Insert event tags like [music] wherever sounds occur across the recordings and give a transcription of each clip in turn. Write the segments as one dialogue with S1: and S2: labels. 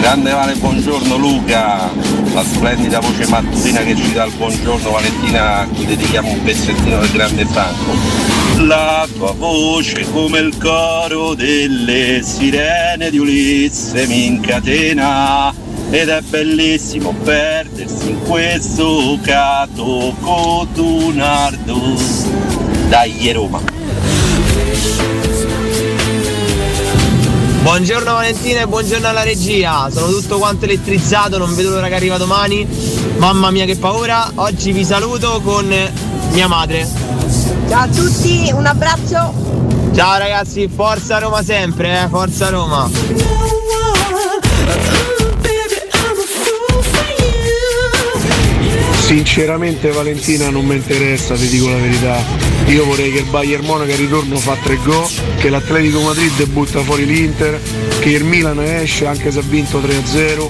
S1: grande Vale, buongiorno Luca, la splendida voce mattutina che ci dà il buongiorno Valentina, a cui dedichiamo un pezzettino del grande Franco. La tua voce come il coro delle sirene di Ulisse mi incatena ed è bellissimo perdersi in questo cato codunardo. Dai Roma!
S2: Buongiorno Valentina e buongiorno alla regia, sono tutto quanto elettrizzato, non vedo l'ora che arriva domani. Mamma mia che paura, oggi vi saluto con mia madre.
S3: Ciao a tutti, un abbraccio.
S2: Ciao ragazzi, forza Roma sempre, eh, forza Roma.
S4: Sinceramente Valentina non mi interessa, ti dico la verità. Io vorrei che il Bayern Monaco al ritorno fa tre gol, che l'Atletico Madrid butta fuori l'Inter, che il Milan esce anche se ha vinto 3-0,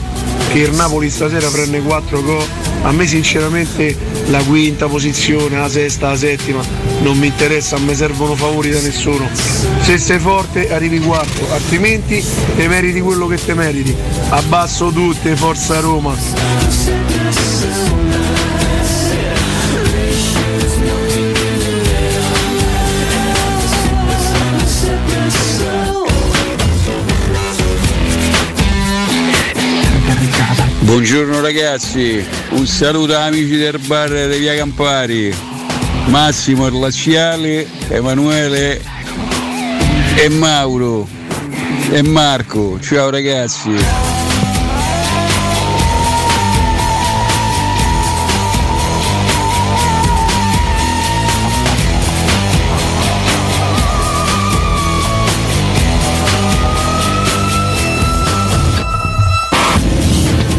S4: che il Napoli stasera prende 4 gol. A me sinceramente la quinta posizione, la sesta, la settima non mi interessa, non mi servono favori da nessuno. Se sei forte arrivi quarto, altrimenti te meriti quello che te meriti. Abbasso tutte, forza Roma.
S5: Buongiorno ragazzi, un saluto amici del bar di Via Campari, Massimo Erlaciale, Emanuele e Mauro e Marco. Ciao ragazzi.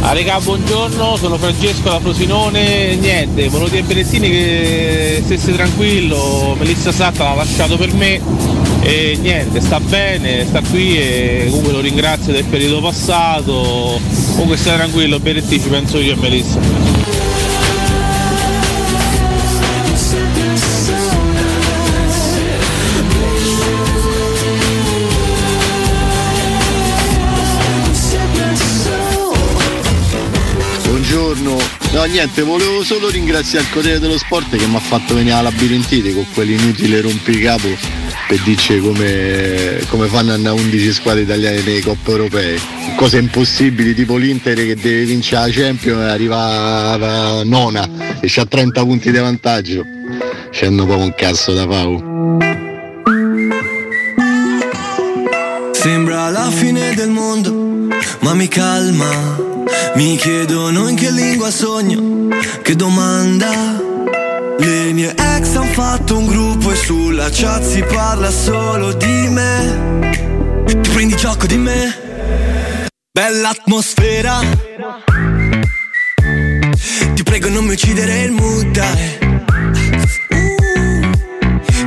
S6: Ah, regà, buongiorno, sono Francesco da Frosinone, niente, volevo dire a Berettini che stesse tranquillo, Melissa Satta l'ha lasciato per me e niente, sta bene, sta qui e comunque lo ringrazio del periodo passato, comunque stai tranquillo, Berettini ci penso io e Melissa.
S7: Buongiorno, no niente, volevo solo ringraziare il Corriere dello Sport che mi ha fatto venire alla labirintite con quell'inutile rompicapo per dirci come, come fanno a andare 11 squadre italiane nei coppe europee. Eh, Cose impossibili tipo l'Inter che deve vincere la Champions e arriva nona e c'ha 30 punti di vantaggio. C'è proprio un cazzo da pau.
S8: Sembra la fine del mondo, ma mi calma. Mi chiedono in che lingua sogno, che domanda. Le mie ex han fatto un gruppo e sulla chat si parla solo di me. Ti prendi gioco di me? Bella atmosfera. Ti prego non mi uccidere il mood, dai.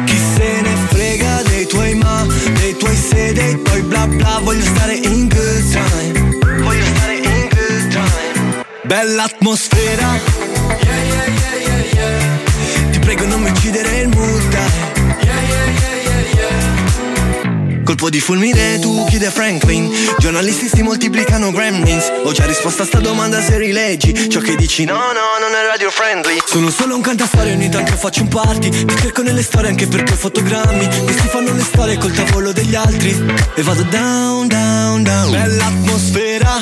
S8: Chi se ne frega dei tuoi ma, dei tuoi se, dei tuoi bla bla, voglio stare in good time. Voglio stare in good time. Bella atmosfera. Yeah, yeah, yeah, yeah, yeah. Ti prego non mi uccidere il mood, dai. Yeah, yeah, yeah, yeah, yeah. Colpo di fulmine, tu chiede Franklin Giornalisti si moltiplicano gremlins Ho già risposto a sta domanda se rileggi Ciò che dici no, no, non è radio friendly Sono solo un cantastorie, ogni tanto faccio un party Ti cerco nelle storie anche perché ho fotogrammi Questi fanno le storie col tavolo degli altri E vado down, down, down Bella atmosfera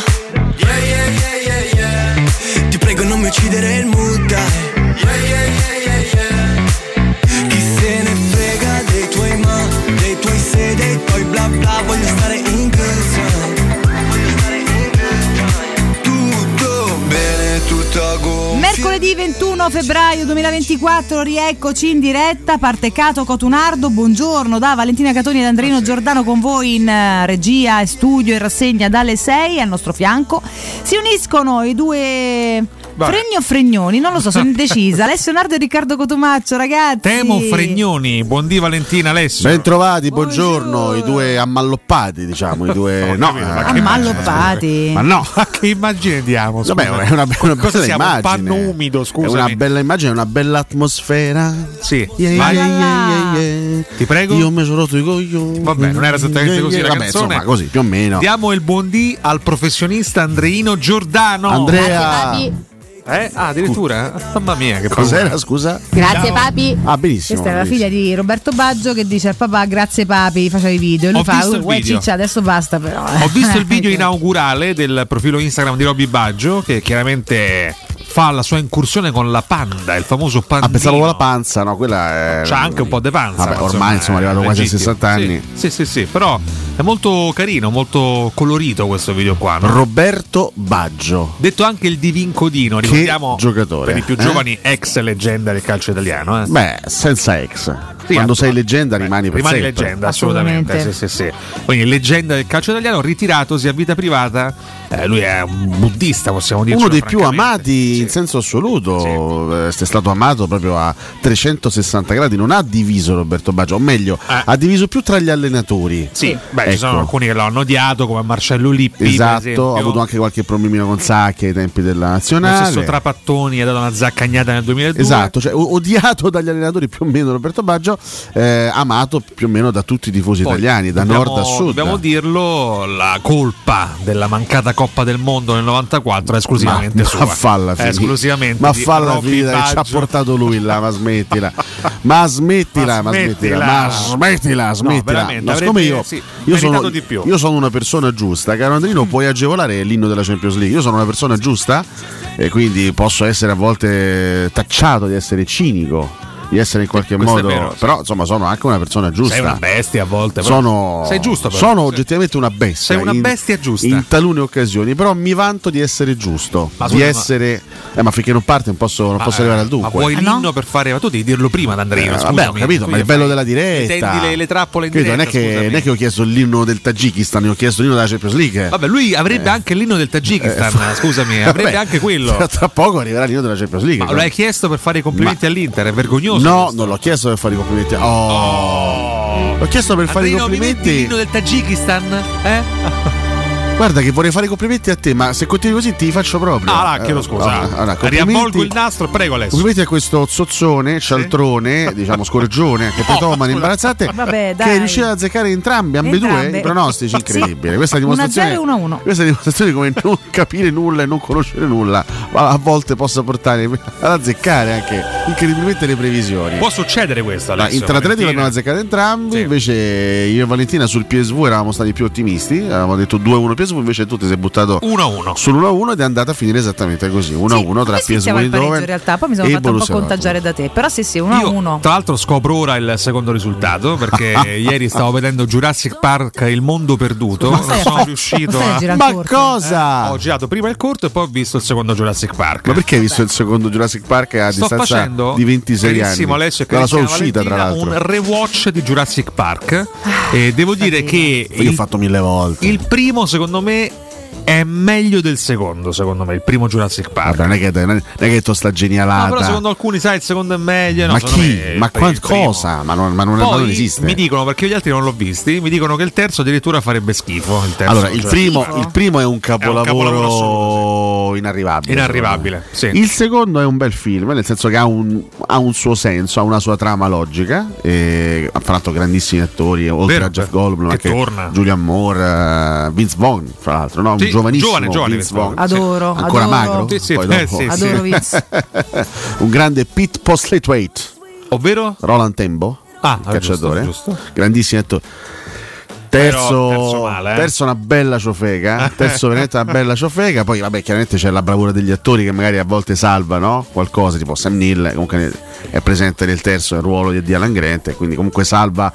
S8: Yeah, yeah, yeah, yeah, yeah Ti prego non mi uccidere il mood, dai Yeah, yeah, yeah, yeah, yeah Chi se ne frega dei tuoi ma Dei tuoi se, dei tuoi bla bla Voglio stare in good time Voglio stare in good time Tutto bene, tutto a gonfie
S9: Mercoledì 21 febbraio 2024, rieccoci in diretta, parte Cato Cotunardo, buongiorno da Valentina Catoni ed Andrino Giordano con voi in eh, regia e studio e rassegna dalle 6 al nostro fianco. Si uniscono i due
S10: Vabbè.
S9: Fregno o Fregnoni? Non lo so, sono
S10: [laughs]
S9: indecisa. Alessio Nardo e Riccardo Cotumaccio, ragazzi.
S10: Temo Fregnoni, buondì Valentina Alessio.
S11: Bentrovati, buongiorno, i due ammalloppati, diciamo, i
S10: [laughs]
S11: due... no,
S10: ma
S11: eh,
S10: che
S9: Ammalloppati.
S11: Ma
S10: [laughs]
S11: no,
S10: che immagine diamo?
S11: vabbè,
S10: scusa?
S11: è una, be- una
S10: Cosa
S11: bella
S10: siamo,
S11: immagine.
S10: Un panno umido,
S11: È
S10: scusa.
S11: una bella immagine, una bella atmosfera.
S10: Sì,
S11: Yeah,
S10: vai.
S11: yeah, yeah, yeah.
S10: Ah. Ti prego.
S11: Io mi sono rotto i coglioni.
S10: Vabbè, non era esattamente così la
S11: Vabbè,
S10: canzone.
S11: insomma, così, più o meno.
S10: Diamo il buondì al professionista Andreino Giordano.
S11: Andrea,
S10: Eh? Ah, addirittura? Mamma mia, che
S11: cos'era,
S10: paura.
S11: scusa?
S12: Grazie papi.
S11: Ah, benissimo.
S9: Questa è la figlia
S11: benissimo.
S9: di Roberto Baggio che dice al papà grazie papi, faceva i video. E lui
S10: Ho
S9: fa, "Uh,
S10: visto il
S9: uè
S10: video."
S9: ciccia, adesso basta però. eh.
S10: Ho
S12: [laughs]
S10: visto il video inaugurale del profilo Instagram di Robby Baggio che chiaramente fa la sua incursione con la panda, il famoso pandino.
S11: Ah, pensavo con la panza, no, quella è...
S10: C'ha anche un po' di panza.
S11: Vabbè,
S10: ma
S11: ormai insomma è arrivato quasi a
S10: legittimo.
S11: 60 anni.
S10: Sì, sì, sì, sì, però è molto carino, molto colorito questo video qua. no?
S11: Roberto Baggio.
S10: Detto anche il divincodino,
S11: Che
S10: ricordiamo
S11: giocatore,
S10: per i più
S11: eh?
S10: giovani ex leggenda del calcio italiano. eh.
S11: Beh, senza ex.
S10: Sì,
S11: Quando
S10: attu-
S11: sei leggenda
S10: Beh,
S11: rimani per
S10: rimani
S11: sempre.
S10: leggenda, assolutamente.
S9: Assolutamente.
S10: Sì, sì, sì. Quindi leggenda del calcio italiano, ritiratosi a vita privata. Eh, lui è un buddista, possiamo dire.
S11: Uno dei più amati in senso assoluto, Eh, è stato amato proprio a 360 gradi, non ha diviso Roberto Baggio, o meglio,
S10: Ah.
S11: ha diviso più tra gli allenatori.
S10: Sì, beh, ci
S11: Ecco.
S10: sono alcuni che lo hanno odiato, come Marcello Lippi. per
S11: Esatto,
S10: esempio.
S11: ha avuto anche qualche problemino con Sacchi ai tempi della
S10: lo stesso
S11: nazionale.
S10: Trapattoni ha dato una zaccagnata nel 2002.
S11: Esatto, cioè, o- odiato dagli allenatori più o meno Roberto Baggio, eh, amato più o meno da tutti i tifosi
S10: Poi,
S11: italiani, da
S10: dobbiamo-
S11: nord a sud.
S10: Dobbiamo dirlo, la colpa della mancata Coppa del Mondo nel 94 è esclusivamente
S11: ma,
S10: sua.
S11: Ma falla
S10: È
S11: finita.
S10: esclusivamente
S11: Ma
S10: di
S11: falla
S10: Robby
S11: finita che ci ha
S10: Baggio.
S11: portato lui là, ma
S10: [laughs]
S11: smettila. Ma smettila,
S10: Ma
S11: ma smettila, ma smettila, smettila.
S10: veramente,
S11: No, siccome
S10: avrebbe,
S11: io,
S10: sì,
S11: io,
S10: meritato
S11: sono,
S10: di più.
S11: io sono una persona giusta, caro Andrino, puoi agevolare l'inno della Champions League. Io sono una persona giusta e quindi posso essere a volte tacciato di essere cinico. Di essere in qualche
S10: Eh, Questo è
S11: modo,
S10: vero, sì.
S11: però insomma, sono anche una persona giusta.
S10: Sei una bestia a volte. però.
S11: Sono,
S10: Sei giusto però.
S11: sono
S10: Sì.
S11: oggettivamente una bestia.
S10: Sei una
S11: in-
S10: bestia giusta.
S11: In talune occasioni, però mi vanto di essere giusto.
S10: Ma
S11: di
S10: scusa, ma-
S11: essere. Eh, ma finché non parte non posso, non
S10: Ma, eh,
S11: posso arrivare al
S10: Ma
S11: dunque.
S10: vuoi
S9: Ah,
S10: l'inno
S9: no?
S10: per fare. Ma tu devi dirlo prima ad
S11: Eh,
S10: Andrino.
S11: vabbè, ho capito, ma il bello della diretta.
S10: Tendi le, le trappole in
S11: Capito?
S10: diretta.
S11: non, è che,
S10: scusami.
S11: non è che ho chiesto l'inno del Tagikistan, ho chiesto l'inno della Champions League.
S10: Vabbè, lui avrebbe anche l'inno del Tagikistan.
S11: [laughs]
S10: scusami, avrebbe
S11: Eh. Vabbè,
S10: anche quello.
S11: [laughs] Tra poco arriverà l'inno della Champions League.
S10: Ma lo hai chiesto per fare i complimenti all'Inter, è vergognoso.
S11: No,
S10: questo.
S11: non l'ho chiesto per fare i complimenti. Oh.
S10: Oh.
S11: L'ho chiesto per fare i
S10: Andrino, mi metti
S11: complimenti.
S10: l'inno del Tagikistan? Eh?
S11: Guarda, che vorrei fare i complimenti a te, ma se continui così ti faccio proprio.
S10: Ah, là, chiedo
S11: Eh,
S10: scusa.
S11: allora, allora,
S10: Riavvolgo
S11: complimenti-
S10: il nastro, prego Alessio.
S11: Complimenti a questo zozzone, cialtrone,
S10: [laughs]
S11: diciamo scorgione, che
S10: Oh,
S11: petomane imbarazzate,
S9: Vabbè,
S11: che
S9: dai.
S11: è riuscito ad azzeccare entrambi, ambedue,
S9: Entrambe.
S11: i pronostici,
S9: Sì.
S11: incredibile. Questa è
S9: Una
S11: dimostrazione,
S9: zero e una uno.
S11: questa è dimostrazione di come non [laughs] capire nulla e non conoscere nulla, ma a volte possa portare [laughs] ad azzeccare anche incredibilmente le previsioni.
S10: Può succedere questo,
S11: Ma
S10: Alessio.
S11: in tre atleti
S10: Valentina.
S11: l'abbiamo azzeccata entrambi,
S10: Sì.
S11: invece io e Valentina sul PSV eravamo stati più ottimisti, avevamo detto 2-1 PSV, invece tu ti sei buttato
S10: 1-1.
S11: sull'1-1 ed è andata a finire esattamente così, 1-1
S9: Sì,
S11: tra
S9: a me
S11: PSV
S9: iniziava il pareggio
S11: Eindhoven
S9: in realtà, poi mi sono
S11: e
S9: fatta un po'
S11: Borussia Dortmund.
S9: contagiare da te. Però sì, sì, uno a
S10: Io,
S9: uno.
S10: Tra l'altro scopro ora il secondo risultato
S11: [laughs]
S10: perché ieri stavo vedendo Jurassic Park Il mondo perduto, non
S9: stai a
S10: sono
S9: fa-
S10: riuscito
S9: non stai a
S10: a Eh,
S9: girare
S11: Ma
S9: ancora?
S11: cosa?
S10: Ho girato prima il corto e poi ho visto il secondo Jurassic Park.
S11: Ma perché hai visto il secondo Jurassic Park a
S10: Sto
S11: distanza
S10: facendo
S11: di 26 anni?
S10: carissimo Alessio e
S11: dalla sua
S10: carissima
S11: uscita, tra
S10: Valentina,
S11: l'altro. Ah,
S10: un rewatch di Jurassic Park e devo dire che
S11: Io ho
S10: il,
S11: fatto mille volte.
S10: il primo secondo me è meglio del secondo, secondo me, il primo Jurassic Park.
S11: Vabbè, non è che non è non è che tu sta
S10: No,
S11: genialata.
S10: ah, però secondo alcuni sai il secondo è meglio. no,
S11: Ah, ma
S10: secondo
S11: chi?
S10: me
S11: Ma
S10: per il
S11: qual-
S10: primo.
S11: cosa? Ma non, ma non-
S10: Poi
S11: non esiste.
S10: mi dicono perché gli altri non l'ho visti. Mi dicono che il terzo addirittura farebbe schifo. Il terzo,
S11: allora, il
S10: cioè,
S11: primo, il primo è un
S10: capolavoro
S11: capolavoro inarrivabile.
S10: inarrivabile. Sì.
S11: Il secondo è un bel film, nel senso che ha un, ha un suo senso, ha una sua trama logica. E ha fatto grandissimi attori, oltre
S10: Vero,
S11: a Jeff
S10: vero.
S11: Goldblum,
S10: Che
S11: anche
S10: torna.
S11: Julian Moore, eh, Vince Vaughn, fra l'altro, no? un
S10: Sì,
S11: giovanissimo
S10: giovane, giovane
S11: Vince
S10: Vince Vaughn.
S11: Vaughn.
S9: Adoro,
S11: Ancora
S9: adoro.
S11: magro?
S10: Sì, sì,
S11: Poi
S10: eh,
S11: dopo.
S10: sì, sì.
S9: Adoro Viz.
S11: [laughs] un grande Pete Postlethwaite,
S10: Ovvero?
S11: Roland Tembo,
S10: Ah,
S11: il cacciatore,
S10: giusto, giusto.
S11: grandissimo attore. Terzo,
S10: Però terzo male, eh.
S11: terzo una bella ciofeca,
S10: [laughs]
S11: terzo veramente una bella ciofeca, poi vabbè chiaramente c'è la bravura degli attori che magari a volte salvano qualcosa, tipo Sam Neill comunque ne- è presente nel terzo nel ruolo di di Alan Grant, e quindi comunque salva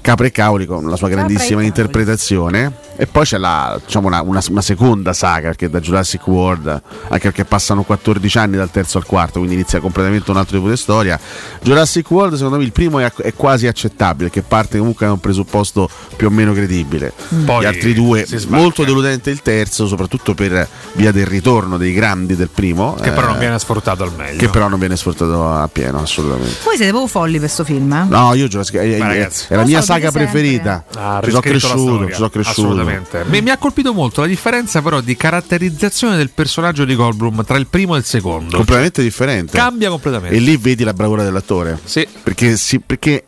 S11: Capre e Cauli con la sua grandissima
S9: e Cauli.
S11: interpretazione E poi c'è la, diciamo una, una- una seconda saga perché da Jurassic World, anche perché passano 14 anni dal terzo al quarto, quindi inizia completamente un altro tipo di storia. Jurassic World, secondo me, il primo è, è quasi accettabile, che parte comunque da un presupposto più o meno credibile.
S10: Poi
S11: Gli altri due,
S10: si sbaglia.
S11: molto deludente il terzo, soprattutto per via del ritorno dei grandi del primo.
S10: Che però non
S11: eh,
S10: viene sfruttato al meglio.
S11: che però non viene sfruttato a pieno, assolutamente.
S9: Voi siete proprio folli per sto film, eh?
S11: No, io Jurassic è, è-
S10: ragazzi.
S11: è la
S9: Lo
S11: mia
S9: so,
S11: saga
S9: dite sempre.
S11: preferita. ci
S10: Ah,
S11: sono
S10: riscritto la
S11: cresciuto,
S10: storia,
S11: ci sono cresciuto.
S10: Assolutamente. Mi, mi ha colpito molto la differenza però di caratterizzazione del personaggio di Goldblum tra il primo e il secondo.
S11: Completamente differente.
S10: Cambia completamente.
S11: E lì vedi la bravura dell'attore.
S10: Sì.
S11: Perché, si- perché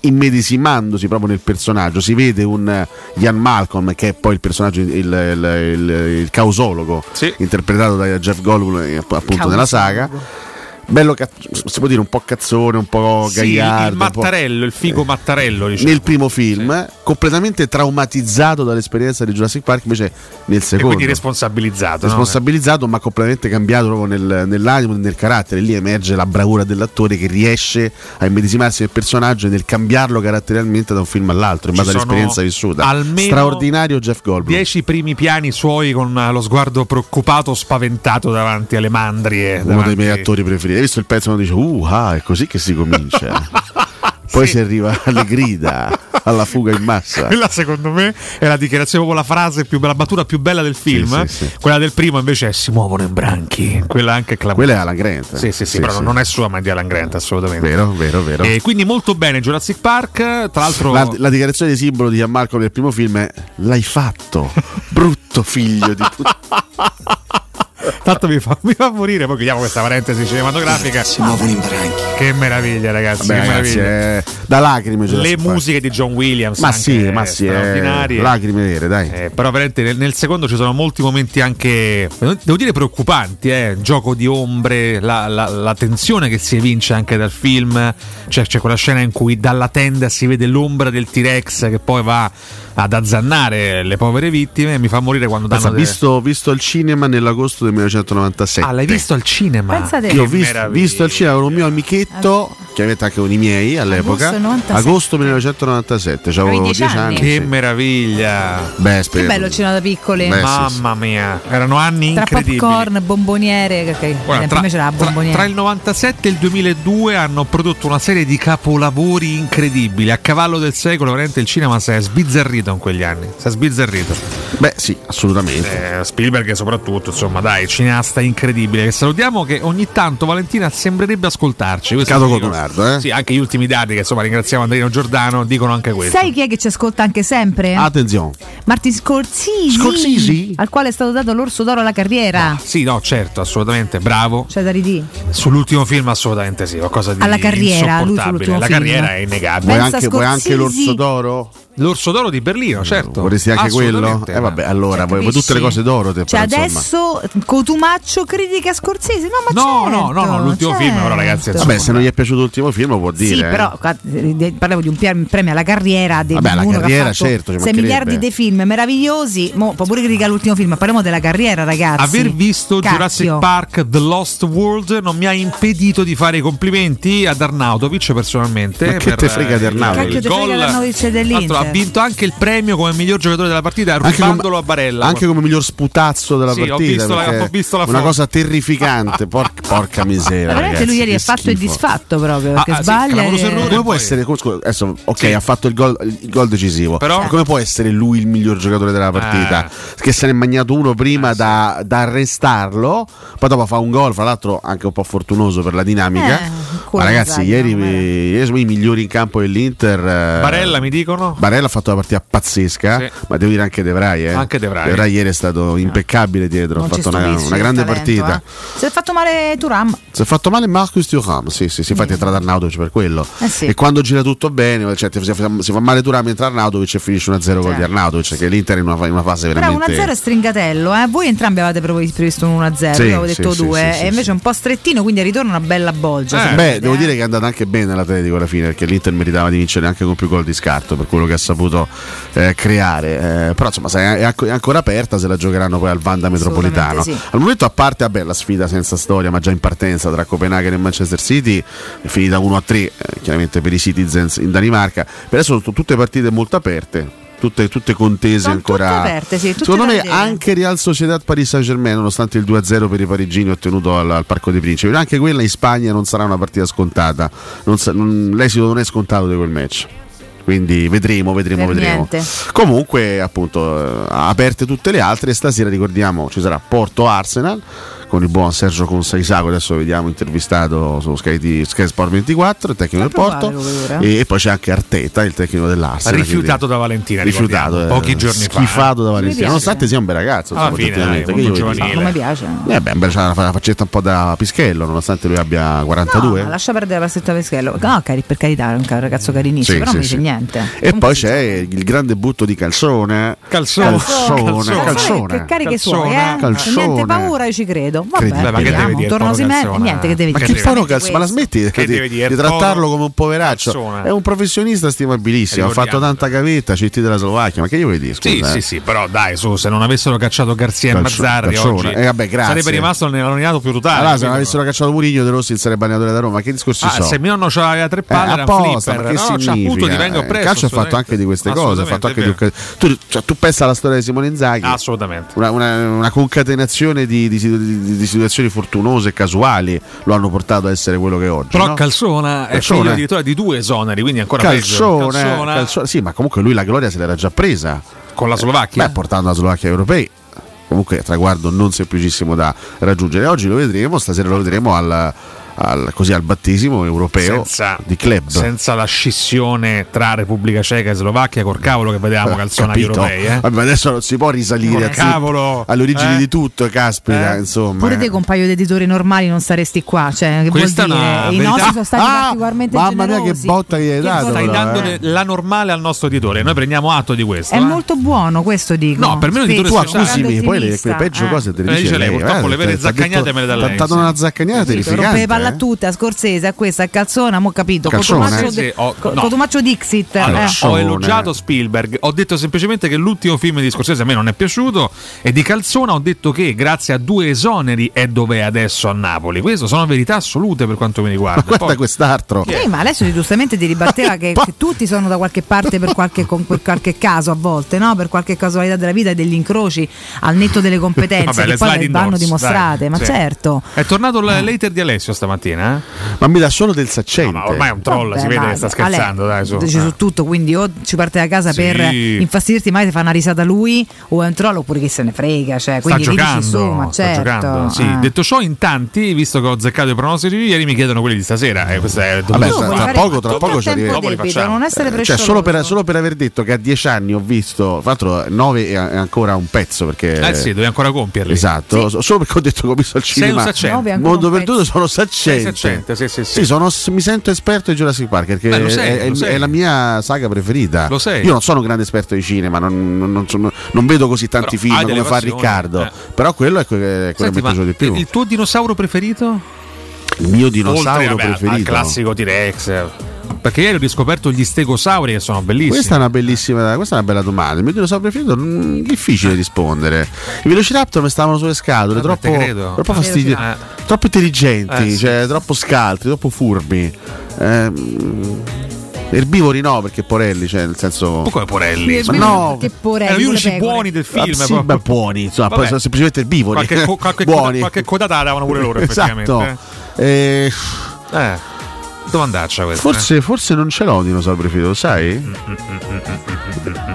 S11: immedesimandosi proprio nel personaggio si vede un eh, Ian Malcolm che è poi il personaggio, il, il- il- il causologo interpretato da Jeff Goldblum eh, app- appunto nella saga. Bello, cazz- si può dire un po' cazzone, un po'
S10: Sì,
S11: gagliardo.
S10: il
S11: un po'-
S10: mattarello, il figo mattarello. Diciamo.
S11: eh, nel primo film, completamente traumatizzato dall'esperienza di Jurassic Park, invece nel secondo.
S10: quindi responsabilizzato, no?
S11: Responsabilizzato, ma completamente cambiato proprio nel- nell'animo e nel carattere. Lì emerge la bravura dell'attore che riesce a immedesimarsi nel personaggio e nel cambiarlo caratterialmente da un film all'altro, in
S10: Ci
S11: base
S10: sono
S11: all'esperienza vissuta.
S10: almeno
S11: Straordinario Jeff Goldblum.
S10: Dieci primi piani suoi con eh, lo sguardo preoccupato, spaventato davanti alle mandrie.
S11: Uno dei
S10: davanti-
S11: miei attori preferiti. Hai visto il pezzo quando dice Uh, ah, è così che si
S10: [laughs]
S11: comincia. Poi si arriva alle grida, alla fuga in massa.
S10: Quella secondo me è la dichiarazione, proprio la frase più la battuta più bella del film.
S11: sì, sì.
S10: Quella del primo invece è si muovono in branchi. Quella anche clamorosa.
S11: Quella è Alan Grant.
S10: Sì, sì, sì, però non è sua, ma è di Alan Grant, assolutamente.
S11: Vero, vero, vero.
S10: E quindi molto bene Jurassic Park, [laughs] tra l'altro
S11: La, la dichiarazione di simbolo di Gianmarco nel primo film è L'hai fatto, brutto figlio di
S10: [laughs]
S11: puttana.
S10: tanto mi fa, mi fa morire, poi chiudiamo questa parentesi cinematografica. Si muovono in branchi. Che meraviglia ragazzi,
S11: Vabbè,
S10: che
S11: ragazzi,
S10: meraviglia.
S11: eh, da lacrime
S10: Le
S11: Jurassic Park.
S10: musiche di John Williams,
S11: Ma sì,
S10: anche
S11: ma sì, eh,
S10: straordinarie.
S11: lacrime vere, dai.
S10: Eh, però veramente nel, nel secondo ci sono molti momenti anche, devo dire, preoccupanti, eh. gioco di ombre, la, la- la tensione che si evince anche dal film, Cioè, c'è quella scena in cui dalla tenda si vede l'ombra del T-Rex che poi va ad azzannare le povere vittime, mi fa morire quando danno...
S11: Pensa,
S10: delle-
S11: visto, visto al cinema nell'agosto del 1997.
S10: Ah, l'hai visto al cinema?
S9: Pensa te.
S11: Io ho
S9: Che
S11: visto,
S10: meraviglia.
S11: visto al cinema con un mio amichetto, chiaramente anche con i miei all'epoca.
S9: Agosto 97.
S11: Agosto 1997,
S9: Avevi
S11: avevo 10
S9: dieci
S11: anni.
S9: anni?
S10: Che
S11: sì.
S10: meraviglia!
S11: Beh,
S9: Che
S11: speriamo.
S9: bello il cinema da piccoli.
S11: Beh, Eh, sì, sì.
S10: Mamma mia, erano anni
S9: Tra
S10: incredibili.
S9: popcorn, bomboniere, perché
S10: Guarda,
S9: sempre c'era la
S10: tra-
S9: bomboniere.
S10: tra il 97 e il 2002 hanno prodotto una serie di capolavori incredibili. A cavallo del secolo, veramente il cinema si è sbizzarrito in quegli anni. Si è sbizzarrito.
S11: Beh, sì, assolutamente.
S10: Eh, Spielberg, soprattutto, insomma, dai, cineasta incredibile. Che salutiamo che ogni tanto Valentina sembrerebbe ascoltarci. Questo
S11: Cato
S10: ti dico.
S11: Cotonardo, eh.
S10: Sì, anche gli ultimi dati che insomma ringraziamo Andrino Giordano dicono anche questo. Ah,
S9: Sai chi è che ci ascolta anche sempre?
S11: Attenzione.
S9: Martin Scorsese,
S11: Scorsese?
S9: al quale è stato dato l'orso d'oro alla carriera.
S10: Sì, no, certo, assolutamente, bravo.
S9: Cioè da ridì.
S10: Sull'ultimo film assolutamente sì, qualcosa di
S9: Alla carriera, lui
S10: insopportabile.
S9: sull'ultimo
S10: La
S9: film.
S10: carriera è innegabile.
S11: Vuoi
S9: Pensa
S11: anche, vuoi anche
S9: Scorsese.
S11: l'orso d'oro? Mm,
S10: L'orso d'oro di Berlino, certo.
S11: Vorresti anche quello?
S10: Assolutamente.
S11: Eh vabbè, allora, vuoi vuoi tutte le cose d'oro te
S9: Cioè
S11: però, insomma.
S9: adesso Cotumaccio critica Scorsese. No, ma
S10: No,
S9: certo,
S10: no, no, no, l'ultimo
S9: certo.
S10: film, però, ragazzi, insomma.
S11: Vabbè, se non gli è piaciuto l'ultimo film lo può dire.
S9: Sì,
S11: eh.
S9: però qua, eh, de- parliamo di un pier- premio alla carriera di
S11: Vabbè,
S9: di
S11: alla
S9: uno
S11: carriera,
S9: che ha fatto
S11: certo, ci
S9: 6 miliardi
S11: mancherebbe.
S9: di film meravigliosi. Mo, può pure criticare l'ultimo film, ma parliamo della carriera, ragazzi.
S10: Aver visto
S9: Cacchio.
S10: Jurassic Park The Lost World non mi ha impedito di fare i complimenti ad Arnautovic personalmente.
S11: Ma che
S10: per,
S11: te frega di
S10: eh,
S11: Arnautovic?
S10: il
S9: Cacchio, te frega
S10: gol.
S9: di Arnautovic dell'Inter.
S10: Tra l'altro, Ha vinto anche il premio come miglior giocatore della partita, rubandolo a Barella.
S11: anche come miglior sputazzo della
S10: Sì, ho
S11: partita.
S10: visto la-
S11: perché
S10: ho visto la
S11: una
S10: foto.
S11: cosa terrificante. porca, porca miseria.
S9: Ma veramente
S11: ragazzi,
S9: lui ieri
S11: che
S9: è fatto e
S11: schifo.
S9: disfatto proprio perché
S10: Ah, ah, sì,
S9: sbaglia.
S10: clamoroso
S9: e-
S10: errore.
S11: Come può
S10: Poi-
S11: essere? co- scusa, adesso, ok,
S10: Sì.
S11: ha fatto il gol, il gol decisivo.
S10: Però- Eh.
S11: Ma come può essere lui il miglior giocatore della partita? Che se ne è magnato uno prima da, da arrestarlo, poi dopo fa un gol, fra l'altro anche un po' fortunoso per la dinamica.
S9: Eh, culo
S11: Ma ragazzi,
S9: Zagnolo,
S11: ieri,
S9: guarda.
S11: ieri sono i migliori in campo dell'Inter. eh,
S10: Barella, mi dicono?
S11: Barella ha fatto una partita pazzesca,
S10: Sì.
S11: ma devo dire anche De Vrij. Eh.
S10: Anche De Vrij. Eh.
S11: ieri è stato impeccabile dietro, ha
S9: Non ci
S11: fatto una,
S9: stupisce
S11: una
S9: il
S11: grande
S9: talento,
S11: partita.
S9: eh. Si è fatto male Turam.
S11: Si è fatto male Marcus Thuram, sì, sì, si infatti è entrato Arnautovic per quello.
S9: Eh sì.
S11: E quando gira tutto bene, cioè, ti- si, fa- si fa male Thuram, entra Arnautovic e finisce 1-0 con
S9: Certo.
S11: gli Arnautovic, che l'Inter è in una, fa- in una fase
S9: Però
S11: veramente...
S9: 1-0 è stringatello, eh. voi entrambi avevate previ- previsto un 1-0,
S11: Sì,
S9: io avevo detto
S11: sì,
S9: 2,
S11: sì, sì,
S9: e invece
S11: sì.
S9: è un po' strettino, quindi al ritorno una bella bolgia.
S10: Eh,
S9: se
S11: Beh,
S9: volete,
S11: devo
S9: eh.
S11: dire che è andata anche bene l'Atletico alla fine perché l'Inter meritava di vincere anche con più gol di scarto per quello che ha saputo eh, creare. Eh, però insomma sai, è, anco- è ancora aperta se la giocheranno poi al Vanda Metropolitano.
S9: Assolutamente
S11: Al momento a parte vabbè, la sfida senza storia ma già in partenza tra Copenaghen e Manchester City è finita 1-3 eh, chiaramente per i Citizens in Danimarca. Per adesso sono tutte partite molto aperte. tutte, tutte contese ancora.
S9: aperte, sì, tutte
S11: Secondo
S9: da
S11: me
S9: vedere.
S11: anche Real Sociedad Paris Saint Germain, nonostante il 2-0 per i parigini ottenuto al, al Parco dei Principi, anche quella in Spagna non sarà una partita scontata. Non sa- non- l'esito non è scontato di quel match. Quindi vedremo, vedremo,
S9: Per
S11: vedremo.
S9: niente.
S11: Comunque, appunto, eh, aperte tutte le altre. Stasera ricordiamo ci sarà Porto Arsenal con il buon Sergio Consaisago. Adesso vediamo intervistato su Sky, T- Sky Sport 24, il tecnico del Porto.
S10: provare, lo vedo ora.
S11: E, e poi c'è anche Arteta, il tecnico dell'Arsenal.
S10: Rifiutato
S11: quindi-
S10: da Valentina,
S11: rifiutato
S10: ricordiamo,
S11: eh,
S10: pochi giorni fa.
S11: schifato da
S10: Mi
S11: Valentina
S10: piace.
S11: nonostante sia un bel ragazzo
S10: Alla
S11: insomma,
S10: fine, dai,
S11: oggettivamente,
S10: molto
S11: che gli vuoi
S10: giovanile.
S11: dire?
S9: Come piace.
S11: Eh beh, beh, c'ha una faccetta un po' da Pischello, nonostante lui abbia
S9: No,
S11: 42.
S9: ma lascia perdere la passetta Peschello. No, cari, per carità, è un ca- ragazzo carinissimo,
S11: Sì,
S9: però
S11: sì,
S9: non mi dice
S11: sì.
S9: niente.
S11: e poi c'è il gran debutto di Calzone.
S10: Calzone.
S11: Calzone.
S9: Calzone,
S11: Calzone.
S9: Che cari che suoi, eh?
S11: Calzone.
S9: Niente paura, io ci credo. Vabbè,
S11: Credibile.
S9: ma torno Osimhen, niente che devi
S11: ma
S9: dire. Cioè,
S11: Che poro Calzone? Ma la smetti
S10: Che
S11: di,
S10: deve dire?
S11: di
S10: Poro
S11: trattarlo come un poveraccio? È un professionista stimabilissimo. Ha fatto tanta gavetta, CT della Slovacchia. Ma che io vuoi dire?
S10: Sì,
S11: scusa,
S10: sì,
S11: eh?
S10: sì, però dai, su, se non avessero cacciato Garzia e
S11: Calcio-
S10: Mazzarri
S11: calcione.
S10: oggi
S11: Eh, vabbè, grazie. Ah,
S10: sarebbe rimasto nell'allineato più totale.
S11: Allora, se non
S10: quindi-
S11: avessero cacciato Murigno De Rossi, sarebbe allenatore da Roma. Che discorsi
S10: Ah,
S11: sono?
S10: se mio nonno c'aveva tre palle, era un
S11: Eh, apposta,
S10: flipper.
S11: ma che
S10: No, c'ha
S11: significa?
S10: appunto, ti vengo
S11: Eh,
S10: preso.
S11: Il calcio ha fatto anche di queste cose, ha fatto anche di occas- tu, cioè, tu pensa alla storia di Simone Zaghi.
S10: Assolutamente.
S11: Una, una- una concatenazione di, di situ- di- di situazioni fortunose e casuali lo hanno portato a essere quello che è oggi.
S10: Però
S11: no? Eh,
S10: Calzona è
S11: Calzone.
S10: figlio addirittura di due esoneri, quindi ancora peggio.
S11: Calzone, Calzone- sì, ma comunque lui la gloria se l'era già presa
S10: con la Slovacchia,
S11: beh, portando la Slovacchia ai europei. Comunque, traguardo non semplicissimo da raggiungere. Oggi lo vedremo, stasera lo vedremo al, al- così, al battesimo europeo
S10: senza,
S11: di club.
S10: senza la scissione tra Repubblica Ceca e Slovacchia, col cavolo che vedevamo Calzona agli
S11: Eh, Capito?
S10: europei. Eh.
S11: Vabbè, adesso non si può risalire
S10: Col
S11: a tutto-
S10: cavolo,
S11: alle origini
S10: eh?
S11: di tutto, caspita, insomma. eh.
S9: Pure te con un paio di editori normali non saresti qua, cioè, che
S10: Questa è
S9: vuol dire?
S10: una
S9: I
S10: verità.
S9: nostri sono stati
S10: Ah,
S9: particolarmente
S11: mamma mia, che
S9: generosi.
S11: botta gli hai dato,
S10: Stai
S11: però,
S10: dando
S11: eh.
S10: de- la normale al nostro editore, noi prendiamo atto di questo.
S9: È
S10: eh.
S9: molto buono questo dico.
S10: No, per me non
S9: Spesso,
S10: editore
S11: tu
S10: speciale.
S11: accusami, poi le,
S9: ottimista,
S11: quelle peggio
S9: eh.
S11: cose te
S10: Me
S11: le
S10: le
S11: dice eh,
S10: dice lei, purtroppo le vere
S11: te- t'ha
S10: zaccagnate
S11: detto-
S10: me le dà
S11: t'ha
S10: lei,
S11: dato
S10: sì.
S11: una zaccagnata
S9: Capito? Rompe le palle a
S11: terrificante. eh.
S9: tutte, a Scorsese, a questa, a Calzona, mo' ho capito.
S11: Calzone,
S9: Cotumaccio,
S11: eh?
S9: de-
S10: Sì, ho-
S9: co-
S10: no.
S9: Cotumaccio Dixit.
S10: Allora,
S9: eh.
S10: ho elogiato Spielberg, ho detto semplicemente che l'ultimo film di Scorsese a me non è piaciuto e di Calzona ho detto che grazie a due esoneri è dove è adesso a Napoli. Questo sono verità assolute per quanto mi riguarda.
S11: Ma guarda quest'altro.
S9: Sì, Eh, ma adesso giustamente ti ribatteva
S10: [laughs]
S9: che,
S10: Boh.
S9: che tutti sono da qualche parte per qualche, con- per qualche caso a volte, no? per qualche casualità della vita e degli incroci al netto delle competenze
S10: [laughs] Vabbè,
S9: che
S10: le
S9: poi
S10: slide
S9: vanno
S10: indoors,
S9: dimostrate,
S10: dai,
S9: ma
S10: sì.
S9: certo.
S10: È tornato il later di Alessio stamattina? eh?
S11: Ma mi dà solo del saccente.
S10: ma ormai è un troll,
S9: Vabbè,
S10: si vede
S9: dai,
S10: che sta scherzando,
S9: Ale,
S10: dai su.
S9: dici
S10: Eh.
S9: su tutto, quindi o ci parte da casa
S10: Sì.
S9: per infastidirti, mai ti fa una risata lui o è un troll oppure chi se ne frega, cioè,
S10: Sta
S9: quindi lì dici
S10: giocando,
S9: su, ma
S10: sta
S9: certo.
S10: giocando. Sì,
S9: eh.
S10: Detto ciò, in tanti, visto che ho azzeccato i pronostici di ieri, mi chiedono quelli di stasera. Eh, questa è
S11: Vabbè,
S9: Tu
S11: tra,
S9: puoi
S11: tra
S9: fare
S11: poco, tra
S9: tutto
S11: poco
S9: il
S11: ci
S9: tempo
S11: arriviamo.
S9: debito, non essere
S11: Eh, cioè,
S9: prescioso.
S11: solo, per, solo per aver detto che a dieci anni ho visto, tra l'altro, nove è è ancora un pezzo perché.
S10: Eh sì, devi ancora compierli.
S11: Esatto, so- solo perché ho detto che ho visto al
S10: Sei un
S11: cinema
S10: saccente. Nove è ancora
S11: Mondo
S10: un
S11: Perduto sono
S10: Sei
S11: saccente.
S10: saccente, sì, sì, sì.
S11: Sì, sono- mi sento esperto di Jurassic Park perché
S10: Beh, lo sei,
S11: è, è-
S10: lo sei.
S11: è la mia saga preferita.
S10: Lo sei.
S11: Io non sono un grande esperto di cinema, non, non- non sono- non vedo così tanti
S10: Però
S11: film
S10: hai delle
S11: come fa
S10: passioni,
S11: Riccardo,
S10: eh.
S11: però quello è que- è quello
S10: Senti,
S11: che mi
S10: ma
S11: è piaciuto di più.
S10: Il
S11: Il,
S10: tuo dinosauro preferito?
S11: mio
S10: Oltre,
S11: dinosauro
S10: vabbè, al-
S11: preferito.
S10: Al classico T-Rex. eh. Perché ieri ho riscoperto gli stegosauri che sono bellissimi.
S11: Questa è una bellissima, questa è una bella domanda. Il mio dinosauro preferito mh, difficile rispondere. I Velociraptor mi stavano sulle scatole,
S10: te credo.
S11: troppo, troppo
S10: Ah,
S11: fastidiosi,
S10: Velociraptor.
S11: troppo intelligenti,
S10: Eh, sì,
S11: cioè, troppo scaltri, troppo furbi. Ehm, Erbivori no, perché Porelli, cioè nel senso.
S10: Ma come Porelli?
S11: Ma no,
S9: Che porelli,
S10: Erano
S9: con
S10: gli
S9: le
S10: unici
S9: pecore.
S10: buoni del film.
S11: Ah, sì,
S10: proprio.
S11: beh, buoni, insomma,
S10: Vabbè.
S11: poi sono semplicemente erbivori.
S10: Qualche, co- qualche,
S11: buoni.
S10: coda- qualche codata la davano pure loro,
S11: esatto.
S10: effettivamente.
S11: Eh,
S10: Eh. Domandaccia questa. eh? Mm,
S11: forse, forse non ce l'ho un dinosauro preferito, lo sai?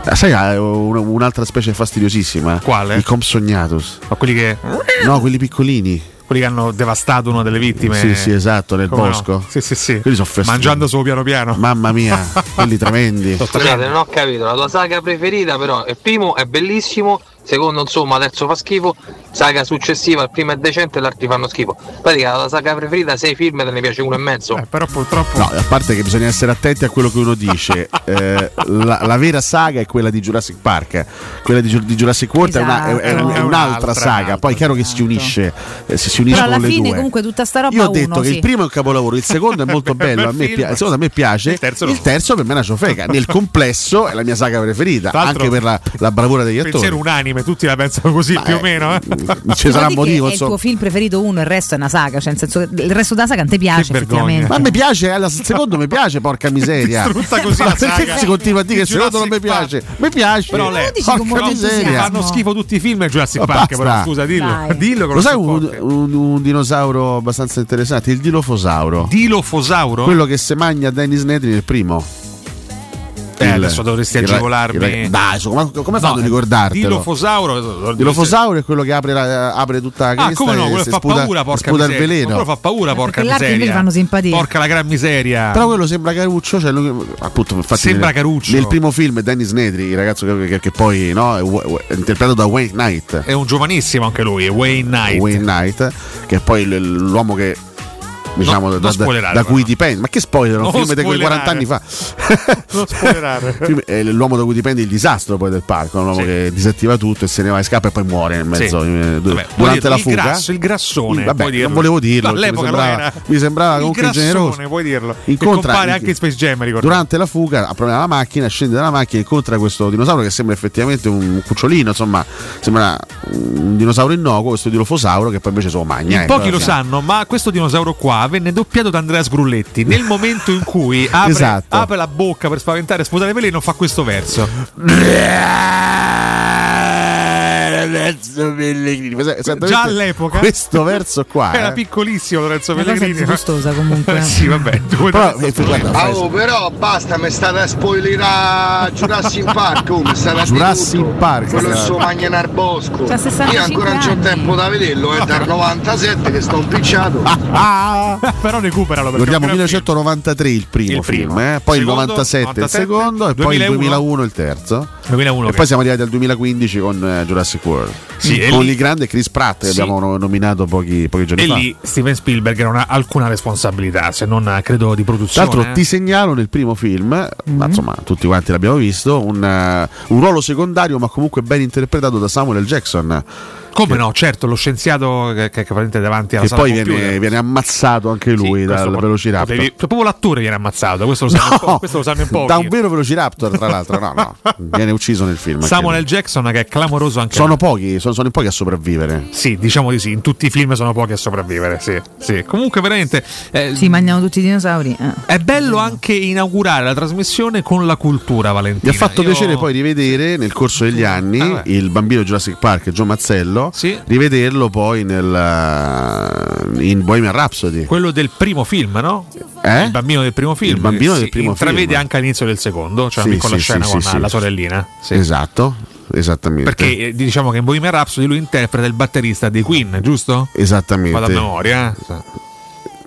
S11: Ah, Sai, ah, un- un'altra specie fastidiosissima.
S10: Quale?
S11: I Compsognatus.
S10: Ma quelli che,
S11: No, quelli piccolini.
S10: quelli che hanno devastato una delle vittime.
S11: Sì, sì, esatto, nel
S10: Come no?
S11: bosco.
S10: Sì, sì, sì.
S11: Quelli sono festini.
S10: Mangiando solo piano piano.
S11: Mamma
S10: [laughs]
S11: mia, quelli tremendi.
S13: Scusate, non ho capito, la tua saga preferita però, il primo è bellissimo, secondo insomma, terzo fa schifo, saga successiva, il primo è decente e l'altro fanno schifo. In Pratica la saga preferita, sei film te ne piace uno e mezzo.
S10: Eh, Però purtroppo.
S11: No, a parte che bisogna essere attenti a quello che uno
S10: [laughs]
S11: dice. Eh, la, la vera saga è quella di Jurassic Park. Quella di, Ju- di Jurassic World è una- è- è,
S9: Esatto.
S11: un- è un'altra saga. Poi è chiaro che
S10: esatto.
S11: si unisce. eh, si, si
S9: Però
S11: uniscono
S9: alla
S11: le
S9: fine
S11: due.
S9: comunque tutta sta roba
S11: Io ho
S9: uno,
S11: detto che
S9: sì.
S11: il primo è un capolavoro, il secondo è
S10: [laughs]
S11: molto bello, a me
S10: Bel
S11: pia-
S10: film.
S11: il secondo a me piace, il
S10: terzo
S11: terzo,
S10: no.
S11: per me è una ciofeca, nel complesso è la mia saga preferita,
S10: Tra l'altro,
S11: anche per la, la bravura degli
S10: Pensiero
S11: attori. mm,
S10: unanime anime, tutti la pensano così più o meno. Eh.
S11: ci sarà un motivo,
S9: è il tuo
S11: insomma.
S9: film preferito uno, il resto è una saga, cioè nel senso che il resto della saga non ti
S11: Che
S9: piace
S11: vergogna.
S9: effettivamente.
S11: Ma mi piace, alla- secondo me piace, porca miseria.
S10: Distrutta
S11: [laughs]
S10: così
S11: Ma
S10: la
S11: perché
S10: saga.
S11: si continua a dire che
S10: Di
S11: secondo non mi
S10: Jurassic
S11: piace? Mi piace.
S10: Però lei,
S11: porca miseria.
S10: fanno schifo tutti i film e Jurassic
S11: Ma
S10: Park,
S11: basta.
S10: però scusa, dillo. Eh, dillo che
S11: Lo sai
S10: si può.
S11: un, un- un dinosauro abbastanza interessante? Il dilofosauro.
S10: Dilofosauro?
S11: Quello che se magna Dennis Nedry nel primo.
S10: Eh, adesso dovresti
S11: il-
S10: agevolarmi.
S11: il- Dai, su, ma come
S10: No,
S11: fanno a ricordartelo?
S10: Dilofosauro.
S11: Dilofosauro è quello che apre, la- apre tutta la
S10: Ah,
S11: cresta
S10: come no,
S11: e
S10: quello
S11: si
S10: fa
S11: sputa,
S10: paura, porca
S11: sputa il
S10: miseria. Ma
S11: veleno.
S10: Quello fa paura, porca
S9: Quell'altro invece
S10: miseria.
S9: fanno simpatia.
S10: Porca la gran miseria.
S11: Però quello sembra Caruccio, cioè lui- appunto, infatti
S10: Sembra
S11: nel,
S10: Caruccio.
S11: Nel primo film Dennis Nedry, il ragazzo che, che- che poi no, è, è interpretato da Wayne Knight.
S10: È un giovanissimo anche lui, Wayne Knight.
S11: Wayne Knight, che è poi l- l'uomo che diciamo
S10: non
S11: da- da,
S10: spoilerare,
S11: da cui
S10: però.
S11: dipende. Ma che spoiler? Un
S10: Non
S11: film di quei 40 anni fa.
S10: spoilerare. Non spoilerare.
S11: [laughs] Film- è l'uomo da cui dipende il disastro poi del parco, un uomo che disattiva tutto e se ne va in scappa e poi muore in mezzo
S10: Sì.
S11: eh,
S10: Vabbè, vuoi
S11: durante
S10: dire
S11: la
S10: il
S11: fuga.
S10: grasso, il grassone,
S11: Mm, vabbè,
S10: puoi
S11: non
S10: dirlo.
S11: volevo dirlo,
S10: No,
S11: perché mi
S10: all'epoca lo
S11: sembrava,
S10: era.
S11: mi sembrava
S10: Il
S11: comunque
S10: grassone,
S11: generoso.
S10: puoi dirlo. Che
S11: Incontra
S10: compare anche in Space Jam, ricordo.
S11: Durante la fuga approva la macchina, scende dalla macchina, incontra questo dinosauro che sembra effettivamente un cucciolino, insomma, sembra un dinosauro innocuo, questo dilofosauro che poi invece se lo magna.
S10: In
S11: eh,
S10: pochi
S11: però,
S10: lo
S11: sì.
S10: sanno, ma questo dinosauro qua venne doppiato da Andrea
S11: [laughs]
S10: Sgrulletti nel momento in cui apre,
S11: Esatto.
S10: apre la bocca per spaventare e sputare veleno fa
S11: [laughs]
S10: questo verso.
S11: Lorenzo Pellegrini. Questo è esattamente
S10: Già all'epoca.
S11: Questo verso qua.
S10: [laughs] Era
S11: eh.
S10: piccolissimo Lorenzo
S11: Una cosa
S10: Pellegrini.
S11: disgustosa
S10: comunque. [laughs] sì, vabbè. tu-
S11: Però, eh, guarda, fai-
S4: Oh, però basta, mi state a spoilerare Jurassic Park, oh, mi state a dire
S11: Jurassic
S4: tutto.
S11: Park,
S4: Quello
S11: sì.
S4: su Magna al Bosco.
S9: C'ha 65
S4: Io ancora non c'ho
S9: anni.
S4: tempo da vederlo, è dal 97 che sto impicciato.
S11: Ah,
S10: [laughs] Però recuperalo perché
S11: Ricordiamo
S10: ancora-
S11: 1993 il primo,
S10: Il primo.
S11: film, eh, poi
S10: Secondo,
S11: il 97, il
S10: 97,
S11: secondo e poi il
S10: 2001.
S11: 2001 il terzo.
S10: 2001
S11: e
S10: che-
S11: poi siamo arrivati al 2015 con eh, Jurassic World. Mm.
S10: Sì, e
S11: con
S10: lì-
S11: il grande Chris Pratt che
S10: Sì.
S11: abbiamo no- nominato pochi, pochi giorni
S10: E
S11: fa.
S10: lì Steven Spielberg non ha alcuna responsabilità, se non eh, credo di
S11: Tra
S10: produzione.
S11: l'altro ti segnalo nel primo film, ma insomma tutti quanti l'abbiamo visto, un, eh, un ruolo secondario ma comunque ben interpretato da Samuel L. Jackson.
S10: Come no, certo, lo scienziato che, che, che prende davanti alla
S11: Che
S10: sala
S11: poi
S10: computer.
S11: viene, viene ammazzato anche lui dal Velociraptor.
S10: Potevi- cioè, proprio l'attore viene ammazzato, questo
S11: [laughs]
S10: lo sanno, po- questo lo sanno in pochi.
S11: Da un vero Velociraptor, tra l'altro, no, no, viene ucciso nel film.
S10: Samuel L. Jackson che è clamoroso anche
S11: Sono pochi, sono, sono in pochi a sopravvivere.
S10: Sì, diciamo di sì, in tutti i film sono pochi a sopravvivere, sì. sì. Comunque veramente eh,
S9: Sì, mangiano tutti i dinosauri. eh.
S10: è bello anche inaugurare la trasmissione con la cultura, Valentina.
S11: Mi ha fatto
S10: Io- Ah,
S11: piacere poi rivedere nel corso degli anni il bambino Jurassic Park, Joe Mazzello, rivederlo poi nel, in Bohemian Rhapsody.
S10: Quello del primo film, no?
S11: Eh?
S10: Il bambino del primo film.
S11: Il bambino
S10: che
S11: del
S10: si
S11: primo
S10: intravede
S11: film.
S10: anche all'inizio del secondo, cioè
S11: Sì,
S10: una piccola
S11: sì,
S10: scena
S11: sì,
S10: con
S11: sì,
S10: la
S11: sì.
S10: sorellina. Sì.
S11: Esatto, esattamente.
S10: Perché eh, diciamo che in Bohemian Rhapsody lui interpreta il batterista dei Queen, giusto?
S11: Esattamente.
S10: Vado a memoria. eh.
S11: Esatto.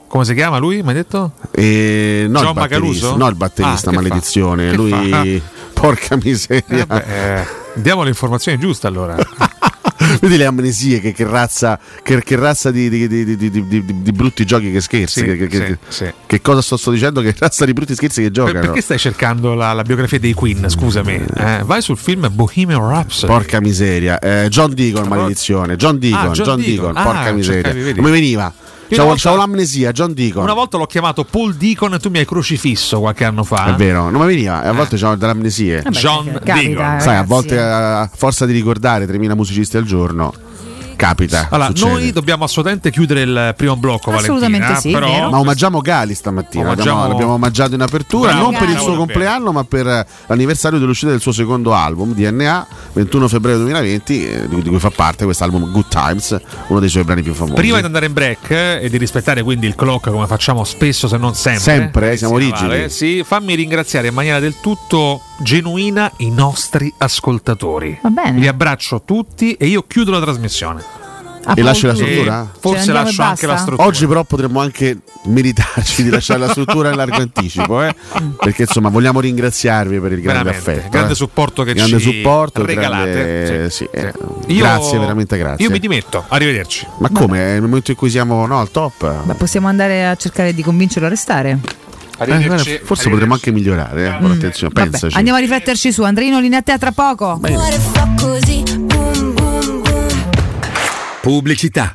S10: Come si chiama lui? Mi hai detto?
S11: E no,
S10: John
S11: il batterista,
S10: Macaluso?
S11: no, il batterista,
S10: Ah, che fa?
S11: maledizione.
S10: Che
S11: Lui, [laughs] porca miseria.
S10: Eh, diamo le informazioni giuste allora.
S11: [laughs] Vedi le amnesie, che, che razza, che, che razza di, di- di- di- di- di- di- di brutti giochi che scherzi.
S10: Sì,
S11: che, che-
S10: sì,
S11: che-
S10: sì.
S11: che cosa sto, sto dicendo? Che razza di brutti scherzi che
S10: Per-
S11: giocano.
S10: perché stai cercando la, la biografia dei Queen? Scusami. eh? vai sul film Bohemian Rhapsody.
S11: Porca miseria, Eh, John Deacon, maledizione. John Deacon,
S10: Ah, John
S11: John Deacon,
S10: Deacon. Ah,
S11: porca miseria.
S10: cercavi, vedi.
S11: Come veniva?
S10: Io
S11: C'avevo
S10: una volta-
S11: c'avevo l'amnesia, John Deacon.
S10: Una volta l'ho chiamato Paul Deacon e tu mi hai crocifisso qualche anno fa.
S11: È vero, non mi veniva, e
S10: Eh.
S11: a volte c'avevo delle amnesie.
S10: John
S9: capita,
S10: Deacon.
S11: Sai, a volte eh, a forza di ricordare 3.000 musicisti al giorno, capita.
S10: Allora,
S11: succede.
S10: noi dobbiamo assolutamente chiudere il primo blocco,
S9: Assolutamente
S10: Valentina.
S9: sì,
S10: però
S11: Ma omaggiamo Gali stamattina.
S10: Omaggiamo-
S11: Abbiamo- l'abbiamo omaggiato in apertura.
S10: Bravo,
S11: non per il
S10: bravo,
S11: suo
S10: davvero.
S11: compleanno, ma per eh, l'anniversario dell'uscita del suo secondo album, DNA, 21 febbraio 2020, eh, di di cui fa parte quest'album Good Times, uno dei suoi brani più famosi.
S10: Prima di andare in break eh, e di rispettare quindi il clock come facciamo spesso se non sempre.
S11: Sempre, eh, siamo
S10: Sì,
S11: rigidi.
S10: Vale, Sì, fammi ringraziare in maniera del tutto genuina i nostri ascoltatori.
S9: Va bene.
S10: Li abbraccio tutti e io chiudo la trasmissione.
S11: Ah, E lasci la struttura?
S10: E Forse lascio anche la struttura.
S11: Oggi però potremmo anche meritarci di lasciare la struttura in largo anticipo, eh? perché insomma vogliamo ringraziarvi per il grande
S10: Mm. Veramente,
S11: affetto.
S10: grande
S11: eh?
S10: supporto che
S11: grande
S10: ci
S11: supporto, il
S10: regalate,
S11: grande- sì, eh,
S10: Io-
S11: grazie, veramente grazie.
S10: Io mi dimetto, arrivederci.
S11: Ma come? È il momento in cui siamo no, al top?
S9: Ma possiamo andare a cercare di convincerlo a restare?
S11: Eh, guarda, forse potremmo anche migliorare, eh? con
S10: Mm.
S11: attenzione,
S9: Vabbè,
S11: pensaci.
S9: andiamo a rifletterci su Andrino, linea a te a tra poco.
S14: Pubblicità.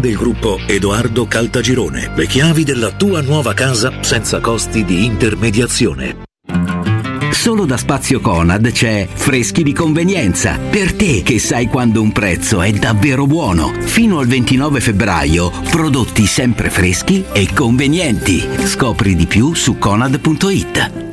S14: del gruppo Edoardo Caltagirone. Le chiavi della tua nuova casa senza costi di intermediazione.
S15: Solo da Spazio Conad c'è Freschi di convenienza. Per te che sai quando un prezzo è davvero buono. Fino al 29 febbraio, prodotti sempre freschi e convenienti. Scopri di più su conad.it.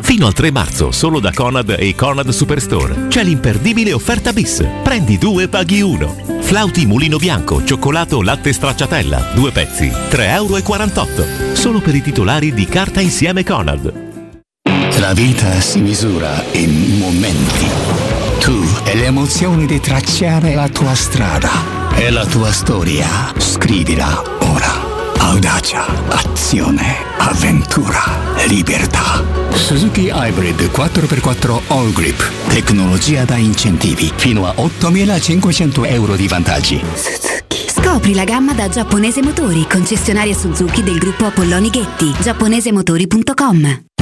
S16: Fino al 3 marzo, solo da Conad e Conad Superstore, c'è l'imperdibile offerta bis. Prendi due, paghi uno. Flauti mulino bianco, cioccolato latte stracciatella, due pezzi, 3,48 euro. Solo per i titolari di Carta Insieme Conad.
S17: La vita si misura in momenti. Tu e le emozioni di tracciare la tua strada. E la tua storia. Scrivila ora. Audacia, azione, avventura, libertà. Suzuki Hybrid 4x4 All Grip. Tecnologia da incentivi. Fino a 8.500 euro di vantaggi.
S18: Scopri la gamma da Giapponese Motori, concessionaria Suzuki del gruppo Apolloni Ghetti, giapponesemotori.com.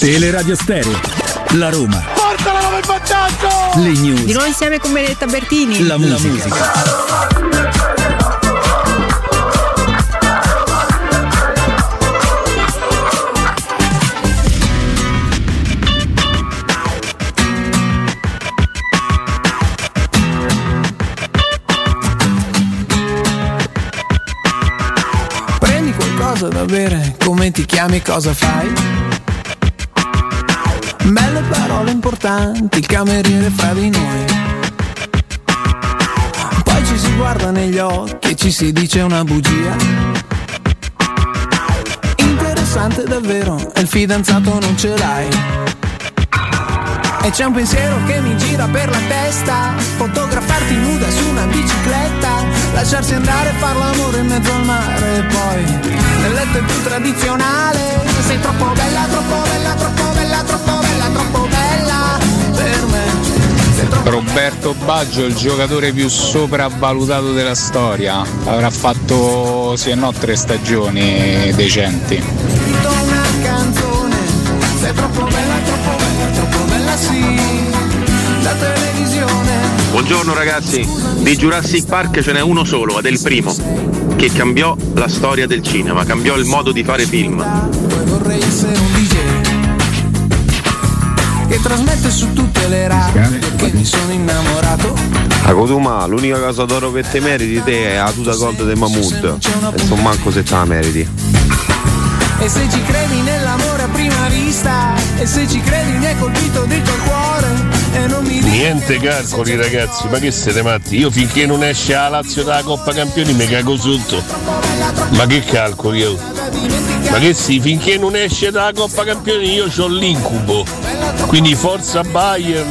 S19: Teleradio Stereo. La Roma.
S3: Porta la Roma in vantaggio!
S19: Le news.
S3: Di nuovo insieme con Benedetta Bertini.
S19: La musica.
S20: Prendi qualcosa da bere, come ti chiami, cosa fai? Belle parole importanti, il cameriere fra di noi. Poi ci si guarda negli occhi e ci si dice una bugia. Interessante davvero, e il fidanzato non ce l'hai. E c'è un pensiero che mi gira per la testa Fotografarti nuda su una bicicletta Lasciarsi andare, far l'amore in mezzo al mare E poi, nel letto è più tradizionale Sei troppo bella, troppo bella, troppo bella, troppo bella, troppo bella Per me
S21: Roberto Baggio, il giocatore più sopravvalutato della storia, avrà fatto se no tre stagioni decenti.
S20: scritto una canzone Sei troppo bella, troppo bella, troppo bella sì La televisione
S22: Buongiorno ragazzi, di Jurassic Park ce n'è uno solo ed è il primo che cambiò la storia del cinema, cambiò il modo di fare film.
S20: Poi vorrei essere un DJ Che trasmette su tutte le radio Perché mi sono innamorato
S23: A Cotuma, l'unica cosa d'oro che te meriti te è la tuta gold del Mahmood. E son manco se te la meriti.
S20: E se ci credi nell'amore a prima vista E se ci credi mi hai colpito dentro il cuore E non mi dici
S4: Niente calcoli ragazzi, ma che siete matti? Io finché non esce la Lazio dalla Coppa Campioni mi cago sotto. Ma che calcoli io? Ma che sì, finché non esce dalla Coppa Campioni io ho l'incubo. Quindi forza Bayern.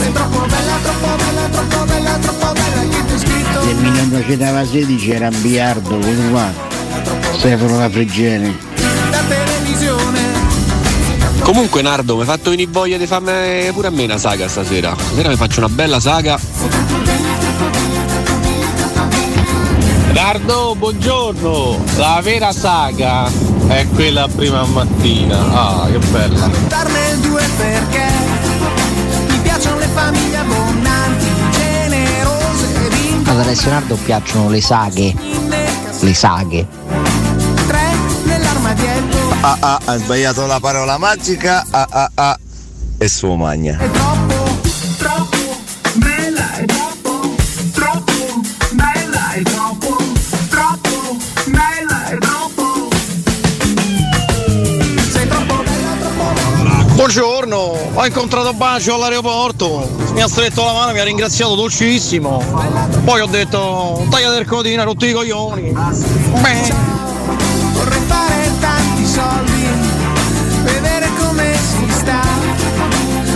S20: Sei troppo bella, troppo bella, troppo bella, troppo bella Che ti ho scritto
S15: Nel 1916 era un biliardo, quello qua. Stefano La Friggene.
S20: la televisione
S22: Comunque Nardo, mi hai fatto venire voglia di farmi pure a me una saga stasera. Stasera mi faccio una bella saga.
S23: Nardo, buongiorno! La vera saga è quella prima mattina. Ah, che bella!
S20: Darne due perché mi piacciono le famiglie abbondanti, generose e di
S24: Ad Alessionardo piacciono le saghe. Le saghe.
S20: tre nell'armadietto.
S25: Ah ah, ha sbagliato la parola magica. Ah ah ah. E suo magna.
S20: Troppo, troppo, bella e troppo, troppo, bella e troppo, troppo, bella e troppo. Sei troppo bella, troppo
S26: Buongiorno, ho incontrato Bacio all'aeroporto, mi ha stretto la mano, mi ha ringraziato dolcissimo. Poi ho detto tagliate il codino, rotti i coglioni. Beh.
S20: Vorrei fare tanti soldi, vedere come si sta.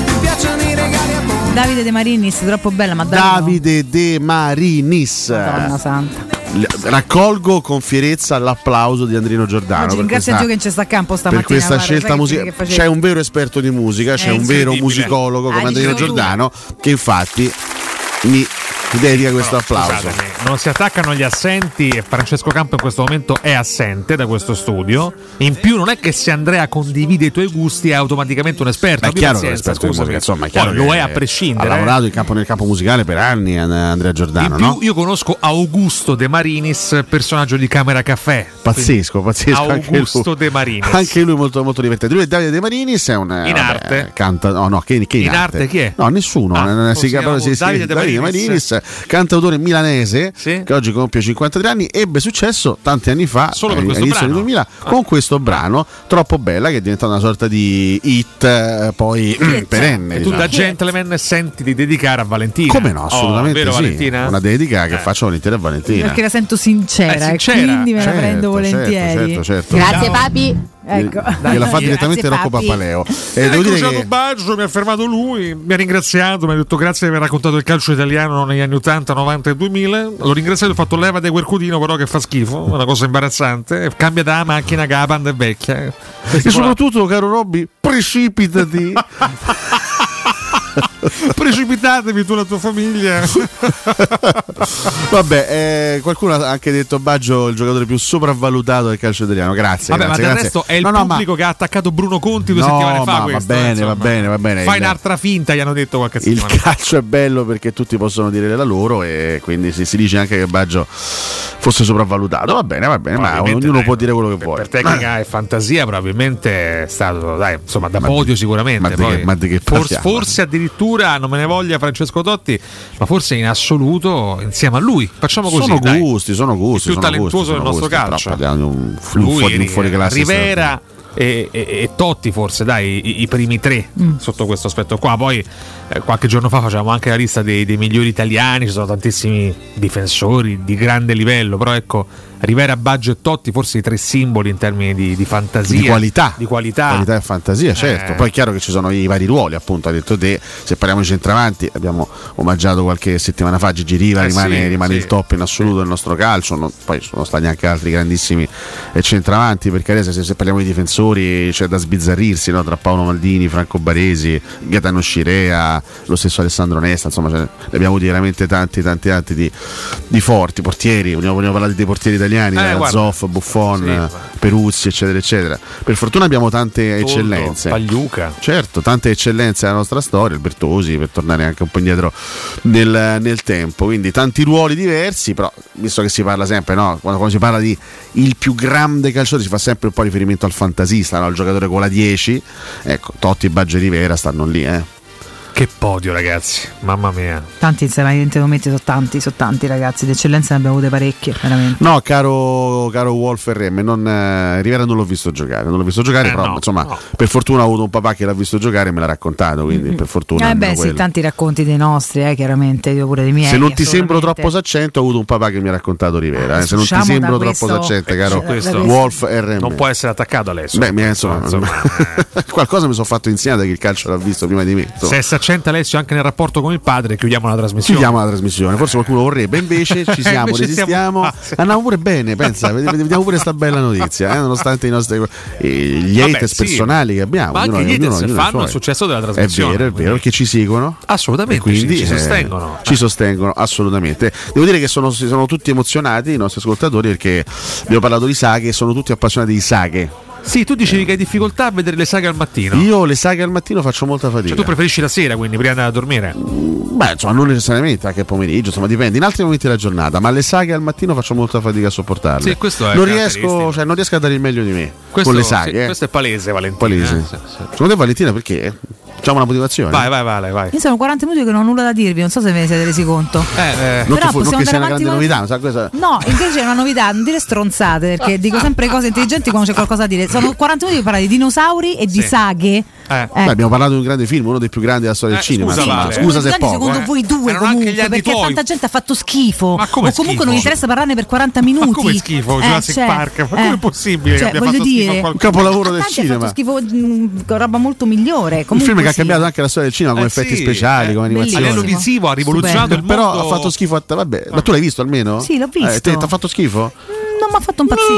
S20: Mi piacciono i regali a voi.
S9: Davide De Marinis, troppo bella, ma davvero.
S11: Davide De Marinis. Ah,
S9: Madonna santa.
S11: L- Raccolgo con fierezza l'applauso di Andrino Giordano.
S9: Oggi
S11: per
S9: ringrazio
S11: questa-
S9: Dio che non c'è sta a campo stamattina.
S11: per questa
S9: guarda,
S11: scelta
S9: sai che-
S11: musicale
S9: che facevi?
S11: c'è un vero esperto di musica, c'è
S9: Eh,
S11: un vero
S9: incredibile.
S11: musicologo
S9: Ah,
S11: come Andrino
S9: dicevo tu.
S11: Giordano che infatti mi dedica questo applauso.
S10: Scusatemi, non si attaccano gli assenti e Francesco Campo in questo momento è assente da questo studio. In più non è che se Andrea condivide i tuoi gusti è automaticamente un esperto.
S11: Ma è
S10: Abbi
S11: chiaro che è un
S10: pazienza,
S11: esperto di
S10: scusami.
S11: musica, insomma, è
S10: Poi
S11: chiaro
S10: lo
S11: che
S10: è a
S11: Ha
S10: prescindere. eh.
S11: lavorato in campo- nel campo musicale per anni An- Andrea Giordano,
S10: In più,
S11: Ah, no?
S10: io conosco Augusto De Marinis, personaggio di Camera Caffè.
S11: Pazzesco, pazzesco. anche lui.
S10: Augusto
S11: [laughs]
S10: De Marinis.
S11: Anche lui molto, molto divertente. Lui è Davide De Marinis, è un. eh,
S10: In
S11: vabbè,
S10: arte?
S11: Canta, no, no, che, che in,
S10: In arte chi è?
S11: No, nessuno. eh, si
S10: si chiama
S11: chiama- si- si- Davide
S10: Davide De
S11: De
S10: Marinis.
S11: Marinis, cantautore milanese che oggi compie 53 anni. Ebbe successo tanti anni fa,
S10: Solo per
S11: eh,
S10: questo
S11: all'inizio del
S10: brano? Ah.
S11: 2000, con questo brano Troppo Bella, che è diventata una sorta di hit, eh, poi mm, perenne.
S10: E tu
S11: diciamo.
S10: da gentleman senti di dedicare a Valentina.
S11: Come no, assolutamente
S10: Oh, vero
S11: sì.
S10: Valentina? Eh.
S11: Una dedica che faccio volentieri a Valentina.
S9: Perché la sento sincera,
S10: È
S9: e
S10: sincera.
S9: quindi me la
S11: Eh, Certo,
S9: prendo volentieri.
S11: certo, certo.
S9: Grazie
S27: papi.
S9: Ecco.
S11: Gliela fa direttamente Rocco Eh, Papaleo. E devo dire che
S10: Eh, ecco, Baggio, mi ha fermato lui, mi ha ringraziato, mi ha detto grazie di aver raccontato il calcio italiano negli anni 80, 90 e 2000. L'ho ringraziato, ho fatto leva di quel cudino però che fa schifo, una cosa imbarazzante. Cambia da macchina che la panda è vecchia.
S11: E soprattutto, caro Robby, [laughs] precipitati.
S10: Precipitatevi tu e la tua famiglia.
S11: Vabbè, eh, qualcuno ha anche detto Baggio il giocatore più sopravvalutato del calcio italiano. Grazie.
S10: Vabbè, ma
S11: grazie,
S10: del
S11: grazie.
S10: resto è il
S11: No, no, ma-
S10: pubblico che ha attaccato Bruno Conti due
S11: No,
S10: settimane fa.
S11: ma va
S10: questo,
S11: bene,
S10: eh, insomma.
S11: va bene, va bene.
S10: Fai
S11: Il-
S10: un'altra finta, gli hanno detto qualche
S11: il
S10: settimana fa.
S11: calcio è bello perché tutti possono dire la loro e quindi si, si dice anche che Baggio fosse sopravvalutato. Va bene, va bene, ma
S10: Probabilmente,
S11: ognuno
S10: dai,
S11: può dire quello che vuole.
S10: per tecnica e fantasia probabilmente è stato dai, insomma da podio sicuramente
S11: Ah. ma di
S10: Poi
S11: che- ma di che
S10: for- forse,
S11: parliamo?
S10: addirittura non me ne voglia Francesco Dotti ma forse in assoluto insieme a lui facciamo così
S11: sono
S10: dai.
S11: gusti, sono gusti.
S10: Il più
S11: sono gusti,
S10: talentuoso del
S11: sono gusti,
S10: nostro
S11: però
S10: calcio.
S11: parliamo di un, fu-
S10: Lui,
S11: fuori, di un fuoriclasse
S10: Rivera e, e- e Totti forse dai i, i primi tre sotto questo aspetto qua poi eh, qualche giorno fa facevamo anche la lista dei, dei migliori italiani, ci sono tantissimi difensori di grande livello, però ecco, Rivera, Baggio e Totti forse i tre simboli in termini di, di fantasia.
S11: Di qualità.
S10: Di qualità.
S11: Qualità e fantasia, certo.
S10: Eh.
S11: Poi è chiaro che ci sono i vari ruoli, appunto, ha detto te. Se parliamo di centravanti, abbiamo omaggiato qualche settimana fa Gigi Riva,
S10: Eh
S11: rimane,
S10: sì,
S11: rimane
S10: sì.
S11: il top in assoluto del nostro calcio. non- poi ci sono stati anche altri grandissimi eh, centravanti, per carità, se, se parliamo di difensori c'è da sbizzarrirsi no? tra Paolo Maldini, Franco Baresi, Gaetano Scirea, lo stesso Alessandro Nesta, insomma, ce ne ne abbiamo avuti veramente tanti, tanti, tanti di, di forti portieri. Vogliamo, vogliamo parlare dei portieri italiani,
S10: Eh,
S11: da
S10: guarda.
S11: Zoff, Buffon, Peruzzi, eccetera, eccetera. Per fortuna abbiamo tante
S10: Toldo,
S11: eccellenze.
S10: Pagliuca.
S11: Certo, tante eccellenze della nostra storia, il Bertosi, per tornare anche un po' indietro nel, nel tempo. Quindi tanti ruoli diversi, però visto che si parla sempre, no? quando, quando si parla di il più grande calciatore si fa sempre un po' riferimento al fantasista, no? al giocatore con la 10. Ecco, Totti, Baggio e Rivera stanno lì, eh.
S10: Che podio ragazzi, mamma mia.
S9: Tanti, insomma, momenti sono tanti, sono tanti ragazzi, di eccellenza ne abbiamo avute parecchie, veramente.
S11: No, caro, caro Wolf RM, non, eh, Rivera non l'ho visto giocare, non l'ho visto giocare,
S9: Eh,
S11: però
S9: no,
S11: insomma, per fortuna ho avuto un papà che l'ha visto giocare e me l'ha raccontato, quindi per fortuna.
S9: eh
S11: almeno
S9: beh, sì,
S11: quello.
S9: tanti racconti dei nostri, eh, chiaramente, io pure dei miei.
S11: se non ti sembro
S9: assolutamente.
S11: troppo saccento, ho avuto un papà che mi ha raccontato Rivera. eh. Se non ti
S9: usciamo da
S11: sembro
S9: questo-
S11: troppo saccente, caro
S10: Su questo
S11: Wolf RM.
S10: Non può essere attaccato adesso.
S11: Beh, mi- insomma, [laughs] qualcosa mi sono fatto insegnare che il calcio l'ha visto prima di me. insomma.
S10: Se si accenta Alessio anche nel rapporto con il padre, chiudiamo la trasmissione.
S11: Chiudiamo la trasmissione, forse qualcuno vorrebbe, invece
S10: [laughs]
S11: ci siamo,
S10: Eh, Invece siamo-
S11: resistiamo, [laughs] andiamo pure bene, pensa, ved- ved- vediamo pure sta bella notizia, eh, nonostante i nostri, eh, gli
S10: Vabbè,
S11: haters
S10: sì.
S11: personali che abbiamo.
S10: Ma anche
S11: ognuno-
S10: gli haters
S11: ognuno- ognuno i
S10: fanno il
S11: suoi.
S10: successo della
S11: È
S10: trasmissione.
S11: vero, è vero, perché ci seguono.
S10: Assolutamente,
S11: E quindi,
S10: ci- ci
S11: eh,
S10: sostengono.
S11: ci sostengono, assolutamente. Devo dire che sono, si sono tutti emozionati i nostri ascoltatori perché abbiamo parlato di saghe e sono tutti appassionati di saghe.
S10: Sì, tu dicevi che hai difficoltà a vedere le saghe al mattino.
S11: Eh. Io le saghe al mattino faccio molta fatica.
S10: Cioè, tu preferisci la sera, quindi prima di andare a dormire.
S11: Beh, insomma, non necessariamente anche pomeriggio, insomma, dipende. In altri momenti della giornata, ma le saghe al mattino faccio molta fatica a sopportarle.
S10: Sì, questo è
S11: non
S10: caratteristico.
S11: riesco, cioè, non riesco a dare il meglio di me
S10: Questo,
S11: con le
S10: sì,
S11: saghe. eh.
S10: questo è palese, Valentina.
S11: Palese.
S10: eh, sì, sì.
S11: Secondo te, Valentina, perché? Facciamo una motivazione.
S10: Vai, vai, vai, vai. Eh,
S9: Io sono 40 minuti che non ho nulla da dirvi, non so se ve ne siete resi conto.
S11: Eh, Non,
S9: Però
S11: che
S9: possiamo
S11: fu- non che sia
S9: andare
S11: una
S9: avanti
S11: grande
S9: con-
S11: novità, ma sa, questa-
S9: No, invece è una novità, non dire stronzate, perché dico sempre cose intelligenti quando c'è qualcosa da dire. Sono 40 minuti che parla di dinosauri e di
S11: Sì.
S9: saghe. Eh.
S11: Beh, abbiamo parlato di un grande film, uno dei più grandi della storia
S10: Eh,
S11: del cinema.
S10: scusa,
S11: insomma.
S10: Vale.
S11: scusa se è
S9: Grandi
S11: poco.
S9: secondo
S11: eh.
S9: voi due comunque,
S10: anche gli anni
S9: perché
S10: tuoi.
S9: tanta gente ha fatto schifo. O
S10: come
S9: comunque non gli
S10: schifo?
S9: interessa parlarne per 40 minuti.
S10: come schifo, Jurassic Park? Ma com'è possibile che
S9: Eh, Cioè,
S10: abbia
S9: voglio
S10: fatto schifo a
S9: dire,
S10: qualcuno?
S11: Un capolavoro del
S9: tanti ha
S11: cinema.
S9: fatto schifo mh, roba molto migliore.
S11: Un
S9: Comunque
S11: film che ha
S9: sì.
S11: cambiato anche la storia del cinema con
S10: Eh,
S11: effetti
S10: sì,
S11: speciali,
S10: eh,
S11: con animazioni.
S10: bellissimo. A livello visivo ha rivoluzionato il
S11: Però
S10: mondo.
S11: ha fatto schifo a te. Vabbè, ma tu l'hai visto almeno?
S9: Sì, l'ho visto.
S11: Eh, te- ti ha fatto schifo?
S9: Non mi ha fatto impazzire.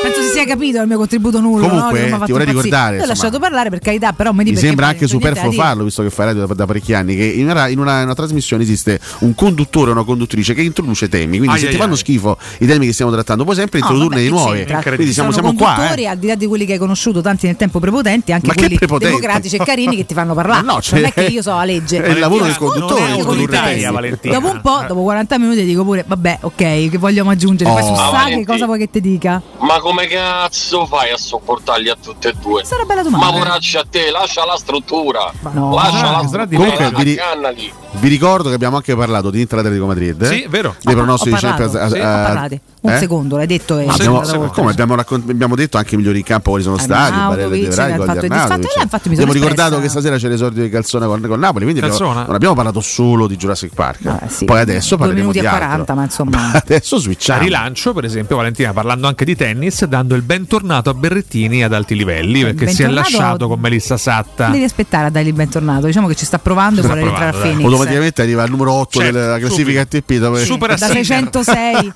S9: Penso si sia capito il mio contributo nullo. no?
S11: Comunque,
S9: Che non m'ha
S11: ti
S9: fatto
S11: vorrei
S9: impazzire.
S11: ricordare,
S9: Io ho
S11: insomma,
S9: lasciato parlare per carità, però mi
S11: Mi
S9: dice
S11: sembra
S9: perché
S11: anche
S9: non c'è niente
S11: superfluo
S9: da dire.
S11: farlo, visto che fai radio da, da parecchi anni, che in una, in una- in una trasmissione esiste un conduttore o una conduttrice che introduce temi, quindi
S10: Ai,
S11: se
S10: ai,
S11: ti fanno
S10: ai.
S11: schifo i temi che stiamo trattando, puoi sempre
S9: No,
S11: introdurne
S9: vabbè,
S11: di
S9: che
S11: nuovi.
S9: c'entra?
S11: Quindi siamo,
S9: Sono
S11: siamo qua.
S9: conduttori,
S11: eh.
S9: al di là di quelli che hai conosciuto tanti nel tempo prepotenti, anche
S11: Ma che
S9: quelli
S11: prepotenti?
S9: democratici e carini che ti fanno parlare.
S11: Ma [laughs] no, cioè,
S9: non è che io so la legge.
S11: è il lavoro del
S9: Ascolto
S11: conduttore,
S9: le
S11: condurre i
S9: conduttrici.
S11: temi, Valentina.
S9: Dopo un po', dopo 40 minuti, dico pure, vabbè, ok, che vogliamo aggiungere? Poi
S5: Oh.
S9: su
S5: Ma
S9: sa che
S5: Valentina.
S9: cosa vuoi che ti dica?
S5: Ma come cazzo fai a sopportarli a tutte e due?
S9: Sarà bella domanda. eh.
S5: Ma poraccia a te, lascia la struttura.
S9: no.
S5: Lascia
S11: Ah,
S5: la
S11: sarà di
S5: struttura,
S11: me. Comunque, vi-
S5: accannali.
S11: Vi ricordo che abbiamo anche parlato di Inter Atletico Madrid. eh?
S5: Sì, è vero.
S11: Dei
S5: Ho-
S11: pronostici
S9: Ah, ho
S11: di
S9: parlato,
S11: Champions
S9: sì, ho parlato. Un
S11: eh?
S9: secondo, l'hai detto. e-
S11: Ma abbiamo, come abbiamo, raccont- abbiamo detto anche i migliori in campo quali sono
S9: Eh,
S11: stati
S9: Arnautovic,
S11: Barella De Vrij,
S9: l'ha
S11: gol
S9: fatto
S11: di
S9: il disfatto,
S11: Arnautovic.
S9: eh, infatti mi sono
S11: abbiamo ricordato
S9: espressa.
S11: che stasera c'è l'esordio di Calzona con, con Napoli quindi abbiamo-
S9: Calzona.
S11: non abbiamo parlato solo di Jurassic Park poi adesso
S9: Ah, Due
S11: parleremo
S9: minuti
S11: di
S9: e
S11: altro
S9: 40, ma insomma.
S11: [laughs] adesso switchiamo
S10: Rilancio, per esempio, Valentina parlando anche di tennis, dando il bentornato a Berrettini ad alti livelli perché si è
S9: bentornato-
S10: lasciato con Melissa Satta.
S9: Devi aspettare a dargli il bentornato. Diciamo che ci sta provando e
S10: Sta
S9: vuole rientrare a
S10: provando,
S9: Phoenix.
S11: automaticamente arriva al numero 8
S10: Certo,
S11: della classifica ATP dove...
S9: da 606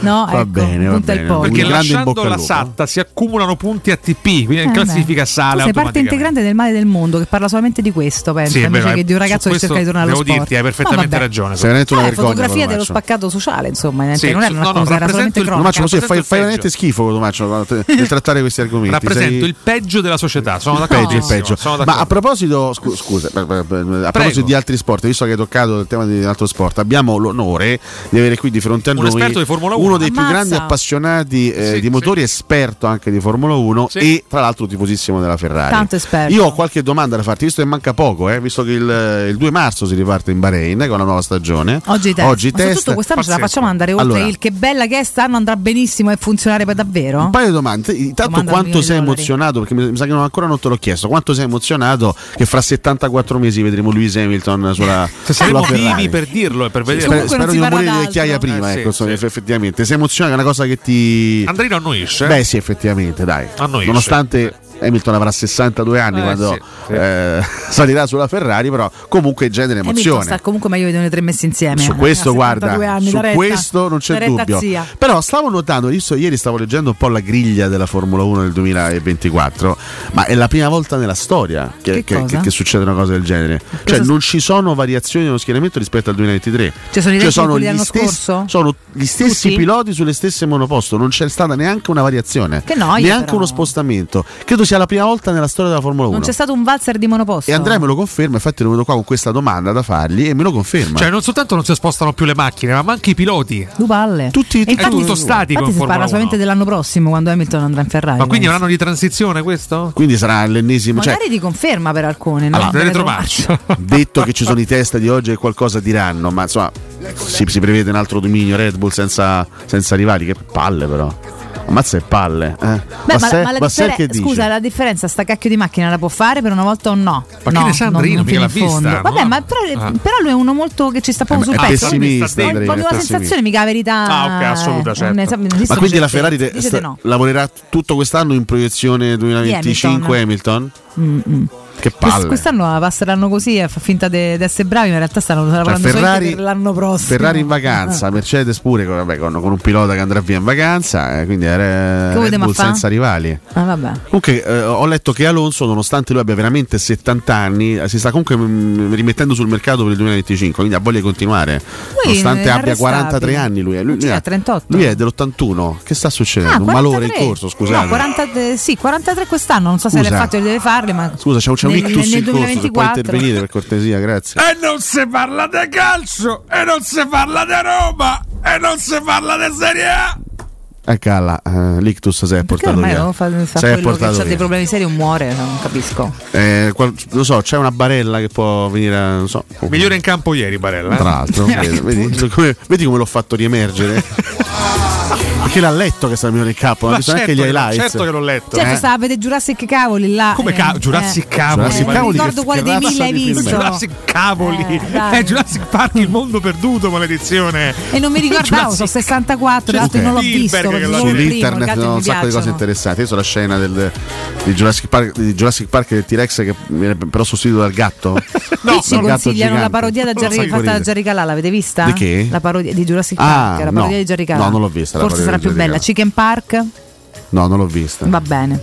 S9: no,
S11: va
S9: ecco,
S11: bene, va
S9: punta il
S11: bene.
S9: pollo.
S10: Perché
S11: Un grande in bocca
S10: lasciando
S11: al
S10: la
S11: lupo.
S10: Satta si accumulano punti ATP, quindi
S9: Eh,
S10: in
S9: vabbè.
S10: classifica sale
S9: Tu sei parte
S10: automaticamente.
S9: integrante del male del mondo che parla solamente di questo, pensa,
S10: Sì, è
S9: invece
S10: vero,
S9: che di un
S10: su
S9: ragazzo che
S10: questo
S9: cerca di tornare allo
S10: devo
S9: sport.
S10: dirti, hai perfettamente
S9: Ma vabbè.
S10: ragione.
S11: Sei veramente una
S9: Ah, è
S11: vergogna,
S9: fotografia dello
S11: Cotomaccio.
S9: spaccato sociale, insomma,
S11: Sì,
S9: non è
S11: su-
S9: una
S11: no, no,
S9: cosa, era
S11: rappresento
S9: solamente
S11: il- Tomaccio,
S9: cronaca.
S11: lo sai, fai,
S10: rappresento
S11: fai
S10: il
S11: veramente schifo Cotomaccio quando [laughs] te- nel trattare questi argomenti
S10: Rappresento
S11: Sei-
S10: il peggio della società, sono
S11: il peggio, il
S10: d'accordissimo,
S11: peggio.
S10: sono
S11: Ma a
S10: d'accordo.
S11: proposito, scu- scusa, per- per- per- a proposito di altri sport, hai visto che hai toccato il tema di un altro sport, abbiamo l'onore di avere qui di fronte a
S10: Un
S11: noi
S10: esperto di Formula Uno.
S11: uno dei più
S10: Ammazza.
S11: grandi appassionati eh, di motori, esperto anche di Formula 1 e tra l'altro tifosissimo della Ferrari.
S9: Tanto esperto.
S11: Io ho qualche domanda da farti, visto che manca poco, eh, visto che il, il 2 marzo si riparte in Bahrain eh, con la nuova stagione.
S9: Oggi test.
S11: Oggi
S9: Ma
S11: test.
S9: soprattutto quest'anno ce la facciamo andare oltre
S11: Allora,
S9: il che bella che è stanno andrà benissimo e funzionare poi davvero. Eh, Un
S11: paio di domande. Intanto
S9: Domanda al
S11: quanto
S9: milione
S11: sei
S9: di
S11: emozionato? Perché mi mi sa che non, ancora non te l'ho chiesto. Quanto sei emozionato che fra 74 mesi vedremo Lewis Hamilton sulla,
S10: Se saremo
S11: sulla Ferrari?
S10: vivi per dirlo e per
S11: Sì,
S10: vederlo.
S11: spero spero di non morire di vecchiaia prima,
S10: Eh, sì,
S11: ecco, so-
S10: sì.
S11: eff- effettivamente. Sei emozionato, è una cosa che ti.
S10: Andrino annuisce.
S11: Beh, sì, effettivamente, dai.
S10: Annuisce.
S11: Nonostante Hamilton avrà 62 anni
S9: Eh,
S11: quando
S9: sì,
S11: eh, [laughs] salirà sulla Ferrari, però comunque genera
S9: Hamilton
S11: emozione.
S9: sta comunque meglio di noi tre messi insieme.
S11: Su
S9: Eh,
S11: questo,
S9: ha 72
S11: guarda,
S9: anni,
S11: su
S9: da retta-
S11: questo
S9: da
S11: non c'è
S9: retta
S11: dubbio.
S9: zia.
S11: Però stavo notando, io so- ieri stavo leggendo un po' la griglia della Formula 1 del 2024, ma è la prima volta nella storia che,
S9: Che
S11: che-
S9: cosa?
S11: che- che succede una cosa del genere. Cioè,
S9: Cosa-
S11: non ci sono variazioni dello schieramento rispetto al 2023.
S9: Cioè, sono identici a quelli
S11: gli
S9: dell'anno
S11: stessi,
S9: scorso?
S11: sono gli stessi
S9: Tutti?
S11: piloti sulle stesse monoposto, non c'è stata neanche una variazione,
S9: Che noia,
S11: neanche
S9: però.
S11: uno spostamento. Credo sia la prima volta nella storia della Formula 1.
S9: Non c'è stato un valzer di monoposto.
S11: e Andrea me lo conferma, infatti, ero venuto qua con questa domanda da fargli e me lo conferma.
S10: Cioè, non soltanto non si spostano più le macchine, ma anche i piloti.
S9: Due palle.
S11: Tutti,
S10: è tutto statico
S9: Infatti si
S10: in Formula
S9: parla
S10: 1.
S9: solamente dell'anno prossimo quando Hamilton andrà in Ferrari.
S10: Ma quindi è un anno di transizione questo?
S11: Quindi sarà l'ennesimo. cioè,
S9: Magari di conferma per alcune.
S10: Ah,
S9: no?
S11: Allora,
S9: Per [laughs]
S11: detto che ci sono i test di oggi e qualcosa diranno, ma insomma si, si prevede un altro dominio Red Bull senza, senza rivali, che palle però. Ammazza e palle. Eh.
S9: Beh, ma,
S11: Vassè-
S9: ma la
S11: Vassè
S9: differen-
S11: che dice?
S9: scusa, la differenza sta cacchio di macchina la può fare per una volta o no?
S11: Ma
S9: no,
S10: Eh,
S11: che ne sa Andrino,
S9: non- non
S11: mica
S9: fino
S11: l'ha
S9: in fondo.
S11: vista,
S9: Vabbè,
S11: no?
S9: ma però, eh,
S11: Ah.
S9: però lui è uno molto che ci sta proprio
S11: Eh,
S9: sul
S11: ma è
S9: pezzo.
S11: pessimista,
S9: Voglio- Voglio
S11: Andrino, è
S9: la
S11: pessimista.
S9: sensazione, mica la verità.
S10: Ah, ok, assoluta,
S9: eh,
S10: certo.
S9: un esame-
S11: Ma
S9: visto
S11: quindi
S9: che
S11: la
S9: c'è-
S11: Ferrari te-
S9: dite
S11: sta-
S9: no.
S11: lavorerà tutto quest'anno in proiezione 2025
S9: Di
S11: Hamilton? Che
S9: Quest-
S11: palle.
S9: Quest'anno la passeranno così e fa finta di essere bravi, ma in realtà stanno lavorando solamente
S11: Cioè, Ferrari-
S9: per l'anno prossimo.
S11: Ferrari in
S9: Ah.
S11: vacanza, Mercedes pure con, vabbè, con- con un pilota che andrà via in vacanza, eh, quindi eh, Red
S9: vogliamo
S11: Bull
S9: fa?
S11: senza rivali.
S9: Ah, vabbè.
S11: Comunque eh, ho letto che Alonso, nonostante lui abbia veramente 70 anni, eh, si sta comunque mm, rimettendo sul mercato per il 2025, quindi ha voglia di continuare.
S9: è
S11: nonostante abbia
S9: arrestabile.
S11: 43 anni lui, eh, lui,
S9: Sì,
S11: lui
S9: ha
S11: è-
S9: 38.
S11: lui è dell'81. Che sta succedendo?
S9: Ah,
S11: Eh, Un malore in
S9: 43.
S11: corso, scusate.
S9: No, 40 eh, sì, 43 quest'anno, non so se
S11: Scusa.
S9: l'ha fatto e deve farle, ma
S11: Scusa, c'è, c'è un
S9: nel- nel
S11: ictus in corso, se puoi
S9: 2024.
S11: intervenire per cortesia, grazie.
S28: E non si parla di calcio, e non si parla di Roma, e non si parla di Serie A.
S11: Ecco là, eh, l'ictus si è portato
S9: Ormai
S11: via.
S9: non fa, fa
S11: Si è
S9: quello che
S11: portato
S9: ha dei
S11: via.
S9: problemi seri o muore, non capisco.
S11: Eh, qual- lo so, c'è una barella che può venire a, non so, oh,
S10: Migliore in campo ieri, Barella. eh?
S11: Tra l'altro,
S10: [laughs]
S11: vedi, vedi come, vedi come l'ho fatto riemergere? Perché l'ha letto che sta mio nel capo,
S10: Ma
S11: ma visto anche
S10: certo
S11: gli
S10: che l'ho-
S11: highlights. Eh.
S10: certo che l'ho letto.
S9: Certo, stava a vedere Jurassic Cavoli là. eh.
S10: Come ca- Jurassic Cavoli?
S11: Jurassic
S9: non
S11: Cavoli,
S9: ricordo
S11: che-
S9: quale
S11: che
S9: dei
S11: razza
S9: mille hai
S11: di film è?
S9: visto. Eh,
S10: Jurassic Cavoli.
S9: dai.
S10: è Jurassic Park, il mondo perduto, maledizione.
S9: E non mi ricordavo,
S10: Jurassic-
S9: sono 64, l'altro
S11: Ok.
S9: non l'ho visto.
S10: Cioè, Spielberg che
S9: perché
S10: l'ha
S9: sono il primo, gli
S11: Sull'internet
S9: altri
S11: no,
S9: mi
S11: un sacco di cose
S9: piacciono.
S11: interessanti. Io so la scena del, di, Jurassic Park, di Jurassic Park e del T-Rex che viene però sostituito dal
S10: [laughs]
S11: gatto.
S9: Qui ci
S11: Dal gatto
S9: consigliano
S11: gigante.
S9: la parodia da
S11: Non so
S9: Jerry,
S11: che
S9: fatta da
S11: ridere.
S9: Jerry Calà, l'avete vista?
S11: Di che?
S9: La parodia di Jurassic
S11: Ah,
S9: Park, la
S11: no.
S9: parodia di Jerry Calà.
S11: No, non l'ho vista,
S9: Forse
S11: la parodia
S9: sarà
S11: di
S9: più
S11: Jerry
S9: bella. Chicken Park?
S11: No, non l'ho vista.
S9: Va bene.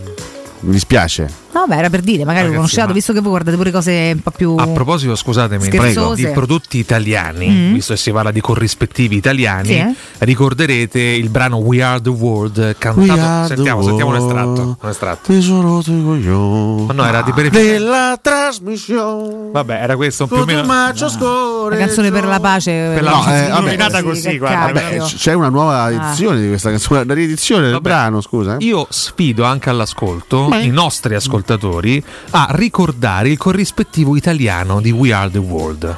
S11: Mi dispiace.
S9: No, beh, era per dire, magari lo conoscevate, visto che voi guardate pure cose un po' più.
S10: A proposito, scusatemi,
S9: Scherzose.
S10: di prodotti italiani,
S9: Mm.
S10: visto che si parla di corrispettivi italiani,
S9: Sì, eh.
S10: ricorderete il brano We Are the World cantato.
S11: We are
S10: sentiamo,
S11: the
S10: sentiamo un
S11: world.
S10: estratto. Un estratto.
S11: Ti sono rotto i coglioni. Ah,
S10: Ma no, era di per-
S11: Della trasmissione.
S10: Vabbè, era questo un più o
S11: Tutto
S10: meno.
S11: maggio scorre.
S9: La canzone per la pace. Per
S10: la-
S11: No, eh, vabbè.
S10: Illuminata così, guarda.
S11: Vabbè, c- c'è una nuova edizione di questa canzone, una riedizione del brano, scusa. eh.
S10: Io sfido anche all'ascolto
S11: Beh.
S10: i nostri ascoltatori a ricordare il corrispettivo italiano di We Are the World.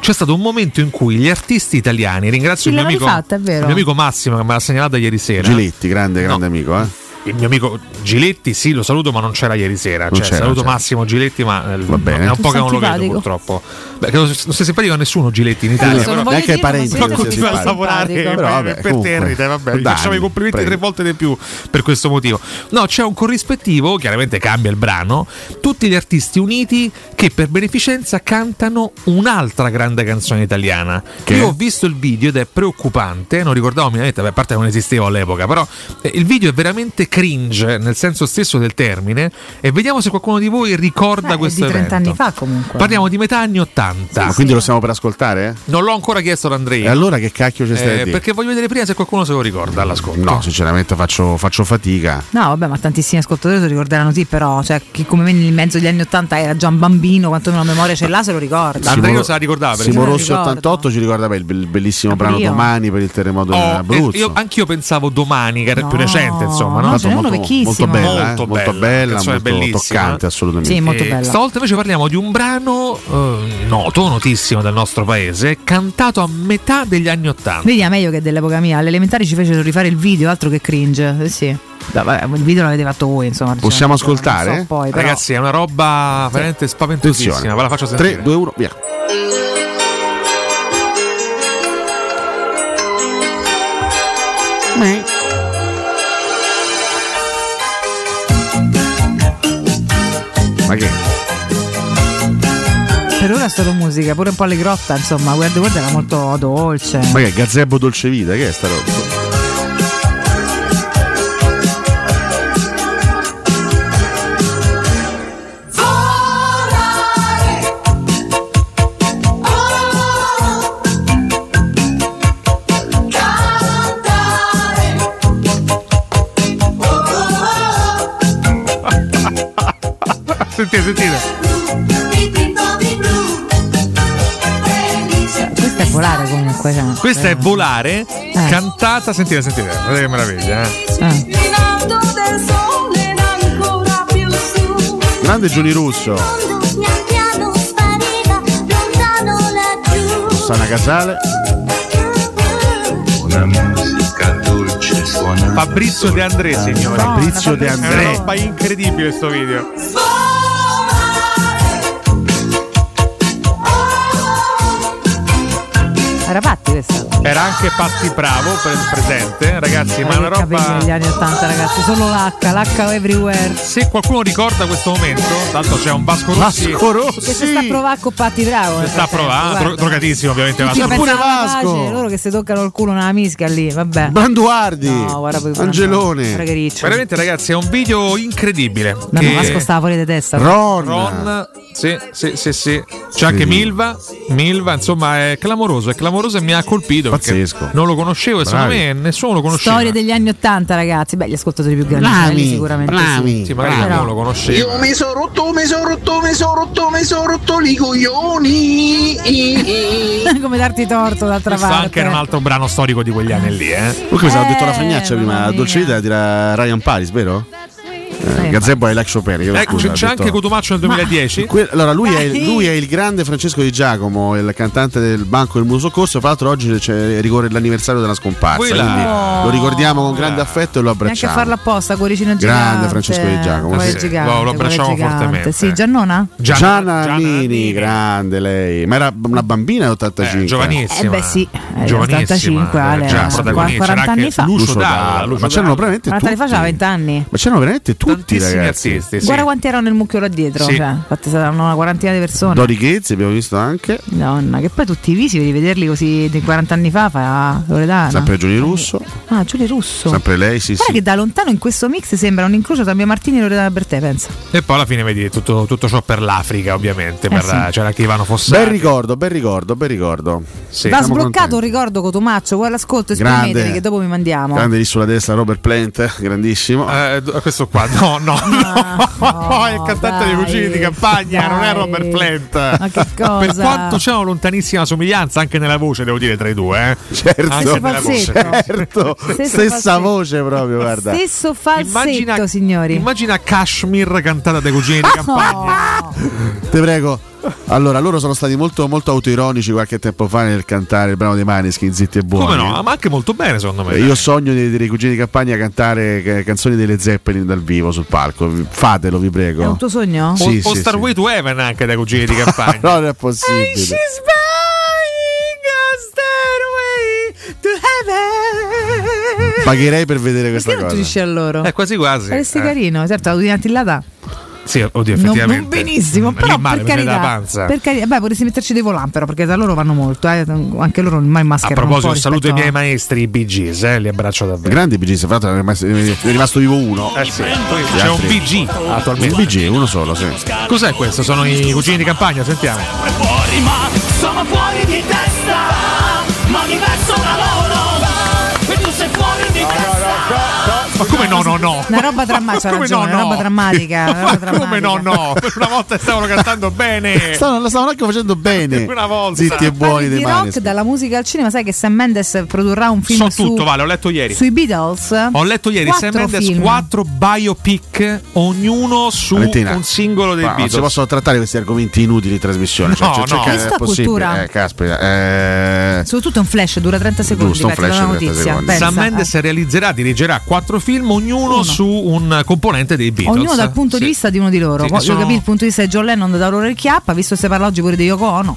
S10: C'è stato un momento in cui gli artisti italiani, ringrazio
S9: Sì,
S10: il mio,
S9: l'aveva
S10: amico,
S9: fatta, è vero.
S10: il mio amico Massimo che me l'ha segnalata ieri sera.
S11: Giletti, grande, grande amico, eh.
S10: Il mio amico Giletti, sì, lo saluto, ma non c'era ieri sera.
S11: Non
S10: Cioè,
S11: c'era, certo.
S10: saluto
S11: c'era.
S10: Massimo Giletti, ma eh, è un po' che non lo vedo
S9: Antipatico.
S10: purtroppo. Beh, che non si- non si è simpatico a nessuno Giletti in Italia.
S11: Adesso non
S10: però-
S11: voglio Neanche ai dirlo, ma parenti
S10: Però
S11: siete
S10: continua a
S11: simpatico.
S10: lavorare
S11: Però
S10: per,
S11: vaterrite,
S10: per Territe, vabbè, gli
S11: Dai,
S10: facciamo i complimenti
S11: prego.
S10: tre volte di più per questo motivo. No, c'è un corrispettivo, chiaramente cambia il brano, tutti gli artisti uniti che per beneficenza cantano un'altra grande canzone italiana. Io ho visto il video ed è preoccupante, non ricordavo minimamente, beh, a parte che non esisteva all'epoca, però eh, il video è veramente cringe nel senso stesso del termine e vediamo se qualcuno di voi ricorda
S9: Beh, Eh, è di
S10: questo
S9: 30
S10: evento.
S9: anni fa comunque.
S10: Parliamo di metà anni 80.
S11: Ma Ah, quindi lo stiamo per ascoltare?
S10: Non l'ho ancora chiesto ad Andrea.
S11: E allora che cacchio c'è stai a
S10: Eh,
S11: dire?
S10: perché voglio vedere prima se qualcuno se lo ricorda all'ascolto.
S11: No, sinceramente faccio, faccio fatica.
S9: No, vabbè, ma tantissimi ascoltatori se lo ricorderanno sì, però, cioè, chi come me nel mezzo degli anni 80 era già un bambino, quantomeno la memoria ce l'ha, se lo ricorda.
S11: Simoro-
S10: se la ricordava, per
S11: Simo
S10: esempio.
S11: Rossi
S10: Me la ricordo.
S11: 88 ci ricorda beh, il bel- bellissimo brano
S10: Io.
S11: Domani per il terremoto in
S10: Oh,
S11: Abruzzo.
S10: eh, io, anch'io pensavo domani, che era più recente, insomma.
S11: no,
S10: No?
S11: ce n'è uno Molto- vecchissimo. molto bella, eh, molto bella,
S10: la canzone è
S11: molto
S10: bellissima.
S11: toccante, assolutamente. Sì, molto
S10: Eh,
S11: bella.
S10: Stavolta invece parliamo di un brano eh, noto, notissimo del nostro paese, cantato a metà degli anni Ottanta.
S9: Vedi, è meglio che dell'epoca mia. Alle elementari ci fecero rifare il video, altro che cringe. eh Sì. Da- vabbè, il video l'avete fatto voi, insomma. diciamo,
S10: Possiamo ascoltare?
S9: non so poi, però-
S10: Ragazzi, è una roba veramente spaventosissima.
S11: Attenzione.
S10: Ve la faccio sentire.
S11: 3, 2, 1, via. Ma che?
S9: Per ora è solo musica, pure un po' alle grotta, insomma, guarda, guarda, era molto dolce.
S11: Ma che è? Gazebo Dolce Vita? Che è sta roba?
S26: oh, Oh,
S10: Sentite, sentite.
S9: Questa è volare comunque. cioè.
S10: Questa è Volare, cantata. Sentite, sentite, guardate che meraviglia. eh.
S11: Grande Giuni Russo. Rossana Casale.
S10: Fabrizio De André, signore.
S11: Fabrizio De André.
S10: È una roba incredibile sto video.
S9: Era Patti questa.
S10: Era anche Patti Bravo pre- presente, ragazzi, ma è una
S9: Capelli degli
S10: roba.
S9: anni 80, ragazzi, solo l'H, l'H everywhere.
S10: Se qualcuno ricorda questo momento, tanto c'è un Vasco Rossi.
S11: Vasco
S9: Che si sta a provare con Patti Bravo.
S10: Che sta provando, dro- drogatissimo ovviamente Vasco.
S9: pure Pace, loro che si toccano il culo nella misca lì, vabbè.
S11: Branduardi.
S9: No, guarda poi Guarda che riccio.
S10: Veramente ragazzi, è un video incredibile.
S9: No,
S10: che-
S9: no, Vasco stava fuori di testa.
S10: Ron. Sì, sì, sì, sì. C'è anche Milva. Milva, insomma, è clamoroso. È clamoroso e mi ha colpito. perché Non lo conoscevo e secondo
S9: Bravi.
S10: me nessuno lo conosceva.
S9: Storie degli anni 80, ragazzi. Beh, gli ascoltatori più grandi
S10: Bravi,
S9: belli sicuramente.
S10: bravi,
S9: sì.
S10: Sì, magari
S9: Però-
S10: non lo conosceva.
S4: Io mi sono rotto, mi sono rotto, mi sono rotto, mi sono rotto i coglioni.
S9: [laughs] Come darti torto d'altra
S10: Questo
S9: parte.
S10: anche era un altro brano storico di quegli anni lì, eh.
S11: Comunque mi ha detto la fregnaccia prima, Dolce Vita tira Ryan Paris, vero? Eh, Gazebo è Like Chopin. io
S10: Ecco,
S11: scusa,
S10: c'è
S11: ho detto-
S10: anche Cotumaccio nel 2010.
S11: Que- allora, lui è,
S10: Dai.
S11: lui è il grande Francesco Di Giacomo, il cantante del Banco del Muso Corso. Fra l'altro, oggi c'è il rigore l'anniversario della scomparsa.
S9: Quella.
S11: Quindi
S9: Oh.
S11: lo ricordiamo con grande affetto e lo
S9: Neanche a
S11: abbracciamo.
S9: farla apposta, cuoricino
S11: Grande
S9: gigante.
S11: Francesco Di Giacomo,
S9: cuore
S11: sì.
S9: gigante,
S11: Lo- lo
S9: cuore
S11: abbracciamo
S9: gigante.
S11: fortemente.
S9: Sì, Giannona?
S11: Gianna, Nini, grande lei, ma era b- una bambina all'85.
S9: Eh beh sì, eh,
S11: Giovanissima,
S9: 85, Ale,
S11: eh, già,
S9: era
S11: protagonista,
S9: 40
S11: c'era
S9: anni
S11: anche
S9: fa.
S11: Lucio Lucio Dalla, Dalla, Lucio ma c'erano Dalla. veramente
S9: Ma fa
S11: tutti.
S9: c'aveva 20 anni.
S11: Ma c'erano veramente tutti
S10: Tantissimi
S11: ragazzi.
S10: artisti,
S9: Guarda quanti erano nel mucchio là dietro,
S11: Sì.
S9: cioè, infatti saranno una quarantina di persone.
S11: Dori Ghezzi abbiamo visto anche.
S9: Madonna, che poi tutti i visi, vedi vederli così di 40 anni fa, fa Loredana.
S11: Sempre Giuni Russo,
S9: Ah, Giulio Russo.
S11: sempre lei, sì,
S9: Guarda
S11: sì.
S9: che da lontano in questo mix sembra un incrocio tra Mia Martini e Loredana Bertè, pensa.
S10: E poi alla fine vedi tutto, tutto ciò per l'Africa, ovviamente.
S9: Eh
S10: per-
S9: sì.
S10: C'era anche Ivano Fossati.
S11: Bel ricordo, bel ricordo, bel ricordo.
S9: Va sbloccato un ricordo Cotumaccio, guarda l'ascolto,
S11: Grande.
S9: esprimeteli che dopo mi mandiamo.
S11: Grande lì sulla destra Robert Plant, [laughs] grandissimo.
S10: Eh, questo qua, no, no,
S9: Oh,
S10: Poi il cantante dei cugini di campagna, non è Robert Plant.
S9: Ma che cosa?
S10: Per quanto c'è una lontanissima somiglianza anche nella voce, devo dire, tra i due, eh.
S11: Certo.
S10: anche nella voce. [laughs]
S11: Certo,
S9: Stesso
S11: stessa
S9: falsetto.
S11: voce proprio, guarda.
S9: Stesso falsetto, signori. Oh,
S10: Immagina Kashmir cantata dai cugini
S9: [laughs]
S11: Ah,
S10: di campagna.
S11: [laughs] Te prego. Allora, loro sono stati molto, molto autoironici qualche tempo fa nel cantare il brano dei Maneskin, zitti e buoni.
S10: Come no? Ah, Ma anche molto bene, secondo me.
S11: Eh, Io sogno di vedere i cugini di campagna cantare eh, canzoni delle Zeppelin dal vivo sul palco. Vi- Fatelo, vi prego.
S9: È un tuo sogno?
S11: Sì,
S10: o
S11: sì,
S10: o
S11: sì. Ah,
S10: Starway to Heaven anche dai cugini
S11: [laughs]
S10: di campagna.
S11: no, non è possibile. Pagherei per vedere questa
S9: Tu
S11: cosa.
S9: dici a loro.
S10: Eh, quasi quasi.
S9: Saresti
S10: Eh.
S9: carino, certo, la tutina attillata.
S10: Sì, oddio,
S9: Non,
S10: effettivamente.
S9: non benissimo,
S10: Mm,
S9: però
S10: lì male,
S9: per
S10: perché
S9: carità,
S10: la panza.
S9: per carità- beh, vorresti metterci dei volant, però, perché da loro vanno molto, eh, anche loro ormai
S10: A
S9: mascherano.
S10: proposito,
S9: un po'
S10: saluto i
S9: rispetto
S10: miei maestri i BGs, eh, li abbraccio davvero.
S11: Grandi BG, se fatto, ne è rimasto- ne è rimasto vivo uno.
S10: Eh sì, poi c'è un BG attualmente.
S11: Un BG, uno solo, sì.
S10: Cos'è questo? Sono i cugini di campagna, sentiamo.
S26: fuori ma sono fuori di testa ma diverso da loro e tu sei fuori di testa
S10: Ma come no, no, no?
S9: a- Una roba
S10: [laughs]
S9: drammatica, c'ha
S10: come
S9: ragione,
S10: no,
S9: una
S10: no?
S9: roba
S10: [laughs]
S9: drammatica. una roba
S10: Ma come no, no? Per una volta stavano cantando
S11: [laughs]
S10: bene.
S11: Stavano, la stavano anche facendo bene.
S10: Una volta. Eh.
S11: Zitti e buoni
S9: di
S11: dei
S9: rock,
S11: Maneskin.
S9: dalla musica al cinema, sai che Sam Mendes produrrà un film
S10: So
S9: su,
S10: tutto, Vale, ho letto ieri.
S9: sui Beatles?
S10: Ho letto ieri Sam
S9: Quattro
S10: Mendes
S9: film.
S10: 4 biopic, ognuno su
S11: Valentina,
S10: un singolo dei
S11: ma non
S10: Beatles.
S11: si possono trattare questi argomenti inutili in trasmissione.
S10: No,
S11: cioè,
S10: no.
S11: cercare-
S10: Questo
S9: è
S11: è possibile.
S9: cultura.
S11: Eh, caspita. eh,
S9: Soprattutto un flash, dura 30 secondi.
S11: Giusto, un
S9: Peppe,
S11: flash
S9: la
S11: di 30
S9: notizia.
S11: secondi.
S9: Pensa, eh.
S10: Sam Mendes realizzerà, dirigerà quattro film, ognuno su un componente dei Beatles.
S9: Ognuno dal punto di vista di uno di loro.
S10: Sì,
S9: Voglio
S10: sono-
S9: capire il punto di vista di John Lennon da Aurora e Chiappa, visto che si parla oggi pure di Yoko Ono.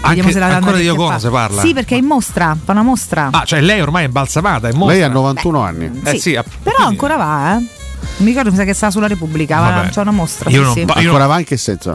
S9: Vediamo
S10: Anche,
S9: se la danno
S10: ancora di
S9: Chiappa.
S10: Yoko Ono si parla.
S9: Sì, perché è in mostra, fa una mostra.
S10: Ah, cioè lei ormai è imbalsamata, è mostra.
S11: Lei ha 91 anni.
S10: Eh sì, ha-
S9: Però ancora va, eh. Mi ricordo mi sa che sta sulla Repubblica, va-
S11: Vabbè.
S9: c'è una mostra. sì, sì.
S11: Ancora va in che senso?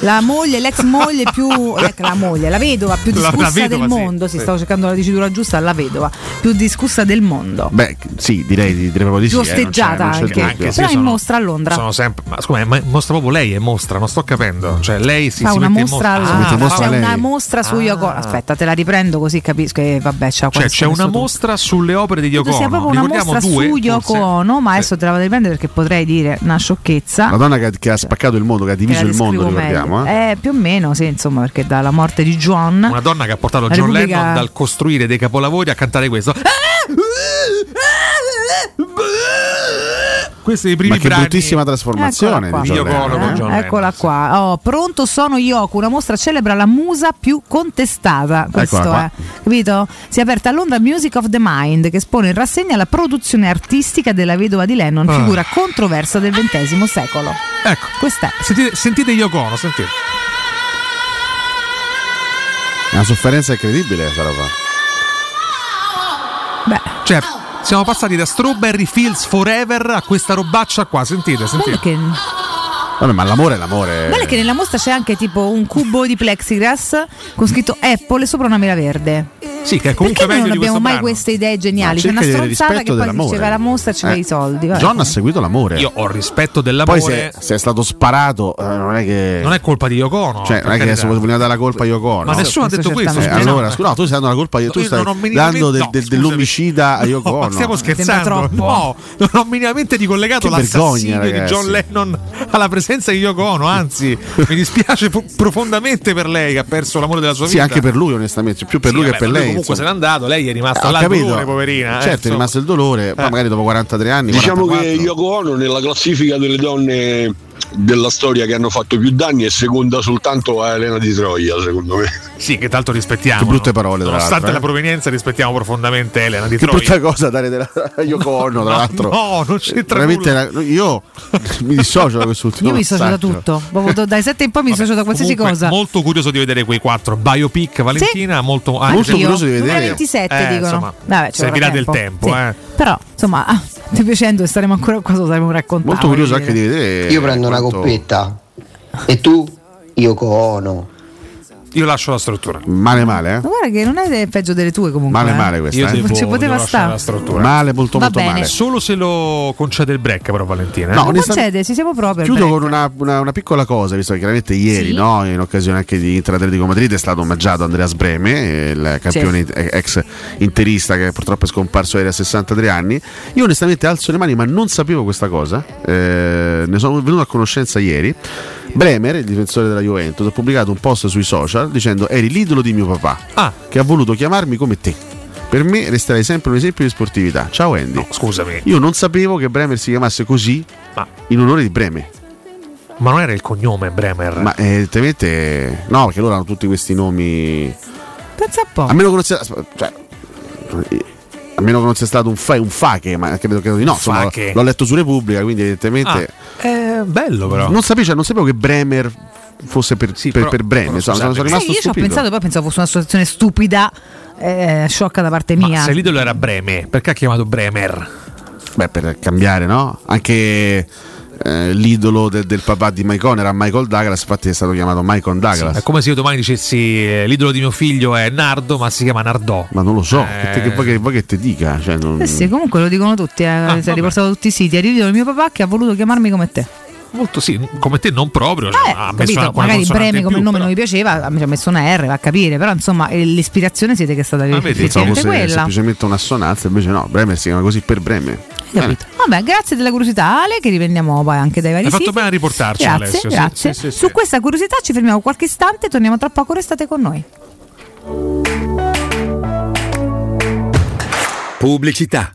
S9: La moglie, l'ex moglie
S10: [laughs]
S9: più ecco, la moglie, la vedova più
S11: La- la
S9: discussa
S11: vedova,
S9: del
S11: sì,
S9: mondo. Si
S11: sì.
S9: stavo cercando la dicitura giusta, la vedova più discussa del mondo.
S11: Beh, sì, direi, direi proprio di sì.
S9: Più
S11: eh, non c'è-
S9: osteggiata
S11: non c'è
S9: anche,
S11: dubbio.
S9: però è in mostra a Londra.
S10: Sono sempre. Ma scusa, ma mostra proprio lei è mostra, non sto capendo. Cioè, lei si,
S9: fa
S10: si
S9: una
S10: mette in
S9: mostra,
S10: mostra.
S9: a
S10: Ah,
S9: Londra.
S10: fa
S9: c'è una
S10: lei. Ah.
S9: mostra su Yoko. Ono. Aspetta, te la riprendo così capisco. che vabbè, c'ha
S10: Cioè,
S9: questo
S10: c'è una
S9: messo tu.
S10: mostra sulle opere di
S9: Credo
S10: Yoko
S9: sia
S10: Ono.
S9: proprio una
S10: Ricordiamo
S9: mostra
S10: due,
S9: su Yoko
S10: forse.
S9: Ono, ma adesso te la vado a riprendere perché potrei dire una sciocchezza.
S11: La donna che, che ha spaccato il mondo, che ha
S9: Te la
S11: diviso il mondo,
S9: descrivo
S11: ricordiamo.
S9: meglio.
S11: Eh?
S9: Eh, più o meno, sì, insomma, perché dalla morte di John
S10: Una donna che ha portato
S9: La
S10: John
S9: Repubblica-
S10: Lennon dal costruire dei capolavori a cantare questo. Questi sono i primi
S11: Ma che
S10: brani.
S11: bruttissima trasformazione
S9: Eccola
S11: di
S10: qua.
S11: John
S10: Io
S11: Lennon,
S10: colo con
S11: eh?
S10: John
S9: Eccola qua. Oh, pronto sono Yoko, una mostra celebra la musa più contestata. Questo
S11: qua.
S9: è. Capito? Si è aperta a Londra Music of the Mind che espone in rassegna la produzione artistica della vedova di Lennon,
S10: Ah.
S9: figura controversa del XX secolo.
S10: Ecco,
S9: questa
S10: Sentite, sentite Yoko Ono, sentite.
S11: Una sofferenza incredibile, questa roba.
S10: Cioè, siamo passati da Strawberry Fields Forever a questa robaccia qua, sentite, sentite.
S11: Vabbè, ma l'amore è l'amore.
S9: Guarda che nella mostra c'è anche tipo un cubo di plexiglass con scritto Apple e sopra una mela verde.
S10: Sì, che è comunque
S9: Perché noi non
S10: meglio di questo
S9: abbiamo mai
S10: brano.
S9: queste idee geniali? C'è
S11: cerca
S9: una
S11: di avere
S9: stronzata che
S11: rispetto
S9: poi
S11: dell'amore.
S9: diceva la mostra e ci
S10: Eh.
S9: dai i soldi. vabbè.
S11: John ha seguito l'amore.
S10: Io ho rispetto dell'amore.
S11: Poi se, se è stato sparato, eh, non è che.
S10: Non è colpa di Yoko Ono.
S11: Cioè, non
S10: per
S11: è che
S10: carità.
S11: adesso vogliamo dare la colpa a Yoko Ono.
S10: Ma nessuno ha detto questo,
S11: Eh,
S10: scusa.
S11: allora, scusa, no, tu stai dando la colpa a tu
S10: Io
S11: stai
S10: non ho minimamente-
S11: dando del-
S10: no,
S11: del- dell'omicida a Yoko
S10: Ma
S11: Ono.
S10: stiamo scherzando?
S11: troppo.
S10: No, non ho minimamente ricollegato
S11: Che vergogna,
S10: l'assassinio di
S11: ragazzi.
S10: John Lennon alla presenza di Yoko Ono.
S11: [laughs]
S10: Anzi, mi dispiace pro- profondamente per lei che ha perso l'amore della sua
S11: Sì,
S10: vita.
S11: anche per lui, onestamente, più per
S10: Sì,
S11: lui
S10: vabbè,
S11: che per
S10: ma
S11: lei.
S10: Comunque se n'è
S11: insomma.
S10: andato, lei è rimasta
S11: Eh, ho
S10: là al
S11: capito.
S10: dolore, poverina.
S11: Certo,
S10: eh,
S11: è
S10: insomma. Certo.
S11: rimasto il dolore, poi magari dopo 43 anni.
S4: Diciamo
S11: 44.
S4: che Yoko Ono nella classifica delle donne della storia che hanno fatto più danni è seconda soltanto a Elena di Troia, secondo me.
S10: Sì, che tanto rispettiamo.
S11: Che brutte parole, tra
S10: Nonostante
S11: l'altro,
S10: la
S11: eh.
S10: provenienza, rispettiamo profondamente Elena di
S11: Che
S10: Troia.
S11: brutta cosa dare della a Yoko Ono, tra l'altro.
S10: no, non c'entra
S11: Veramente era- io mi dissocio da quest'ultimo.
S9: Io mi dissocio da
S11: messaggio.
S9: tutto. Proprio da- Dai 7 in poi mi dissocio da qualsiasi
S10: Comunque,
S9: cosa.
S10: Molto curioso di vedere quei quattro biopic Valentina, molto, anche
S9: Anch'io.
S10: se-
S9: Numero 27
S10: Eh,
S9: dicono.
S10: insomma,
S9: Vabbè, ci
S10: servirà
S9: vorrà
S10: del tempo,
S9: Sì.
S10: eh.
S9: Però, insomma, ah, ti piacendo e staremo ancora qua, lo saremo raccontando.
S11: Molto curioso anche di vedere.
S29: Io prendo una
S11: quanto-
S29: coppetta. E tu? Io cono.
S10: Io lascio la struttura.
S11: Male male, eh?
S9: Ma guarda che non è peggio delle tue comunque.
S11: Male
S9: eh.
S11: male questa. eh?
S9: devo- Ci poteva devo lasciare stare. la struttura.
S11: Male molto
S9: Va
S11: molto
S9: bene.
S11: male.
S10: Solo se lo concede il break, però, Valentina. eh.
S11: No,
S9: Non
S11: onestamente-
S9: concede, ci siamo proprio.
S11: Chiudo con una, una- una piccola cosa, visto che chiaramente ieri,
S9: Sì.
S11: no, in occasione anche di Inter Atletico Madrid, è stato omaggiato Andreas Breme, il campione eh, ex interista che purtroppo è scomparso ieri a 63 anni. Io onestamente alzo le mani, ma non sapevo questa cosa, eh, ne sono venuto a conoscenza ieri. Bremer, il difensore della Juventus, ha pubblicato un post sui social dicendo eri l'idolo di mio papà,
S10: Ah.
S11: che ha voluto chiamarmi come te. Per me resterai sempre un esempio di sportività. Ciao Andy.
S10: scusami.
S11: Io non sapevo che Bremer si chiamasse così in onore di Bremer.
S10: Ma non era il cognome Bremer.
S11: Ma eh, evidentemente no, perché loro hanno tutti questi nomi.
S9: Pensa un po'.
S11: A meno che non sia. Cioè, eh, a meno che non sia stato un, fa- un fache, ma credo, credo di no.
S10: Un
S11: insomma,
S10: fache.
S11: l'ho letto su Repubblica, quindi evidentemente.
S10: Ah,
S9: eh,
S10: è bello, però.
S11: Non sapevo, cioè, non sapevo che Bremer fosse per, per,
S10: però-
S11: per Bremer.
S10: però
S11: insomma, sono, sono
S10: scusate,
S9: Sai,
S11: rimasto
S9: io ci ho
S11: stupito.
S9: pensato, poi pensavo fosse una situazione stupida, eh, sciocca da parte mia.
S10: Se l'idolo era Breme, perché ha chiamato Bremer?
S11: Beh, per cambiare, no? Anche. eh, l'idolo de- del papà di Maicon era Michael Douglas, infatti è stato chiamato Michael Douglas.
S10: È come se io domani dicessi eh, l'idolo di mio figlio è Nardo, ma si chiama Nardò.
S11: Ma non lo so,
S10: Eh.
S11: che, te- che vuoi che, vuoi che te dica? Cioè, non-
S9: Eh sì, comunque lo dicono tutti, eh.
S10: Ah,
S9: si è riportato tutti i siti. Arrivo mio papà che ha voluto chiamarmi come te.
S10: Molto sì, come te non proprio. cioè, ha messo
S9: Eh, Capito?
S10: una- una
S9: Magari
S10: consonante
S9: Bremi
S10: in
S9: come
S10: più,
S9: nome
S10: però-
S9: non mi piaceva, mi ci ha messo una R, va a capire, però insomma eh, l'ispirazione siete che è stata
S11: Pensavo
S9: effettivamente
S11: fosse
S9: quella.
S11: semplicemente un'assonanza, invece no, Bremer si chiama così per Bremer. Eh.
S9: Capito. Vabbè, grazie della curiosità Ale, che riprendiamo poi anche dai vari
S11: Hai fatto
S9: siti.
S11: bene a riportarci,
S9: grazie,
S11: Alessio, sì,
S9: Grazie.
S11: sì, sì, sì.
S9: Su questa curiosità ci fermiamo qualche istante, torniamo tra poco, restate con noi.
S1: Pubblicità.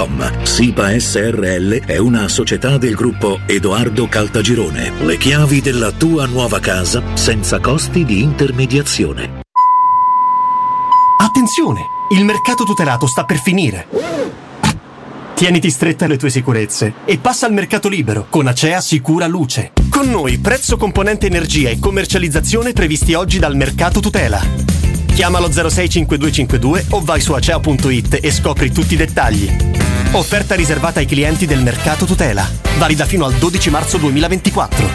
S14: SIPA SRL è una società del gruppo Edoardo Caltagirone. Le chiavi della tua nuova casa senza costi di intermediazione.
S30: Attenzione! Il mercato tutelato sta per finire. Tieniti stretta le tue sicurezze e passa al mercato libero con Acea Sicura Luce. Con noi prezzo componente energia e commercializzazione previsti oggi dal mercato tutela. Chiamalo 065252 o vai su acea.it e scopri tutti i dettagli. Offerta riservata ai clienti del mercato tutela, valida fino al 12 marzo 2024.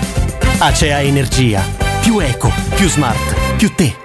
S30: Acea Energia. Più eco, più smart, più te.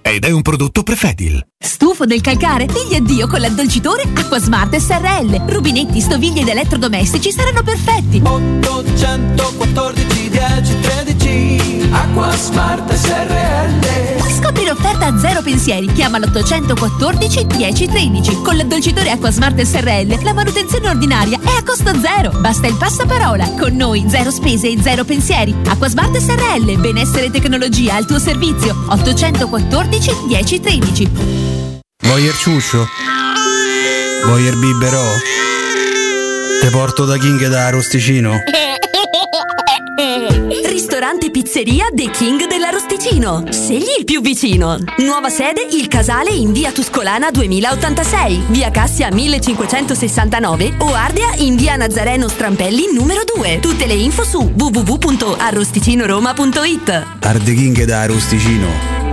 S31: ed è un prodotto prefedil.
S24: Stufo del calcare? Digli addio con l'addolcitore Acquasmart SRL. Rubinetti, stoviglie ed elettrodomestici saranno perfetti.
S26: 814 10 13 Acqua Smart SRL
S24: Scopri l'offerta a zero pensieri. Chiama l'814 1013. Con l'addolcitore Acquasmart SRL la manutenzione ordinaria è a costo zero. Basta il passaparola. Con noi zero spese e zero pensieri. Acquasmart SRL. Benessere e tecnologia al tuo servizio. 814 1013.
S4: Voyer ciuccio? Voyer biberò? Te porto da King da Rosticino?
S32: [laughs] Ristorante Pizzeria The King dell'Arosticino. Scegli il più vicino. Nuova sede Il Casale in Via Tuscolana 2086, Via Cassia 1569 o Ardea in Via Nazareno Strampelli numero 2. Tutte le info su www.arrosticinoroma.it.
S4: Arde King da Rosticino?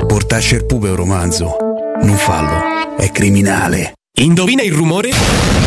S4: Portasce il pupe un romanzo. Non fallo, è criminale.
S30: Indovina il rumore?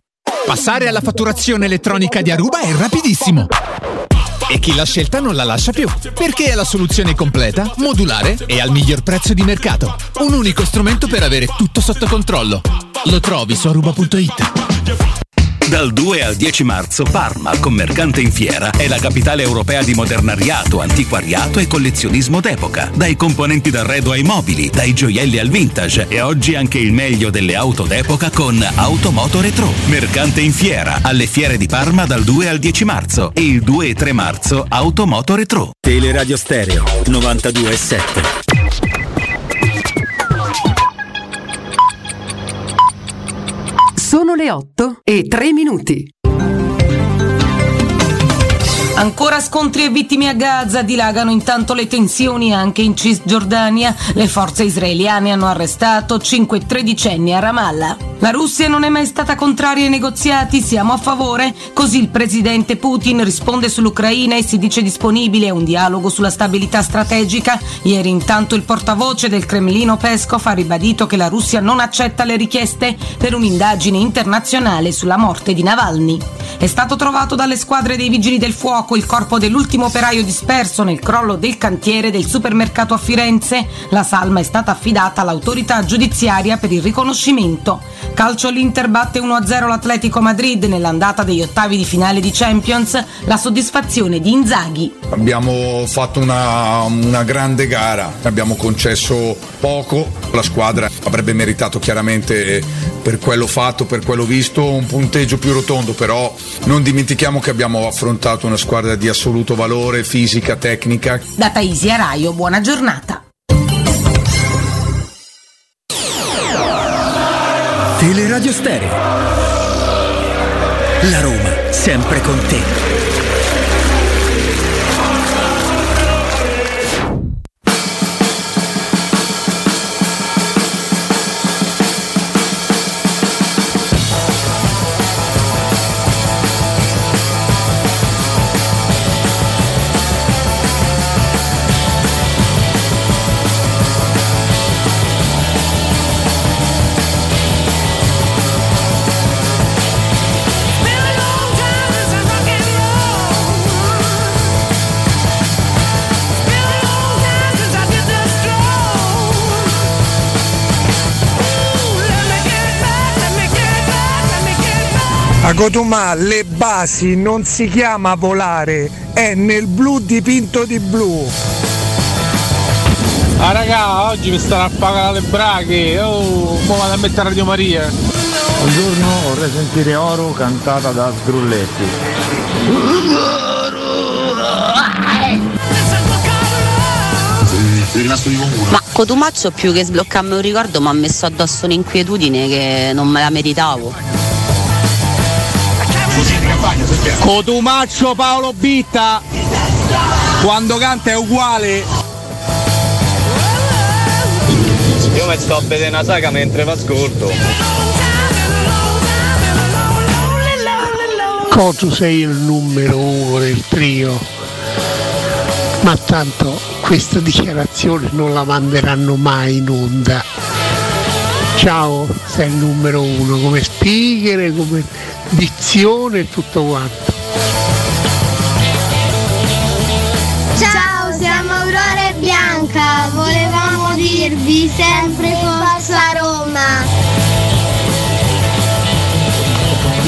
S33: Passare alla fatturazione elettronica di Aruba è rapidissimo.
S17: E chi l'ha scelta non la lascia più, perché è la soluzione completa, modulare e al miglior prezzo di mercato. Un unico strumento per avere tutto sotto controllo. Lo trovi su aruba.it.
S34: Dal 2 al 10 marzo Parma, commercante in fiera, è la capitale europea di modernariato, antiquariato e collezionismo d'epoca. Dai componenti d'arredo ai mobili, dai gioielli al vintage e oggi anche il meglio delle auto d'epoca con Automoto Retro. Mercante in fiera, alle fiere di Parma dal 2 al 10 marzo e il 2 e 3 marzo Automoto Retro.
S15: Teleradio Stereo 927.
S9: Sono le 8 e 3 minuti.
S35: Ancora scontri e vittime a Gaza dilagano intanto le tensioni anche in Cisgiordania. Le forze israeliane hanno arrestato 5 tredicenni a Ramallah. La Russia non è mai stata contraria ai negoziati, siamo a favore. Così il presidente Putin risponde sull'Ucraina e si dice disponibile a un dialogo sulla stabilità strategica. Ieri intanto il portavoce del Cremlino Peskov ha ribadito che la Russia non accetta le richieste per un'indagine internazionale sulla morte di Navalny. È stato trovato dalle squadre dei vigili del fuoco il corpo dell'ultimo operaio disperso nel crollo del cantiere del supermercato a Firenze. La salma è stata affidata all'autorità giudiziaria per il riconoscimento. Calcio l'Inter batte 1-0 l'Atletico Madrid nell'andata degli ottavi di finale di Champions. La soddisfazione di Inzaghi.
S4: Abbiamo fatto una, una grande gara, abbiamo concesso poco, la squadra avrebbe meritato chiaramente eh, per quello fatto, per quello visto, un punteggio più rotondo, però non dimentichiamo che abbiamo affrontato una squadra di assoluto valore fisica, tecnica.
S35: Da Taisi Araio, buona giornata.
S15: Teleradio Stereo. La Roma, sempre con te.
S36: A Cotumà le basi non si chiama volare, è nel blu dipinto di blu.
S10: Ah raga, oggi mi stanno a pagare le brache. Oh, mo vado a mettere Radio Maria.
S37: Buongiorno, vorrei sentire Oro cantata da Sgrulletti.
S24: Ma Cotumaccio più che sbloccarmi un ricordo mi ha messo addosso un'inquietudine che non me la meritavo.
S10: Cotumaccio Paolo Bitta quando canta è uguale
S38: Io mi sto a vedere una saga mentre vi ascolto.
S39: Cotu sei il numero uno del trio, ma tanto questa dichiarazione non la manderanno mai in onda. Ciao, sei il numero uno come speaker, come dizione e tutto quanto.
S26: Ciao, siamo Aurora e Bianca. Volevamo dirvi sempre Forza Roma.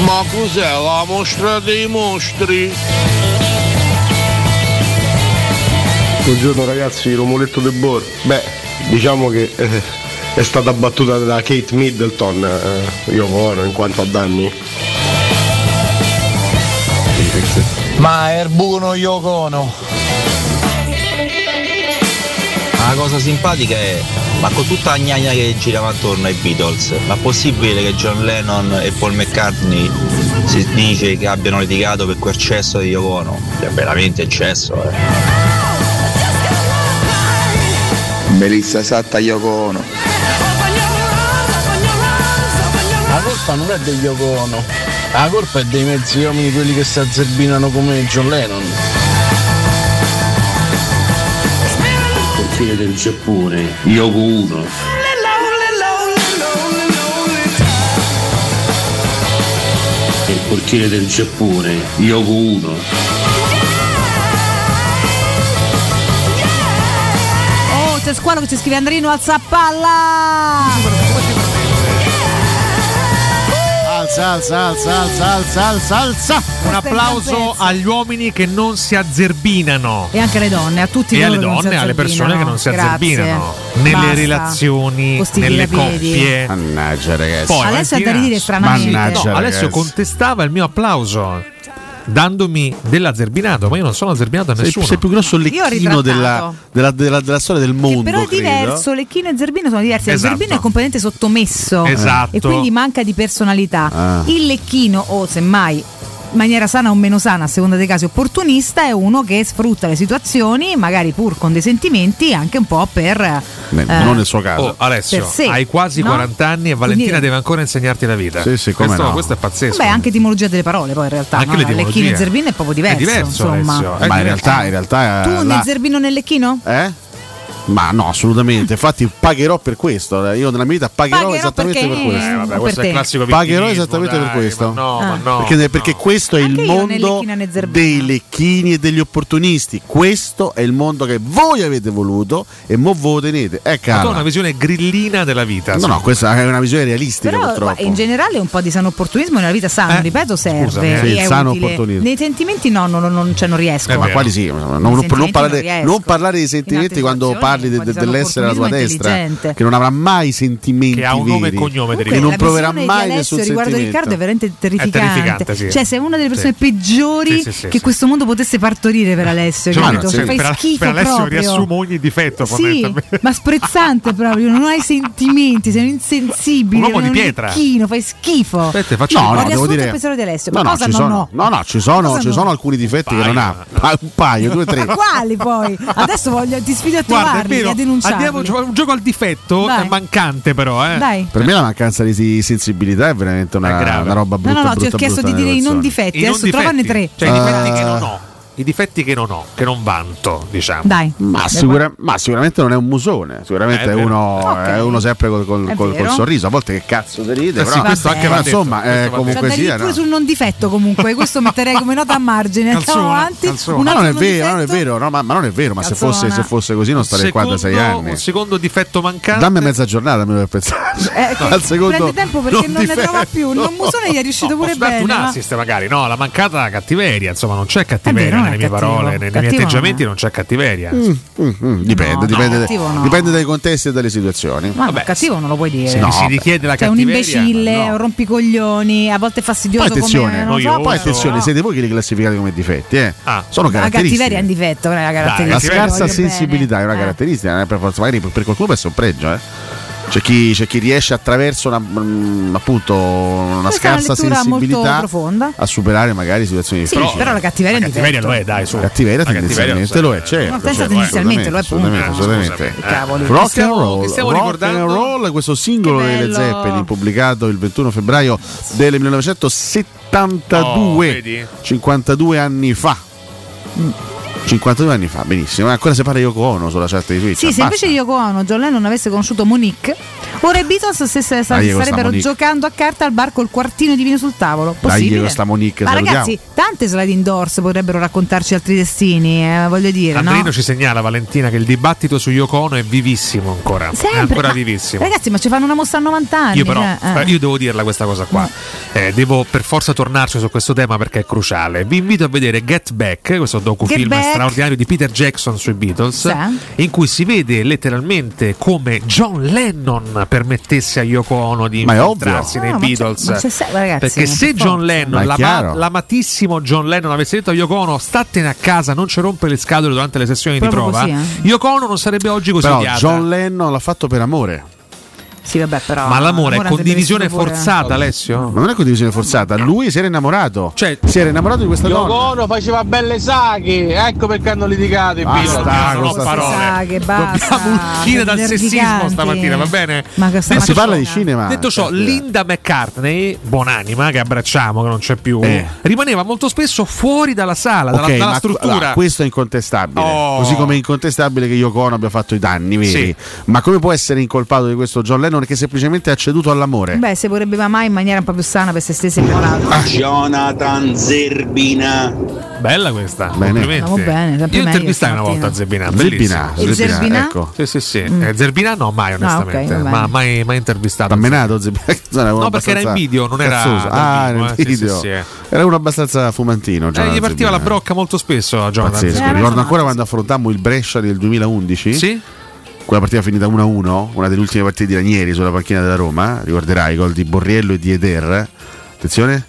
S10: Ma cos'è la mostra dei mostri?
S40: Buongiorno ragazzi, Romoletto De Boer. Beh, diciamo che eh, è stata battuta da Kate Middleton, eh, io oro in quanto a danni.
S10: Ma è il buono Yokono.
S41: La cosa simpatica è, ma con tutta la gnagna che girava attorno ai Beatles, ma è possibile che John Lennon e Paul McCartney si dice che abbiano litigato per quel cesso di Yokono? È veramente eccesso, eh.
S7: Melissa Satta Yoko Ono.
S42: La colpa non è degli Ocono, la colpa è dei mezzi uomini quelli che si azzerbinano come John Lennon.
S43: Cortile del Giappone, Yoko 1.
S44: Nel portiere del Giappone, Yoko 1.
S9: Oh, squalo che ci scrive Andrino alza palla!
S10: Alza, alza, alza, alza, alza, alza, alza.
S9: è
S10: Un applauso
S9: pazzesco.
S10: agli uomini che non si azzerbinano.
S9: E anche alle donne, a tutti
S10: E
S9: coloro
S10: alle
S9: che non si
S10: donne, alle persone che non si
S9: Grazie.
S10: azzerbinano. Nelle
S9: Basta.
S10: relazioni,
S9: Con sti
S10: nelle
S9: tirapiedi.
S10: coppie.
S11: Mannaggia, ragazzi.
S10: Poi,
S9: Alessio ha da
S10: Valentina-
S9: ridire stranamente.
S10: No, Alessio
S11: ragazzi.
S10: contestava il mio applauso dandomi dell'azzerbinato, ma io non sono azzerbinato a
S11: Sei,
S10: nessuno.
S11: sei più grosso
S9: Io ho
S11: lecchino
S9: ritrattato.
S11: della, della, della, della storia del mondo.
S9: Però è
S11: credo.
S9: diverso, Lecchino e Zerbino sono diversi. Il
S11: Esatto.
S9: Zerbino è completamente sottomesso
S11: Esatto.
S9: e quindi manca di personalità.
S11: Ah.
S9: Il Lecchino, o semmai in maniera sana o meno sana, a seconda dei casi, opportunista, è uno che sfrutta le situazioni, magari pur con dei sentimenti, anche un po' per. eh,
S10: Oh, Alessio,
S9: per sé,
S10: hai quasi
S9: no?
S10: 40 anni e Valentina
S9: Quindi-
S10: deve ancora insegnarti la vita.
S11: Sì, sì, come
S10: questo,
S11: no.
S10: questo è pazzesco.
S9: Vabbè, anche etimologia delle parole, poi in realtà.
S10: Anche
S9: no?
S10: l'etimologia.
S9: Lecchino e Zerbino è proprio diverso.
S11: diverso,
S9: insomma.
S11: Alessio, è Cioè, eh, Ma in diverso. realtà- in realtà,
S9: Tu
S11: la-
S9: nel Zerbino e nel Lecchino?
S11: Eh? Ma no, assolutamente. Infatti, pagherò per questo. Io nella mia vita pagherò,
S9: Pagherò
S11: esattamente
S9: perché-
S11: per questo.
S9: Eh, vabbè, Per questo è te. il classico
S11: Pagherò
S9: vittimismo,
S11: esattamente
S9: dai,
S11: per questo.
S10: ma no, ma no,
S11: perché, perché questo è il
S9: Anche io né
S11: mondo
S9: Lecchino né Zerbino.
S11: dei lecchini e degli opportunisti. Questo è il mondo che voi avete voluto e mo voi lo tenete. Eh,
S10: Ma tu hai
S11: caro.
S10: una visione grillina della vita.
S11: No, no, questa è una visione realistica,
S9: Però
S11: purtroppo.
S9: guarda, in generale un po' di sano opportunismo nella vita sano, ripeto, serve.
S11: Eh, scusami, sì,
S9: e
S11: il
S9: è
S11: sano
S9: utile.
S11: opportunismo. Eh,
S9: Nei sentimenti no, non, non- cioè non riesco.
S11: ma quali sì, ma non, non- non
S9: sentimenti
S11: parlare,
S9: non riesco.
S11: non parlare dei sentimenti quando parli de- de- dell'essere alla tua
S9: opportunismo
S11: destra,
S9: intelligente.
S11: che non avrà mai sentimenti.
S10: Che ha un nome e
S11: veri,
S10: cognome,
S11: che non proverà mai
S9: Alessio
S11: nessun
S9: riguardo
S11: sentimento.
S9: Riccardo è veramente terrificante.
S11: terrificante, sì.
S9: Cioè, sei una delle persone
S11: Sì.
S9: peggiori
S11: Sì, sì, sì,
S9: che
S11: sì.
S9: questo mondo potesse partorire per Alessio.
S10: Cioè,
S9: capito? Cioè, fai
S10: per,
S9: schifo
S10: per Alessio
S9: proprio.
S10: riassumo ogni difetto
S9: Sì,
S10: fondamentalmente.
S9: ma sprezzante proprio, non hai sentimenti, sei un insensibile,
S11: Un uomo di
S9: un
S11: pietra.
S9: lecchino, fai schifo.
S11: Aspetta, faccio- No,
S9: Ho
S11: no,
S9: riassunto
S11: devo dire-
S9: il pensiero di Alessio,
S11: No
S9: ma
S11: no,
S9: cosa
S11: ci
S9: no,
S11: sono,
S9: no?
S11: no, no, ci sono,
S9: Cosa
S11: ci
S9: no?
S11: sono alcuni difetti che non ha. Ah, [laughs] Un paio, due,
S9: [laughs]
S11: tre.
S9: Ma quali poi? Adesso voglio, ti sfido a
S10: Guarda, è
S9: trovarli,
S10: vero.
S9: a denunciarli.
S10: Andiamo a giocare un gioco al difetto,
S9: Vai.
S10: è mancante però, eh.
S9: Dai.
S11: Per me la mancanza di si- sensibilità è veramente una, una roba
S9: No,
S11: brutta.
S9: no, no, ti ho
S11: brutta,
S9: chiesto di
S11: brutta
S9: dire i
S11: nelle
S9: non
S11: persone.
S9: difetti,
S10: I non
S9: adesso trovane tre.
S10: Cioè, i difetti
S11: Eh.
S10: che non ho. I difetti che non ho, che non vanto, diciamo.
S9: Dai.
S11: Ma, sicura- ma sicuramente non è un musone, sicuramente
S10: Eh, è
S11: è,
S10: vero.
S11: uno, è uno sempre col, col-
S9: È
S11: col- col
S9: vero.
S11: sorriso. A volte che cazzo si ride,
S10: Eh sì,
S11: però,
S10: questo
S11: ma
S10: anche va detto,
S11: insomma,
S10: questo
S11: eh,
S10: va detto.
S9: Cioè,
S11: comunque
S9: dai,
S11: sia.
S9: pure
S11: no.
S9: sul non difetto comunque, questo metterei come nota a margine. Andiamo
S11: Calzona,
S9: avanti.
S11: calzona.
S9: Un
S11: Ma
S9: altro
S11: non è vero,
S9: non
S11: non è vero, no, ma, ma non è vero, ma se
S9: Calzona.
S11: fosse, se fosse così non starei qua da sei
S10: Secondo-
S11: anni.
S10: Un secondo difetto mancante.
S11: Dammi mezza giornata me lo pensare.
S9: Eh, che
S11: Al secondo
S9: prende tempo perché non, ne
S11: difetto.
S9: trova più. Il non musone gli è riuscito
S10: No,
S9: pure
S10: posso darti
S9: bene.
S10: un
S9: ma-
S10: assist magari, no, la mancata cattiveria, insomma non c'è
S9: È vero,
S10: cattiveria
S9: non
S10: nelle
S9: è
S10: mie
S9: cattivo.
S10: parole, nei miei
S9: Cattivo eh.
S10: atteggiamenti non c'è cattiveria.
S11: Mm, mm, mm, dipende,
S10: No,
S11: dipende,
S10: no.
S11: dai-
S9: no.
S11: dipende dai contesti e dalle situazioni.
S9: Ma cattivo non lo puoi dire.
S11: se mi si
S9: Cioè,
S11: richiede la
S9: un
S11: cattiveria,
S9: imbecille,
S11: no.
S9: un rompicoglioni, a volte fastidioso
S11: Poi attenzione,
S9: come non so,
S11: poi
S9: poi-
S11: attenzione, siete voi che li classificate come difetti, eh? Sono
S9: La
S11: caratteristiche.
S9: cattiveria è un difetto, non è una
S11: Dai,
S9: caratteristica.
S11: la scarsa
S9: voglio bene. Eh.
S11: sensibilità è una caratteristica, non è per forza, magari per per qualcuno può essere un pregio, eh. C'è chi, c'è chi riesce attraverso una, mm, appunto, una
S9: Questa è una
S11: scarsa
S9: lettura molto
S11: sensibilità
S9: profonda.
S11: a superare magari situazioni
S9: Sì,
S11: difficili.
S9: però la cattiveria è un difetto.
S10: dai, su.
S11: Cattiveria tendenzialmente lo è, certo.
S9: Ma pensa
S11: certo,
S9: tendenzialmente, lo è,
S11: assolutamente,
S9: punto.
S11: assolutamente.
S9: Eh, cavoli.
S11: Rock
S9: Che stiamo-
S11: and
S9: che
S11: roll,
S9: stiamo
S11: rock
S9: ricordando?
S11: and roll, questo singolo
S9: Che
S11: delle
S9: bello.
S11: Zeppelin pubblicato il 21 febbraio del 1972,
S10: Oh, vedi?
S11: 52 anni fa. 52 anni fa, benissimo. Eh, Ancora se parla di Yoko Ono sulla chat di Twitch.
S9: Sì, se invece di Yoko Ono John Lennon avesse conosciuto Monique, ora i Beatles se- se-
S11: sta
S9: sarebbero
S11: Monique.
S9: giocando a carta al bar col quartino di vino sul tavolo.
S11: Dai,
S9: Possibile?
S11: questa Monique,
S9: Ma
S11: salutiamo.
S9: ragazzi, tante slide indoors potrebbero raccontarci altri destini, eh, voglio dire, no?
S10: Andrino ci segnala Valentina che il dibattito su Yoko Ono è vivissimo ancora, è
S9: Sempre,
S10: ancora
S9: ma-
S10: vivissimo.
S9: Ragazzi, ma ci fanno una mossa a 90 anni.
S10: Io però,
S9: cioè, eh.
S10: eh, io devo dirla questa cosa qua, Eh, devo per forza tornarci su questo tema perché è cruciale. Vi invito a vedere Get Back, questo
S9: Get
S10: docufilm
S9: Back.
S10: straordinario di Peter Jackson sui Beatles,
S9: Sì.
S10: in cui si vede letteralmente come John Lennon permettesse a Yoko Ono di
S11: Ma è ovvio.
S10: infiltrarsi nei
S9: No, Ah, ma c'è-
S10: Beatles.
S9: ma c'è se- ragazzi,
S10: perché se
S9: per
S10: John
S9: forza.
S10: Lennon,
S11: Ma è
S10: l'ama-
S11: chiaro.
S10: l'amatissimo John Lennon, avesse detto a Yoko Ono statene a casa, non ci rompe le scatole durante le sessioni
S11: Proprio
S10: di prova,
S11: così,
S9: eh.
S10: Yoko Ono non sarebbe oggi così
S11: Però
S10: odiata.
S11: John Lennon l'ha fatto per amore.
S9: Sì, vabbè, però.
S10: Ma l'amore è
S9: l'amore andrebbe
S10: condivisione
S9: vissuto pure-
S10: forzata, Alessio?
S11: Ma non è condivisione forzata, lui si era innamorato. Cioè, si era innamorato di questa donna.
S4: Yogono faceva belle saghe, ecco perché hanno litigato i
S11: Basta,
S4: Beatles.
S11: Non ho questa- parole.
S9: Saghe, basta.
S10: Uscire dal
S9: Nervicanti.
S10: sessismo stamattina, va bene?
S9: Ma questa
S10: Detto
S11: Eh, si parla
S10: ciò-
S11: di cinema.
S10: Detto ciò,
S11: Cioè,
S10: Linda McCartney, buonanima, che abbracciamo, che non c'è più,
S11: Eh.
S10: rimaneva molto spesso fuori dalla sala, dalla,
S11: Ok,
S10: dalla
S11: ma-
S10: struttura.
S11: allora, questo è incontestabile.
S10: Oh.
S11: Così come è incontestabile che Yoko Ono abbia fatto i danni veri.
S10: Sì.
S11: Ma come può essere incolpato di questo John Lennon Lennon che semplicemente ha ceduto all'amore.
S9: Beh, se vorrebbe mai in maniera un po' più sana per se stessa immolata.
S4: Jonathan Zerbina.
S10: Bella questa.
S9: Complimenti. Andiamo bene, sempre
S10: Io
S9: meglio
S10: intervistai una
S9: stamattina.
S10: volta Zerbina.
S11: Zerbina,
S10: bellissimo.
S11: Il Zerbina, Zerbina? ecco.
S10: Sì, sì, sì. Eh, Zerbina no, mai onestamente.
S11: ok, va bene.
S10: ma mai, mai intervistato.
S11: Ammenato Zerbina. [laughs]
S10: No, perché era in video, non era
S11: Cazzoso.
S10: dal
S11: Ah,
S10: vivo,
S11: era in
S10: eh, sì,
S11: video.
S10: sì, sì, eh.
S11: Era uno abbastanza fumantino.
S10: Eh,
S11: Jonathan
S10: gli partiva la eh,
S11: Zerbina.
S10: brocca molto spesso a Jonathan.
S11: Pazzesco.
S10: Zerbina.
S11: Ricordo ancora quando affrontammo il Brescia del 2011.
S10: Sì.
S11: Quella partita finita 1-1, una delle ultime partite di Ranieri sulla panchina della Roma. Ricorderai i gol di Borriello e di Eder. Attenzione.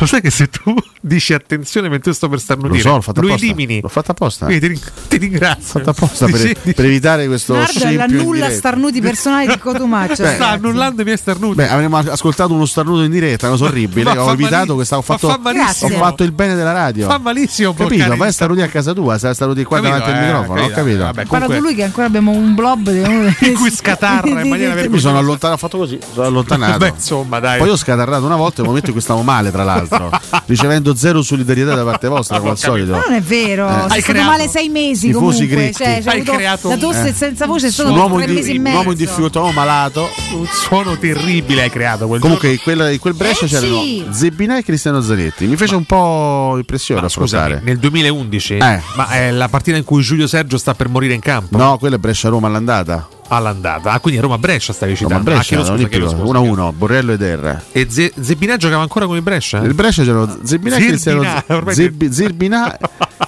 S10: Lo sai che se tu dici attenzione mentre io sto per
S11: Lo
S10: starnutire,
S11: so, l'ho fatto
S10: lo
S11: apposta.
S10: elimini.
S11: L'ho fatto apposta.
S10: Quindi ti, ring- ti ringrazio.
S11: Fatto apposta
S10: [laughs]
S11: per,
S10: Dici-
S11: per evitare questo
S9: Nardo è
S11: scempio
S9: la
S11: in
S9: nulla
S11: diretta.
S9: starnuti personali di Cotumaccio.
S11: Beh,
S9: ragazzi.
S10: annullando i miei starnuti.
S11: Beh, avremmo ascoltato uno starnuto in diretta, una cosa orribile.
S10: [laughs] Ma
S11: ho
S10: fa
S11: evitato
S10: malissimo.
S11: questa, ho
S10: Ma
S11: fatto,
S10: fa
S11: ho
S10: malissimo.
S11: fatto il bene della radio.
S10: Fa malissimo
S11: Capito?
S10: bloccare
S11: Vai
S10: gli
S11: a starnuti a casa tua, sei starnuti qua
S10: Capito,
S11: davanti al
S10: eh,
S11: microfono, ho
S10: capito.
S11: capito.
S10: Vabbè,
S9: Parla di lui che ancora abbiamo un blob di uno dei-
S10: in cui [laughs]
S9: [laughs]
S10: scatarra in maniera
S11: Io mi sono allontanato, ho fatto così, sono allontanato.
S10: Beh, insomma, dai.
S11: Poi ho scatarrato una volta, in un momento in cui stavo male, tra
S10: [laughs]
S11: l'altro, ricevendo zero solidarietà da parte vostra, come al solito.
S9: Ma non è vero,
S11: Eh.
S9: sei
S11: Hai
S9: stato
S11: creato-
S9: male sei mesi comunque.
S11: Tifosi cricchi.
S9: Cioè, c'è
S11: Hai
S9: avuto
S11: creato
S9: la
S11: un-
S9: tosse
S11: eh.
S9: senza voce è stato
S11: un uomo,
S9: Cioè, tre
S11: in,
S9: mesi e
S11: di- un
S9: mezzo.
S11: uomo in difficoltà, un uomo malato.
S10: Un suono terribile hai creato quel
S11: Comunque, in quel, in quel Brescia
S9: Eh,
S11: c'erano
S9: sì.
S11: Zebbina e Cristiano Zanetti. Mi fece un po' impressione ascoltare.
S10: nel 2011,
S11: Eh.
S10: ma è la partita in cui Giulio Sergio sta per morire in campo
S11: No, quella è Brescia-Roma all'andata.
S10: all'andata. Ah, quindi Roma-Brescia stavi
S11: No, ma
S10: citando. Ah,
S11: Brescia,
S10: chiedo scusa, chiedo scusa.
S11: 1-1, Borrello ed Erra.
S10: E Ze- Zebina giocava ancora con il Brescia?
S11: Nel eh. Brescia c'erano Zerbina e Cristiano,
S10: Zerbina, ormai-
S11: Zeb- Zerbina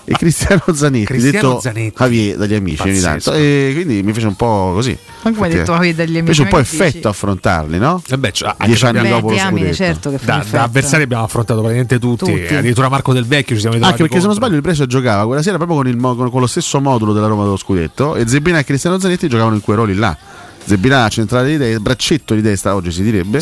S11: e Cristiano Zanetti,
S10: Cristiano
S11: detto
S10: Zanetti.
S11: Javier dagli amici ogni
S10: Pazzesco.
S11: tanto. E quindi mi fece un po' così. eh.
S9: Ma come hai detto Javier dagli amici,
S11: Fece un po'
S9: come dici?
S11: effetto affrontarli, no?
S10: Eh beh, cioè,
S11: Dieci
S10: anche-
S11: anni
S9: Beh,
S11: dopo lo
S9: diamine,
S11: scudetto.
S9: certo che fa
S10: da,
S9: effetto.
S10: da avversari abbiamo affrontato praticamente tutti,
S9: Tutti.
S10: eh, addirittura Marco Del Vecchio ci siamo
S11: Anche
S10: ritrovati
S11: Ah, perché se non
S10: contro.
S11: sbaglio il Brescia giocava quella sera proprio con, il mo- con- con lo stesso modulo della Roma dello scudetto e Zebbina e Cristiano Zanetti giocavano in quei ruoli là. Zebbina centrale di destra, braccetto di destra oggi si direbbe e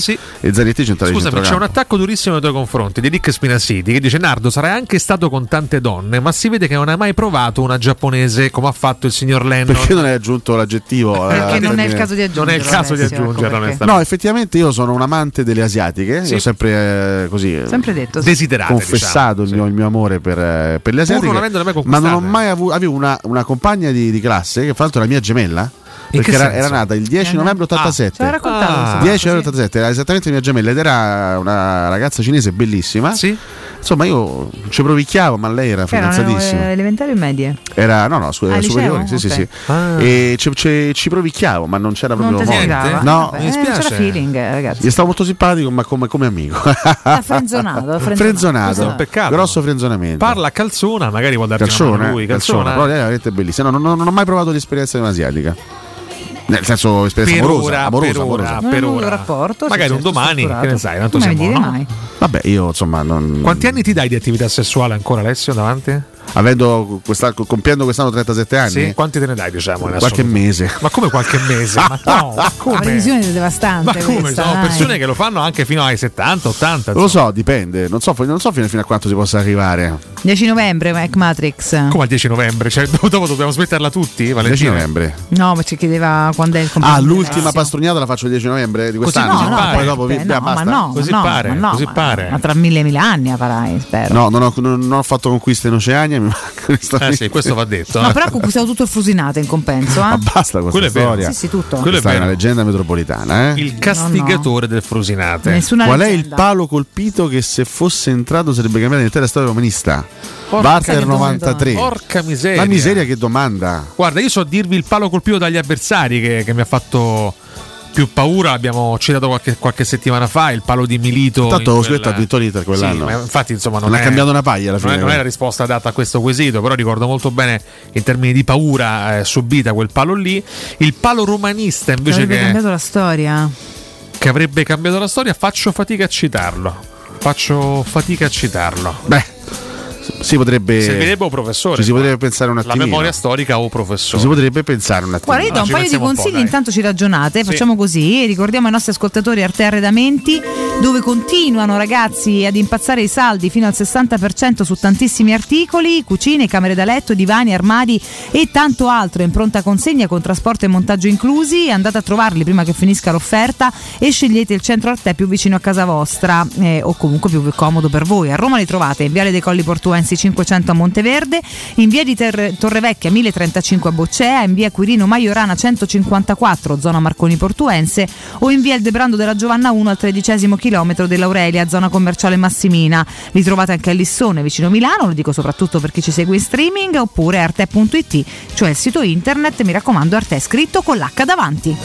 S11: Zanetti centrale di
S10: Scusami, c'è un
S11: centrocampo.
S10: attacco durissimo nei tuoi confronti di Rick Spinasiti che dice Nardo sarà anche stato con tante donne, ma si vede che non hai mai provato una giapponese come ha fatto il signor Lennon.
S11: Perché non hai aggiunto l'aggettivo? eh,
S9: Perché
S11: alla-
S9: non è il caso di
S10: Non è
S9: aggiungere.
S10: il caso di
S9: Alessio, ecco
S10: aggiungerlo,
S9: perché.
S10: onestamente.
S11: No, effettivamente io sono un amante delle asiatiche,
S10: Sì.
S11: io ho sempre eh, così eh,
S9: Sempre detto. sì.
S10: Desiderate,
S11: confessato il, mio, il mio amore per, eh, per le
S10: diciamo. Pur non
S11: asiatiche,
S10: avendole mai
S11: ma non ho
S10: conquistate.
S11: mai avuto, avevo una, una compagna di, di classe che fra l'altro era mia gemella,
S10: In
S11: perché
S10: che
S11: era,
S10: senso?
S11: era nata il 10 novembre
S9: Ce l'ha
S11: 87.
S9: raccontato.
S10: Ah.
S9: insomma,
S11: 10 novembre
S9: così.
S11: 87 era esattamente mia gemella ed era una ragazza cinese bellissima.
S10: Sì.
S11: Insomma, io ci provicchiavo, ma lei era
S9: Che erano
S11: fidanzatissima.
S9: eh, elementari o medie?
S11: Era, no, no, su- eh,
S9: Ah, liceo?
S11: superiore, sì, sì,
S9: Ok.
S11: sì.
S10: Ah.
S11: E ci, ci- ci provicchiavo, ma non c'era
S9: Non
S11: proprio
S9: ti si
S11: modo.
S9: dava?
S11: No,
S9: Vabbè,
S10: mi
S9: eh, non c'era
S10: dispiace.
S9: feeling, eh, ragazzi.
S11: gli stavo molto simpatico, ma come, come amico.
S9: Ah,
S11: [laughs]
S9: frenzonato, frenzonato.
S11: Frenzonato.
S10: Questo è un peccato.
S11: Grosso frenzonamento.
S10: Parla a calzona, magari può darti una mano
S11: calzone,
S10: lui,
S11: eh, calzone,
S10: calzona.
S11: però lei è veramente bellissima. No, non, non ho mai provato l'esperienza di un'asiatica. Nel senso, esperienza
S10: per
S11: amorosa,
S10: ora,
S11: amorosa,
S10: per
S11: amorosa.
S10: ora,
S9: Eh, Non
S10: per
S9: ho nulla
S10: ora.
S9: rapporto, sì,
S10: Magari un
S9: certo,
S10: domani,
S9: strutturato.
S10: che ne sai, tanto
S9: Come
S10: siamo
S9: dire
S10: no?
S9: mai.
S11: Vabbè, io insomma, non-
S10: Quanti anni ti dai di attività sessuale ancora Alessio davanti?
S11: avendo questa- compiendo quest'anno 37 anni,
S10: Sì, quanti te ne dai diciamo in
S11: qualche
S10: assoluto?
S11: mese.
S10: Ma come qualche mese? Ma
S9: [laughs]
S10: no, ma
S9: Una
S10: Ah, come?
S9: previsione devastante.
S10: Ma come?
S9: questa,
S10: Sono
S9: dai.
S10: persone che lo fanno anche fino ai 70, 80.
S9: Oh,
S11: Non lo so, dipende. Non so, non so fino, fino a quanto si possa arrivare.
S9: 10 novembre, Mac Matrix.
S10: Come al 10 novembre? Cioè, [laughs] do- dopo dobbiamo smetterla tutti,
S11: 10
S10: Valentina?
S11: novembre.
S9: No, ma ci chiedeva quando è il
S11: Ah,
S9: compleanno. di
S11: l'ultima
S9: Alessio.
S11: pastrugnata la faccio il 10 novembre di
S10: Così
S11: quest'anno. Ah,
S10: no, no,
S11: poi
S10: pare.
S11: dopo vi-
S9: Beh, Eh, no,
S11: basta.
S9: ma no,
S10: Così
S9: ma no,
S10: pare,
S9: ma no,
S10: così
S9: ma-
S10: pare.
S9: Ma tra mille e mille anni la farai, spero.
S11: No, non ho, non- non ho fatto conquiste in Oceania. Mi
S10: [laughs]
S11: manca
S10: Eh sì, questo
S11: [laughs]
S10: va detto.
S9: No,
S10: eh.
S9: però accusiamo tutto il fusinato in compenso.
S11: Ma
S9: Eh?
S11: basta con questa
S10: Quello è vero.
S11: storia.
S9: Sì, sì, tutto.
S10: Quello è
S11: Questa è,
S10: vero.
S11: una leggenda metropolitana, eh?
S10: Il castigatore del Frusinate.
S9: Nessuna
S11: Qual è il
S9: leggenda.
S11: palo colpito che se fosse entrato sarebbe cambiato l'intera storia romanista? Barter
S9: che
S11: 93.
S10: Porca miseria.
S11: La miseria che domanda.
S10: Guarda, io so dirvi il palo colpito dagli avversari che, che mi ha fatto più paura. Abbiamo citato qualche, qualche settimana fa il palo di Milito.
S11: Tanto
S10: in
S11: lo
S10: quella-
S11: scudetto ha vinto l'Inter
S10: Sì,
S11: quell'anno.
S10: ma infatti, insomma, non,
S11: non ha
S10: è-
S11: cambiato una paglia alla
S10: non è,
S11: fine.
S10: non è la risposta data a questo quesito, però ricordo molto bene in termini di paura eh, subita quel palo lì. Il palo romanista invece
S9: Avrebbe
S10: che,
S9: cambiato la storia.
S10: che avrebbe cambiato la storia, faccio fatica a citarlo. Faccio fatica a citarlo.
S11: Beh, si potrebbe.
S10: Servirebbe un professore.
S11: Eh, ci si
S10: qua.
S11: potrebbe pensare un
S10: La
S11: attimino.
S10: memoria storica o
S11: Ci si
S10: professore.
S11: potrebbe pensare un attimo.
S9: Guarda, io do
S10: No,
S9: un
S10: ci
S9: paio di
S10: pensiamo un po',
S9: consigli,
S10: dai.
S9: intanto ci ragionate,
S10: Sì.
S9: facciamo così, ricordiamo ai nostri ascoltatori Arte Arredamenti dove continuano ragazzi ad impazzare i saldi fino al 60% su tantissimi articoli, cucine, camere da letto, divani, armadi e tanto altro in pronta consegna con trasporto e montaggio inclusi. Andate a trovarli prima che finisca l'offerta e scegliete il centro Arte più vicino a casa vostra eh, o comunque più comodo per voi. A Roma li trovate in Viale dei Colli Portuensi 500 a Monteverde, in Via di Ter- Torrevecchia 1035 a Boccea, in Via Quirino Maiorana 154 zona Marconi Portuense o in Via Eldebrando della Giovanna 1 al tredicesimo chilometro dell'Aurelia, zona commerciale Massimina. Li trovate anche a Lissone, vicino Milano, lo dico soprattutto per chi ci segue in streaming, oppure arte.it, cioè il sito internet, mi raccomando, arte è scritto con l'H davanti.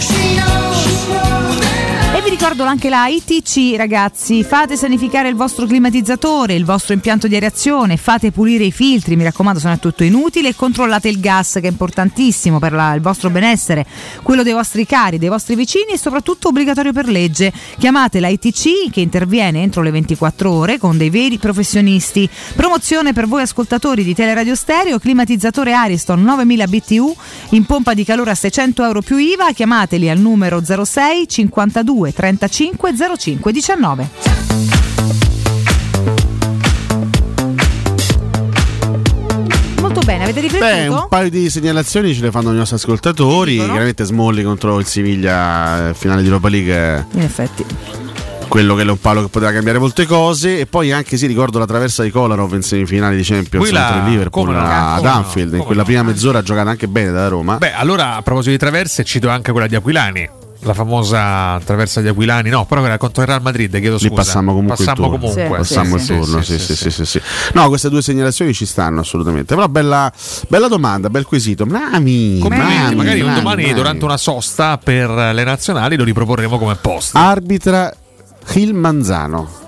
S9: E vi ricordo anche la ITC ragazzi, fate sanificare il vostro climatizzatore, il vostro impianto di areazione, fate pulire i filtri, mi raccomando sono a tutto inutile e controllate il gas che è importantissimo per la- il vostro benessere, quello dei vostri cari, dei vostri vicini e soprattutto obbligatorio per legge. Chiamate la ITC che interviene entro le 24 ore con dei veri professionisti. Promozione per voi ascoltatori di Teleradio Stereo, climatizzatore Ariston 9000 BTU in pompa di calore a 600 euro più IVA, chiamateli al numero 06 52 35 05 19. Molto bene, avete
S11: Beh, un
S9: riflettuto?
S11: paio di segnalazioni ce le fanno i nostri ascoltatori. Chiaramente Smolli contro il Siviglia, eh, finale di Europa League. eh,
S9: In effetti.
S11: Quello che è un palo che poteva cambiare molte cose. E poi anche sì, ricordo la traversa di Kolarov in semifinale di Champions
S10: Quella-
S11: contro il Liverpool
S10: come no,
S11: a- ad
S10: come no,
S11: Anfield. in quella prima mezz'ora ha giocato anche bene da Roma.
S10: Beh, allora a proposito di traverse, cito anche quella di Aquilani. La famosa traversa di Aquilani, no, però era contro il Real Madrid, chiedo scusa.
S11: Lì passammo comunque
S10: Passammo
S11: il turno.
S10: comunque.
S11: Passammo il turno, sì, sì, sì, sì, sì. No, queste due segnalazioni ci stanno assolutamente. Però bella, bella domanda, bel quesito. Mami,
S10: Complimenti,
S11: mami,
S10: magari un
S11: mami,
S10: domani
S11: mami.
S10: durante una sosta per le nazionali lo riproporremo come post.
S11: Ah. Arbitra Gil Manzano.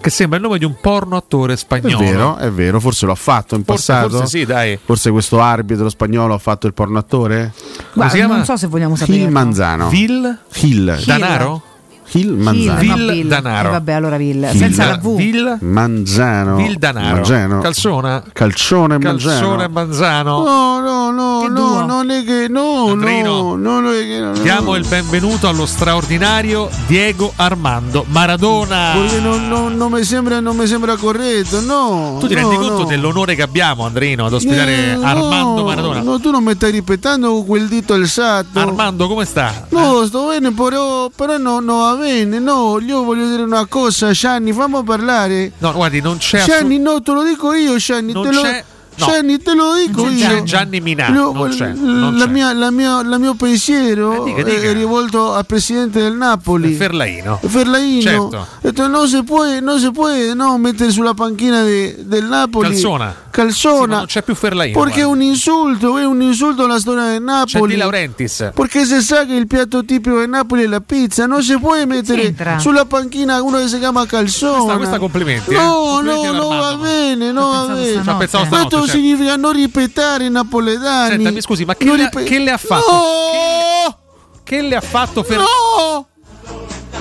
S10: Che sembra il nome di un porno attore
S11: È
S10: spagnolo.
S11: vero, è vero, forse lo ha fatto in
S10: Forse-
S11: passato.
S10: forse sì, dai.
S11: Forse questo arbitro spagnolo ha fatto il porno attore?
S9: Guarda, non so se vogliamo sapere.
S11: Gil Manzano.
S10: Vil?
S11: Gil.
S10: Danaro?
S11: Gil Manzano.
S9: Danaro. Eh, vabbè, allora Vil.
S11: Vil.
S9: Senza la V.
S11: Manzano.
S10: Vil Danaro.
S11: Manzano.
S10: Calzona?
S11: Calcione Manzano.
S10: Calzone e Manzano.
S11: No, no, no, no, non è che no,
S10: Andrino.
S11: no, no, no, è che no, no.
S10: Diamo il benvenuto allo straordinario Diego Armando Maradona.
S11: Perché non, non- non mi sembra, non mi sembra corretto, no.
S10: Tu ti
S11: no,
S10: rendi
S11: no.
S10: conto dell'onore che abbiamo, Andrino, ad ospitare
S11: Eh, no,
S10: Armando Maradona?
S11: No, tu non mi stai ripetendo quel dito alzato.
S10: Armando, come sta?
S11: No, sto bene, però, però no, no va bene. No, io voglio dire una cosa, Gianni, fammi parlare.
S10: No, guardi, non c'è
S11: Gianni,
S10: assolut-
S11: no, te lo dico io, Gianni.
S10: Non
S11: te lo,
S10: c'è- no.
S11: Gianni, te lo dico
S10: non
S11: io.
S10: c'è Gianni Minà,
S11: Lo-
S10: non c'è. non
S11: La
S10: c'è.
S11: mia, la mia, la mio pensiero
S10: Eh, dica, dica. Eh,
S11: è rivolto al presidente del Napoli.
S10: Ferlaino.
S11: Ferlaino.
S10: Certo.
S11: Ho detto, non si può, non si può no, mettere sulla panchina de- del Napoli.
S10: Calzona.
S11: Calzona.
S10: Sì, ma non c'è più Ferlaino.
S11: Perché è un
S10: guarda.
S11: insulto, è un insulto alla storia del
S10: c'è
S11: Napoli.
S10: Di Laurentiis.
S11: Perché si sa che il piatto tipico del Napoli è la pizza, non si può mettere
S10: c'entra?
S11: sulla panchina uno che si chiama calzone.
S10: Questa, questa complimenti.
S11: No,
S10: eh.
S11: no,
S10: Complimenti
S11: no, va
S10: all'Armando.
S11: bene, no, va bene.
S10: Ci ha pensato stanotte,
S11: Questo
S10: certo.
S11: significa non ripetere i napoletani.
S10: Senta, mi scusi, ma che,
S11: Non
S10: le,
S11: ripe-
S10: che le ha fatto?
S11: No!
S10: Che le ha fatto Fer-
S11: No!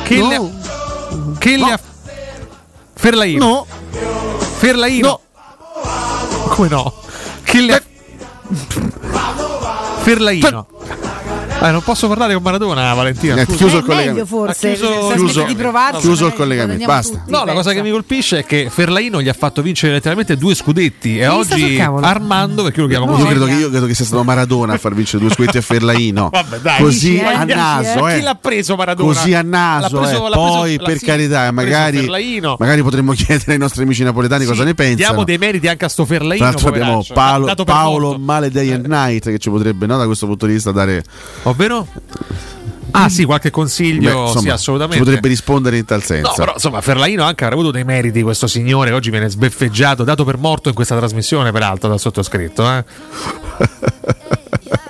S10: Che le ha... Che le ha... Ferlaino.
S11: No.
S10: Ferlaino. Come no? Che le ha...
S11: Eh.
S10: Ferlaino. Eh, non posso parlare con Maradona, Valentina.
S11: Cioè- Eh,
S10: scusa.
S11: chiuso il
S9: È meglio
S11: collegamento.
S9: forse,
S10: Ha chiuso-
S9: se
S10: chiuso-
S9: smetti di provarci,
S11: chiuso il
S9: magari
S11: collegamento,
S9: guadagniamo
S11: basta.
S9: tutti,
S10: No, la cosa che mi colpisce è che Ferlaino gli ha fatto vincere letteralmente due scudetti e
S11: sta sul
S10: oggi
S11: cavolo.
S10: Armando, perché lo chiama
S11: Io
S10: così,
S11: credo, che, io credo che sia stato Maradona a far vincere due squetti a Ferlaino.
S10: [laughs] Vabbè, dai.
S11: Così
S10: Dici, eh?
S11: a naso,
S10: Ma
S11: eh.
S10: Chi l'ha preso Maradona?
S11: Così a naso,
S10: L'ha preso-
S11: eh.
S10: l'ha preso-
S11: poi
S10: l'ha-
S11: per
S10: sì,
S11: carità,
S10: l'ha preso
S11: magari,
S10: Ferlaino.
S11: magari potremmo [laughs] chiedere ai nostri amici napoletani cosa ne
S10: Diamo
S11: pensano.
S10: dei meriti anche a sto
S11: Tra
S10: Ferlaino.
S11: l'altro abbiamo
S10: poveraccio.
S11: Paolo,
S10: Dato per Eh.
S11: Paolo Maledei and Night che ci potrebbe no, da questo punto di vista dare Mm.
S10: Ovvero? Ah sì, qualche consiglio,
S11: Beh, insomma,
S10: sì, assolutamente.
S11: ci potrebbe rispondere in tal senso.
S10: No, però insomma, Ferlaino anche avrà avuto dei meriti questo signore, oggi viene sbeffeggiato, dato per morto in questa trasmissione, peraltro, dal sottoscritto.
S11: [laughs]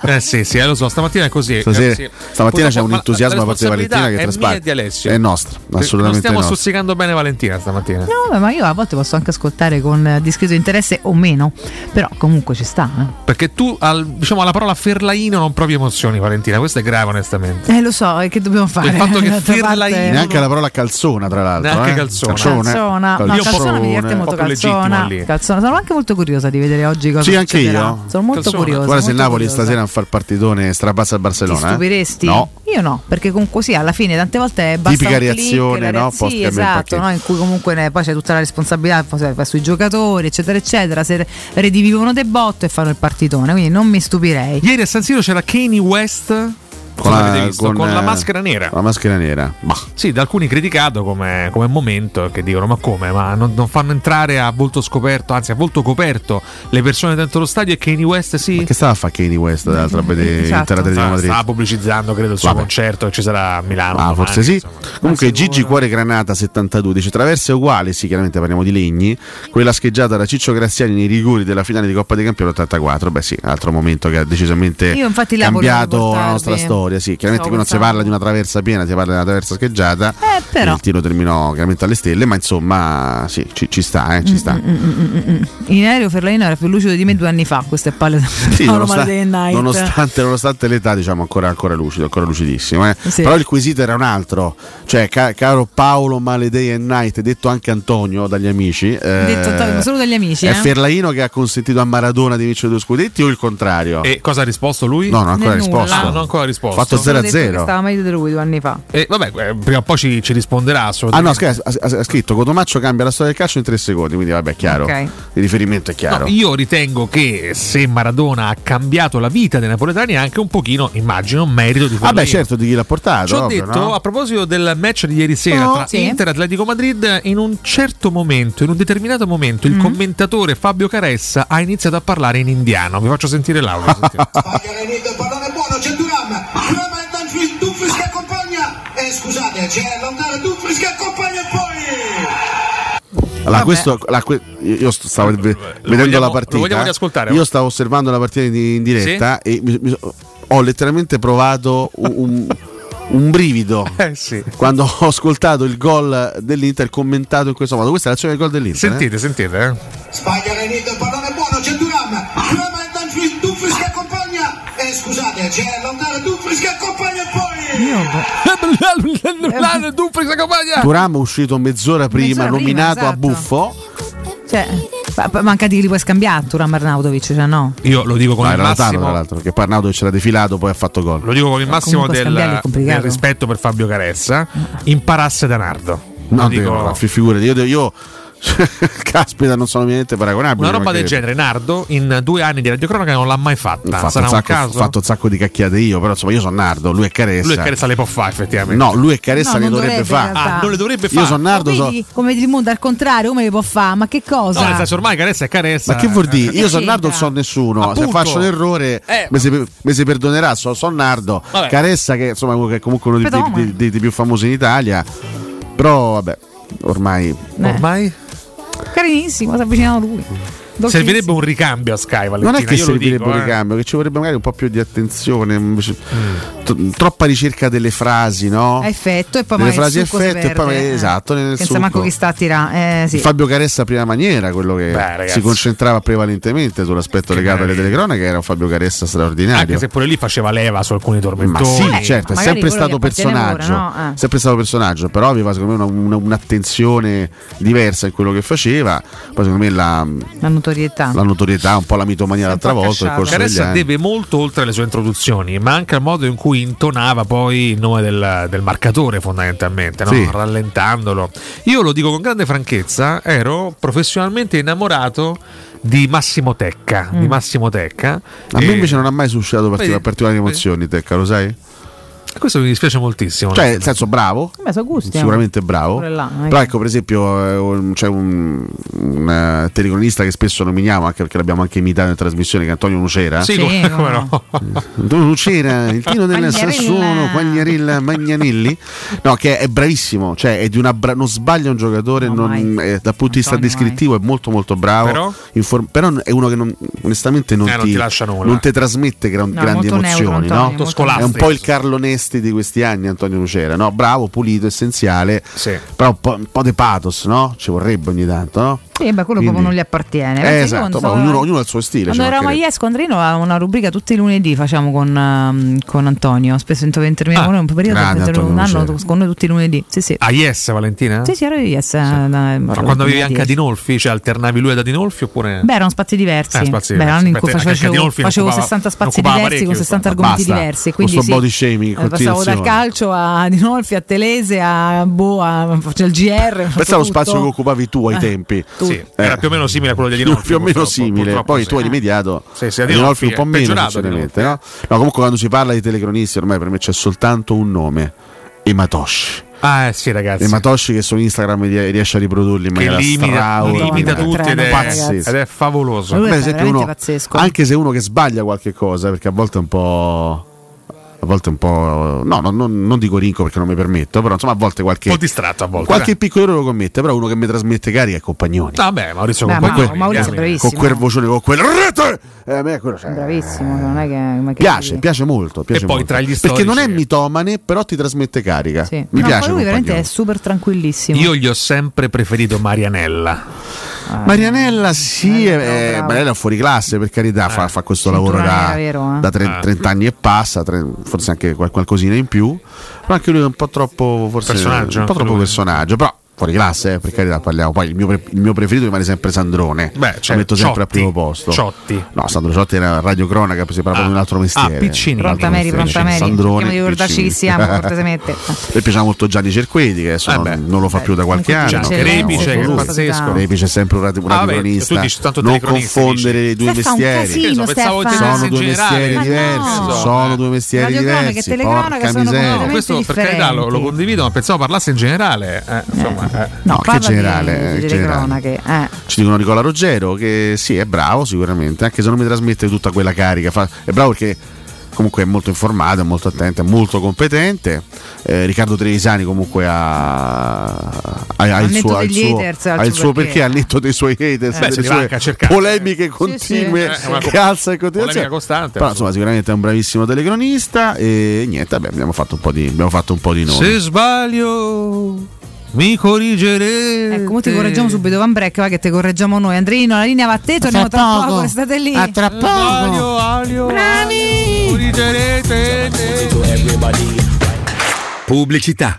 S10: Eh, eh sì, sì, eh, lo so, stamattina è così.
S11: Stasera-
S10: eh, sì.
S11: stamattina c'è
S10: Purtroppo,
S11: un
S10: ma
S11: entusiasmo
S10: la
S11: da parte di
S10: responsabilità
S11: Valentina che
S10: è
S11: traspare.
S10: mia e di Alessio.
S11: È nostra,
S10: Non
S11: assolutamente
S10: stiamo
S11: nostra.
S10: stuzzicando bene Valentina stamattina.
S9: No, vabbè, ma io a volte posso anche ascoltare con eh, discreto interesse o meno, però comunque ci sta. eh.
S10: Perché tu al- diciamo alla parola Ferlaino non provi emozioni, Valentina. Questo è grave, onestamente.
S9: Eh, lo so, eh, che dobbiamo fare?
S10: Il
S9: [laughs]
S10: fatto che
S9: D'altra
S10: Firla
S9: parte-
S10: in-
S11: Neanche la parola calzona, tra l'altro.
S10: Neanche
S11: eh.
S10: calzona.
S9: Calzona, no, calzona mi diverte molto calzona, calzona. Sono anche molto curiosa di vedere oggi cosa
S11: Sì, anche
S9: succederà.
S11: io.
S9: Sono molto curiosa.
S11: Guarda se il
S9: molto
S11: Napoli
S9: curiosa.
S11: stasera non fa il partitone strapassa al
S9: Ti
S11: Barcellona. eh.
S9: stupiresti?
S11: No.
S9: Io no, perché comunque sì, alla fine tante volte basta
S11: Tipica
S9: un click,
S11: reazione,
S9: la
S11: no?
S9: Sì,
S11: Post-game
S9: esatto,
S11: impact.
S9: no? in cui comunque ne- poi c'è tutta la responsabilità poi se- sui giocatori, eccetera, eccetera. Se redivivono dei botto e fanno il partitone, quindi non mi stupirei.
S10: Ieri a San Siro c'era Kanye West
S11: Con eh,
S10: l'avete
S11: la,
S10: visto? Con eh, la maschera nera.
S11: La maschera nera. Ma
S10: Sì, da alcuni criticato come, come momento che dicono ma come? Ma non, non fanno entrare a volto scoperto, anzi a volto coperto le persone dentro lo stadio e Kanye West sì.
S11: che stava a fare Kanye West dall'altra
S9: Mm,
S11: a vedere
S10: Esatto.
S11: l'intera Atletico
S10: Sta-
S11: Madrid?
S10: stava pubblicizzando credo il suo concerto che ci sarà a Milano.
S11: Ah,
S10: domani,
S11: forse sì.
S10: insomma.
S11: Comunque Gigi Cuore Granata 72 dice traverse uguali, sì, chiaramente parliamo di legni, quella scheggiata da Ciccio Graziani nei rigori della finale di Coppa dei Campioni 84, beh sì, altro momento che ha decisamente
S9: Io infatti la volevo
S11: cambiato la
S9: portarvi.
S11: nostra storia, sì,
S9: Stavo
S11: chiaramente qui non si
S9: pensando.
S11: parla di una traversa piena, si parla di una traversa scheggiata.
S9: Eh, però.
S11: Il tiro terminò chiaramente alle stelle, ma insomma, sì, ci, ci sta, eh, ci sta.
S9: Mm, mm, mm, mm, mm. In aereo Ferlaino era più lucido di me due anni fa, queste palle da
S11: Sì,
S9: Paolo
S11: nonostan-
S9: Maledetto Night.
S11: nonostante, nonostante l'età, diciamo ancora, ancora lucido, ancora lucidissimo. eh.
S9: Sì.
S11: Però il quesito era un altro, cioè, ca- caro Paolo Maledei and Night, detto anche Antonio dagli amici, eh,
S9: Detto Ottavio, ma solo dagli amici.
S11: è
S9: eh.
S11: Ferlaino che ha consentito a Maradona di vincere due scudetti o il contrario?
S10: E cosa ha risposto lui?
S11: No, non ha ancora
S9: Né nulla.
S11: risposto.
S10: Ah, non ha ancora risposto.
S11: Fatto
S9: Sono detto che
S11: 0-0.
S9: Stava meglio di lui due anni fa.
S10: E vabbè, eh, prima o poi ci, ci risponderà
S11: Ah
S10: assolutamente.
S11: no, scherzo, ha, ha- ha scritto Cotomaccio cambia la storia del calcio in tre secondi, quindi vabbè, è chiaro.
S10: Ok.
S11: Il riferimento è chiaro.
S10: No, io ritengo che se Maradona ha cambiato la vita dei napoletani è anche un pochino, immagino, merito di Ferlaino.
S11: Vabbè, certo, di chi l'ha portato.
S10: Ci ho
S11: ovvio,
S10: detto
S11: no?
S10: a proposito del match di ieri sera
S11: Oh,
S10: tra
S11: sì.
S10: Inter e Atletico Madrid, in un certo momento, in un determinato momento,
S11: Mm.
S10: il commentatore Fabio Caressa ha iniziato a parlare in indiano. Vi faccio sentire l'audio. sentite.
S11: [laughs]
S4: Dumfries che accompagna eh, scusate c'è lontano Dumfries che accompagna e poi
S11: Allora, questo, la- que- io sto- stavo ve- vedendo
S10: vogliamo-
S11: la
S10: lo
S11: partita.
S10: vogliamo riascoltare?
S11: Io stavo osservando la partita in, in diretta e mi- mi- ho letteralmente provato un, un- un
S10: [laughs]
S11: brivido.
S10: Eh,
S11: Quando ho ascoltato il gol dell'Inter commentato in questo modo. Questa è l'azione del gol dell'Inter. eh?
S10: Sentite, sentite. eh.
S4: sbaglia Renito il pallone è buono c'è Duram Duram e Dumfries, Dumfries che accompagna eh, scusate c'è lontano Dumfries che accompagna e poi
S10: Dumfries che accompagna
S11: Turam è uscito mezz'ora prima,
S9: Mezz'ora prima,
S11: nominato a
S9: esatto.
S11: buffo.
S9: Cioè, ma- ma manca di che li puoi scambiare, Turam Arnautovic, cioè no.
S10: Io lo dico con
S11: No,
S10: il
S11: era Lautaro,
S10: massimo-
S11: tra l'altro, che Parnaudo c'era defilato, poi ha fatto gol.
S10: Lo dico con il massimo
S11: Comunque
S10: del,
S11: scambiarli è complicato. Mm.
S10: del rispetto per Fabio Caressa. Imparasse da Nardo. Lo
S11: No,
S10: dico-
S11: dico... no, fi- figurati, io, io [laughs] caspita, non sono niente paragonabile.
S10: Una roba
S11: perché-
S10: del genere, Nardo, in due anni di radiocronaca non l'ha mai fatta.
S11: Ho fatto,
S10: Sarà
S11: un
S10: un
S11: sacco,
S10: caso?
S11: ho fatto un sacco di cacchiate io, però insomma io sono Nardo, lui è Caressa.
S10: Lui e Caressa le può fare, effettivamente.
S11: No, lui e Caressa
S9: No,
S11: le
S9: non
S11: dovrebbe,
S9: dovrebbe,
S11: fare.
S9: in realtà. Ah, non le
S10: dovrebbe
S11: Io
S10: fare.
S11: sono Nardo, so-
S9: Vedi come il mondo al contrario, come li può fare? Ma che cosa?
S11: Esatto.
S10: No, nel senso ormai Caressa è Caressa.
S11: ma che vuol dire?
S10: Eh,
S11: Io
S10: sì.
S11: sono Nardo, non
S9: esatto.
S11: so nessuno. Se
S10: Appunto.
S11: faccio un errore,
S10: Eh.
S11: mi, si, mi si perdonerà. So- Sono Nardo,
S10: Vabbè.
S11: Caressa, che insomma che è comunque uno dei, dei-
S10: Pedome.
S11: dei- dei- dei più famosi in Italia. Però vabbè, ormai.
S9: Eh.
S10: Ormai? esatto.
S9: Carinissimo, si avvicinano a lui. Dolcissimo.
S10: Servirebbe un ricambio a Sky Valentina.
S11: Non è che
S10: io lo
S11: servirebbe
S10: dico,
S11: un
S10: eh.
S11: ricambio, che ci vorrebbe magari un po' più di attenzione, invece-
S10: Mm.
S11: t- troppa ricerca delle frasi, no?
S9: A effetto e Eh, poi
S11: Delle
S9: magari il
S11: frasi a
S9: succo si
S11: effetto e poi
S9: perde,
S11: magari-
S9: eh.
S11: esatto, nel
S9: Senza
S11: succo.
S9: manco chi sta a tirare. Eh, sì.
S11: Fabio Caressa prima maniera, quello che
S10: ragazzi.
S11: si concentrava prevalentemente sull'aspetto legato alle telecronache, era un Fabio Caressa straordinario.
S10: Anche se pure lì faceva leva su alcuni
S11: Ma
S10: tormentoni.
S11: sì, certo, è sempre stato personaggio,
S9: no? Eh.
S11: sempre stato personaggio, però aveva secondo me una- una- un'attenzione diversa in quello che faceva, poi secondo me la,
S9: La notorietà.
S11: la notorietà, un po' la mitomania l'altra volta, nel corso degli
S10: Caressa
S11: anni.
S10: deve molto oltre alle sue introduzioni, ma anche al modo in cui intonava poi il nome del, del marcatore, fondamentalmente, no?
S11: Sì.
S10: rallentandolo. Io lo dico con grande franchezza: ero professionalmente innamorato di Massimo Tecca.
S9: Mm.
S10: Di Massimo Tecca.
S11: A
S10: E
S11: me invece non ha mai suscitato partic-
S10: Vedi,
S11: particolari
S10: vedi.
S11: emozioni, Tecca, lo sai?
S10: Questo mi dispiace moltissimo.
S11: Cioè, nel senso, bravo,
S9: Beh, sono gusti. eh.
S11: sicuramente bravo.
S9: Pure là,
S10: eh.
S9: eh. non è
S11: Però
S9: che-
S11: ecco, per esempio, eh, un- c'è un, un, eh, telecronista che spesso nominiamo, anche perché l'abbiamo anche imitato in trasmissione, che è Antonio Nucera.
S10: Sì, come- come no.
S11: Antonio Nucera, il tiro del
S10: Quagliarella.
S11: Sassuolo, Quagliarella, Magnanelli. No, che è bravissimo, cioè è di una bra- non sbaglia un giocatore, non- eh, dal punto di vista descrittivo è molto molto bravo.
S10: Però?
S11: Inform- però è uno che non- onestamente non,
S10: Eh, non ti lascia nulla.
S11: non ti trasmette gran-
S10: No,
S11: grandi
S10: molto neutro,
S11: emozioni.
S10: Antonio,
S11: no?
S10: molto scolastico.
S11: È un po' il Carlo Nesti di questi anni, Antonio Nucera. No? Bravo, pulito, essenziale. Però un po', un po' di pathos, no? Ci vorrebbe ogni tanto, no?
S9: Sì, beh, quello
S11: Quindi-
S9: proprio non gli appartiene.
S11: Eh,
S9: Perché io
S11: esatto,
S9: quando
S11: ma
S9: stavo-
S11: ognuno, ognuno ha il suo stile. ci
S9: Quando eravamo a
S11: mancherebbe.
S9: Iesco, Andrino aveva una rubrica tutti i lunedì, facciamo con, ehm, con Antonio, spesso inter- interveniamo con lui, un periodo
S10: grande
S9: interveniamo un
S10: Antonio
S9: anno
S10: Lucero.
S9: con noi tutti i lunedì. Sì, sì.
S10: Ah, yes, Valentina?
S9: Sì, sì, ero io, yes, eh, da-
S10: Ma quando avevi
S9: lunedì.
S10: anche Adinolfi, cioè alternavi lui ad Adinolfi oppure.
S9: Beh, erano spazi diversi.
S10: Eh, spazi
S9: Beh, erano
S10: diversi.
S9: in cui
S10: Perché anche
S9: facevo,
S10: Adinolfi ne
S9: facevo
S10: occupava-
S9: 60
S10: ne
S9: spazi
S10: occupava
S9: diversi con
S10: parecchio,
S9: 60
S10: insomma.
S9: argomenti
S10: Basta,
S9: diversi.
S10: con
S9: Quindi
S10: sto
S9: sì,
S10: body shaming
S9: è passavo dal
S11: continuazione.
S9: calcio a Dinolfi, a Telese, a Boa, c'è il GR.
S11: Pensavo allo spazio che occupavi tu ai
S9: Eh,
S11: tempi.
S10: Sì, era più o meno simile a quello degli Dinolfi.
S11: Più o meno
S10: purtroppo,
S11: simile,
S10: purtroppo
S11: poi
S10: sì.
S11: tu hai rimediato.
S10: Sì, sì, a
S11: Di Nolfi
S10: Dinolfi
S11: un po'
S10: è
S11: meno,
S10: peggiorato,
S11: sinceramente.
S10: Dinolfi,
S11: No? No, comunque quando si parla di telecronisti, ormai per me c'è soltanto un nome: Ematoshi.
S10: Ah, eh, sì, ragazzi.
S11: E Matosci che su Instagram rie- riesce a riprodurli in
S10: Che
S11: maniera
S10: limita,
S11: straordinaria.
S10: limita tutti ed è,
S11: Pazzesco.
S10: ed è favoloso.
S11: Per esempio uno- Anche se uno che sbaglia qualche cosa, perché a volte è un po'. A volte è un po'. No, no, non, non dico rinco perché non mi permetto, però insomma a volte qualche.
S10: Un po' distratto a volte,
S11: Qualche
S10: eh.
S11: piccolo errore lo commette, però uno che mi trasmette carica è Compagnoni.
S10: Vabbè, Maurizio
S9: Beh,
S11: Con
S10: Compagnoni.
S11: quel-
S9: Maurizio è bravissimo.
S11: Con quel vocione, con quel. Rete! Eh, a me quello c'è.
S9: Bravissimo, non è che... Eh, ma che
S11: Piace, piace molto. Piace
S10: E poi
S11: molto.
S10: tra gli
S11: Perché
S10: storici-
S11: non è mitomane, però ti trasmette carica.
S9: Sì.
S11: Mi
S9: No,
S11: piace.
S9: poi lui veramente è
S11: Compagnoni.
S9: super tranquillissimo.
S10: Io gli ho sempre preferito Marianella.
S9: Ah.
S11: Marianella sì, è- è, Marianella è fuori classe per carità, fa, fa questo lavoro da,
S9: era vero, eh.
S11: da
S10: Ah.
S11: tre- 30 anni e passa, tre- forse anche qual- qualcosina in più, però anche lui è un po' troppo, forse,
S10: Personaggio,
S11: un po' troppo
S10: lui.
S11: personaggio, però fuori classe eh, per carità parliamo, poi il mio, pre- il mio preferito rimane sempre Sandrone,
S10: Beh, cioè,
S11: lo metto sempre al
S10: Ciotti,
S11: primo posto.
S10: Ciotti. Ah.
S11: No, Sandro Ciotti era Radio Cronaca, si parla proprio di un altro mestiere.
S10: Piccini.
S11: Un altro
S9: Pronta Mary,
S11: mestiere.
S9: pronta Mary.
S11: Sandrone,
S9: Cerchiamo di ricordarci chi
S11: Piccini.
S9: siamo, cortesemente.
S11: Mi piaceva molto Gianni Cerqueti, che
S10: Eh
S11: adesso non, non lo fa più da
S9: Eh,
S11: qualche anno.
S10: Gianni
S11: però-
S10: Rebice, che è
S11: Lui.
S10: pazzesco.
S11: Rebice è sempre un, rat- un
S10: Ah, vabbè,
S11: radiocronista.
S10: tu dici tanto
S11: non
S10: telecronista,
S11: confondere i due
S9: Stefano, un
S11: mestieri.
S9: casino, Che ne so, pensavo Stefano. telecronista
S11: sono
S9: in
S11: due
S9: generale.
S11: mestieri
S9: Ma
S11: diversi.
S9: no.
S11: Sono due mestieri
S9: Radiocronaca e
S11: diversi.
S9: telecronaca
S11: Porca
S9: sono
S11: miseria.
S9: completamente
S10: Questo per carità lo, lo condivido, ma pensavo parlasse in generale. eh, insomma, eh.
S11: No, che
S9: parla di-
S11: generale,
S9: di
S11: eh,
S9: delle
S11: generale.
S9: cronache, eh.
S11: Ci dicono Nicola Ruggero che sì, è bravo sicuramente, anche se non mi trasmette tutta quella carica. fa- è bravo perché comunque è molto informato, è molto attento, è molto competente. Eh, Riccardo Trevisani comunque ha, ha- ha
S9: Al
S11: il
S9: netto
S11: suo, ha il
S9: degli
S11: suo-
S9: haters, al
S11: ha il
S9: suo
S11: suo
S9: perché.
S11: perché, al netto dei suoi haters,
S10: Eh, se
S11: delle
S10: li va
S11: sue
S10: anche a cercare.
S11: polemiche continue
S10: sì. Eh, è una
S11: che
S10: co-
S11: alza in continuazione.
S10: polemica costante,
S11: Però insomma sicuramente è un bravissimo telecronista e niente, vabbè, abbiamo fatto un po' di, abbiamo fatto un po' di nomi.
S10: Se sbaglio, mi corrigerete.
S9: Ecco, mo ti correggiamo subito, Van Breck, va che te correggiamo noi. Andrino, la linea va a te, torniamo tra poco, state lì. A tra poco.
S10: Alio, alio, alio, corrigerete.
S14: Pubblicità.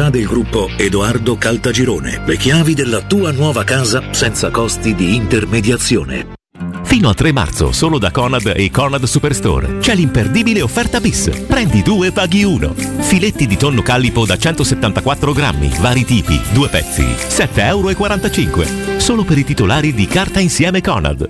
S14: del gruppo Edoardo Caltagirone. Le chiavi della tua nuova casa senza costi di intermediazione.
S45: Fino a 3 marzo solo da Conad e Conad Superstore. C'è l'imperdibile offerta bis. Prendi due e paghi uno. Filetti di tonno callipo da 174 grammi, vari tipi, due pezzi, 7,45 euro. Solo per i titolari di Carta Insieme Conad.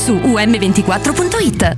S32: su um24.it.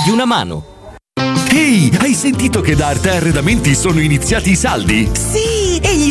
S38: di una mano.
S34: Ehi, hai sentito che da Arte Arredamenti sono iniziati i saldi?
S3: Sì, e gli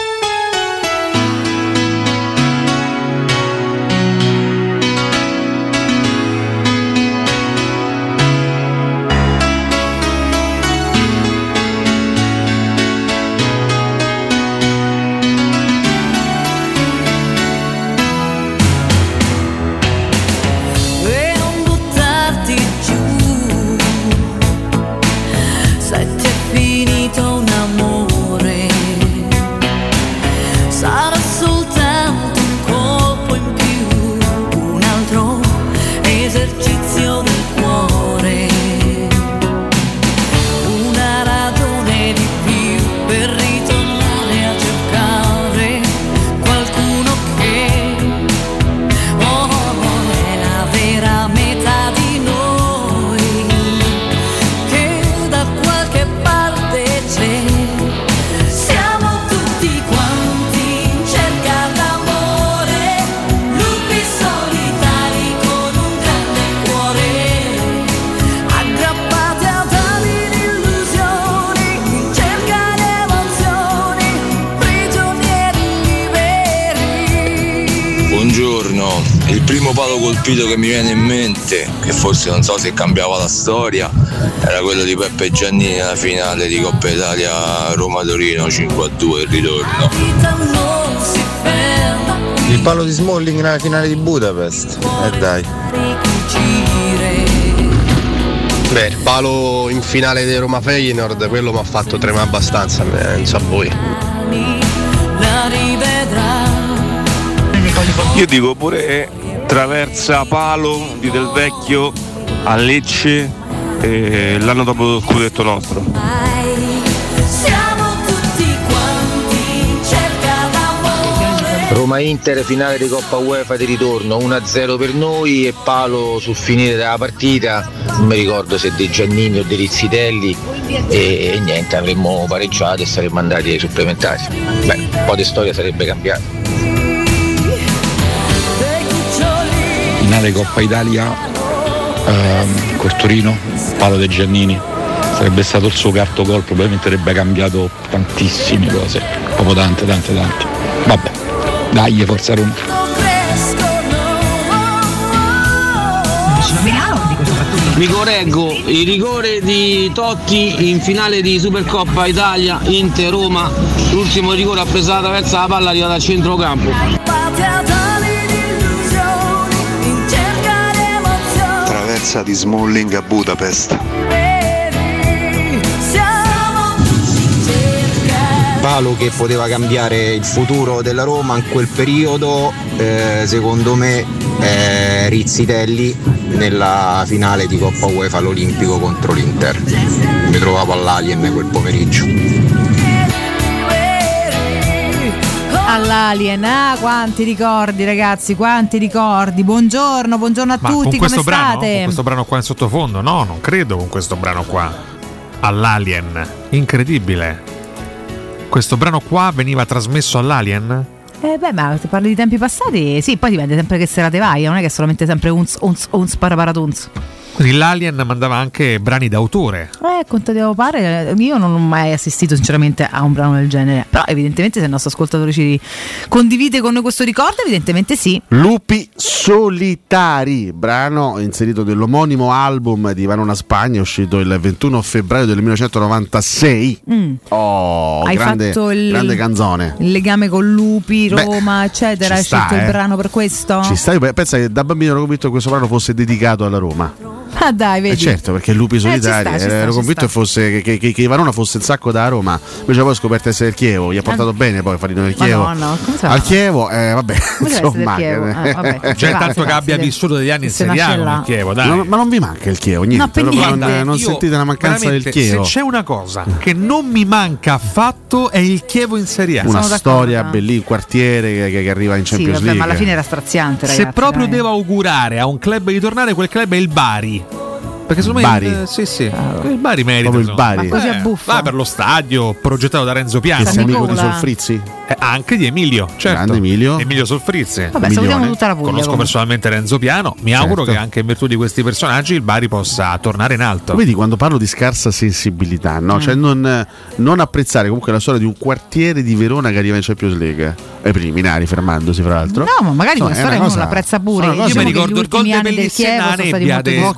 S26: E non buttarti giù Se ti è finito un amore Sarà soltanto un colpo in più Un altro esercizio del cuore Una ragione di più Per ritornare a cercare Qualcuno che Oh, è la vera metà di noi che da qualche parte c'è. Siamo tutti quanti in cerca d'amore, lupi solitari con un grande cuore, aggrappati ad ali di illusioni, in cerca di emozioni, prigionieri liberi.
S8: Buongiorno, il primo palo colpito che mi viene in mente, che forse non so se cambiava la storia, era quello di Peppe Giannini nella finale di Coppa Italia Roma-Torino 5-2 il ritorno.
S4: Il palo di Smalling nella finale di Budapest. E dai.
S46: Beh, il palo in finale di Roma Feyenoord, quello mi ha fatto tremare abbastanza, eh, non so voi.
S26: La rivedrà.
S44: Io dico pure eh, traversa Palo di Del Vecchio a Lecce eh, l'anno dopo lo scudetto nostro.
S26: Siamo tutti quanti in cerca d'amore.
S4: Roma Inter finale di Coppa UEFA di ritorno, 1-0 per noi e palo sul finire della partita, non mi ricordo se di Giannini o di Rizzitelli e, e niente, avremmo pareggiato e saremmo andati ai supplementari. Beh, un po' di storia sarebbe cambiata.
S47: finale Coppa Italia ehm, col Torino, palo De Giannini
S48: sarebbe stato il suo quarto gol, probabilmente avrebbe cambiato tantissime cose, proprio tante, tante, tante. Vabbè, dai, forza Roma.
S49: Mi correggo, il rigore ecco, di Totti in finale di Supercoppa Italia, Inter-Roma, l'ultimo rigore ha preso la traversa la palla arrivata al centrocampo.
S31: Traversa di Smalling a Budapest.
S4: Palo che poteva cambiare il futuro della Roma in quel periodo, eh, secondo me eh, Rizzitelli nella finale di Coppa UEFA all'Olimpico contro l'Inter. Mi trovavo all'Alien quel pomeriggio.
S9: All'Alien, ah, quanti ricordi ragazzi, quanti ricordi. Buongiorno, buongiorno a
S10: Ma
S9: tutti, come
S10: con questo brano? Con
S9: state?
S10: questo brano qua in sottofondo? No, non credo con questo brano qua. All'Alien. Incredibile. Questo brano qua veniva trasmesso all'Alien?
S9: Eh beh, ma se parli di tempi passati, sì, poi dipende sempre che serate vai, eh, non è che è solamente sempre uns, uns, uns, paraparatunz.
S10: Quindi l'Alien mandava anche brani d'autore.
S9: Eh, quanto devo fare? Io non ho mai assistito sinceramente a un brano del genere, però evidentemente se il nostro ascoltatore ci condivide con noi questo ricordo, evidentemente sì.
S11: Lupi Solitari, brano inserito dell'omonimo album di Vanona Spagna, uscito il 21 febbraio del 1996.
S9: Mm.
S11: Oh,
S9: Hai
S11: grande,
S9: fatto il-
S11: grande canzone.
S9: Il legame con Lupi,
S11: Beh,
S9: Roma, eccetera,
S11: ci
S9: hai
S11: sta,
S9: scelto il
S11: eh.
S9: brano per questo?
S11: Ci sta, io penso che da bambino ero convinto che questo brano fosse dedicato alla Roma.
S9: [laughs] Ah dai,
S11: Eh
S9: vedi.
S11: certo, perché Lupi
S9: ci
S11: Solitari eh,
S9: sta, ci sta,
S11: ero
S9: ci
S11: convinto
S9: sta.
S11: che, fosse, che, che, che Ivanona fosse il sacco da Roma. Invece poi ho scoperto essere il Chievo. Gli ha portato bene poi Farino del Chievo.
S9: Madonna, come si fa?
S11: Al Chievo, eh, vabbè.
S10: [laughs]
S9: deve essere
S11: insomma,
S9: del Chievo?
S11: che-
S9: Ah, vabbè.
S10: Cioè,
S11: Va,
S10: tanto
S11: va,
S10: che abbia
S11: se-
S10: vissuto degli anni in
S11: se
S10: Serie A
S11: nasce
S10: con
S11: là.
S10: il Chievo, dai.
S11: No, ma non vi manca il Chievo, niente.
S10: per
S11: proprio
S10: niente.
S11: Non, non
S10: Io,
S11: sentite la mancanza del
S10: veramente,
S11: Chievo.
S10: Se c'è una cosa che non mi manca affatto è il Chievo in Serie A.
S11: Una storia bellissima, un quartiere che, che arriva in
S9: Sì,
S11: Champions
S9: vabbè, ma alla
S11: League.
S9: fine era straziante, ragazzi.
S10: Se proprio
S9: dai.
S10: devo augurare a un club di tornare, quel club è il Bari. Perché secondo me
S11: Bari?
S10: il, sì, sì,
S9: Ah.
S10: il Bari merita.
S11: Proprio il
S10: secondo me.
S11: Bari. Ma così a buffo?
S10: Va per lo stadio progettato da Renzo Piano.
S11: Che sei amico di Nicola. Solfrizzi?
S10: Eh, anche di Emilio, certo.
S11: Grande Emilio.
S10: Emilio Solfrizzi.
S9: Vabbè, salutiamo Milione. tutta la Puglia,
S10: Conosco
S9: comunque.
S10: personalmente Renzo Piano. Mi auguro
S11: Certo.
S10: che anche in virtù di questi personaggi il Bari possa tornare in alto.
S11: Vedi quando parlo di scarsa sensibilità,
S9: Mm.
S11: no? Cioè non, non apprezzare comunque la storia di un quartiere di Verona che arriva in Champions League. Ai preliminari, fermandosi, fra l'altro.
S9: No, ma magari quella
S11: Insomma, è
S9: storia
S11: una
S9: uno
S11: cosa-
S9: l'apprezza pure.
S11: sono
S9: Io
S11: una cosa-
S9: mi ricordo il gol anni del Chievo sono stati molto
S11: Ho
S9: difficili.
S11: capito, il gol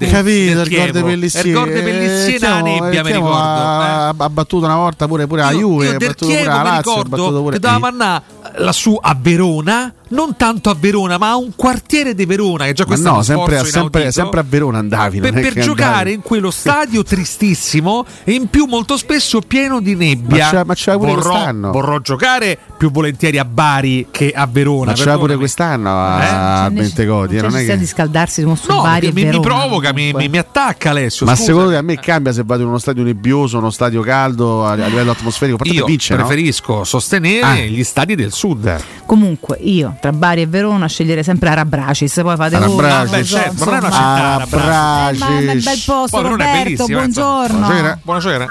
S10: Chievo.
S11: dei Pellissieri.
S10: Il gol dei Pellissieri,
S11: Eh, Chievo,
S10: Nebbia, mi
S11: Chievo
S10: ricordo,
S11: Ha, ha battuto una volta pure, pure la Juve, ha
S10: Io del
S11: battuto pure
S10: Chievo
S11: la
S10: mi
S11: Lazio, ha battuto
S10: ricordo
S11: pure
S10: che doveva mannà lassù a Verona, non tanto a Verona, ma a un quartiere di Verona, che già
S11: Ma
S10: questo è
S11: no,
S10: un
S11: sempre, a-
S10: sforzo
S11: sempre-
S10: inaudito.
S11: sempre a Verona andavi.
S10: per,
S11: non è
S10: per
S11: che
S10: giocare
S11: andavi.
S10: in quello stadio tristissimo e in più molto spesso pieno di nebbia.
S11: Ma c'è- ma c'è pure
S10: vorrò,
S11: quest'anno.
S10: vorrò giocare più volentieri a Bari che a
S11: Ma
S10: Verona.
S11: c'era
S10: perdonami.
S11: pure quest'anno a Bentecodi. eh,
S9: Cioè,
S11: non
S9: ci
S11: è
S9: sta
S11: che-
S9: di scaldarsi su su Bari e
S10: mi, mi
S9: Verona.
S10: provoca, mi, mi- mi attacca Alessio.
S11: Ma
S10: scusa.
S11: secondo te a me cambia se vado in uno stadio nebbioso, uno stadio caldo a, a livello atmosferico? Perché
S10: Io
S11: vince, no?
S10: preferisco sostenere
S11: Ah.
S10: gli stadi del sud.
S9: Comunque, io tra Bari e Verona sceglierei sempre Arabracis. Poi fate voi.
S11: Arabracis.
S9: non lo so,
S11: Beh, certo, ma non è una
S9: insomma.
S11: città, Arabracis.
S9: Eh, Ma è un bel posto,
S10: Poi Verona è
S9: Roberto.
S10: bellissima, eh, insomma.
S9: Buongiorno.
S10: Buonasera.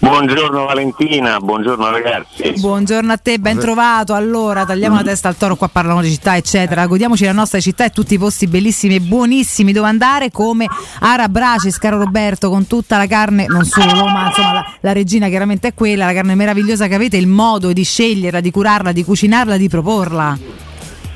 S44: Buongiorno Valentina, buongiorno ragazzi.
S9: Buongiorno a te, ben trovato. Allora, tagliamo la testa al toro, qua parlano di città, eccetera. Godiamoci la nostra città e tutti i posti bellissimi e buonissimi dove andare, come Arabracis, caro Roberto, con tutta la carne, non solo, ma insomma la, la regina chiaramente è quella, la carne meravigliosa che avete, il modo di sceglierla, di curarla, di cucinarla, di proporla.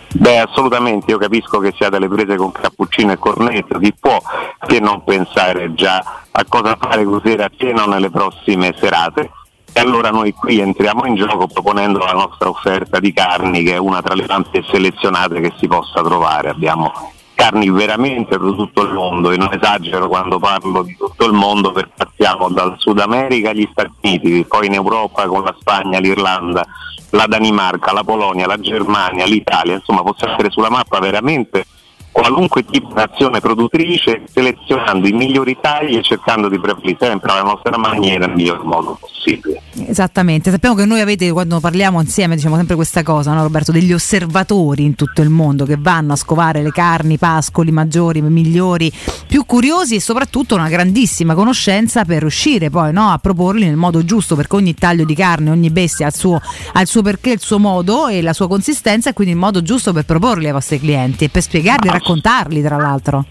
S44: Beh, assolutamente, io capisco che siate alle prese con cappuccino e cornetto, chi può che non pensare già a cosa fare così a cena o nelle prossime serate. E allora noi qui entriamo in gioco proponendo la nostra offerta di carni, che è una tra le tante selezionate che si possa trovare. Abbiamo carni veramente da tutto il mondo e non esagero quando parlo di tutto il mondo perché partiamo dal Sud America agli Stati Uniti, poi in Europa con la Spagna, l'Irlanda, la Danimarca, la Polonia, la Germania, l'Italia, insomma posso essere sulla mappa veramente qualunque tipo di azione produttrice selezionando i migliori tagli e cercando di preferire sempre alla nostra maniera nel miglior modo possibile.
S9: Esattamente, sappiamo che noi avete, quando parliamo insieme, diciamo sempre questa cosa, no, Roberto, degli osservatori in tutto il mondo che vanno a scovare le carni, i pascoli maggiori, migliori, più curiosi e soprattutto una grandissima conoscenza per riuscire poi no, a proporli nel modo giusto, perché ogni taglio di carne, ogni bestia ha il suo, ha il suo perché, il suo modo e la sua consistenza e quindi il modo giusto per proporli ai vostri clienti e per spiegarli e raccontarli tra l'altro.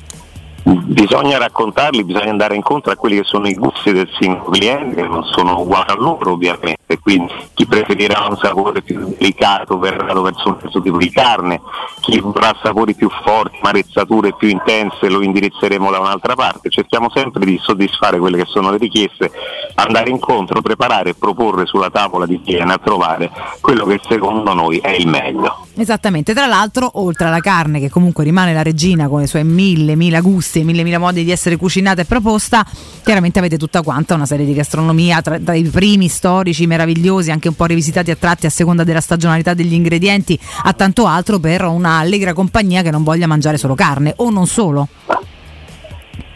S44: bisogna raccontarli, bisogna andare incontro a quelli che sono i gusti del singolo cliente, che non sono uguali a loro ovviamente, quindi chi preferirà un sapore più delicato verrà verso un certo tipo di carne, chi vorrà sapori più forti, marezzature più intense lo indirizzeremo da un'altra parte, cerchiamo sempre di soddisfare quelle che sono le richieste, andare incontro, preparare e proporre sulla tavola di Siena, trovare quello che secondo noi è il meglio.
S9: Esattamente, tra l'altro oltre alla carne che comunque rimane la regina con i suoi mille, mila gusti e mille, mila modi di essere cucinata e proposta, chiaramente avete tutta quanta una serie di gastronomia tra, tra i primi storici meravigliosi, anche un po' rivisitati a tratti a seconda della stagionalità degli ingredienti, a tanto altro per una allegra compagnia che non voglia mangiare solo carne o non solo.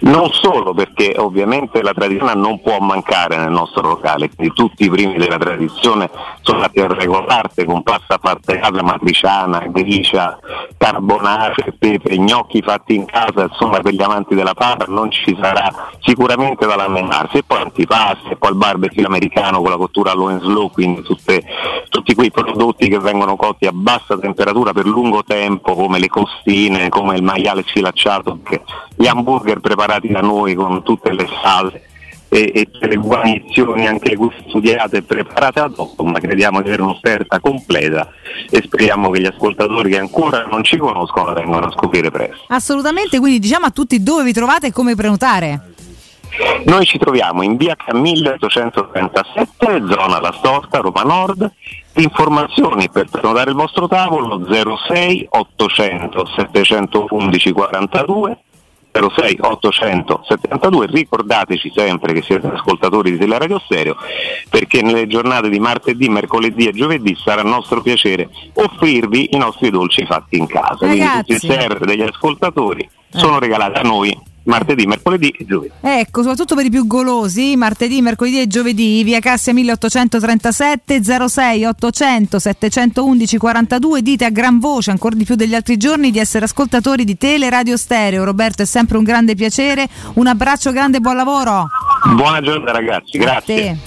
S44: Non solo perché ovviamente la tradizione non può mancare nel nostro locale, quindi tutti i primi della tradizione sono stati a regolarte con pasta fatta in casa, matriciana, gricia, carbonare, pepe, gnocchi fatti in casa, insomma per gli amanti della pasta non ci sarà sicuramente da lamentarsi. E poi antipasti, e poi il barbecue americano con la cottura low and slow, quindi tutte- tutti quei prodotti che vengono cotti a bassa temperatura per lungo tempo come le costine, come il maiale cilacciato, che- gli hamburger preparati da noi con tutte le salse e, e tutte le guarnizioni anche studiate e preparate ad hoc, ma crediamo di avere un'offerta completa e speriamo che gli ascoltatori che ancora non ci conoscono la vengano a scoprire presto.
S9: Assolutamente, quindi diciamo a tutti dove vi trovate e come prenotare.
S44: Noi ci troviamo in via Camilla 837, zona La Storta, Roma Nord. Informazioni per prenotare il vostro tavolo 06 800 711 42 06 872 ricordateci sempre che siete ascoltatori di Teleradio Stereo perché nelle giornate di martedì, mercoledì e giovedì sarà nostro piacere offrirvi i nostri dolci fatti in casa quindi tutti i
S9: Ragazzi.
S44: server degli ascoltatori sono regalati a noi martedì, mercoledì e giovedì
S9: Ecco, soprattutto per i più golosi, martedì, mercoledì e giovedì, via Cassia 1837 06 800 711 42, dite a gran voce, ancora di più degli altri giorni, di essere ascoltatori di Teleradio Stereo. Roberto, è sempre un grande piacere, un abbraccio grande, buon lavoro.
S44: buona giornata ragazzi,
S9: A
S44: grazie
S9: te.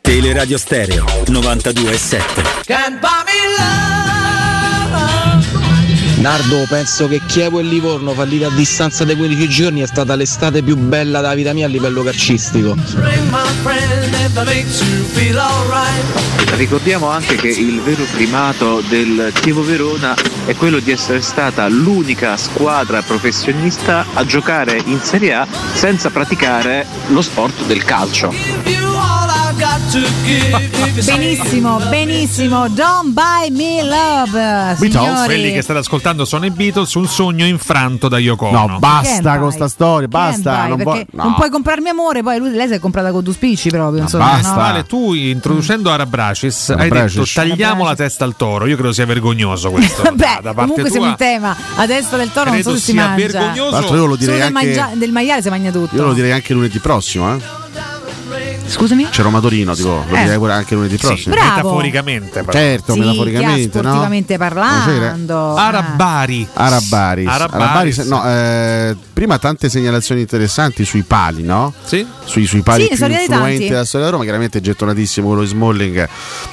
S15: Teleradio Stereo 92.7
S26: Can't buy me love.
S24: Nardo, penso che Chievo e Livorno fallite a distanza di 15 giorni è stata l'estate più bella della vita mia a livello calcistico.
S26: Bring my friend if that makes you feel alright.
S50: Ricordiamo anche che il vero primato del Chievo Verona è quello di essere stata l'unica squadra professionista a giocare in Serie A senza praticare lo sport del calcio.
S26: You all I've got to give. If you say
S9: Benissimo, benissimo, don't buy me love.
S42: Beatles,
S9: signori.
S42: quelli che state ascoltando sono i Beatles, un sogno infranto da Yoko Ono.
S11: No, basta con sta storia, basta.
S9: Eh, Vai,
S11: Non,
S9: perché
S11: vuoi- no.
S9: non puoi comprarmi amore, poi lui, lei si è comprata con due spicci proprio. Insomma, no?
S42: Vale, tu introducendo Arabracis hai
S11: Arabracis.
S42: detto tagliamo la testa al toro. Io credo sia
S9: [laughs]
S42: vergognoso questo.
S9: Vabbè,
S42: da parte
S9: comunque siamo
S42: tua.
S9: in tema. A destra del toro non
S42: credo
S9: so se si
S42: sia
S9: mangia.
S42: vergognoso.
S11: Tra l'altro io lo direi
S9: Solo del,
S11: anche-
S9: mangia- del maiale si mangia tutto.
S11: Io lo direi anche lunedì prossimo, eh.
S9: Scusami?
S11: C'è Roma Torino, tipo, lo
S9: Eh.
S11: direi pure anche lunedì prossimo.
S9: Bravo.
S42: metaforicamente, però.
S11: Certo,
S9: Sì,
S11: metaforicamente,
S9: chiaro,
S11: no?
S9: sportivamente parlando.
S42: Arabari.
S11: Arabaris.
S42: Arabaris.
S11: Arabaris, no, eh, prima tante segnalazioni interessanti sui pali, no?
S42: Sì.
S11: Sui, sui pali
S9: Sì, ne
S11: più
S9: sono arrivati
S11: influenti
S9: tanti.
S11: della storia della Roma, chiaramente gettonatissimo quello di Smalling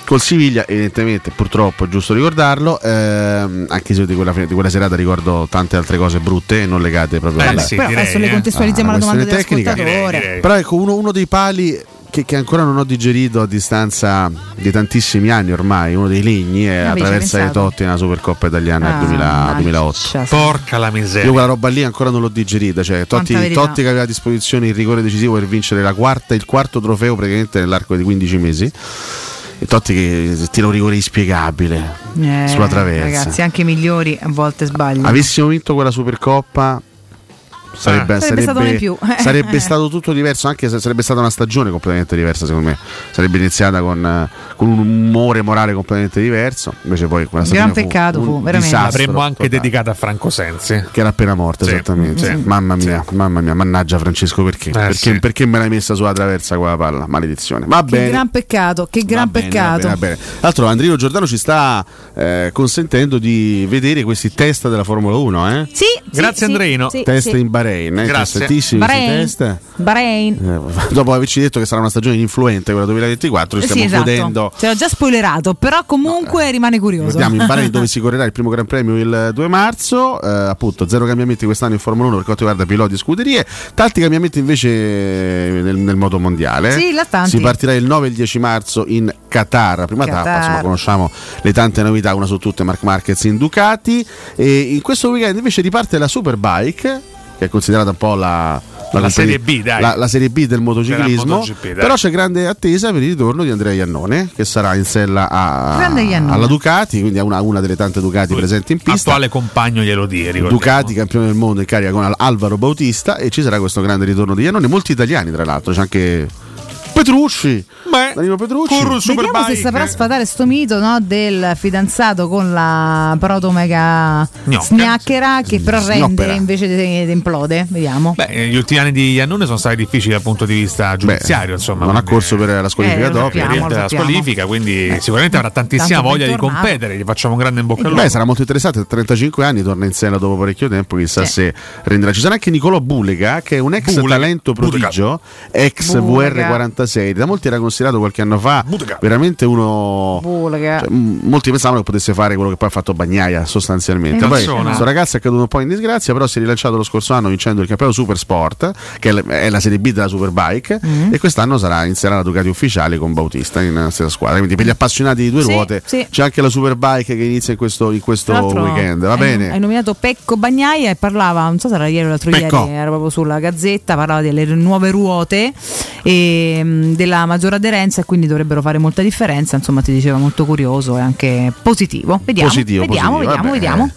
S11: col Siviglia, evidentemente purtroppo è giusto ricordarlo, ehm, anche se io di quella, di quella serata ricordo tante altre cose brutte e non legate proprio
S42: Eh
S9: Vabbè,
S11: alla-
S9: però adesso le contestualizziamo
S11: Ah,
S9: alla domanda
S11: questione tecnica.
S9: dell'ascoltatore.
S11: Però ecco, uno, uno dei pali che, che ancora non ho digerito a distanza di tantissimi anni ormai, uno dei legni è
S42: avevi
S11: attraversa i
S42: pensato?
S11: Totti nella Supercoppa italiana
S42: Ah,
S11: del 2000 2008.
S42: Porca la
S11: Io
S42: miseria.
S11: quella roba lì ancora non l'ho digerita, cioè
S42: Quanta
S11: Totti,
S42: verità.
S11: Totti che aveva a disposizione il rigore decisivo per vincere la quarta, il quarto trofeo praticamente nell'arco di 15 mesi. E Totti che tira un rigore inspiegabile
S9: Eh,
S11: sulla traversa.
S9: Ragazzi, anche i migliori a volte sbagliano.
S11: Avessimo vinto quella Supercoppa sarebbe,
S9: Ah. Sarebbe stato uno in più.
S11: sarebbe stato tutto diverso, anche se sarebbe stata una stagione completamente diversa secondo me. Sarebbe iniziata con, eh, con un umore morale completamente diverso, invece poi quella stagione
S9: Gran peccato fu,
S11: un
S9: veramente.
S11: disastro
S42: L'avremmo anche dedicata a Franco Sensi.
S11: che era appena morta
S42: Sì,
S11: esattamente.
S42: sì. Eh,
S11: Mamma mia, mamma mia, mannaggia Francesco perché? perché,
S42: sì.
S11: perché me l'hai messa sulla traversa quella palla? Maledizione. Va
S9: che
S11: bene.
S9: gran peccato, che gran
S11: Va bene,
S9: peccato.
S11: va bene, va bene. Tra l'altro Andrino Giordano ci sta eh, consentendo di vedere questi test della Formula 1, eh?
S9: Sì, sì, sì, sì,
S11: test
S9: sì.
S11: in Bahrain, eh,
S42: Grazie.
S11: interessantissimi su
S9: Bahrain.
S11: testa.
S9: Bahrain.
S11: Eh, dopo averci detto che sarà una stagione influente quella 2024,
S9: Eh,
S11: stiamo
S9: sì, esatto.
S11: godendo. eh.
S9: Ce l'ho già spoilerato, però comunque rimane curioso.
S11: Andiamo
S9: [laughs]
S11: in Bahrain dove si correrà il primo Gran Premio il 2 marzo, eh, appunto zero cambiamenti quest'anno in Formula 1 per quanto riguarda piloti e scuderie, tanti cambiamenti invece eh, nel, nel moto mondiale.
S9: Sì, là tanti.
S11: Si partirà il 9 e il 10 marzo in Qatar, prima
S9: Qatar.
S11: tappa, insomma conosciamo le tante novità, una su tutte Mark Marquez in Ducati e in questo weekend invece riparte la Superbike che è considerata un po' la...
S42: La
S11: competi-
S42: serie B, dai.
S11: La, la serie B del motociclismo.
S42: MotoGP, dai.
S11: però c'è grande attesa per il ritorno di Andrea Iannone, che sarà in sella a,
S42: Grande Iannone.
S11: alla Ducati, quindi è una, una delle tante Ducati presenti in pista.
S42: Attuale compagno glielo dire. Ah, ricordiamo.
S11: Ducati, campione del mondo in carica con Al- Alvaro Bautista e ci sarà questo grande ritorno di Iannone, molti italiani tra l'altro, c'è anche Petrucci, Danilo Petrucci.
S9: Vediamo se saprà sfatare sto mito no, del fidanzato con la proto mega
S42: Gnocca.
S9: snacchera che però
S42: Snoppera.
S9: rende invece de- de- implode. Vediamo.
S42: Beh, eh, gli ultimi anni di Iannone sono stati difficili dal punto di vista giudiziario, insomma. Non ha
S11: corso per la
S9: squalifica Eh, lo dopo. sappiamo, Eh, lo
S42: la
S11: sappiamo.
S42: squalifica, quindi sicuramente avrà tantissima
S11: tanto
S42: voglia di
S11: bentornato.
S42: competere. Gli facciamo un grande in bocca al lupo.
S11: Beh, sarà molto interessante, a 35 anni torna in sella dopo parecchio tempo, chissà
S42: Sì.
S11: se renderà. Ci sarà anche Nicolò Bulega, che è un ex talento prodigio, ex
S9: Bulega.
S11: VR46, da molti era considerato qualche anno fa veramente uno...
S9: Bulega.
S11: cioè, m- molti pensavano che potesse fare quello che poi ha fatto Bagnaia sostanzialmente.
S9: Eh,
S11: Poi
S9: insomma.
S11: questo ragazzo è caduto un po' in disgrazia, però si è rilanciato lo scorso anno vincendo il campionato Super Sport, che è la- è la serie B della Superbike,
S9: Mm.
S11: e quest'anno sarà inizierà la Ducati ufficiale con Bautista in stessa squadra. Quindi per gli appassionati di due
S9: Sì,
S11: ruote
S9: sì.
S11: c'è anche la Superbike che inizia in questo, in questo
S9: Tra l'altro, eh,
S11: weekend. Va
S9: hai-
S11: bene.
S9: Hai nominato Pecco Bagnaia e parlava, non so se era ieri o l'altro
S11: Pecco.
S9: ieri, era proprio sulla gazzetta, parlava delle nuove ruote e mh, della maggiore aderenza e quindi dovrebbero fare molta differenza, insomma ti diceva molto curioso e anche positivo. Vediamo,
S11: Positivo,
S9: vediamo,
S11: positivo,
S9: vediamo,
S11: vabbè.
S9: vediamo.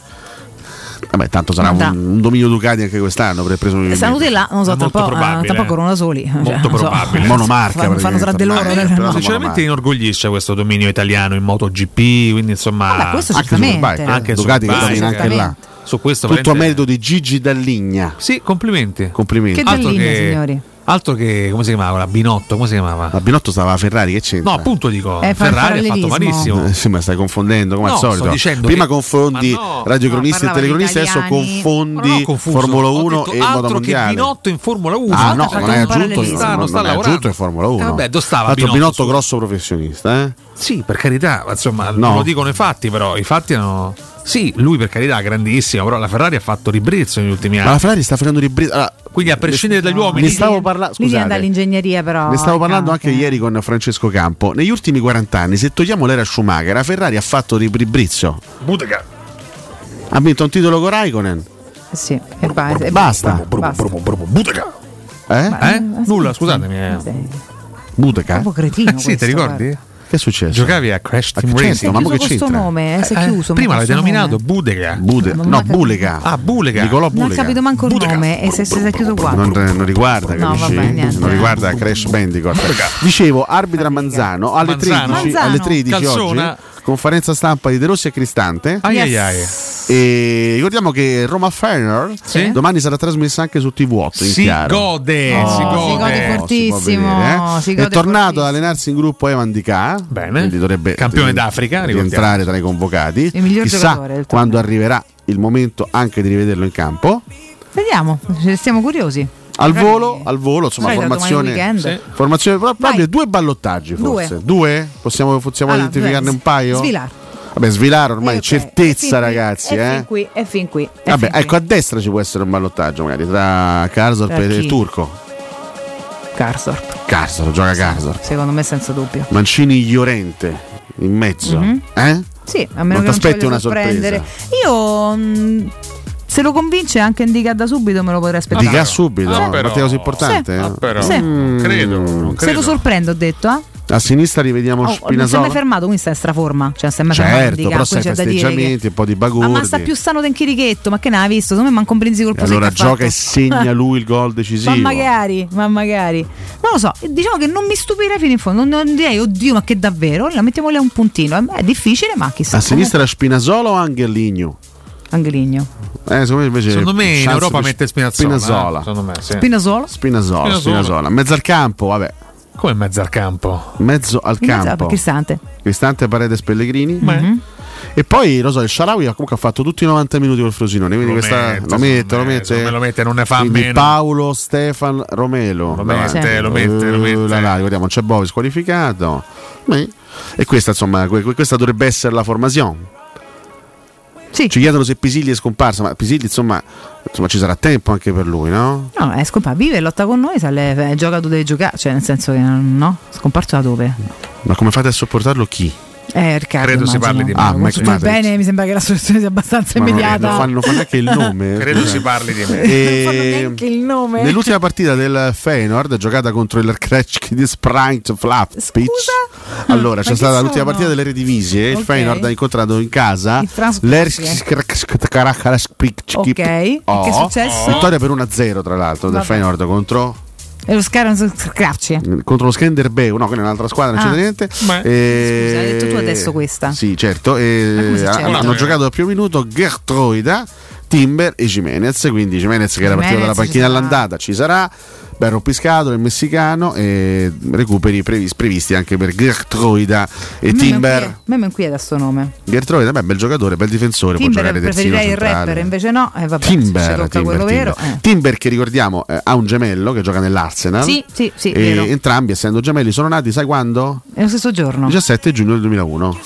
S11: Vabbè, tanto sarà un,
S9: Andrà.
S11: un dominio Ducati anche quest'anno. Per preso
S9: Saluti là, non so,
S11: Molto
S9: tampoco,
S11: probabile,
S9: tampoco
S11: eh.
S9: erano da soli. Cioè,
S11: Molto
S9: non so. [laughs]
S11: probabile. Monomarca,
S9: Fanno, fanno tra di loro.
S42: Eh,
S9: nel-
S42: però
S9: no.
S42: sinceramente inorgoglisce questo dominio italiano in MotoGP, quindi insomma
S9: Vabbè, questo Anche certamente. Superbike,
S42: Anche
S11: eh. Ducati che
S42: Superbike,
S11: domina anche
S42: esattamente. Su questo
S11: Tutto a
S42: veramente-
S11: merito di Gigi Dalligna.
S42: Sì, complimenti.
S11: Complimenti.
S42: Che Altro Dalligna, che- signori. Altro che come si chiamava? La Binotto, come si chiamava?
S11: La Binotto stava a Ferrari, che c'entra?
S42: No, appunto dico,
S11: Eh, fa il
S42: Ferrari ha fatto
S11: parallelismo.
S42: malissimo.
S11: Eh, sì, ma stai confondendo come
S42: No,
S11: al solito.
S42: sto dicendo
S11: Prima
S42: che-
S11: confondi
S42: ma no,
S11: radiocronisti
S42: no,
S11: e
S42: parlava di
S11: telecronisti, adesso
S42: italiani.
S11: confondi
S42: Non ho confuso,
S11: Formula
S42: ho
S11: 1
S42: detto
S11: e
S42: altro
S11: moda
S42: che
S11: mondiale.
S42: Binotto in Formula 1.
S11: Ah, no, non hai aggiunto,
S42: sta,
S11: non,
S42: non sta
S11: non hai
S42: lavorando.
S11: aggiunto in Formula 1.
S42: Eh, vabbè, dove stava
S11: Tanto
S42: Binotto,
S11: Binotto grosso professionista, eh?
S42: Sì, per carità, ma insomma,
S11: No.
S42: non lo dicono i fatti, però i fatti hanno. Sì, lui per carità, grandissimo, però la Ferrari ha fatto ribrezzo negli ultimi
S11: Ma la
S42: anni.
S11: Ferrari sta facendo ribrezzo. Allora,
S42: Quindi a prescindere dagli uomini.
S11: ne stavo parlando,
S9: Lì viene
S11: scusate.
S9: dall'ingegneria però.
S11: Ne stavo
S9: eh,
S11: parlando
S9: cacchio.
S11: anche ieri con Francesco Campo. Negli ultimi 40 anni, se togliamo l'era Schumacher, la Ferrari ha fatto ribrizzo.
S42: Butega.
S11: Ha vinto un titolo con Raikkonen.
S9: Eh Sì, e ba- e
S11: Basta.
S9: basta.
S42: Butega.
S11: Eh?
S42: Eh? Nulla, scusatemi. eh.
S11: Butega.
S9: Un cretino
S42: Sì,
S9: questo,
S42: ti ricordi?
S11: Che è successo?
S42: Giocavi a Crash Team
S11: certo,
S42: Racing.
S11: ma mo che
S9: Chiuso questo nome, eh, si è chiuso. ma
S42: Prima l'avete
S9: questo
S42: nominato
S9: nome.
S42: Budega.
S11: Bude-
S9: Non mi
S11: no,
S9: ha
S11: Bulega.
S42: Ah, Bulega.
S11: Nicolò
S9: Non ho
S11: Bulega.
S9: capito manco il nome e se si è chiuso qua.
S11: Non, eh, non riguarda,
S9: No,
S11: capisci?
S9: vabbè, niente.
S11: non riguarda Crash Bandicoot. Dicevo, arbitra Manzano alle
S42: Manzano.
S11: 13,
S42: Manzano.
S11: alle 13
S42: Calzona.
S11: oggi. Conferenza stampa di De Rossi e Cristante.
S42: Ai, ai, ai.
S11: E ricordiamo che Roma Fener
S42: Sì.
S11: domani sarà trasmessa anche su TV8. in
S42: Si
S11: chiaro.
S42: gode,
S11: Oh,
S42: si gode.
S11: si può
S9: fortissimo,
S11: vedere, eh.
S9: si
S11: È
S9: gode
S11: tornato ad allenarsi in gruppo Evan Di Ca, quindi dovrebbe
S42: Campione
S11: eh,
S42: d'Africa, ricordiamo.
S11: rientrare tra i convocati.
S9: Il miglior
S11: Chissà
S9: giocatore del
S11: quando arriverà il momento anche di rivederlo in campo.
S9: Vediamo, ce- siamo curiosi. Ah,
S11: Al
S9: Magari-
S11: volo, al volo, insomma,
S9: Sai, da
S11: formazione,
S9: domani weekend.
S11: Sì. formazione pro- proprio due ballottaggi forse.
S9: Due.
S11: Due? Possiamo, possiamo
S9: Allora,
S11: identificarne
S9: due.
S11: un paio?
S9: Svilar.
S11: Vabbè, svilare ormai, certezza
S9: Fin qui,
S11: ragazzi.
S9: è
S11: eh.
S9: fin qui, è fin qui. è
S11: Vabbè,
S9: fin qui.
S11: ecco, a destra ci può essere un ballottaggio magari tra Karsdorp
S9: Tra
S11: e
S9: chi?
S11: il Turco.
S9: Karsdorp.
S11: Karsdorp, gioca Karsdorp.
S9: Secondo me senza dubbio.
S11: Mancini Llorente in mezzo.
S9: Mhm.
S11: Eh?
S9: Sì, a meno
S11: Non
S9: che non ci
S11: t'aspetti
S9: voglia
S11: una
S9: sorprendere. Io mh, se lo convince anche Indica da subito me lo potrei aspettare.
S11: Dica subito,
S9: Sì.
S11: una partita così importante.
S9: Ah, Sì.
S11: eh?
S9: Sì.
S11: Mm.
S9: Se lo sorprendo ho detto, eh?
S11: A sinistra rivediamo
S9: Oh, non si è
S11: Spinazzola.
S9: mai fermato, quindi sta in straforma. Cioè, non si è mai fermato
S11: Certo,
S9: Indica,
S11: però
S9: quindi
S11: sai
S9: c'è da dire che
S11: festeggiamenti, un po' di
S9: Ah, ma sta
S11: bagurdi.
S9: più sano del chirichetto, ma che ne ha visto? Secondo me manca un brinzi col
S11: E allora gioca
S9: [laughs]
S11: e segna lui il gol
S9: Ma
S11: decisivo.
S9: magari, ma magari. Non lo so, diciamo che non mi stupirei fino in fondo. Non, non direi, oddio, ma che davvero? La mettiamo lì a un puntino. Eh, beh, È difficile, ma chissà.
S11: A sinistra Spinazzola o Angeligno?
S9: Angeligno.
S11: Eh, secondo me invece
S42: Secondo me in
S11: chance
S42: Europa
S11: per
S42: mette Spinazzola.
S11: Spinazzola.
S42: eh, Secondo me, sì.
S9: Spinazzola?
S11: Spinazzola,
S42: Spinazzola.
S11: Spinazzola. Mezzo al campo, vabbè.
S42: Come mezzo al campo?
S11: Mezzo al
S9: In mezzo-
S11: campo.
S9: Cristante.
S11: Cristante Paredes Pellegrini.
S9: Mhm.
S11: E poi, lo so, il Sharawi ha- comunque ha fatto tutti i 90 minuti col Frosinone. Quindi
S42: Lo
S11: questa,
S42: mette,
S11: lo mette, lo mette.
S42: secondo me lo mette, non ne fa a
S11: Quindi
S42: meno.
S11: Paolo, Stefan, Romelo. Lo
S42: mette, lo mette, lo mette.
S11: Guardiamo, c'è Bovi squalificato. Beh, E questa, insomma, que- que- questa dovrebbe essere la formazione.
S9: Ci
S11: chiedono se Pisilli è scomparso, ma Pisilli, insomma, insomma, ci sarà tempo anche per lui, no?
S9: No, è scomparso, vive e lotta con noi, sale, eh, gioca dove deve giocare, cioè nel senso che no, scomparso da dove?
S11: Ma come fate a sopportarlo chi?
S9: Eh, Riccardo.
S11: Credo si
S9: immagino.
S11: parli di Ah, me. Max
S9: Tutto
S11: Matrix.
S9: bene, mi sembra che la soluzione sia abbastanza
S11: Ma non-
S9: immediata.
S11: Non fanno, fanno neanche il nome.
S42: [laughs]
S11: eh. Ehm,
S42: Credo
S11: scusate.
S42: si parli di me.
S11: E-
S9: [laughs] Anche il nome.
S11: Nell'ultima partita del Feyenoord giocata contro il Kreczki di Sprangt Flap allora c'è
S9: chi
S11: stata l'ultima
S9: sono?
S11: partita delle Redivisie.
S9: Ok.
S11: Il Feyenoord ha incontrato in casa
S9: Franz-
S11: l'Erskarakarashpikchik.
S9: Ok, e che è successo?
S11: Oh. Vittoria per 1-0 tra l'altro del
S9: Vabbè.
S11: Feyenoord contro
S9: E lo Scaron Scracci.
S11: contro lo Skenderbeu, no, quella è un'altra squadra,
S9: Ah.
S11: non c'entra niente.
S9: Ma-
S11: Eh,
S9: Scusa, hai detto tu adesso questa?
S11: Sì, certo. eh,
S9: Ma come si cerca?
S11: hanno hanno
S9: Eh.
S11: giocato da più minuto Gertroida, Timber e Jimenez. Quindi Jimenez che era partito
S9: Jimenez
S11: dalla
S9: ci
S11: panchina
S9: sarà.
S11: all'andata ci sarà. Ben rompiscato il messicano e recuperi previs- previsti anche per Gertroida e
S9: A
S11: Timber.
S9: me mi inquieta sto nome.
S11: Gertroida, beh, bel giocatore, bel difensore, può
S9: Timber
S11: giocare terzino
S9: preferirei il rapper,
S11: centrale.
S9: invece no. Eh, vabbè, se ci
S11: Timber,
S9: tocca
S11: Timber,
S9: quello
S11: Timber.
S9: vero. eh.
S11: Timber che ricordiamo eh, ha un gemello che gioca nell'Arsenal.
S9: Sì, sì, sì,
S11: E
S9: vero.
S11: entrambi, essendo gemelli, sono nati, sai quando?
S9: È lo stesso giorno.
S11: 17 giugno del 2001.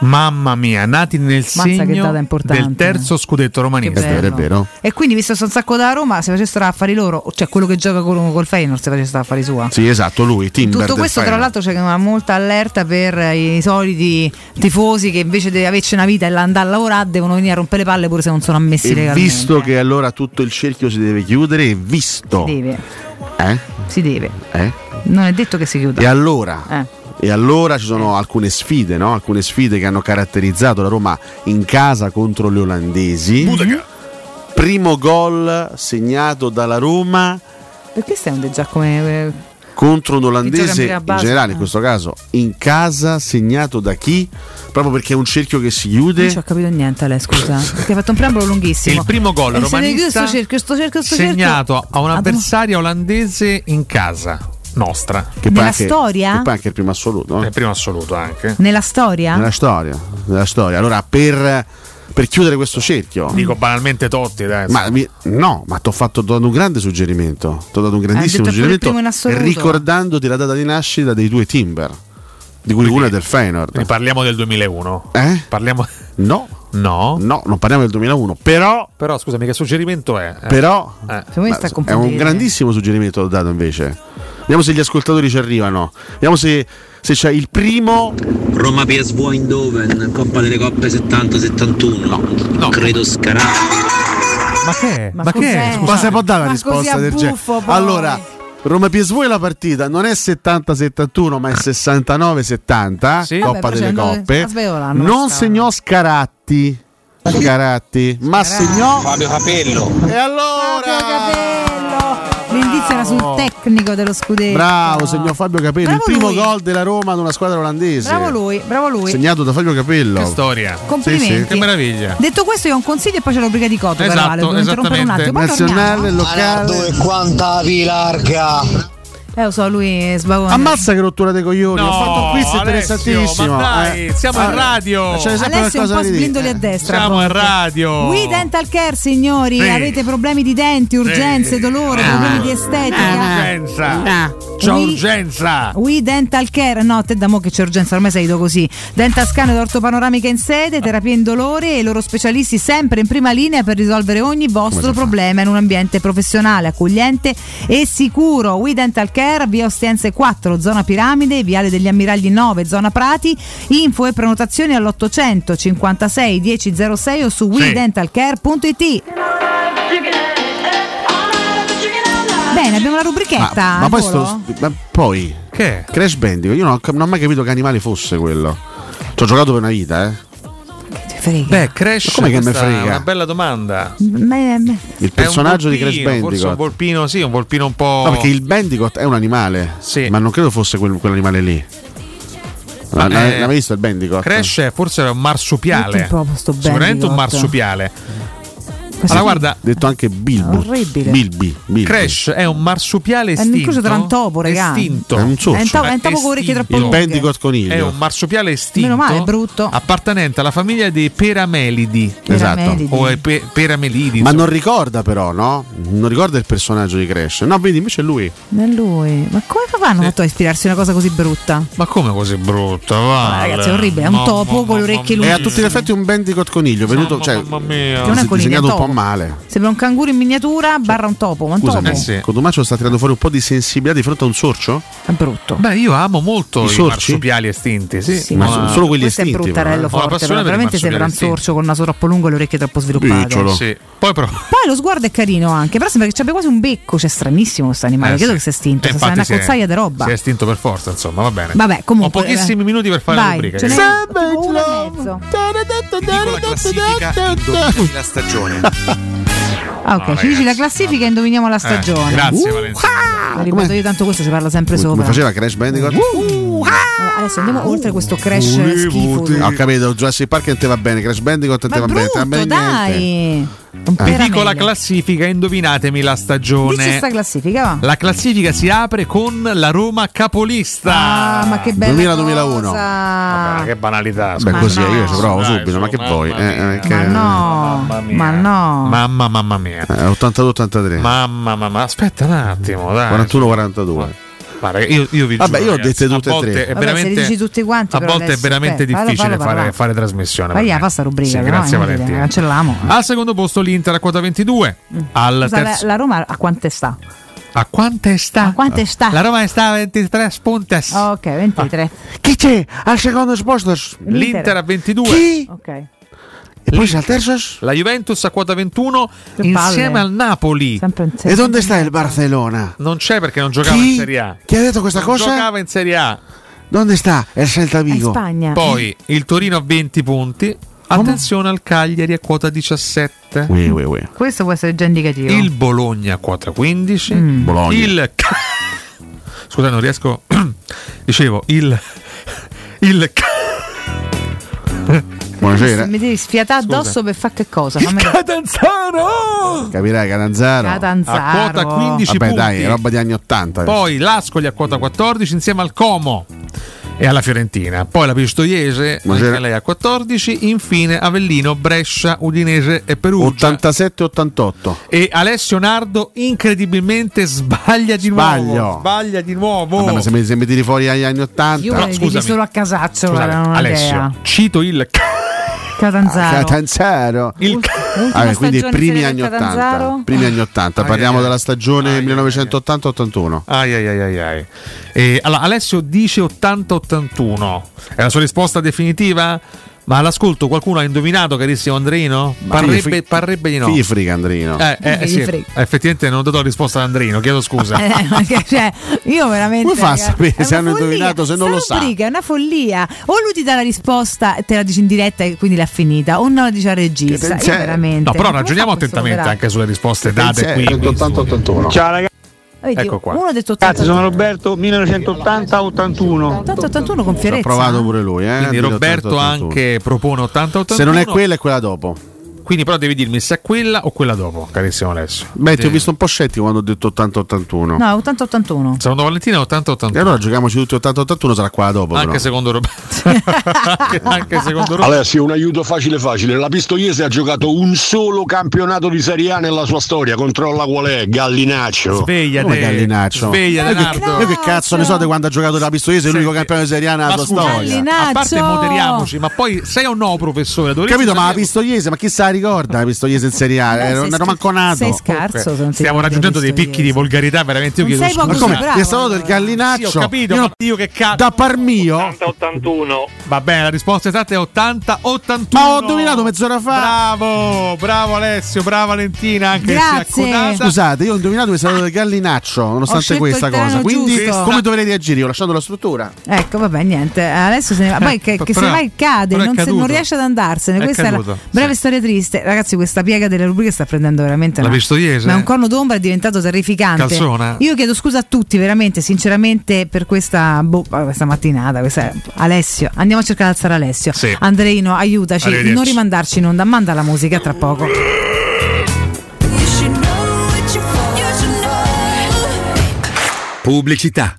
S42: Mamma mia, nati nel
S9: Mazza che
S42: segno
S9: data importante.
S42: del terzo scudetto romanista.
S9: Che È vero, bello. è E quindi, visto che sono sacco da Roma, se facessero affari loro, cioè quello che gioca con, col Feyenoord, se facessero affari sua.
S11: Sì, esatto, lui, Timber.
S9: Tutto
S11: del
S9: questo, tra
S11: Feyenoord.
S9: l'altro, c'è una molta allerta per eh, i soliti tifosi che invece di averci una vita e andare a lavorare devono venire a rompere le palle pure se non sono ammessi
S11: E
S9: legalmente.
S11: visto che allora tutto il cerchio si deve chiudere, e visto.
S9: Si deve,
S11: Eh?
S9: si deve.
S11: Eh?
S9: Non è detto che si chiuda.
S11: E allora?
S9: Eh.
S11: E allora ci sono alcune sfide, no? alcune sfide che hanno caratterizzato la Roma in casa contro le olandesi. Primo gol segnato dalla Roma
S9: Perché stai un già come. eh,
S11: contro
S9: Vittoria
S11: un
S9: in
S11: olandese
S9: prima
S11: in
S9: base,
S11: generale, in
S9: eh.
S11: questo caso in casa, segnato da chi? Proprio perché è un cerchio che si
S9: Non ci
S11: chiude.
S9: ho capito niente, lei scusa.
S11: [laughs]
S9: Perché ha fatto un preambolo lunghissimo.
S42: Il primo gol
S9: E Eh, se ne chiude
S42: romanista
S9: sto cerchio, sto cerchio, sto cerchio.
S42: segnato a un
S9: Ah,
S42: avversario olandese in casa nostra.
S11: Che
S9: Nella storia?
S11: Che poi anche il primo assoluto. eh. no?
S42: È il primo assoluto anche.
S9: Nella storia?
S11: Nella storia, nella storia. Allora, per, per chiudere questo cerchio.
S42: Dico banalmente Totti, dai.
S11: Ma mi- no, ma ti ho fatto t'ho dato un grande suggerimento. Ti ho dato un grandissimo
S42: detto pure il
S11: suggerimento
S42: primo in assoluto.
S11: ricordandoti la data di nascita dei due Timber, di cui uno è del Feyenoord.
S42: Quindi parliamo del 2001.
S11: Eh?
S42: Parliamo...
S11: No.
S42: No.
S11: No, non parliamo del 2001, però
S42: Però scusami, che suggerimento è? Eh.
S11: Però-
S42: Eh.
S11: Ma è un grandissimo suggerimento l'ho dato invece. Vediamo se gli ascoltatori ci arrivano. Vediamo se, se c'è il primo.
S14: Roma PSV Eindhoven, Coppa delle Coppe 70-71. Credo Scarà.
S42: Ma che è?
S11: Ma,
S14: cos'è?
S11: che è? Ma se può dare una
S14: Ma
S11: risposta
S14: così a
S11: del genere?
S14: buffo, poi.
S11: Allora, Roma PSV è la partita, non è 70-71, ma è 69-70,
S9: Vabbè,
S11: Coppa
S9: però
S11: delle
S9: c'è andato-
S11: Coppe.
S9: a Sveola l'hanno
S11: Non
S9: pescato.
S11: segnò Scaratti. Scaratti, ma segnò
S14: Fabio Capello.
S11: E allora?
S9: Eh, L'indizio era sul tecnico dello scudetto.
S11: Bravo, segnò Fabio Capello,
S9: Bravo
S11: il primo
S9: lui.
S11: gol della Roma ad una squadra olandese.
S9: Bravo lui, bravo lui.
S11: Segnato da Fabio Capello.
S42: Che storia.
S9: Complimenti.
S42: Che meraviglia.
S9: Detto questo, io ho un consiglio e poi c'è l'obbligo di Coto.
S42: Esatto,
S9: però, devo interrompere un attimo. Poi
S11: Nazionale,
S9: torniamo.
S11: locale.
S14: E quanta vi larga.
S9: Eh, lo so, lui sbagona.
S11: Ammazza che rottura dei coglioni,
S9: No,
S11: ho fatto eh. un quiz
S9: Alessio,
S11: interessantissimo.
S42: Oh, ma dai, siamo in radio.
S11: c'è sempre
S9: Alessio è un
S11: qualcosa
S9: po'
S11: da dire.
S9: sbrindoli a destra.
S42: Siamo
S9: a
S42: in
S9: volte.
S42: radio.
S9: We Dental Care, signori.
S42: Sì.
S9: Avete problemi di denti, urgenze, dolore,
S42: Ah.
S9: problemi di estetica.
S42: Eh, urgenza.
S9: Ah.
S42: C'ho
S9: We-
S42: urgenza.
S11: Esatto.
S9: We Dental Care, no, te da mo che c'è urgenza, ormai sei do così. Dental scan ed ortopanoramica in sede, terapia in dolore e i loro specialisti sempre in prima linea per risolvere ogni vostro problema in un ambiente professionale, accogliente e sicuro. We Dental Care, via Ostiense 4, zona Piramide, viale degli Ammiragli 9, zona Prati. Info e prenotazioni all'800 56 1006 o su WeDentalCare.it. Bene, abbiamo la rubrichetta.
S11: Ma, ma poi,
S9: Angolo?
S11: sto- ma poi
S42: che
S11: Crash Bandicoot, io non ho, cap- non ho mai capito che animale fosse quello. Ci ho giocato per una vita, eh.
S42: Beh, Crash
S11: Ma come che me
S42: questa è
S11: frega?
S42: Una bella domanda.
S9: Ma- ma-
S11: Il personaggio
S42: È un
S11: di Crash
S42: volpino, Forse un
S11: Bandicoot.
S42: volpino, sì, un volpino un po'.
S11: No, perché il Bandicoot è un animale, ma non credo fosse quel- quell'animale lì.
S42: Ma,
S11: Ma, l'ha-
S42: eh,
S11: l'ha mai visto il Bandicoot?
S42: Crash è forse un
S9: Metti
S42: marsupiale.
S9: un po' sto
S42: Sicuramente un
S9: Bandicoot.
S42: marsupiale.
S10: Allora, guarda,
S11: detto anche Bilbo.
S9: Orribile.
S11: Bilby. Bilby.
S10: Crash è un marsupiale
S9: È un
S10: estinto.
S9: incrocio tra un topo, regà.
S10: Estinto.
S9: È un socio. È un topo- è un topo con le orecchie troppo
S10: Il
S9: lunghe.
S11: Bandicoot coniglio.
S10: È un marsupiale estinto.
S9: Meno male, è brutto.
S10: Appartenente alla famiglia dei peramelidi.
S11: Peramelidi.
S10: Esatto. O ai pe- peramelidi.
S11: Ma
S10: insomma.
S11: non ricorda però, no? Non ricorda il personaggio di Crash. No, vedi, invece è lui.
S9: Ma lui, ma come fanno fatto a ispirarsi a una cosa così brutta?
S10: Ma come così brutta? va?
S9: Ma ragazzi, è orribile, è un topo con le orecchie
S11: È
S9: lunghe.
S11: a tutti gli effetti un Bandicoot coniglio, venuto, cioè,
S9: Che non è
S11: dis-
S9: coniglio,
S11: disegnato
S9: è
S11: un po'
S9: topo.
S11: male.
S9: Sembra un canguro in miniatura barra un topo, ma un
S11: Scusami,
S9: topo.
S10: Eh,
S11: Cotumaccio sta tirando fuori un po' di sensibilità di fronte a un sorcio?
S9: È brutto.
S10: Beh, io amo molto i,
S11: sorci?
S10: marsupiali estinti. Sì.
S11: Sì, ma so- solo quelli
S9: Questo è
S11: estinti, però, eh.
S9: bruttarello
S11: Ho la
S9: forte,
S11: passione
S9: però
S11: per i
S9: veramente sembra un
S11: marsupiali
S9: sorcio con il naso troppo lungo e le orecchie troppo sviluppate.
S10: Sì. Poi però
S9: Poi lo sguardo è carino anche, però sembra che abbia quasi un becco, cioè stranissimo questo animale,
S10: Eh,
S9: credo
S10: sì.
S9: che sia estinto,
S10: Eh,
S9: sia
S10: infatti
S9: una
S10: si è-
S9: cozzaia di roba.
S10: Si è estinto per forza, insomma, va bene.
S9: Vabbè, comunque
S10: Ho pochissimi
S9: eh.
S10: minuti per fare la
S9: Vai,
S10: rubrica. eh.
S9: ce n'è
S10: ragazzi.
S9: una e mezzo.
S51: la stagione.
S9: Ah, ok,
S51: No,
S9: ci dici
S51: ragazzi,
S9: la classifica e indoviniamo la stagione.
S51: grazie,
S9: Uh,
S51: Valentina.
S9: ah, lo ripeto io tanto questo ci parla sempre
S11: Come
S9: sopra.
S11: faceva Crash Bandicoot?
S9: Uh, ah. Adesso andiamo oltre questo crash schifo.
S11: Ho capito, Jurassic Park non te va bene, Crash Bandicoot non te
S9: Ma
S11: va
S9: è
S11: bene. non te va
S9: brutto,
S11: bene niente.
S9: dai.
S10: Vi
S9: Veramente.
S10: dico la classifica, indovinatemi la
S9: Dici
S10: stagione.
S9: sta classifica, va.
S10: La classifica si apre con la Roma capolista.
S9: Ah, ma che bella
S10: 2000-2001.
S9: cosa.
S10: che banalità.
S11: Beh,
S10: scusa.
S11: così eh, io ci provo
S10: Dai,
S11: subito,
S10: su,
S11: ma che
S10: mamma
S11: vuoi?
S10: mia.
S11: Eh, eh, che-
S9: Ma no, ma no.
S10: Mamma, mamma mia.
S11: Eh, 82-83.
S10: Mamma, mamma, aspetta un attimo, dai.
S11: 41-42.
S10: Guarda, io, io vi
S11: Vabbè, io
S10: giuro,
S11: ho
S10: ragazzi,
S11: dette
S10: a
S11: tutte e
S10: volte
S11: tre.
S9: Vabbè,
S10: È
S9: se le
S10: veramente,
S9: dici tutti quanti,
S10: a
S9: però
S10: volte è
S9: adesso,
S10: veramente
S9: aspetta, fallo,
S10: difficile
S9: fallo, fallo,
S10: fare,
S9: fallo.
S10: fare trasmissione.
S9: Vai,
S10: Valentina.
S9: fa sta rubrica,
S10: Sì,
S9: però,
S10: grazie,
S9: eh,
S10: Valentina.
S9: cancelliamo.
S10: Al secondo posto l'Inter a quota 22. Al
S9: Scusa, la,
S10: terzo.
S9: la Roma a quante sta?
S10: A quante sta?
S9: A quante sta?
S10: La Roma sta a 23 spuntes. Ah,
S9: Ok, 23.
S11: Chi c'è? Al secondo posto?
S10: L'Inter a 22.
S9: Ok.
S11: E poi c'è al terzo?
S10: La Juventus a quota 21
S11: Che
S10: insieme
S11: palle.
S10: al Napoli.
S11: E dove sta il Barcellona?
S10: Non c'è perché non giocava
S11: Chi?
S10: in Serie A.
S11: Chi ha detto questa
S10: Non
S11: cosa?
S10: Giocava in Serie A.
S11: Dove sta il Celta Vigo?
S10: Poi il Torino a 20 punti. Attenzione al Cagliari a quota 17.
S11: Ui, ui, ui.
S9: Questo può essere già indicativo.
S10: Il Bologna a quota 15.
S9: Mm. Bologna.
S11: [laughs]
S10: Il Ca- Scusa, non riesco. [clears throat] Dicevo, il [laughs]
S11: [laughs]
S10: il Ca-
S11: Buonasera.
S9: Mi devi sfiatare
S10: Scusa.
S9: addosso per fare che cosa? Fammi...
S10: Catanzaro!
S11: Capirai Catanzaro.
S9: Catanzaro.
S10: A quota 15
S11: Vabbè,
S10: punti.
S11: dai, è roba di anni 80.
S10: Poi l'Ascoli a quota 14 insieme al Como e alla Fiorentina. Poi la Pistoiese
S11: Buonasera.
S10: anche lei a 14. Infine Avellino, Brescia, Udinese e Perugia.
S11: 87-88.
S10: E Alessio Nardo incredibilmente sbaglia di
S11: Sbaglio.
S10: nuovo. Sbaglia di nuovo.
S11: Vabbè, ma se mi, se mi tiri fuori agli anni 80.
S9: Io
S10: Però
S9: le dici
S10: scusami.
S9: solo a casaccio,
S10: Scusate,
S9: guarda, non ho idea.
S10: Alessio, cito il
S9: Catanzaro.
S11: Catanzaro.
S10: Il
S11: Ah, beh, quindi
S9: stagione
S11: primi
S9: Serie
S11: anni,
S9: del
S11: 80,
S9: Catanzaro?
S11: primi anni 80,
S10: Ah,
S11: parliamo
S10: ah,
S11: della stagione 1980-81.
S10: Ai ai ai ai ai. E, allora, Alessio dice 80-81. È la sua risposta definitiva? Ma all'ascolto qualcuno ha indovinato, carissimo Andrino? Parrebbe, parrebbe di no.
S11: Chi frega Andrino?
S10: Eh, eh,
S9: Gli
S10: sì.
S9: frega.
S10: Eh, effettivamente non ho dato la risposta ad Andrino, chiedo scusa.
S9: Eh,
S11: [laughs]
S9: perché, cioè, io veramente.
S11: Come fa a
S9: ragazzi,
S11: sapere
S9: Cioè, è
S11: se
S9: una
S11: hanno
S9: follia.
S11: indovinato, se non
S9: Sta
S11: lo sa?
S9: rubrica è una follia. O lui ti dà la risposta e te la dici in diretta e quindi l'ha finita, o non la dice al regista. Io eh,
S11: cioè,
S9: veramente.
S10: No, però
S9: Come
S10: ragioniamo
S9: fa questo
S10: attentamente
S9: operato?
S10: anche sulle risposte date qui.
S52: 81 Ciao ragazzi.
S9: Vedi,
S10: Ecco qua.
S9: Uno ha detto
S52: Ragazzi,
S9: 80.
S52: sono Roberto 1980-81.
S9: 81 con
S11: Ha
S9: fierezza.
S11: provato pure lui, eh?
S10: Quindi
S11: Dillo
S10: Roberto
S11: 80-81.
S10: anche propone 80-81.
S11: Se non è quella, è quella dopo.
S10: Quindi però devi dirmi se è quella o quella dopo, carissimo Alessio.
S11: Beh, ti ho
S10: Eh,
S11: visto un po' scettico quando ho detto 80-81.
S9: No, 80-81.
S10: Secondo Valentina 80-81.
S11: E allora giochiamoci tutti 80-81, sarà quella dopo.
S10: Anche
S11: però.
S10: secondo
S9: [laughs]
S10: Roberto. anche, anche secondo Roberto.
S4: Alessio, un aiuto facile facile. La Pistoiese ha giocato un solo campionato di Serie A nella sua storia. Controlla qual è, Gallinaccio.
S10: Sveglia
S11: Come Gallinaccio.
S10: Sveglia,
S9: Eh,
S11: Io che,
S10: Leonardo.
S11: io che cazzo ne so
S9: cioè.
S11: di quando ha giocato la Pistoiese, l'unico campione di Serie A nella
S10: Ma
S11: sua
S10: scusa,
S11: storia.
S10: a parte moderiamoci, ma poi sei o no professore? Dovresti
S11: Capito? Ma la
S10: sapere-
S11: Pistoiese, ma chi sa ricorda la Pistoiese in Serie A? Eh, non ero manco nato.
S10: Comunque, Stiamo raggiungendo dei picchi di volgarità, veramente. Io
S11: Non
S10: chiedo
S11: sei poco
S10: scusa.
S11: Ma come? bravo, Gli è stato allora. del gallinaccio?
S10: Sì, ho capito,
S11: Io
S10: ma
S11: non-
S10: io che cazzo.
S11: Da par mio.
S10: 81. Va bene, la risposta esatta è 80 81.
S11: Ma ho indovinato mezz'ora fa.
S10: Bravo, bravo Alessio, brava Valentina, anche se accodata.
S11: Scusate, io ho indovinato che è stato del gallinaccio, nonostante
S9: scelto
S11: questa
S9: il treno
S11: cosa. Quindi,
S9: giusto.
S11: come dovrei reagire? Io lasciando la struttura.
S9: Ecco, vabbè, niente. Adesso se ne va. Poi che,
S11: Eh,
S9: che
S11: però-
S9: se mai cade,
S11: però è
S9: non, se- non
S11: caduto.
S9: riesce ad andarsene.
S11: È
S9: Questa è
S11: caduto,
S9: la breve storia triste. Ragazzi, questa piega delle rubriche sta prendendo veramente
S10: La
S9: una-
S10: Pistoiese?
S9: Ma è un corno d'ombra è diventato terrificante.
S10: Calzona?
S9: Io chiedo scusa a tutti, veramente, sinceramente, per questa, boh, questa mattinata. Questa Alessio, andiamo a cercare di alzare Alessio.
S10: Sì.
S9: Andreino, aiutaci.
S10: Arrivederci.
S9: Non rimandarci in onda. Manda la musica tra poco.
S53: Pubblicità.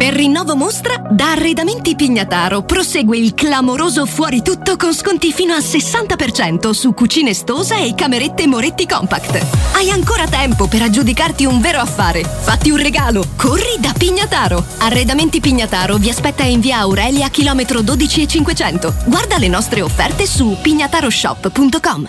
S49: Per rinnovo mostra, da Arredamenti Pignataro prosegue il clamoroso fuori tutto con sconti fino al 60% su cucine Stosa e camerette Moretti Compact. Hai ancora tempo per aggiudicarti un vero affare. Fatti un regalo, corri da Pignataro. Arredamenti Pignataro vi aspetta in via Aurelia, chilometro 12 e 500. Guarda le nostre offerte su pignataroshop.com.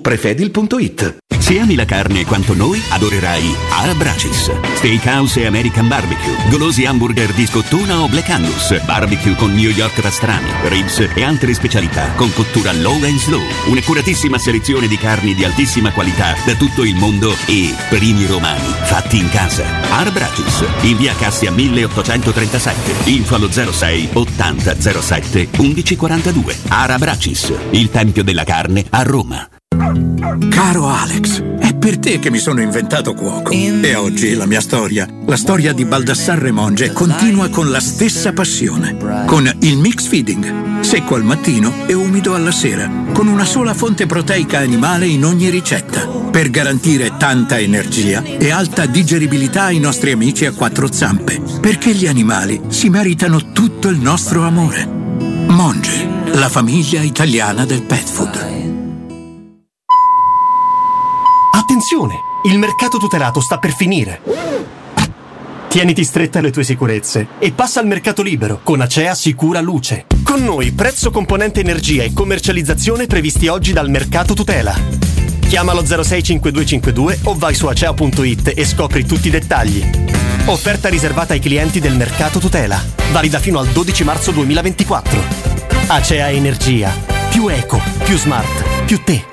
S54: prefedil.it.
S1: Se ami la carne quanto noi, adorerai Arabracis, Steakhouse e American Barbecue, golosi hamburger di scottuna o Black Angus, barbecue con New York pastrami, ribs e altre specialità con cottura low and slow, un'accuratissima selezione di carni di altissima qualità da tutto il mondo e primi romani fatti in casa. Arabracis, in via Cassia 1837, info allo 06 80 07 1142. Arabracis, il tempio della carne a Roma.
S55: Caro Alex, è per te che mi sono inventato cuoco. E oggi la mia storia, la storia di Baldassarre Monge, continua con la stessa passione. Con il mix feeding, secco al mattino e umido alla sera, con una sola fonte proteica animale in ogni ricetta, per garantire tanta energia e alta digeribilità ai nostri amici a quattro zampe. Perché gli animali si meritano tutto il nostro amore. Monge, la famiglia italiana del pet food.
S30: Attenzione! Il mercato tutelato sta per finire. Tieniti stretta le tue sicurezze e passa al mercato libero con Acea Sicura Luce. Con noi prezzo componente energia e commercializzazione previsti oggi dal mercato tutela. Chiamalo 065252 o vai su acea.it e scopri tutti i dettagli. Offerta riservata ai clienti del mercato tutela, valida fino al 12 marzo 2024. Acea Energia. Più eco, più smart, più te.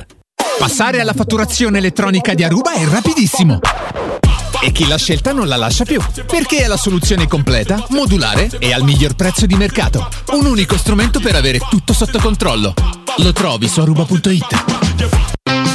S4: Passare alla fatturazione elettronica di Aruba è rapidissimo. E chi la scelta non la lascia più, perché è la soluzione completa, modulare e al miglior prezzo di mercato. Un unico strumento per avere tutto sotto controllo. Lo trovi su aruba.it.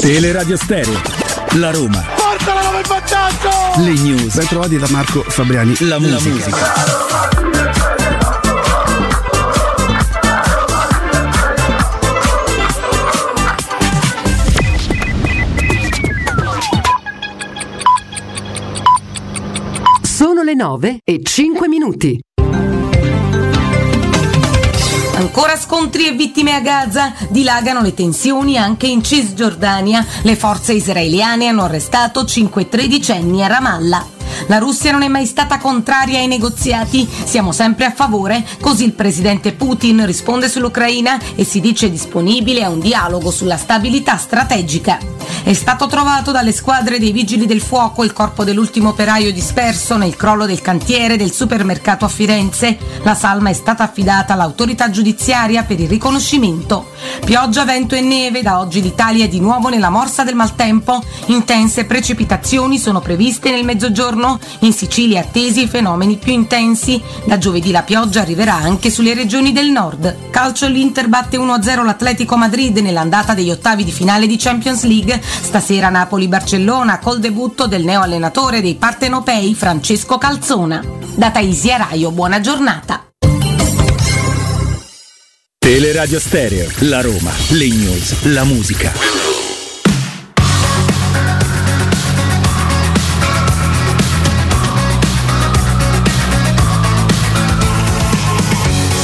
S56: Teleradio Stereo. La Roma.
S57: Portala nove vantaggio!
S56: Le news. Ben trovati da Marco Fabriani. La musica.
S9: Sono le 9 e 5 minuti.
S35: Ancora scontri e vittime a Gaza, dilagano le tensioni anche in Cisgiordania. Le forze israeliane hanno arrestato 5 tredicenni a Ramallah. La Russia non è mai stata contraria ai negoziati, siamo sempre a favore, così il presidente Putin risponde sull'Ucraina e si dice disponibile a un dialogo sulla stabilità strategica. È stato trovato dalle squadre dei vigili del fuoco il corpo dell'ultimo operaio disperso nel crollo del cantiere del supermercato a Firenze. La salma è stata affidata all'autorità giudiziaria per il riconoscimento. Pioggia, vento e neve, da oggi l'Italia è di nuovo nella morsa del maltempo. Intense precipitazioni sono previste nel mezzogiorno. In Sicilia attesi i fenomeni più intensi. Da giovedì la pioggia arriverà anche sulle regioni del nord. Calcio l'Inter batte 1-0 l'Atletico Madrid nell'andata degli ottavi di finale di Champions League. Stasera Napoli-Barcellona col debutto del neo allenatore dei partenopei Francesco Calzona. Da Taisia Raio, buona giornata.
S15: Teleradio Stereo, la Roma, le news, la musica.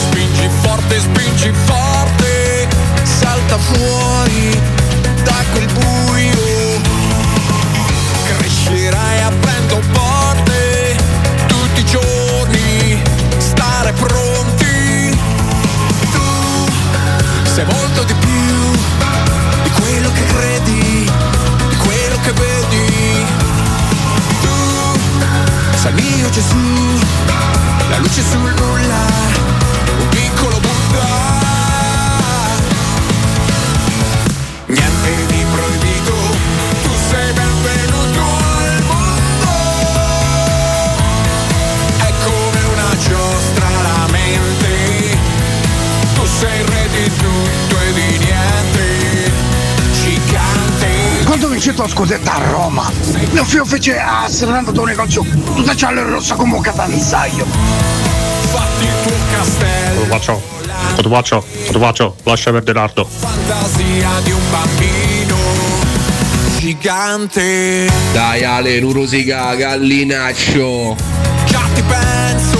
S26: Spingi forte, spingi forte, salta fuori da quel buio. Crescerai aprendo porte tutti i giorni, stare pronti. Tu sei molto di più di quello che credi, di quello che vedi. Tu sei il mio Gesù, la luce sul nulla un piccolo Buddha. Niente di proibito, tu sei benvenuto al mondo. È come una giostra la mente, tu sei il re di tutto e di niente. Gigante.
S50: Quando vincito la scudetta a Roma, mio figlio fece "Ah, a Serrando un negozio una gialla e rossa come un catanzaio.
S26: Fatti il tuo castello,
S58: Potubaccio, Potubaccio, Potubaccio, lascia perdere l'ardo.
S26: fantasia di un bambino. Gigante.
S59: Dai Ale, rurosica, gallinaccio.
S26: Già ti penso,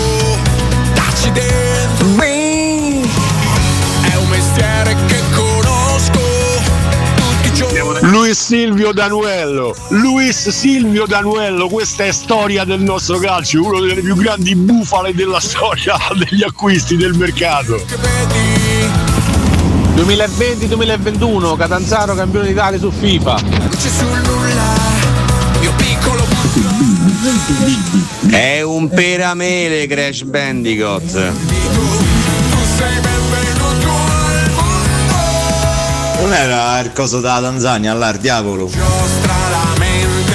S26: dacci dentro. È un mestiere che conosco tutti i giorni.
S57: Luis Silvio Danuello, Luis Silvio Danuello, questa è storia del nostro calcio, una delle più grandi bufale della storia degli acquisti del mercato.
S60: 2020-2021, Catanzaro campione d'Italia su FIFA.
S26: Luce sul nulla, mio piccolo
S59: È un peramele Crash Bandicoot. Non era il coso della Tanzania, là il diavolo.
S26: stralamente.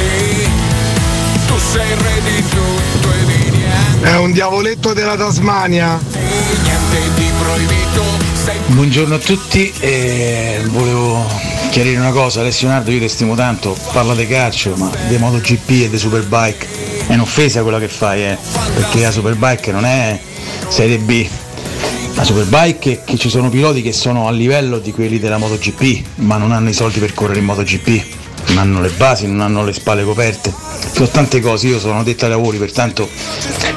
S26: Tu sei il re di tutto e di
S50: È un diavoletto della Tasmania.
S26: niente di proibito. Sei
S37: Buongiorno a tutti, eh, volevo chiarire una cosa, Alessio Nardo io ti stimo tanto, parla di calcio, ma di MotoGP e di Superbike è un'offesa quella che fai, eh, perché la Superbike non è Serie B, la Superbike è che ci sono piloti che sono a livello di quelli della MotoGP, ma non hanno i soldi per correre in MotoGP, non hanno le basi, non hanno le spalle coperte, sono tante cose, io sono detta ai lavori, pertanto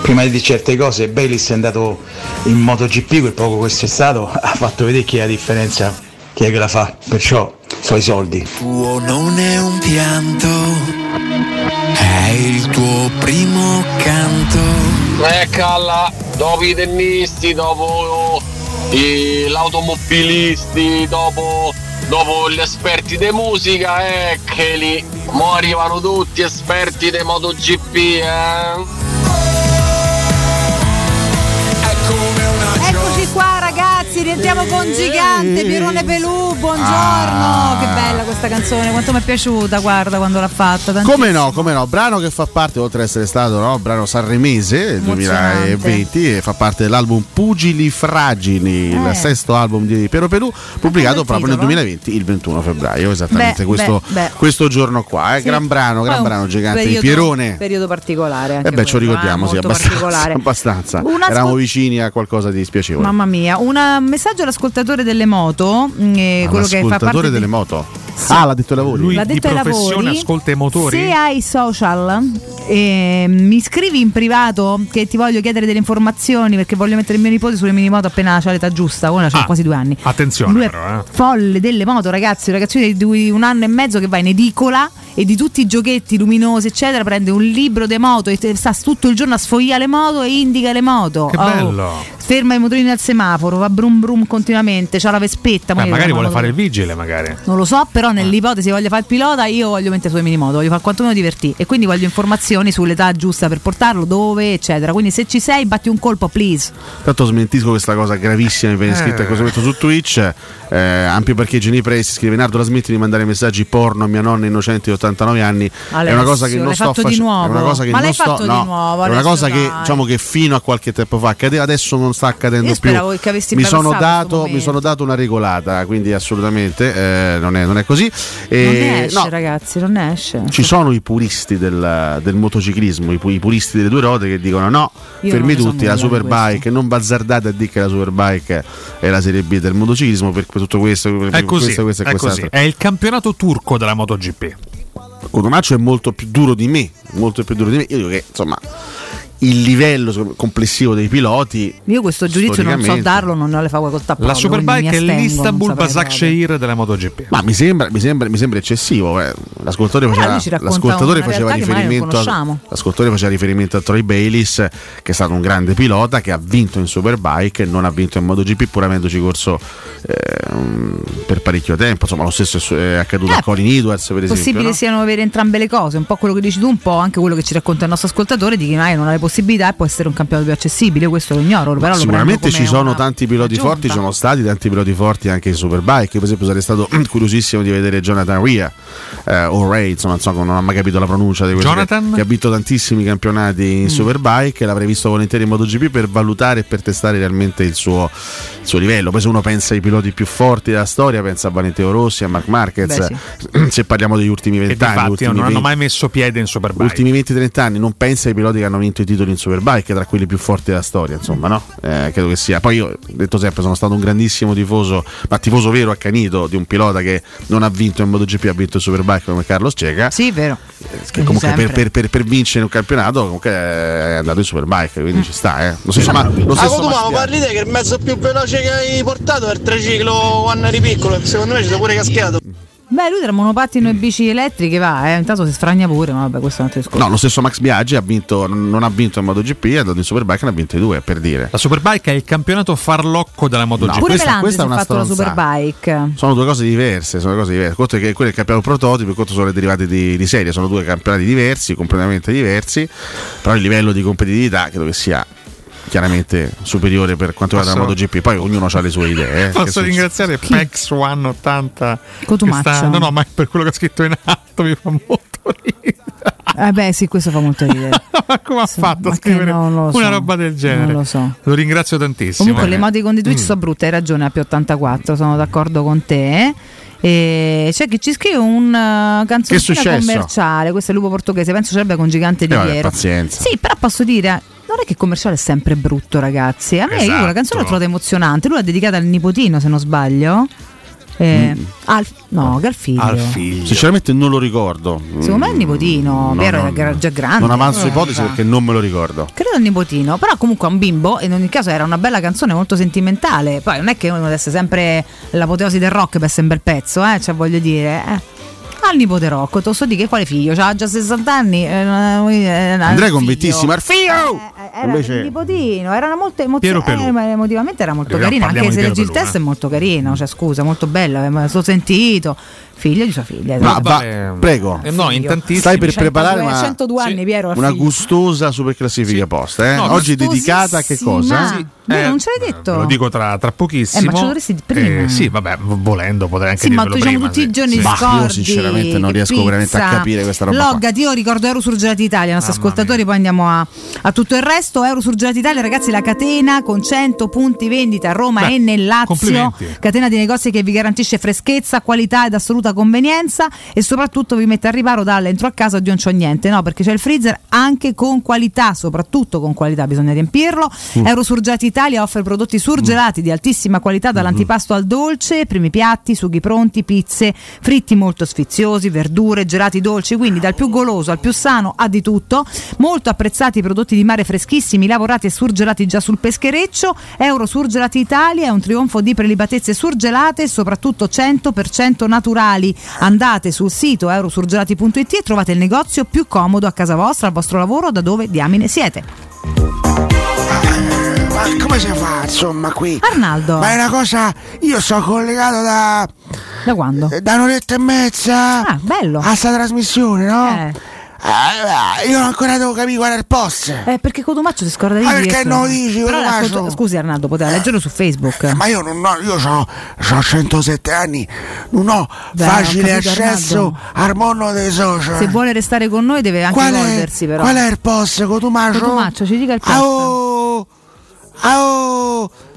S37: prima di certe cose Bayliss è andato in MotoGP, quel poco che c'è stato, [laughs] ha fatto vedere chi è la differenza, chi è che la fa, perciò sono i soldi.
S26: tuo non è un pianto, è il tuo primo canto.
S60: Eccala, dopo i tennisti, dopo i- l'automobilisti, dopo, dopo gli esperti di musica, eccoli, mo arrivano tutti esperti di MotoGP, eh.
S9: Eccoci qua ragazzi, rientriamo con Gigante, Pirone Pelù, buongiorno.
S11: Ah.
S9: Che bella questa canzone, quanto mi è piaciuta, guarda quando l'ha fatta. tantissimo.
S11: Come no, come no, brano che fa parte, oltre ad essere stato no, brano sanremese del 2020, e fa parte dell'album Pugili Fragili,
S9: Eh.
S11: il sesto album di Piero Pelù, pubblicato proprio nel 2020, il 21 febbraio, esattamente
S9: Beh,
S11: questo,
S9: beh, beh.
S11: questo giorno qua. Eh.
S9: Sì.
S11: Gran brano,
S9: Poi
S11: gran
S9: un
S11: brano gigante
S9: periodo-
S11: di Pierone.
S9: Periodo particolare.
S11: E
S9: anche
S11: beh, ce lo
S9: quello,
S11: ricordiamo,
S9: eh,
S11: sì,
S9: molto
S11: [laughs] abbastanza.
S9: particolare.
S11: abbastanza.
S9: Un ascol-
S11: Eravamo vicini a qualcosa di spiacevole.
S9: Mamma mia, un eh, messaggio all'ascoltatore delle moto, eh, quello che fa parte
S11: Ah, L'ascoltatore
S9: di-
S11: delle moto. Ah, l'ha detto ai lavori.
S4: Lui
S9: L'ha detto
S4: di
S9: ai
S4: professione
S9: lavori.
S4: ascolta i motori.
S9: Se hai social e mi scrivi in privato che ti voglio chiedere delle informazioni perché voglio mettere mio nipote sulle minimoto appena ha l'età giusta, ora c'ha
S4: Ah.
S9: quasi due anni.
S4: Attenzione
S9: Lui è
S4: però, eh.
S9: folle delle moto, ragazzi, un ragazzino di due- un anno e mezzo che va in edicola e di tutti i giochetti luminosi, eccetera, prende un libro de moto e te- sta tutto il giorno a sfogliare le moto e indica le moto.
S4: Che
S9: Oh.
S4: bello.
S9: Ferma i motorini al semaforo, va brum brum continuamente, c'ha la vespetta. mo
S4: Beh,
S9: io
S4: magari
S9: chiamo
S4: vuole
S9: la
S4: fare il Eh. vigile, magari.
S9: non lo so, però nell'ipotesi voglio fare il pilota, io voglio mettere sui minimoto, voglio far quantomeno divertì e quindi voglio informazioni sull'età giusta per portarlo, dove, eccetera. Quindi se ci sei, batti un colpo, please.
S11: Tanto smentisco questa cosa gravissima che viene
S9: Eh.
S11: scritta così metto su Twitch. Eh, ampio parcheggio nei pressi. Scrive Nardo la smetti di mandare messaggi porno a mia nonna innocente di 89 anni. è una
S9: Alessio,
S11: cosa che non
S9: l'hai
S11: sto
S9: fatto di
S11: facendo. È
S9: nuovo?
S11: una cosa che
S9: Ma
S11: non
S9: l'hai
S11: sto
S9: fatto di
S11: no,
S9: nuovo,
S11: È una
S9: Alessio,
S11: cosa che,
S9: dai.
S11: diciamo che fino a qualche tempo fa accadeva, adesso non sta accadendo
S9: Io
S11: più.
S9: speravo che avessi
S11: mi
S9: passato
S11: sono,
S9: sto
S11: dato, mi
S9: momento.
S11: sono dato una regolata, quindi assolutamente eh, non, è, non è così. E-
S9: non ne esce,
S11: no,
S9: ragazzi, non ne esce.
S11: ci sono i puristi del, del motociclismo, i, pu- i puristi delle due rote che dicono no,
S9: Io
S11: fermi
S9: non ne so
S11: tutti, la
S9: nulla di
S11: superbike, non bazzardate a dire che la superbike è la serie B del motociclismo per tutto questo, per
S4: È così,
S11: questo, questo e
S4: è così.
S11: quest'altro.
S4: È il campionato turco della MotoGP.
S11: Cotomaccio è molto più duro di me, molto più duro di me. Io dico che insomma il livello secondo me, complessivo dei piloti...
S9: Io questo giudizio non so
S11: Storicamente.
S9: darlo, non ho le facoltà
S4: La Superbike è l'Istanbul Basak
S9: Basak
S4: Shehir della MotoGP.
S11: Ma mi sembra, mi sembra- mi sembra eccessivo. eh. L'ascoltatore
S9: Però
S11: faceva,
S9: lui ci racconta
S11: l'ascoltatore
S9: una
S11: faceva
S9: realtà che magari non
S11: riferimento a,
S9: conosciamo.
S11: l'ascoltatore faceva riferimento a Troy Bayliss, eh, che è stato un grande pilota che ha vinto in Superbike e non ha vinto in MotoGP, pur avendoci corso eh, mm, per parecchio tempo. Insomma, lo stesso è su- è accaduto a Colin Edwards, per esempio.
S9: Eh, possibile
S11: no?
S9: siano vere entrambe le cose, un po' quello che dici tu, un po' anche quello che ci racconta il nostro ascoltatore di chi magari non ha le possibilità e può essere un campionato più accessibile, questo lo ignoro, però lo prendo
S11: Sicuramente
S9: come
S11: ci sono
S9: una-
S11: tanti piloti
S9: aggiunta.
S11: forti, ci sono stati tanti piloti forti anche in Superbike. Io, per esempio, sarei stato [clears throat] curiosissimo di vedere Jonathan Rea eh, o Ray, insomma, non so, non ho mai capito la pronuncia di questo
S4: Jonathan?
S11: che, che ha vinto tantissimi campionati
S9: Mm.
S11: in Superbike. e L'avrei visto volentieri in MotoGP per valutare e per testare realmente il suo, il suo livello. Poi, se uno pensa ai piloti più forti della storia, pensa a Valentino Rossi, a Mark Marquez.
S4: Beh,
S11: [clears throat] Se parliamo degli ultimi
S4: E
S11: vent'anni,
S4: difatti
S11: ultimi
S4: non hanno
S11: 20.
S4: mai messo piede in Superbike.
S11: Ultimi 20-30 anni, non pensa ai piloti che hanno vinto i titoli in Superbike, tra quelli più forti della storia, insomma, no? Eh, credo che sia. Poi io, detto sempre, sono stato un grandissimo tifoso, ma tifoso vero accanito di un pilota che non ha vinto in MotoGP, ha vinto in Superbike come Carlos Ceca.
S9: Sì, vero.
S11: Che comunque per,
S9: Sempre.
S11: per- per- per vincere un campionato comunque è andato in Superbike, quindi ci sta, eh. Lo stesso, ma, lo
S4: Ah,
S11: stesso
S49: ma
S11: Massimiliano.
S49: parli te che il mezzo più veloce che hai portato è il triciclo quando eri piccolo, secondo me ci sono pure caschiato.
S9: Beh, lui tra monopattino e bici elettriche va, eh. intanto si sfragna pure, ma vabbè, questo è un altro discorso.
S11: No, lo stesso Max Biaggi ha vinto, non ha vinto in MotoGP, è andato in Superbike e ne ha vinto i due, per dire.
S4: La Superbike è il campionato farlocco della MotoGP.
S9: Pure Melandri si è fatto la superbike.
S11: Sono due cose diverse, sono cose diverse. Conto è che quello è il campionato prototipo, e conto sono le derivate di, di serie, sono due campionati diversi, completamente diversi, però il livello di competitività credo che sia chiaramente superiore per quanto riguarda la
S4: Posso-
S11: MotoGP, poi ognuno ha le sue idee. eh. Che
S4: Posso
S11: succede?
S4: ringraziare Pex One 80
S9: Cotumaccio.
S4: No, no, ma per quello che ha scritto in alto mi fa molto
S9: Eh beh, sì, questo fa molto ridere.
S4: [laughs] ma come ha fatto a scrivere
S9: lo
S4: una
S9: so.
S4: roba del genere?
S9: Non lo so.
S4: Lo ringrazio tantissimo.
S9: Comunque le
S4: Eh.
S9: emoticon di Twitch
S4: Mm.
S9: sono brutte, hai ragione, a più 84, sono d'accordo con te. eh. E c'è chi ci scrive un eh,
S11: Che
S9: canzoncino
S11: è successo?
S9: commerciale, questo è Lupo Portoghese, penso sarebbe con Gigante di
S11: Eh, vabbè,
S9: Piero.
S11: pazienza.
S9: Sì, però posso dire, non è che il commerciale è sempre brutto ragazzi, a me io
S11: Esatto.
S9: la canzone l'ho trovata emozionante, lui l'ha dedicata al nipotino se non sbaglio. Eh, al, no, al figlio.
S11: Mm. Al figlio. Sinceramente non lo ricordo.
S9: Secondo me è il nipotino,
S11: Mm, no,
S9: Piero
S11: no,
S9: era
S11: no.
S9: già grande.
S11: Non avanzo
S9: Eh,
S11: ipotesi
S9: va.
S11: perché non me lo ricordo.
S9: Credo al nipotino, però comunque è un bimbo e in ogni caso era una bella canzone molto sentimentale. Poi non è che uno deve essere sempre l'apoteosi del rock per essere un bel pezzo, eh, cioè voglio dire. eh. Al nipote Rocco, te lo so di che quale figlio? C'ha già 60 anni. eh, non- eh,
S11: Andrea
S9: il
S11: è convintissimo,
S9: figlio.
S11: al figlio!
S9: Eh, Era
S11: Invece-
S9: il nipotino, era molto emozionante,
S11: Piero Pelù.
S9: eh, emotivamente era molto
S11: Eh,
S9: carina,
S11: parliamo
S9: anche se
S11: di
S9: leggi
S11: Piero
S9: il
S11: Pelù, eh.
S9: testo è molto carino, cioè scusa, molto bello, eh, l'ho sentito, figlio di sua figlia.
S11: Ma
S9: esatto.
S11: Ah, va, prego.
S4: Eh, no, in tantissimi.
S11: Stai per
S9: 102
S11: preparare una,
S9: 102 anni, Piero, al
S11: una
S9: figlio.
S11: gustosa super classifica posta. Eh?
S4: No,
S11: Oggi dedicata a che cosa?
S9: Sì, Beh, non ce l'hai detto.
S4: Ve lo dico tra, tra pochissimo.
S9: Eh, ma ce lo dovresti dire prima.
S4: Eh, sì, vabbè, v- volendo potrei anche
S9: Sì, ma
S4: dirvelo
S9: tu diciamo
S4: prima,
S9: tutti
S4: sì.
S9: i giorni
S4: Sì.
S9: scordi.
S11: veramente non riesco
S9: pizza.
S11: veramente a capire questa roba qua.
S9: Loggati, io ricordo Eurosurgelati Italia, i nostri
S11: Mamma
S9: ascoltatori, poi andiamo a, a tutto il resto. Eurosurgelati Italia, ragazzi, la catena con 100 punti vendita a Roma
S35: Beh,
S9: e nel Lazio.
S35: complimenti.
S9: Catena di negozi che vi garantisce freschezza, qualità ed assoluta convenienza e soprattutto vi mette al riparo dall'entro a casa di non c'ho niente, no? Perché c'è il freezer anche con qualità, soprattutto con qualità, bisogna riempirlo.
S35: Mm.
S9: Eurosurgelati Italia offre prodotti surgelati di altissima qualità
S35: Mm-hmm.
S9: dall'antipasto al dolce, primi piatti, sughi pronti, pizze, fritti molto sfiziosi, verdure, gelati dolci, quindi dal più goloso al più sano ha di tutto. Molto apprezzati i prodotti di mare freschissimi, lavorati e surgelati già sul peschereccio. Eurosurgelati Italia è un trionfo di prelibatezze surgelate e soprattutto 100% naturali. Andate sul sito eurosurgelati.it e trovate il negozio più comodo a casa vostra, al vostro lavoro, da dove diamine siete.
S4: Ma come si fa, insomma, qui?
S9: Arnaldo.
S4: Ma è una cosa. Io sono collegato da. eh,
S9: Da quando?
S4: Da un'oretta e mezza.
S9: Ah, bello.
S4: A sta trasmissione, no? Ah, io non ancora devo capire qual è il post.
S9: Eh, perché Codomaccio si scorda di
S4: Ma
S9: dirlo.
S4: perché non lo dici,
S9: Però
S4: Codomaccio?
S9: l'ascolt- Scusi Arnaldo, poteva leggerlo su Facebook.
S4: Ma Eh, io non ho, io ho 107 anni, non ho
S9: Beh,
S4: facile
S9: ho capito,
S4: accesso
S9: Arnaldo.
S4: al mondo dei social.
S9: Se vuole restare con noi deve anche
S4: Qual è-
S9: evolversi però.
S4: qual è il post, Cotumaccio?
S9: Cotumaccio, ci dica il post.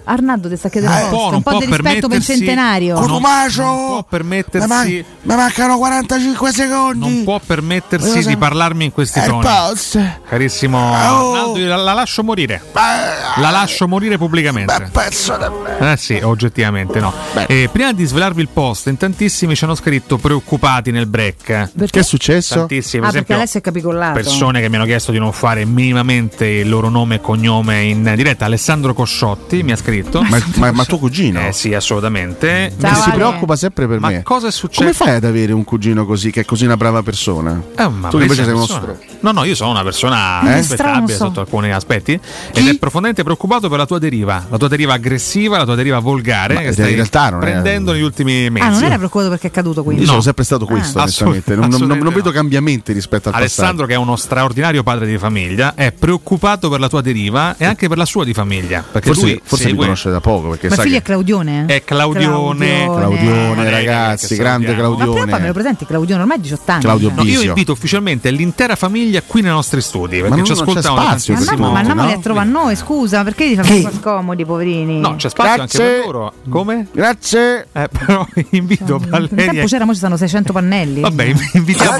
S9: Arnaldo ti sta chiedendo
S4: Eh,
S9: il
S4: un po',
S9: post,
S4: non
S9: un po'
S4: può
S9: di rispetto per il
S4: permettersi-
S9: centenario.
S4: Con Tomaso!
S10: permettersi-
S4: Mi, ma- mi mancano 45 secondi.
S10: Non può permettersi
S4: Cosa-
S10: di parlarmi in questi
S4: Air
S10: toni.
S4: Post.
S10: Carissimo
S4: Oh.
S10: Arnaldo, io la, la lascio morire. La lascio morire pubblicamente.
S4: Pezzo da me.
S10: Eh sì, oggettivamente no. Eh, prima di svelarvi il post, in tantissimi ci hanno scritto preoccupati nel break.
S11: Che è successo?
S10: Tantissimi,
S9: ah,
S10: per
S9: perché
S10: esempio,
S9: Alessio è capicollato.
S10: persone che mi hanno chiesto di non fare minimamente il loro nome e cognome in diretta. Alessandro Cosciotti mi ha scritto.
S11: Ma, ma- ma tuo cugino?
S10: Eh sì, assolutamente.
S11: Che si preoccupa sempre per
S10: Ma
S11: me.
S10: cosa è successo?
S11: Come fai ad avere un cugino così, che è così una brava persona?
S10: Eh, ma
S11: tu che invece
S10: questa
S11: sei uno
S10: persona-
S11: stronzo.
S10: No, no, io sono una persona
S11: Eh?
S10: rispettabile
S11: Stronzo.
S10: sotto alcuni aspetti ed è profondamente preoccupato per la tua deriva, la tua deriva aggressiva, la tua deriva volgare
S11: Ma
S10: che
S11: in
S10: stai
S11: realtà non è-
S10: prendendo negli ultimi mesi.
S9: Ah, non era preoccupato perché è caduto quindi.
S11: Io sono sempre stato questo,
S10: Ah,
S11: onestamente. Non, non- non- non
S10: assolutamente
S11: vedo cambiamenti rispetto al
S10: Alessandro, che è uno straordinario padre di famiglia, è preoccupato per la tua deriva e anche per la sua di famiglia. Perché
S11: passato. Forse,
S10: lui
S11: forse mi
S10: segue-
S11: conosce da poco perché
S9: Ma il
S11: sai
S9: figlio
S11: che
S9: è Claudione?
S10: È Claudione.
S11: Claudione, ragazzi, grande
S9: Ma prima o poi me
S10: Claudione.
S9: lo presenti Claudione, ormai ha 18 anni.
S10: No, io invito ufficialmente l'intera famiglia qui nei nostri studi
S11: Ma
S10: perché
S11: non-
S10: ci
S11: non c'è
S10: ascoltano
S11: spazio
S10: da
S9: Ma
S10: tantissimo
S9: andiamo, ma andiamo
S10: tempo,
S9: lì a trovare noi, scusa, perché li fanno qua scomodi, poverini?
S10: Eh. No, c'è spazio anche per loro. Come?
S11: Grazie.
S10: Eh, però [laughs] invito
S9: Nel tempo
S10: Valeria.
S9: c'era, mo ci stanno 600 pannelli.
S10: eh. Vabbè, invi- invitiamo.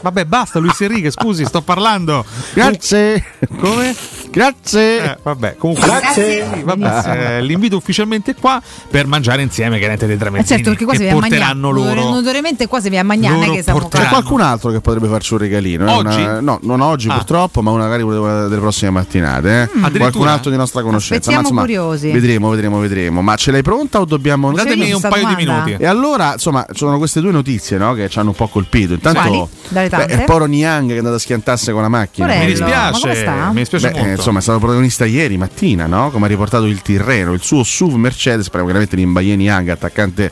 S10: Vabbè, basta, Luis Enrique, scusi, sto parlando.
S11: Grazie.
S10: Come? Eh,
S11: Grazie. Ah.
S10: vabbè, comunque.
S9: Grazie.
S10: Sì, vabbè, eh, l'invito ufficialmente qua per mangiare insieme, chiaramente, dei
S9: Eh
S10: tramezzini
S9: certo, perché qua si
S10: che
S9: viene a mangiare.
S10: porteranno loro.
S9: Notoriamente qua si viene a mangiare, non è che siamo
S11: C'è qualcun altro che potrebbe farci un regalino? eh?
S10: Oggi?
S11: Una- no, non oggi
S10: Ah.
S11: purtroppo, ma magari una delle prossime mattinate. eh?
S9: Mm.
S11: Qualcun
S9: Addirittura?
S11: altro di nostra conoscenza.
S9: Aspettiamo
S11: ma, insomma,
S9: curiosi.
S11: Vedremo, vedremo, vedremo. Ma ce l'hai pronta o dobbiamo.
S9: Datemi Sì, un questa paio di domanda. minuti.
S11: E allora, insomma, ci sono queste due notizie no, che ci hanno un po' colpito.
S9: Quali?
S11: Intanto,
S9: Dalle
S11: beh,
S9: tante?
S11: è Poro Niang che è andato a schiantarsi con la macchina.
S9: Porello, Mi dispiace, ma come sta? mi
S10: dispiace
S11: Beh,
S10: molto.
S9: Certo.
S11: eh, Insomma, è stato protagonista ieri mattina, no? come ha riportato il Tirreno, il suo SUV Mercedes, parliamo chiaramente di Mbaye Niang, attaccante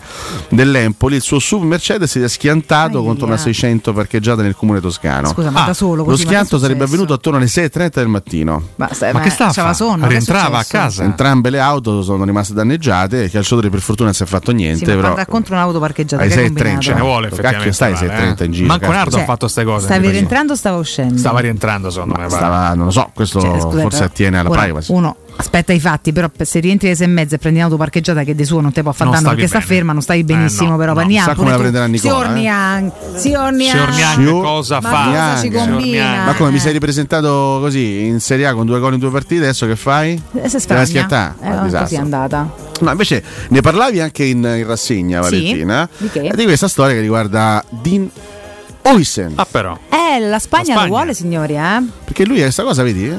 S11: dell'Empoli. Il suo SUV Mercedes si è schiantato contro una 600 parcheggiata nel comune toscano. Ah,
S9: Scusa, ma da solo
S11: Lo
S9: così, ma che è
S11: schianto sarebbe
S9: successo?
S11: avvenuto attorno alle 6.30 del mattino.
S9: Ma, sai, ma che stava? C'aveva sonno, che è Rientrava a successo? casa?
S11: Entrambe le auto sono rimaste danneggiate. Il calciatore, per fortuna, non si è fatto niente.
S9: Sì, ma
S11: però
S9: quando contro un'auto parcheggiata,
S11: ai
S9: che
S11: 6.30
S9: combinato?
S11: Oh,
S9: Cioè,
S11: Cacchio, stai ai 6.30 in giro.
S10: eh? Manco
S11: cacchio.
S10: Nardo ha fatto queste cose.
S9: Stavi rientrando o stava uscendo?
S10: Stava rientrando, secondo me. guarda.
S11: Stava, non lo so, questo
S9: Cioè, scusate,
S11: forse
S9: però,
S11: attiene alla
S9: ora,
S11: privacy.
S9: Uno aspetta i fatti, però per- se rientri alle 6 e mezza e prendi un'auto parcheggiata che di suo non te può fare
S11: Non
S9: danno
S11: stavi
S9: perché sta
S11: bene. Eh,
S9: ferma, non stai benissimo,
S11: no,
S9: però
S11: no.
S9: Niang,
S11: Sa come
S9: pure
S11: la
S9: tu.
S11: prenderà Nicola,
S9: Signor
S11: eh?
S9: Niang, signor Niang,
S11: Signor-
S10: cosa
S9: Ma fa? cosa
S11: Niang.
S9: ci combina?
S11: Ma come mi sei ripresentato così in Serie A con due gol in due partite? Adesso che fai?
S9: Eh,
S11: Te
S9: se
S11: la
S9: sfragna.
S11: schiattà?
S9: Eh,
S11: Ma
S9: no, così è
S11: disastro.
S9: andata.
S11: No, invece ne parlavi anche in, in rassegna,
S9: Sì?
S11: Valentina,
S9: Di che?
S11: eh, di questa storia che riguarda Dean Oisen.
S10: Ah, però.
S9: Eh, la Spagna, lo vuole, signori, eh?
S11: Perché lui è questa cosa, vedi? Eh,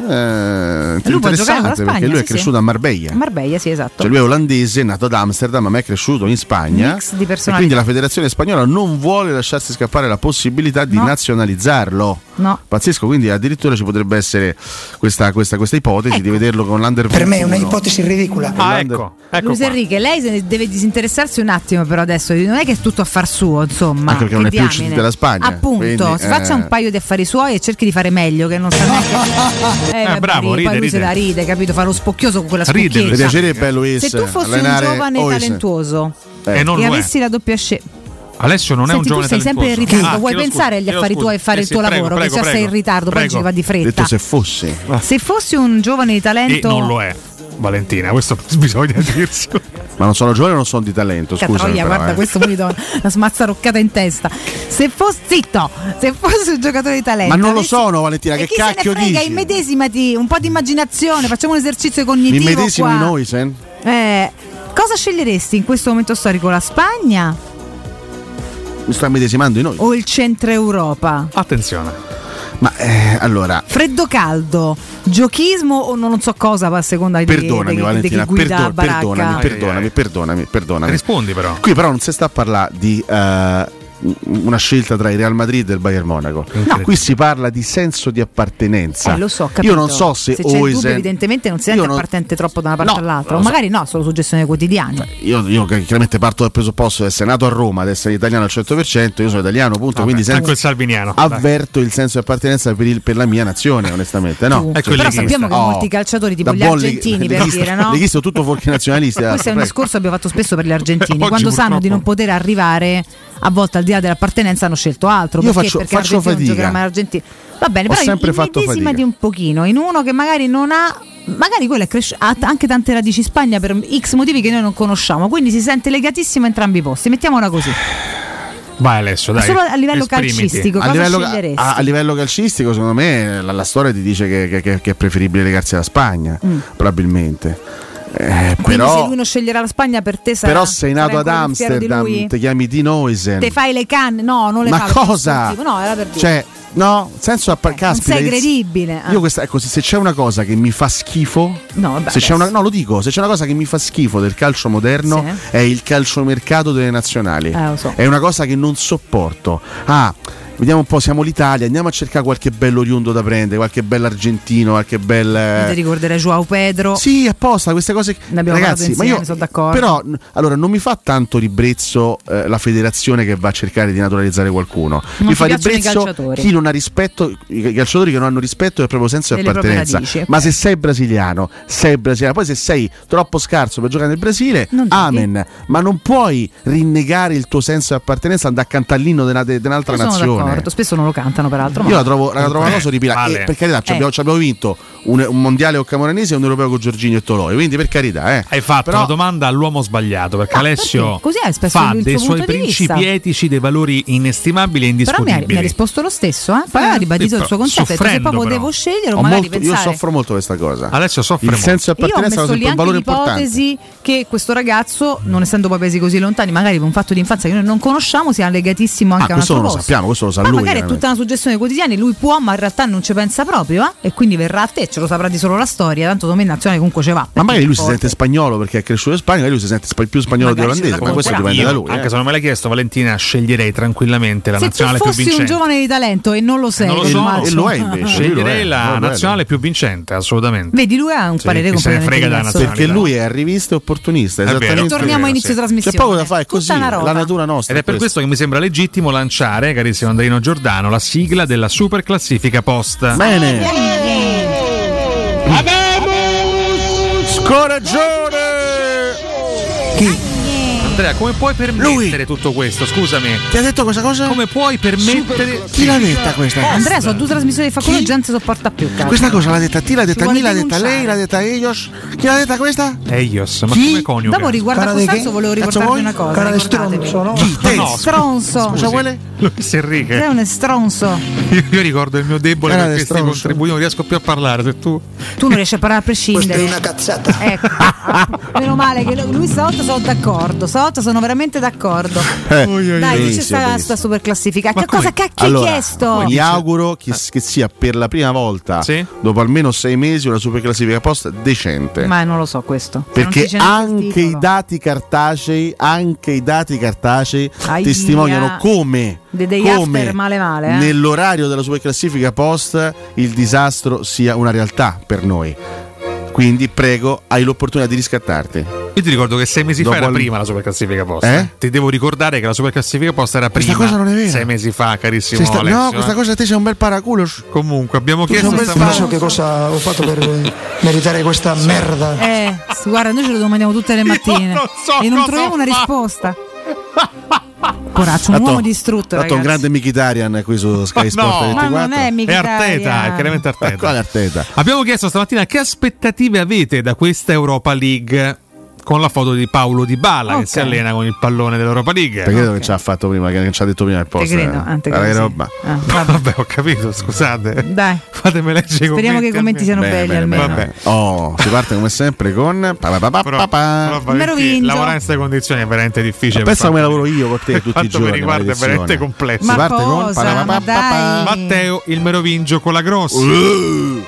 S9: giocare con la
S11: interessante
S9: Spagna,
S11: perché lui
S9: sì,
S11: è
S9: sì.
S11: cresciuto a Marbella.
S9: A Marbella, sì, esatto.
S11: Cioè lui è olandese, è nato ad Amsterdam, ma è cresciuto in Spagna.
S9: Mix di
S11: E
S9: personalità.
S11: quindi la federazione spagnola non vuole lasciarsi scappare la possibilità di
S9: No.
S11: nazionalizzarlo.
S9: No.
S11: Pazzesco, quindi addirittura ci potrebbe essere questa, questa- questa ipotesi di
S9: Ecco.
S11: vederlo con l'under
S61: Per me è
S11: 21.
S61: una ipotesi ridicola.
S11: Ah, ecco.
S9: Luis Enrique, lei se ne deve disinteressarsi un attimo però adesso, non è che è tutto a far suo, insomma.
S11: Anche perché non
S9: Che
S11: è più il
S9: diamine.
S11: CT della Spagna,
S9: Appunto,
S11: quindi,
S9: si faccia
S11: eh.
S9: un paio di affari suoi e cerchi di fare meglio che non sa
S11: [laughs]
S9: neanche...
S11: Eh,
S9: vabbè,
S11: bravo,
S9: poi
S11: ride,
S9: lui se
S11: ride.
S9: la ride, capito? Fa lo spocchioso con quella
S11: Ride,
S9: spocchietta.
S11: Luis. Mi piacerebbe, Eh, Luis,
S9: Se tu fossi un
S11: allenare
S9: giovane
S11: Oise.
S9: talentuoso
S11: Eh. E non
S9: e
S11: lo è.
S9: avessi la doppia scelta...
S4: Alessio non è un
S9: Senti, tu
S4: giovane
S9: sei sempre in
S4: talentuoso.
S9: ritardo,
S4: Ah,
S9: vuoi
S4: chiedo
S9: pensare agli
S4: chiedo
S9: affari
S4: scusa.
S9: tuoi e fare
S4: Eh
S9: il
S4: sì,
S9: tuo
S4: prego,
S9: lavoro,
S4: prego,
S9: che già sei
S4: prego,
S9: in ritardo, poi
S4: prego.
S9: ci va di fretta.
S11: Detto se fosse.
S9: Se fossi un giovane di
S4: E
S9: talento
S4: non lo è, Valentina, questo [laughs] bisogna dirsi.
S11: Ma non sono giovane, non sono di talento.
S9: Porca
S11: Scusa,
S9: Cioè,
S11: eh.
S9: troia, guarda, questo mi
S11: [laughs]
S9: do una smazzaroccata in testa. Se fossi zitto, se fossi un giocatore di talento.
S11: Ma non lo
S9: avessi-
S11: sono, Valentina,
S9: E
S11: che
S9: chi
S11: cacchio
S9: se ne frega,
S11: dici?
S9: immedesimati, un po' di immaginazione, facciamo un esercizio
S11: Mi
S9: cognitivo
S11: medesimo
S9: qua.
S11: in noi, Sen.
S9: Eh, cosa sceglieresti in questo momento storico, la Spagna
S11: Mi sta medesimando in noi.
S9: o il centro Europa?
S4: Attenzione.
S11: Ma eh, allora,
S9: Freddo caldo, giochismo o non so cosa, a seconda di
S11: perdonami,
S9: di- di-
S11: Valentina,
S9: di chi guida
S11: perdo-
S9: la baracca. Eh,
S11: perdonami, perdonami, perdonami, perdonami.
S4: Rispondi però.
S11: Qui però non si sta a parlare di eh, una scelta tra il Real Madrid e il Bayern Monaco. Ah,
S9: No.
S11: Qui si parla di senso di appartenenza.
S9: Eh, lo so, ho capito.
S11: Io non so se,
S9: c'è il dubbio,
S11: Oisen
S9: evidentemente non si sente
S11: Io non-
S9: appartenente troppo da una parte
S11: No,
S9: all'altra, o
S11: lo so.
S9: magari no, solo suggestioni quotidiane.
S11: io, io che- chiaramente parto dal presupposto di essere nato a Roma, di essere italiano al 100%, io sono italiano, punto. quindi senza-
S4: ecco il salviniano.
S11: avverto il senso di appartenenza per, il- per la mia nazione, onestamente. No?
S9: Tu. Però sappiamo che molti calciatori, tipo
S11: Oh, Da
S9: gli
S11: buon
S9: argentini,
S11: leg-
S9: per dire, no?
S11: [laughs] leghista sono tutto fuorchi nazionalisti.
S9: Questo è un
S11: prego.
S9: discorso che abbiamo fatto spesso per gli argentini.
S11: [laughs] Oggi
S9: Quando sanno
S11: purtroppo.
S9: di non poter arrivare, a volte al di là dell'appartenenza hanno scelto altro.
S11: Io
S9: perché?
S11: faccio-
S9: perché
S11: faccio
S9: l'Argentina non
S11: fatica.
S9: giocherà mai all'Argentina. Va bene,
S11: Ho
S9: però
S11: sempre fatto
S9: immedesimati
S11: fatica.
S9: un pochino in uno che magari non ha. Magari quello è cresci- ha t- anche tante radici in Spagna per X motivi che noi non conosciamo, quindi si sente legatissimo a entrambi i posti. Mettiamola così.
S4: Vai Alessio,
S9: Ma
S4: dai.
S9: solo a livello
S4: esprimiti.
S9: calcistico,
S11: a
S9: cosa
S11: livello,
S9: sceglieresti?
S11: a- a livello calcistico, secondo me, la, la storia ti dice che, che- che- che è preferibile legarsi alla Spagna,
S9: Mm.
S11: probabilmente. Eh,
S9: Quindi se
S11: però,
S9: lui non sceglierà la Spagna per te sarà
S11: però sei nato
S9: sarai
S11: ad
S9: ancora fiero di lui?
S11: Amsterdam, ti chiami Di Noisen.
S9: Te fai le canne? No, non le
S11: Ma
S9: fai.
S11: cosa?
S9: No, era per dire. Eh,
S11: Cioè, no, senso a par-
S9: non
S11: caspita,
S9: sei
S11: il-
S9: credibile. Ah.
S11: Io questa, ecco, se- se c'è una cosa che mi fa schifo,
S9: No, vabbè,
S11: se c'è una,
S9: adesso.
S11: no, lo dico, se c'è una cosa che mi fa schifo del calcio moderno
S9: Sì.
S11: è il calciomercato delle nazionali.
S9: Eh, lo so.
S11: È una cosa che non sopporto. Ah, vediamo un po', siamo l'Italia, andiamo a cercare qualche bello oriundo da prendere, qualche bell'argentino, qualche bel... eh,
S9: Io ti ricorderai Joao Pedro.
S11: Sì, apposta, queste cose.
S9: Ne abbiamo
S11: Ragazzi,
S9: parlato
S11: ma
S9: insieme,
S11: io
S9: sono d'accordo.
S11: Però, n- allora, non mi fa tanto ribrezzo eh, la federazione che va a cercare di naturalizzare qualcuno.
S9: Non
S11: mi
S9: ti piacciono
S11: fa
S9: i
S11: ribrezzo
S9: calciatori.
S11: chi non ha rispetto, i i calciatori che non hanno rispetto del proprio senso di
S9: Delle proprie
S11: appartenenza.
S9: radici, ok.
S11: Ma se sei brasiliano, sei brasiliano. Poi se sei troppo scarso per giocare nel Brasile, amen. Ma non puoi rinnegare il tuo senso di appartenenza andando a cantare l'inno di una- di un'altra
S9: Io sono
S11: nazione.
S9: d'accordo, spesso non lo cantano peraltro. ma-
S11: Io la trovo, la trovo una cosa orribile.
S9: Vale.
S11: E per carità, ci,
S9: Eh.
S11: abbiamo, ci abbiamo vinto un, un mondiale con Camoranesi e un europeo con Giorginio e Toloi. Quindi, per carità, eh.
S4: Hai fatto una domanda all'uomo sbagliato perché Alessio
S9: perché? Così è spesso
S4: fa
S9: il suo
S4: dei suoi
S9: punto di vista.
S4: principi etici dei valori inestimabili e
S9: Però mi ha,
S4: indiscutibili.
S9: mi ha risposto lo stesso, eh? poi ha ribadito il suo concetto. Ha detto, Se poi
S4: soffrendo,
S9: potevo
S4: però.
S9: scegliere, o
S11: Ho
S9: magari
S11: molto- io
S9: pensare.
S11: soffro molto questa cosa.
S4: Alessio soffre
S11: Il
S4: molto.
S11: senso
S9: Io
S11: di
S9: ho
S11: appartenenza è
S9: messo lì
S11: sempre un
S9: anche
S11: valore importante.
S9: l'ipotesi che questo ragazzo, non essendo poi paesi così lontani, magari per un fatto di infanzia che noi non conosciamo, sia legatissimo anche
S11: Ah,
S9: a un
S11: questo
S9: altro
S11: non lo
S9: posto.
S11: sappiamo, questo lo sa
S9: Poi
S11: lui.
S9: Eh, magari è tutta
S11: veramente.
S9: una suggestione quotidiana, lui può, ma in realtà non ci pensa proprio, eh? e quindi verrà a te, ce lo saprà di solo la storia, tanto domani in nazionale comunque ce va.
S11: Ma magari lui si sente spagnolo perché è cresciuto in Spagna, magari lui si sente spa- più spagnolo di
S4: Magari
S11: olandese,
S4: ce la
S11: ma questo
S4: racconterà.
S11: dipende da
S4: Io,
S11: lui.
S4: Anche
S11: eh.
S4: se non me l'hai chiesto, Valentina, sceglierei tranquillamente la
S9: Se tu
S4: nazionale più
S9: fossi
S4: vincente.
S9: un giovane di talento e non lo sei,
S4: non lo
S9: come
S4: so,
S9: Marzio.
S4: Sceglierei la
S11: Lui lo è.
S4: nazionale più vincente,
S9: [laughs]
S4: assolutamente.
S9: Vedi, lui ha un
S4: Sì,
S9: parere
S4: chi se ne
S9: completamente
S4: frega della
S9: diverso.
S11: Perché lui è arrivista e opportunista.
S4: vero,
S11: Esattamente.
S4: Torniamo a inizio
S11: Sì.
S9: trasmissione.
S11: C'è poco da fare, è
S9: Tutta
S11: così.
S9: una roba.
S11: La natura nostra.
S4: Ed è per questo che mi sembra legittimo lanciare, carissimo Andrino Giordano, la sigla della super classifica post.
S11: Bene. Scoragione!
S4: Andrea, come puoi permettere tutto questo? Scusami.
S11: Ti ha detto questa cosa?
S4: Come puoi permettere.
S11: Chi l'ha detta questa? cosa?
S9: Eh, Andrea, sono due trasmissioni che fa quello e già non si sopporta più. cazzo.
S11: Questa cosa l'ha detta a te, l'ha
S9: Ci
S11: detta a
S9: vuole
S11: me, l'ha detta a lei,
S9: denunciare.
S11: l'ha detta a Elios. Chi l'ha detta questa?
S4: Eios, ma
S11: Chi?
S4: come coniuga?
S9: Dopo riguardo a
S11: Cara di
S9: Costanzo
S11: che?
S9: volevo
S11: Cazzo
S9: riportarvi
S11: vuoi?
S9: una cosa.
S11: Cara di
S9: ricordatevi.
S4: Te, no,
S9: Stronzo.
S4: scusi. Luis Enrique.
S9: Sei un stronzo.
S4: Io, io ricordo il mio debole
S9: Era
S4: per
S9: del
S4: questi
S9: stronzo.
S4: contributi, non riesco più a parlare. Se tu.
S9: Tu non riesci a parlare a prescindere.
S4: Questa è una
S9: cazzata. Ecco.
S4: [laughs]
S9: Meno male che lui stavolta sono d'accordo. Stavolta sono veramente d'accordo.
S11: Eh,
S9: Dai, dice sta, sta super classifica. Che cosa cacchio hai chiesto?
S11: Mi auguro che, che sia per la prima volta, dopo almeno sei mesi, una superclassifica post decente.
S9: Ma eh, non lo so questo. Se non
S11: perché
S9: dice niente il
S11: anche i dati cartacei, anche i dati cartacei
S9: Aia.
S11: testimoniano come,
S9: The day
S11: come
S9: after male male, eh.
S11: nell'orario della superclassifica post il disastro sia una realtà per noi. Quindi prego, hai l'opportunità di riscattarti.
S4: Io ti ricordo che sei mesi
S11: Dopo
S4: fa era
S11: al-
S4: prima la superclassifica post.
S11: Eh?
S4: Ti devo ricordare che la superclassifica post era prima.
S11: Questa cosa non è vera.
S4: Sei mesi fa, carissimo
S11: Sei sta-
S4: Alessio.
S11: no, questa
S4: eh.
S11: cosa a te c'è un bel paraculo.
S4: Comunque, abbiamo chiesto
S38: Non so
S4: stamattina.
S38: che cosa ho fatto per eh, meritare questa merda.
S9: Eh, s- guarda, noi ce lo domandiamo tutte le mattine.
S38: non so
S9: e non
S38: cosa
S9: troviamo
S38: ho
S9: una
S38: fatto.
S9: risposta. poraccio, un
S11: Tanto-
S9: uomo distrutto.
S11: Tanto un
S9: ragazzi.
S11: grande Michitarian qui
S10: [laughs]
S11: su Sky Sport
S10: no.
S11: 24.
S10: Ma non
S9: è Mkhitaryan.
S10: Arteta, è chiaramente Arteta.
S11: Ma [laughs] quale Arteta?
S10: Abbiamo chiesto stamattina che aspettative avete da questa Europa League con la foto di Paolo Di Bala
S9: Ok.
S10: che si allena con il pallone dell'Europa League.
S11: Perché credo che ci ha fatto prima, che non ci ha detto prima il post.
S9: credo,
S11: eh.
S9: ah, te
S11: Guarda
S9: credo,
S11: che
S9: sì.
S11: roba.
S9: Ah,
S10: [laughs] Vabbè, ho capito, scusate.
S9: Dai.
S10: Fatemi leggere i
S9: Speriamo che i commenti siano
S11: Bene,
S9: belli
S11: bene,
S9: almeno.
S11: bene. Oh, si parte come sempre
S10: [laughs]
S11: con. pa, pa, pa, pa, pa, pa.
S10: Però, Valentino, lavorare in queste condizioni è veramente difficile.
S11: Ma pensa
S10: per
S11: come
S10: quanto-
S11: lavoro io con
S10: [laughs]
S11: te
S10: per
S11: tutti i
S10: quanto
S11: giorni,
S10: mi riguarda è
S11: maledizione.
S10: veramente complesso.
S11: Ma Si parte con- cosa? pa, pa,
S9: Ma dai.
S10: Matteo il Merovingio con la grossa.
S11: Uh.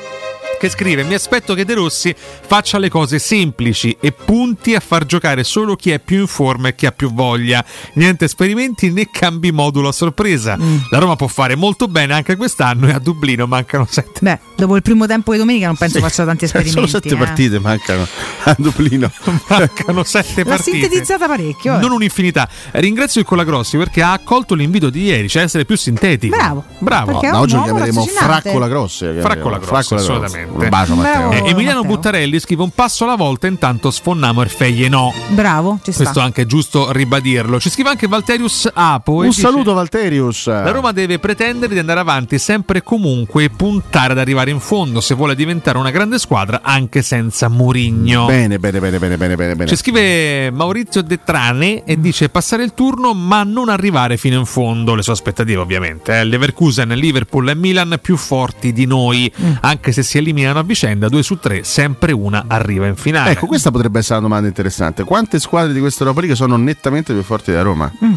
S10: Che scrive: Mi aspetto che De Rossi faccia le cose semplici e punti a far giocare solo chi è più in forma e chi ha più voglia. Niente esperimenti né cambi modulo a sorpresa. La Roma può fare molto bene anche quest'anno e a Dublino mancano sette.
S9: Beh, dopo il primo tempo di domenica non penso faccia
S10: [laughs]
S9: tanti
S10: Cioè,
S9: esperimenti.
S11: Solo sette
S9: eh.
S11: partite mancano a Dublino.
S10: [laughs] Mancano sette
S9: L'ha
S10: partite.
S9: sintetizzata parecchio. eh.
S10: Non un'infinità. Ringrazio il Colagrossi perché ha accolto l'invito di ieri, cioè essere più sintetico.
S9: Bravo.
S10: Bravo.
S9: Perché è No, un oggi lo uomo chiameremo raziocinante. Fra
S11: Colagrossi,
S10: Fraccola
S11: chiameremo.
S10: Grossi,
S11: Fra Colagrossi.
S10: assolutamente.
S11: Un bacio, Matteo.
S10: Eh,
S11: Bravo,
S10: Emiliano Buttarelli scrive un passo alla volta, intanto sfonniamo Erfeie no.
S9: Bravo, ci sta.
S10: Questo anche è giusto ribadirlo. Ci scrive anche Valterius Apo. e
S11: Un
S10: dice-
S11: saluto, Valterius.
S10: La Roma deve pretendere di andare avanti sempre e comunque e puntare ad arrivare in fondo se vuole diventare una grande squadra anche senza Murigno.
S11: Bene, bene, bene, bene, bene, bene. bene.
S10: Ci scrive Maurizio Detrane e dice passare il turno ma non arrivare fino in fondo, le sue aspettative ovviamente. eh. Leverkusen, Liverpool e Milan più forti di noi,
S11: Mm.
S10: anche se si eliminano a vicenda 2 su 3, sempre una arriva in finale.
S11: Ecco, questa potrebbe essere una domanda interessante. Quante squadre di questa Europa League sono nettamente più forti della Roma?
S9: Mm.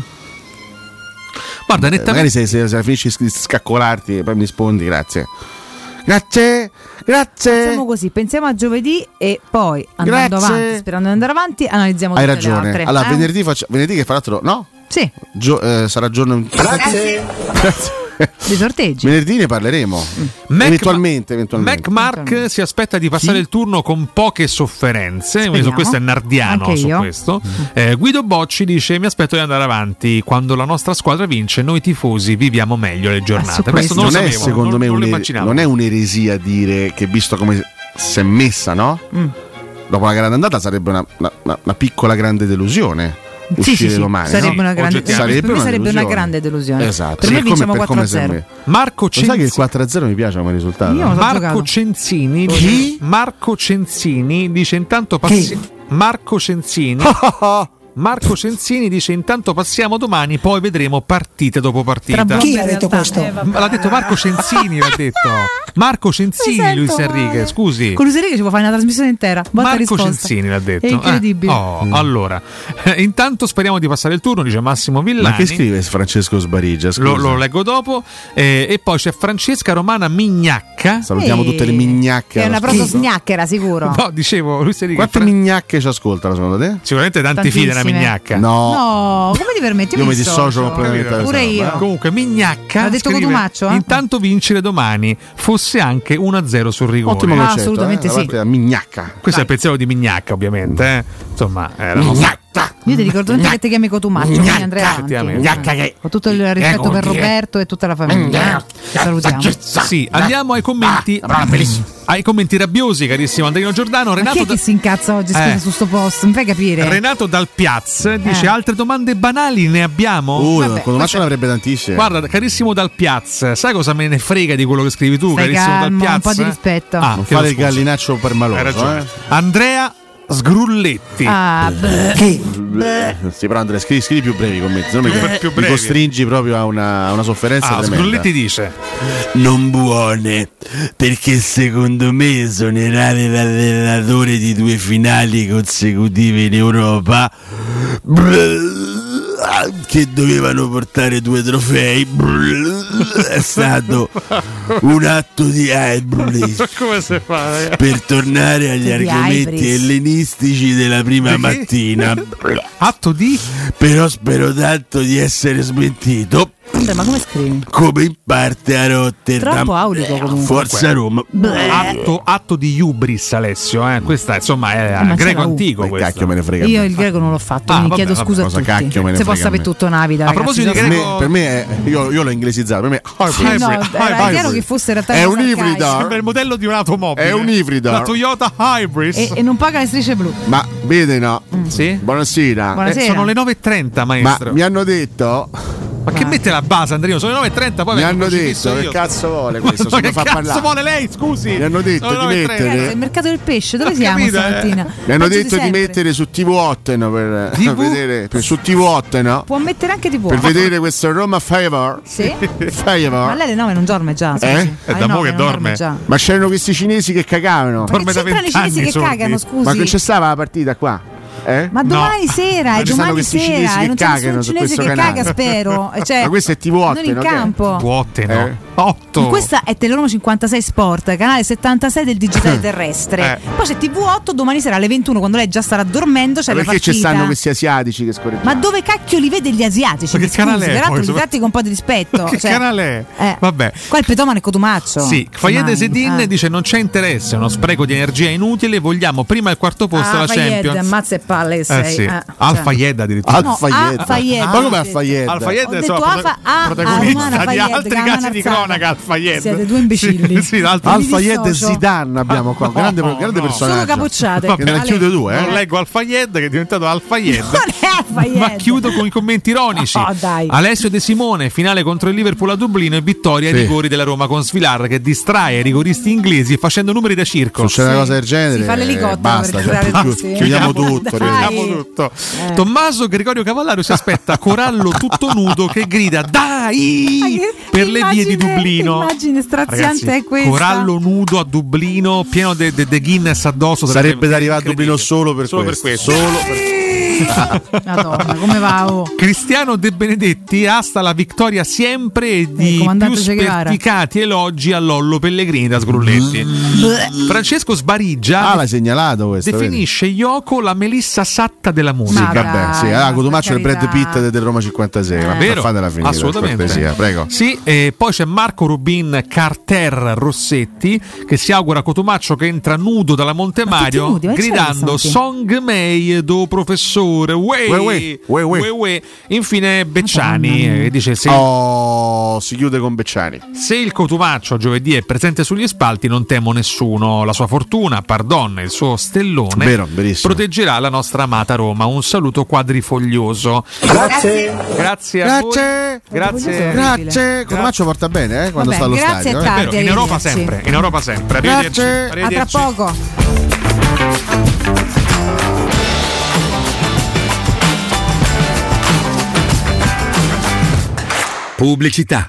S10: Guarda,
S11: Eh, Magari se, se, se finisci di scaccolarti e poi mi rispondi, grazie. Grazie, grazie.
S9: Facciamo così, pensiamo a giovedì e poi andando
S11: Grazie.
S9: avanti, sperando di andare avanti, analizziamo
S11: Hai
S9: tutte le
S11: ragione.
S9: altre.
S11: Allora,
S9: Eh?
S11: venerdì, faccia- venerdì che fra l'altro, no?
S9: Sì,
S11: Gio- eh, sarà
S10: [laughs]
S11: giorno.
S9: Grazie.
S11: Di
S9: sorteggi.
S11: Venerdì ne parleremo. eventualmente, eventualmente.
S10: Mm. Mac Mark si aspetta di passare il turno con poche sofferenze. quindi Su
S11: Speriamo.
S10: questo è nardiano.
S11: Anche
S10: su
S11: io. Mm.
S10: questo. Eh, Guido Bocci dice: Mi aspetto di andare avanti. Quando la nostra squadra vince, noi tifosi viviamo meglio le
S11: Ah,
S10: giornate. Questo non,
S11: non,
S10: lo
S11: è,
S10: sapevo,
S11: secondo
S10: non-
S11: me,
S10: non lo
S11: un'e-
S10: immaginavo.
S11: non è un'eresia dire che visto come si è messa, no?
S9: Mm.
S11: Dopo la grande andata sarebbe una, una- una- una piccola grande delusione.
S9: Sì,
S11: uscire
S9: sì, sì.
S11: domani
S9: Sarebbe
S11: no?
S9: una grande-
S11: Sarebbe
S9: per me sarebbe una grande delusione.
S11: Esatto.
S9: Per noi
S11: per come-
S9: vinciamo
S11: per come
S9: 4-0.
S11: sembra.
S10: Marco
S11: Lo sai che il 4-0 mi piace come risultato?
S10: Marco Cenzini, Marco Cenzini dice intanto passi- Marco
S9: [laughs]
S10: Cenzini Marco Cenzini dice intanto passiamo domani poi vedremo partita dopo partita
S9: questo?
S10: Ma L'ha detto Marco Cenzini, l'ha
S9: [laughs]
S10: detto Marco Cenzini, Luis Enrique, scusi.
S9: Con Luserì che ci può fare una trasmissione intera. Botta e
S10: Marco
S9: risposta.
S10: Cenzini l'ha detto.
S9: È incredibile. Mm.
S10: Eh, oh, Allora, [laughs] eh, intanto speriamo di passare il turno, dice Massimo Villani.
S11: Ma che scrive Francesco Sbarigia? scusa?
S10: Lo, lo leggo dopo. Eh, e poi c'è Francesca Romana Mignacca.
S11: Salutiamo
S9: Ehi. tutte le
S11: mignacche.
S9: Che è una prosa sgnacchera, sicuro.
S10: No, dicevo, lui si
S11: Quante mignacche ci ascoltano secondo te?
S10: Sicuramente tanti figli della
S9: Tantissime.
S10: mignacca.
S11: No.
S9: No, come ti permetti?
S11: Io mi dissocio completamente eh. da
S9: Pure
S11: questa roba.
S9: io.
S10: Comunque, Mignacca.
S9: L'ha detto
S10: scrive,
S9: Cotumaccio, eh?
S10: Intanto vincere domani fosse anche 1-0 sul rigore.
S9: Ah,
S11: Ottimo concetto, eh, da parte della Mignacca.
S10: Questo è il pensiero di Mignacca, ovviamente. eh. Insomma, era
S9: Io ti ricordo sempre che ti chiami Cotumaccio, quindi andrei avanti. Ho tutto il
S11: Eh,
S9: rispetto per Roberto e tutta la famiglia. eh. Salutiamo.
S10: Sì, andiamo ai commenti.
S11: Ah,
S10: Ai commenti rabbiosi, carissimo Andrino Giordano.
S9: Ma chi
S10: Renato,
S9: è che si incazza oggi scusa
S10: Eh.
S9: su sto post? Mi fai capire?
S10: Renato Dal Piaz dice:
S9: Eh.
S10: Altre domande banali ne abbiamo?
S11: Uh, con Domaccio ne avrebbe tantissime.
S10: Guarda, carissimo Dal Piaz, sai cosa me ne frega di quello che scrivi tu,
S9: Stai
S10: carissimo
S9: calmo,
S10: Dal Piaz?
S9: un po' di
S10: eh?
S9: rispetto.
S10: Ah,
S11: non
S10: chiedo
S11: fare il
S10: scusa.
S11: gallinaccio per
S10: Hai
S11: maloso.
S10: ragione.
S11: Eh.
S10: Andrea Sgrulletti.
S9: Ah, beh.
S11: Sì, però Andrea, scrivi, scrivi più brevi i commenti, se no mi,
S10: Più- più
S11: mi
S10: brevi.
S11: costringi proprio a una, a una sofferenza
S10: Ah,
S11: tremenda.
S10: Sgrulletti dice:
S42: non buone perché secondo me esonerare l'allenatore di due finali consecutive in Europa che dovevano portare due trofei è stato un atto di hybrid
S10: Come si fa? ragazzi?
S42: per tornare agli
S10: Di
S42: argomenti
S10: hybris.
S42: ellenistici della prima mattina
S10: Atto di?
S42: però spero tanto di essere smentito
S9: Andrea, ma come scrivi?
S42: come in parte a Rotterdam.
S9: Troppo
S11: Eh,
S9: aulico comunque.
S42: eh, Forza Roma.
S10: Atto, atto di hubris Alessio, eh. questa insomma è
S9: ma c'è
S10: greco
S9: la U.
S10: antico. Cacchio
S11: me ne frega.
S9: Io il greco non l'ho fatto,
S10: Ah,
S9: quindi
S10: vabbè,
S9: chiedo
S10: vabbè,
S9: scusa
S10: cosa
S9: a tutti.
S11: cacchio me ne
S9: Se può
S11: frega a
S9: sapere
S11: me.
S9: tutto una vita, ragazzi.
S11: per me, per me è, io, io l'ho inglesizzato, per me
S10: Ah,
S9: Sì, no,
S11: hybrid,
S9: era
S11: hybrid.
S9: chiaro che fosse in realtà
S11: è
S9: una
S11: un
S9: cosa
S11: ibrida.
S9: arcaica.
S10: il modello di un'automobile.
S11: È un ibrida.
S10: La Toyota Hybrid.
S9: E, e non paga le strisce blu.
S11: Ma vede no. Buonasera.
S9: Buonasera. Eh, sono le
S10: 9.30,
S11: maestro. Ma mi hanno detto.
S10: Ma che mette la base, Andrino? Sono le 9.30, poi
S11: Mi
S10: vengo
S11: hanno
S10: crocifisso
S11: detto,
S10: io.
S11: che cazzo vuole
S10: [laughs] Ma
S11: questo? Se
S10: che
S11: mi fa
S10: cazzo
S11: parlare.
S10: vuole lei, scusi?
S11: Mi hanno detto
S10: Sono
S11: di
S10: le 9.30.
S9: Ragazzi, il
S11: mettere.
S9: mercato del pesce, dove siamo
S11: capito, eh?
S9: stamattina?
S11: Mi hanno
S9: Peggio di
S11: detto di
S9: sempre.
S11: mettere su TV8 no, per, per vedere per- su TV8 no?
S9: Può mettere anche di buono.
S11: Per vedere questo Roma Favor. [laughs]
S9: Sì.
S11: Favor.
S9: Ma lei alle 9 non dorme già.
S11: Eh?
S9: scusi.
S11: È
S9: Alle
S11: da mo'
S9: nove
S11: che
S9: Ah, non
S11: dorme.
S9: già.
S11: Ma c'erano questi cinesi che cagavano.
S9: Dorme da c'entrano i vent'anni cinesi che sordi. cagano, scusi?
S11: Ma non c'è stava la partita qua? Eh?
S9: Ma domani sera,
S11: Ma
S9: è
S11: ci stanno
S9: domani
S11: questi
S9: sera,
S11: cinesi
S9: e
S11: che
S9: non c'è nessun
S11: cagano su
S9: cinese
S11: questo
S9: che
S11: canale.
S9: caga,
S11: [laughs]
S9: spero. Eh, Cioè,
S11: Ma questo è
S9: non
S11: TV8,
S9: in
S11: no? Che-
S9: campo.
S10: Vuote no.
S11: Eh?
S10: 8.
S9: Questa è Teleroma 56 Sport, canale 76 del digitale terrestre.
S11: Eh.
S9: Poi c'è TV8 domani sera alle 21 quando lei già starà dormendo, c'è
S11: Ma
S9: la
S11: perché
S9: partita.
S11: ci stanno questi asiatici che scorreggiano?
S9: Ma dove cacchio li vede gli asiatici?
S11: Ma
S9: Mi
S11: che
S9: scusi,
S11: canale è,
S9: Peraltro
S11: poi?
S9: li tratti con un po' di rispetto.
S10: Che
S9: cioè,
S10: canale è?
S9: eh.
S10: Vabbè.
S9: Qua il petomano è Cotumaccio.
S10: Sì, Fayed
S9: Domani.
S10: Sedin
S9: Ah.
S10: dice non c'è interesse, è uno spreco di energia inutile, vogliamo prima il quarto posto
S9: Ah,
S10: alla
S9: Fayed,
S10: Champions.
S9: ammazza e palle
S10: Eh
S9: sei.
S10: sì.
S9: Ah,
S10: Al
S9: cioè.
S10: Fayed addirittura.
S9: No, Al Fayed.
S11: Ma come Al
S10: Fayed? Al Fayed,
S9: Ho
S10: insomma,
S9: detto
S10: prota-
S9: Afa- ah,
S10: protagonista
S9: Armana
S10: di
S9: Fayed,
S10: altri
S9: Grana
S10: casi di
S9: Marzano.
S10: cronaca al Fayed.
S9: Siete due imbecilli.
S10: sì, l'altro-
S11: Al
S10: Mi
S11: Fayed e
S10: dissocio.
S11: Zidane abbiamo qua, un grande,
S10: No,
S11: grande
S10: no.
S11: personaggio.
S10: Solo capocciate.
S11: Che ne
S10: Ale-
S11: racchiude due, eh?
S10: Non leggo Al Fayed che è diventato
S9: Oh,
S10: Al Fayed.
S9: Fayed.
S10: Ma chiudo con i commenti ironici.
S9: Oh, dai.
S10: Alessio De Simone, finale contro il Liverpool a Dublino e vittoria ai rigori della Roma con Svilar che distrae i rigoristi inglesi facendo numeri da circo.
S11: C'è una cosa del genere.
S10: Si fa l'elicottero
S11: Basta,
S10: per creare
S11: cioè,
S10: tutti.
S11: chiud- chiudiamo tutto.
S10: Dai. Eh.
S11: chiudiamo
S10: Chiudiamo tutto. Tommaso Gregorio Cavallaro si aspetta Corallo tutto nudo che grida dai per le vie di Dublino.
S9: L'immagine straziante
S10: Ragazzi,
S9: è questa.
S10: Corallo nudo a Dublino, pieno de, de- de Guinness addosso.
S11: Sarebbe da arrivare a Dublino solo per
S10: Solo per
S11: questo.
S10: questo.
S11: Solo
S40: [laughs]
S9: Madonna, come va? oh?
S10: Cristiano De Benedetti asta la vittoria sempre e di più
S9: comandante Che Guevara.
S10: sperticati elogi a Lollo Pellegrini da Sgrulletti.
S11: Mm.
S10: Francesco Sbariggia
S11: Ah, l'ha segnalato questo. vedi?
S10: definisce Yoko la melissa satta della
S11: Sì,
S10: musica.
S11: vabbè, sì. ah, Allora, Cotumaccio è il Brad Pitt del- del Roma 56. Ma
S10: Vero,
S11: fatela finire. per
S10: assolutamente.
S11: cortesia, prego.
S10: Sì, e poi c'è Marco Rubin Carter Rossetti che si augura a Cotumaccio che entra nudo dalla Montemario
S11: Ma tutti nudi, ma che
S10: gridando
S11: c'è
S10: Song Mei do professore. Uè,
S11: Uè, uè, uè, uè.
S10: uè, uè. Infine Becciani eh, che dice se,
S11: Oh, si chiude con Becciani.
S10: se il Cotumaccio giovedì è presente sugli spalti non temo nessuno. La sua fortuna, pardon, il suo stellone
S11: Vero, verissimo.
S10: proteggerà la nostra amata Roma. Un saluto quadrifoglioso.
S11: Grazie.
S10: Grazie a
S11: Grazie.
S10: voi. Grazie.
S11: Grazie. Cotumaccio porta bene eh, quando
S9: Vabbè,
S11: sta allo
S9: grazie
S11: stadio.
S9: a
S11: eh.
S9: tanti,
S10: È vero, in Europa sempre, in Europa sempre. Arrivederci.
S11: Grazie.
S9: A tra
S10: Arrivederci.
S9: poco.
S14: Pubblicità.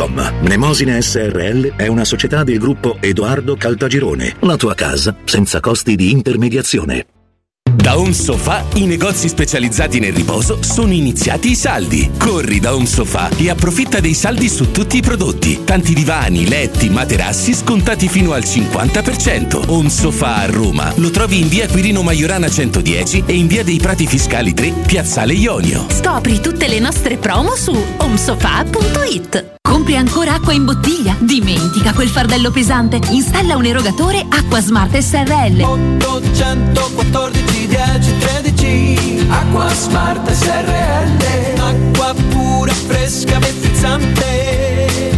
S14: Mnemosine SRL è una società del gruppo Edoardo Caltagirone, la tua casa senza costi di intermediazione.
S17: Da Home Sofa, i negozi specializzati nel riposo sono iniziati i saldi. Corri da Home Sofa e approfitta dei saldi su tutti i prodotti. Tanti divani, letti, materassi scontati fino al 50%. Home Sofa a Roma lo trovi in via Quirino Maiorana 110 e in via dei Prati Fiscali 3, piazzale Ionio.
S24: Scopri tutte le nostre promo su omsofa.it. Compri ancora acqua in bottiglia? Dimentica quel fardello pesante. Installa un erogatore Acqua Smart SRL.
S26: 814 10 13 Acqua Smart SRL Acqua pura, fresca, frizzante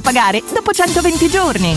S24: a pagare dopo 120 giorni.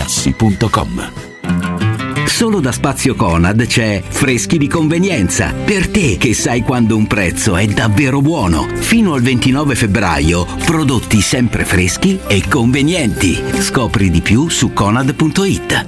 S1: artigianamaterassi.com.
S15: Solo da Spazio Conad c'è Freschi di convenienza, per te che sai quando un prezzo è davvero buono. Fino al 29 febbraio, prodotti sempre freschi e convenienti. Scopri di più su conad.it.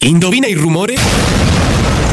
S59: Indovina il rumore?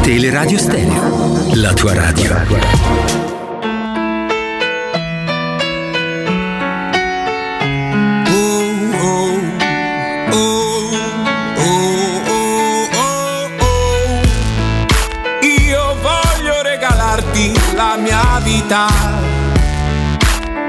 S15: Teleradio Stereo, la tua radio.
S26: Io voglio regalarti la mia vita.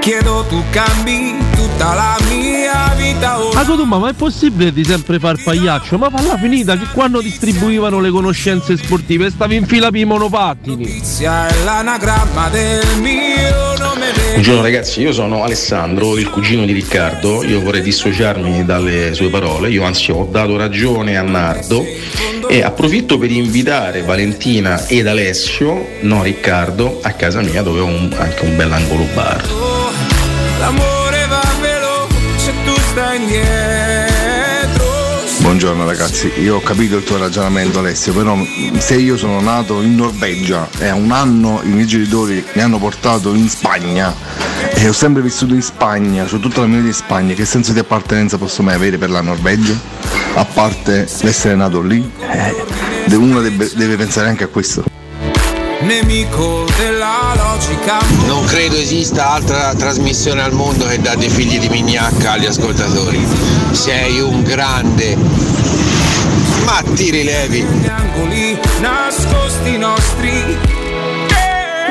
S26: Chiedo tu cambi tutta la mia vita ora.
S62: Ma Cotumba, ma è possibile di sempre far pagliaccio? Ma falla finita che quando distribuivano le conoscenze sportive stavi in fila per i monopattini.
S26: Sia è l'anagramma del mio nome vero.
S4: Buongiorno ragazzi, io sono Alessandro, il cugino di Riccardo, io vorrei dissociarmi dalle sue parole, io anzi ho dato ragione a Nardo e approfitto per invitare Valentina ed Alessio, no Riccardo, a casa mia dove ho un- anche un bell'angolo bar.
S26: L'amore va veloce, tu stai indietro.
S7: Buongiorno ragazzi, io ho capito il tuo ragionamento Alessio, però mh, se io sono nato in Norvegia e a un anno i miei genitori mi hanno portato in Spagna e ho sempre vissuto in Spagna, su tutta la mia vita in Spagna, che senso di appartenenza posso mai avere per la Norvegia? A parte l'essere nato lì, eh, uno deve- deve pensare anche a questo.
S26: Nemico della logica.
S63: Non credo esista altra trasmissione al mondo che dà dei figli di mignacca agli ascoltatori. Sei un grande. Ma ti rilevi.
S26: Negli angoli nascosti i nostri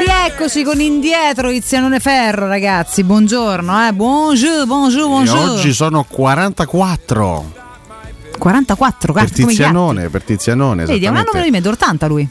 S9: Rieccoci con indietro Izianone Ferro, ragazzi. Buongiorno, eh. Buongiorno, buongiorno,
S11: E
S9: buongiorno.
S11: oggi sono 44
S9: 44
S11: per
S9: cazzo, come gli altri.
S11: Tizianone, per Tizianone,
S9: Vedi, è un anno meno di
S11: esattamente.
S9: me, 80 lui.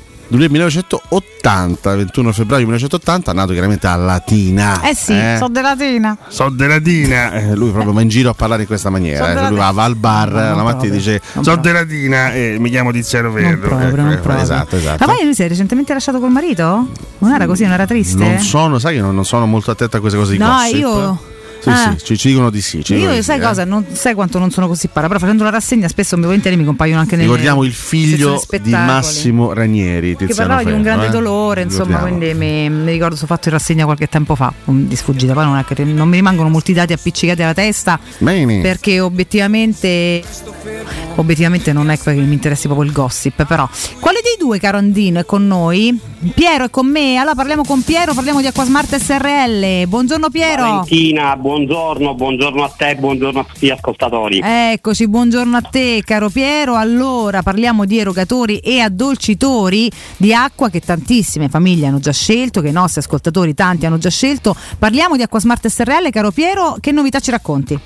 S11: 1980, 21 febbraio 1980, nato chiaramente a Latina.
S9: Eh sì,
S11: eh.
S9: sono della Tina.
S11: So de Latina, Eh, lui proprio va in giro a parlare in questa
S9: So
S11: maniera. eh.
S9: della
S11: Lui va va al bar la mattina e dice: So de Latina e mi chiamo Tiziano Ferro. Ecco, eh, Esatto,
S9: Ma
S11: esatto.
S9: poi lui si è recentemente lasciato col marito? Non era così, non era triste?
S11: Non sono, sai che non, non sono molto attento a queste cose di
S9: No,
S11: gossip. eh.
S9: io-
S11: Sì,
S9: Ah.
S11: sì, ci, ci dicono di sì. ci dicono
S9: Io
S11: di
S9: sai
S11: sì, eh.
S9: cosa, non sai quanto non sono così para, però facendo la rassegna spesso mi volentieri mi compaiono anche nelle
S11: Ricordiamo il figlio
S9: sezioni
S11: di
S9: spettacoli.
S11: Massimo Ranieri.
S9: che
S11: Tiziano
S9: parlava di un
S11: Ferro,
S9: grande
S11: eh.
S9: dolore, insomma,
S11: Ricordiamo.
S9: quindi mi, mi ricordo sono fatto in rassegna qualche tempo fa, um, di sfuggita, poi non, è che- non mi rimangono molti dati appiccicati alla testa,
S11: Bene.
S9: perché obiettivamente obiettivamente non è che mi interessi proprio il gossip, però quale dei due caro Andino è con noi? Piero è con me, allora parliamo con Piero, parliamo di Acquasmart SRL, buongiorno Piero!
S50: Valentina, buongiorno, buongiorno a te, buongiorno a tutti gli ascoltatori.
S9: Eccoci, Ecco, buongiorno a te caro Piero. Allora parliamo di erogatori e addolcitori di acqua che tantissime famiglie hanno già scelto, che i nostri ascoltatori tanti hanno già scelto. Parliamo di Acquasmart SRL, caro Piero, che novità ci racconti?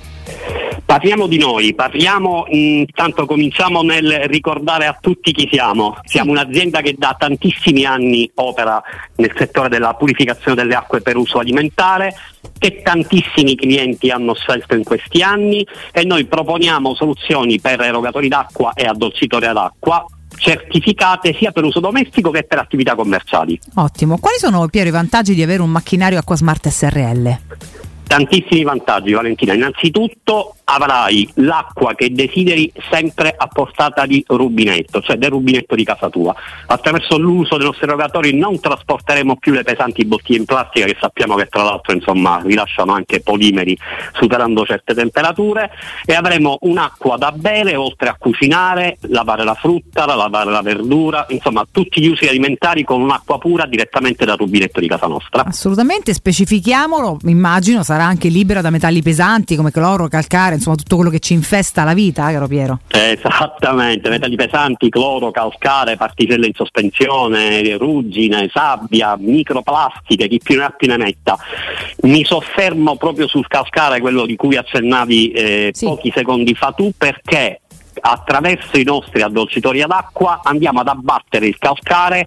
S50: Parliamo di noi, parliamo, intanto cominciamo nel ricordare a tutti chi siamo. Siamo un'azienda che da tantissimi anni opera nel settore della purificazione delle acque per uso alimentare, che tantissimi clienti hanno scelto in questi anni e noi proponiamo soluzioni per erogatori d'acqua e addolcitori ad acqua certificate sia per uso domestico che per attività commerciali.
S9: Ottimo, quali sono Piero i vantaggi di avere un macchinario Acquasmart SRL?
S50: Tantissimi vantaggi Valentina, innanzitutto avrai l'acqua che desideri sempre a portata di rubinetto, cioè del rubinetto di casa tua. Attraverso l'uso dei nostri erogatori non trasporteremo più le pesanti bottiglie in plastica che sappiamo che tra l'altro insomma rilasciano anche polimeri superando certe temperature e avremo un'acqua da bere oltre a cucinare, lavare la frutta, lavare la verdura, insomma tutti gli usi alimentari con un'acqua pura direttamente dal rubinetto di casa nostra.
S9: Assolutamente, specifichiamolo, immagino sarà anche libera da metalli pesanti come cloro, calcare, insomma tutto quello che ci infesta la vita, eh, caro Piero.
S50: Esattamente, metalli pesanti, cloro, calcare, particelle in sospensione, ruggine, sabbia, microplastiche, chi più ne ha più ne metta. Mi soffermo proprio sul calcare, quello di cui accennavi eh, pochi secondi fa tu, perché attraverso i nostri addolcitori ad acqua andiamo ad abbattere il calcare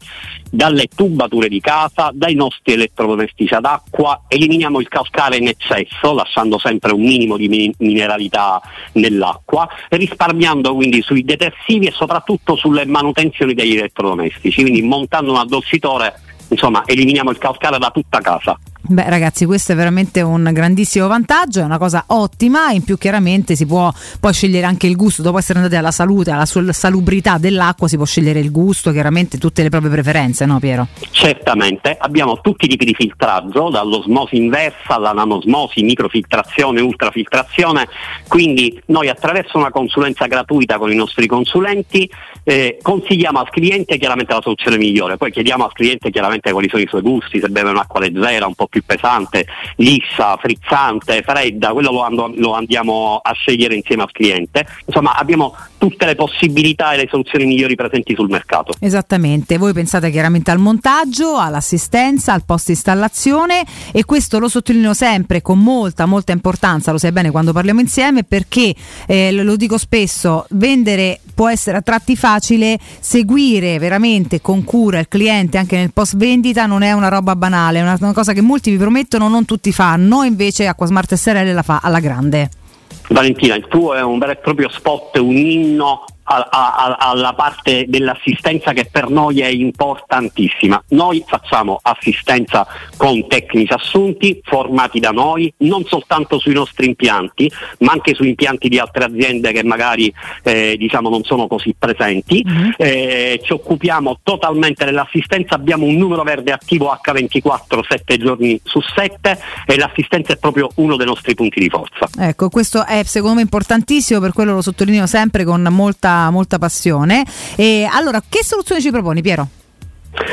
S50: dalle tubature di casa, dai nostri elettrodomestici ad acqua, eliminiamo il calcare in eccesso, lasciando sempre un minimo di min- mineralità nell'acqua, risparmiando quindi sui detersivi e soprattutto sulle manutenzioni degli elettrodomestici, quindi montando un addolcitore, insomma, eliminiamo il calcare da tutta casa.
S9: Beh ragazzi questo è veramente un grandissimo vantaggio, è una cosa ottima, in più chiaramente si può poi scegliere anche il gusto, dopo essere andati alla salute, alla sol- salubrità dell'acqua si può scegliere il gusto, chiaramente tutte le proprie preferenze, no Piero?
S50: Certamente, abbiamo tutti i tipi di filtraggio, dall'osmosi inversa alla nanosmosi, microfiltrazione, ultrafiltrazione, quindi noi attraverso una consulenza gratuita con i nostri consulenti eh, consigliamo al cliente chiaramente la soluzione migliore, poi chiediamo al cliente chiaramente quali sono i suoi gusti, se beve un'acqua leggera, un po' più pesante, liscia, frizzante, fredda, quello lo, ando- lo andiamo a scegliere insieme al cliente, insomma abbiamo tutte le possibilità e le soluzioni migliori presenti sul mercato.
S9: Esattamente, voi pensate chiaramente al montaggio, all'assistenza, al post installazione e questo lo sottolineo sempre con molta molta importanza, lo sai bene quando parliamo insieme perché eh, lo- lo dico spesso, vendere può essere a tratti facile, seguire veramente con cura il cliente anche nel post vendita non è una roba banale, è una, una cosa che molti vi promettono, non tutti fanno, invece Acquasmart SRL la fa alla grande.
S50: Valentina, il tuo è un vero e proprio spot, un inno a- a- a- alla parte dell'assistenza che per noi è importantissima. Noi facciamo assistenza con tecnici assunti, formati da noi, non soltanto sui nostri impianti, ma anche su impianti di altre aziende che magari eh, diciamo non sono così presenti. Eh, ci occupiamo totalmente dell'assistenza, abbiamo un numero verde attivo H24 7 giorni su 7 e l'assistenza è proprio uno dei nostri punti di forza.
S9: Ecco, questo è secondo me importantissimo, per quello lo sottolineo sempre con molta, molta passione. E allora, che soluzione ci proponi, Piero?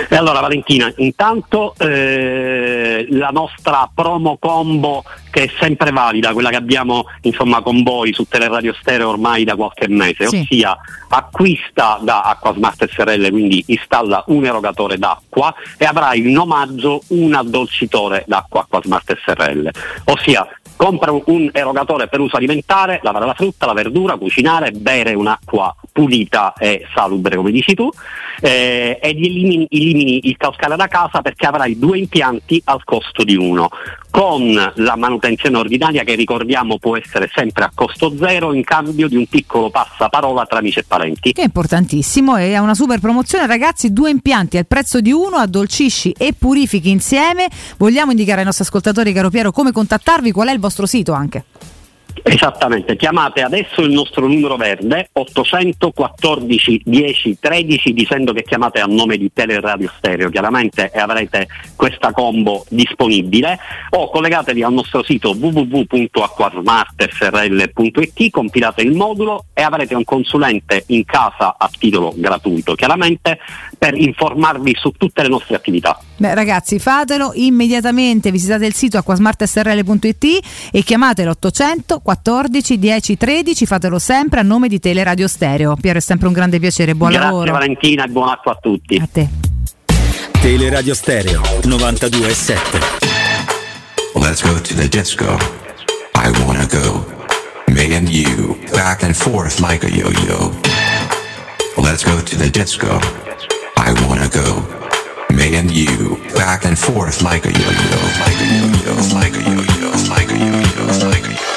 S50: E allora Valentina, intanto eh, la nostra promo combo che è sempre valida, quella che abbiamo insomma con voi su Teleradio Stereo ormai da qualche mese,
S4: Sì.
S50: ossia acquista da Acquasmart SRL, quindi installa un erogatore d'acqua e avrai in omaggio un addolcitore d'acqua Acquasmart SRL, ossia compra un- un erogatore per uso alimentare, lavare la frutta, la verdura, cucinare, bere un'acqua pulita e salubre come dici tu eh, ed elimini, elimini il calcare da casa perché avrai due impianti al costo di uno con la manutenzione ordinaria che ricordiamo può essere sempre a costo zero in cambio di un piccolo passaparola tra amici e parenti
S9: Che è importantissimo e è una super promozione, ragazzi, due impianti al prezzo di uno, addolcisci e purifichi insieme. Vogliamo indicare ai nostri ascoltatori, caro Piero, come contattarvi, qual è il vostro vostro sito anche.
S50: Esattamente, chiamate adesso il nostro numero verde 814 10 13 dicendo che chiamate a nome di Teleradio Stereo chiaramente e avrete questa combo disponibile o collegatevi al nostro sito www.acquasmartfrl.it compilate il modulo e avrete un consulente in casa a titolo gratuito chiaramente per informarvi su tutte le nostre attività.
S9: Beh, ragazzi, fatelo immediatamente. Visitate il sito acquasmartstrl.it e chiamate l'800 14 10 13. Fatelo sempre a nome di Teleradio Stereo. Piero, è sempre un grande piacere. Buon
S50: Grazie
S9: lavoro.
S50: Valentina e buon acqua a tutti.
S9: A te.
S64: Teleradio Stereo 927.
S55: Let's go to the disco. I wanna go. Me and you, back and forth like a yo yo. Let's go to the disco. I wanna go. Me and you, back and forth like a yo yo. Like a yo yo. Like a yo yo. Like a yo yo. Like a yo yo.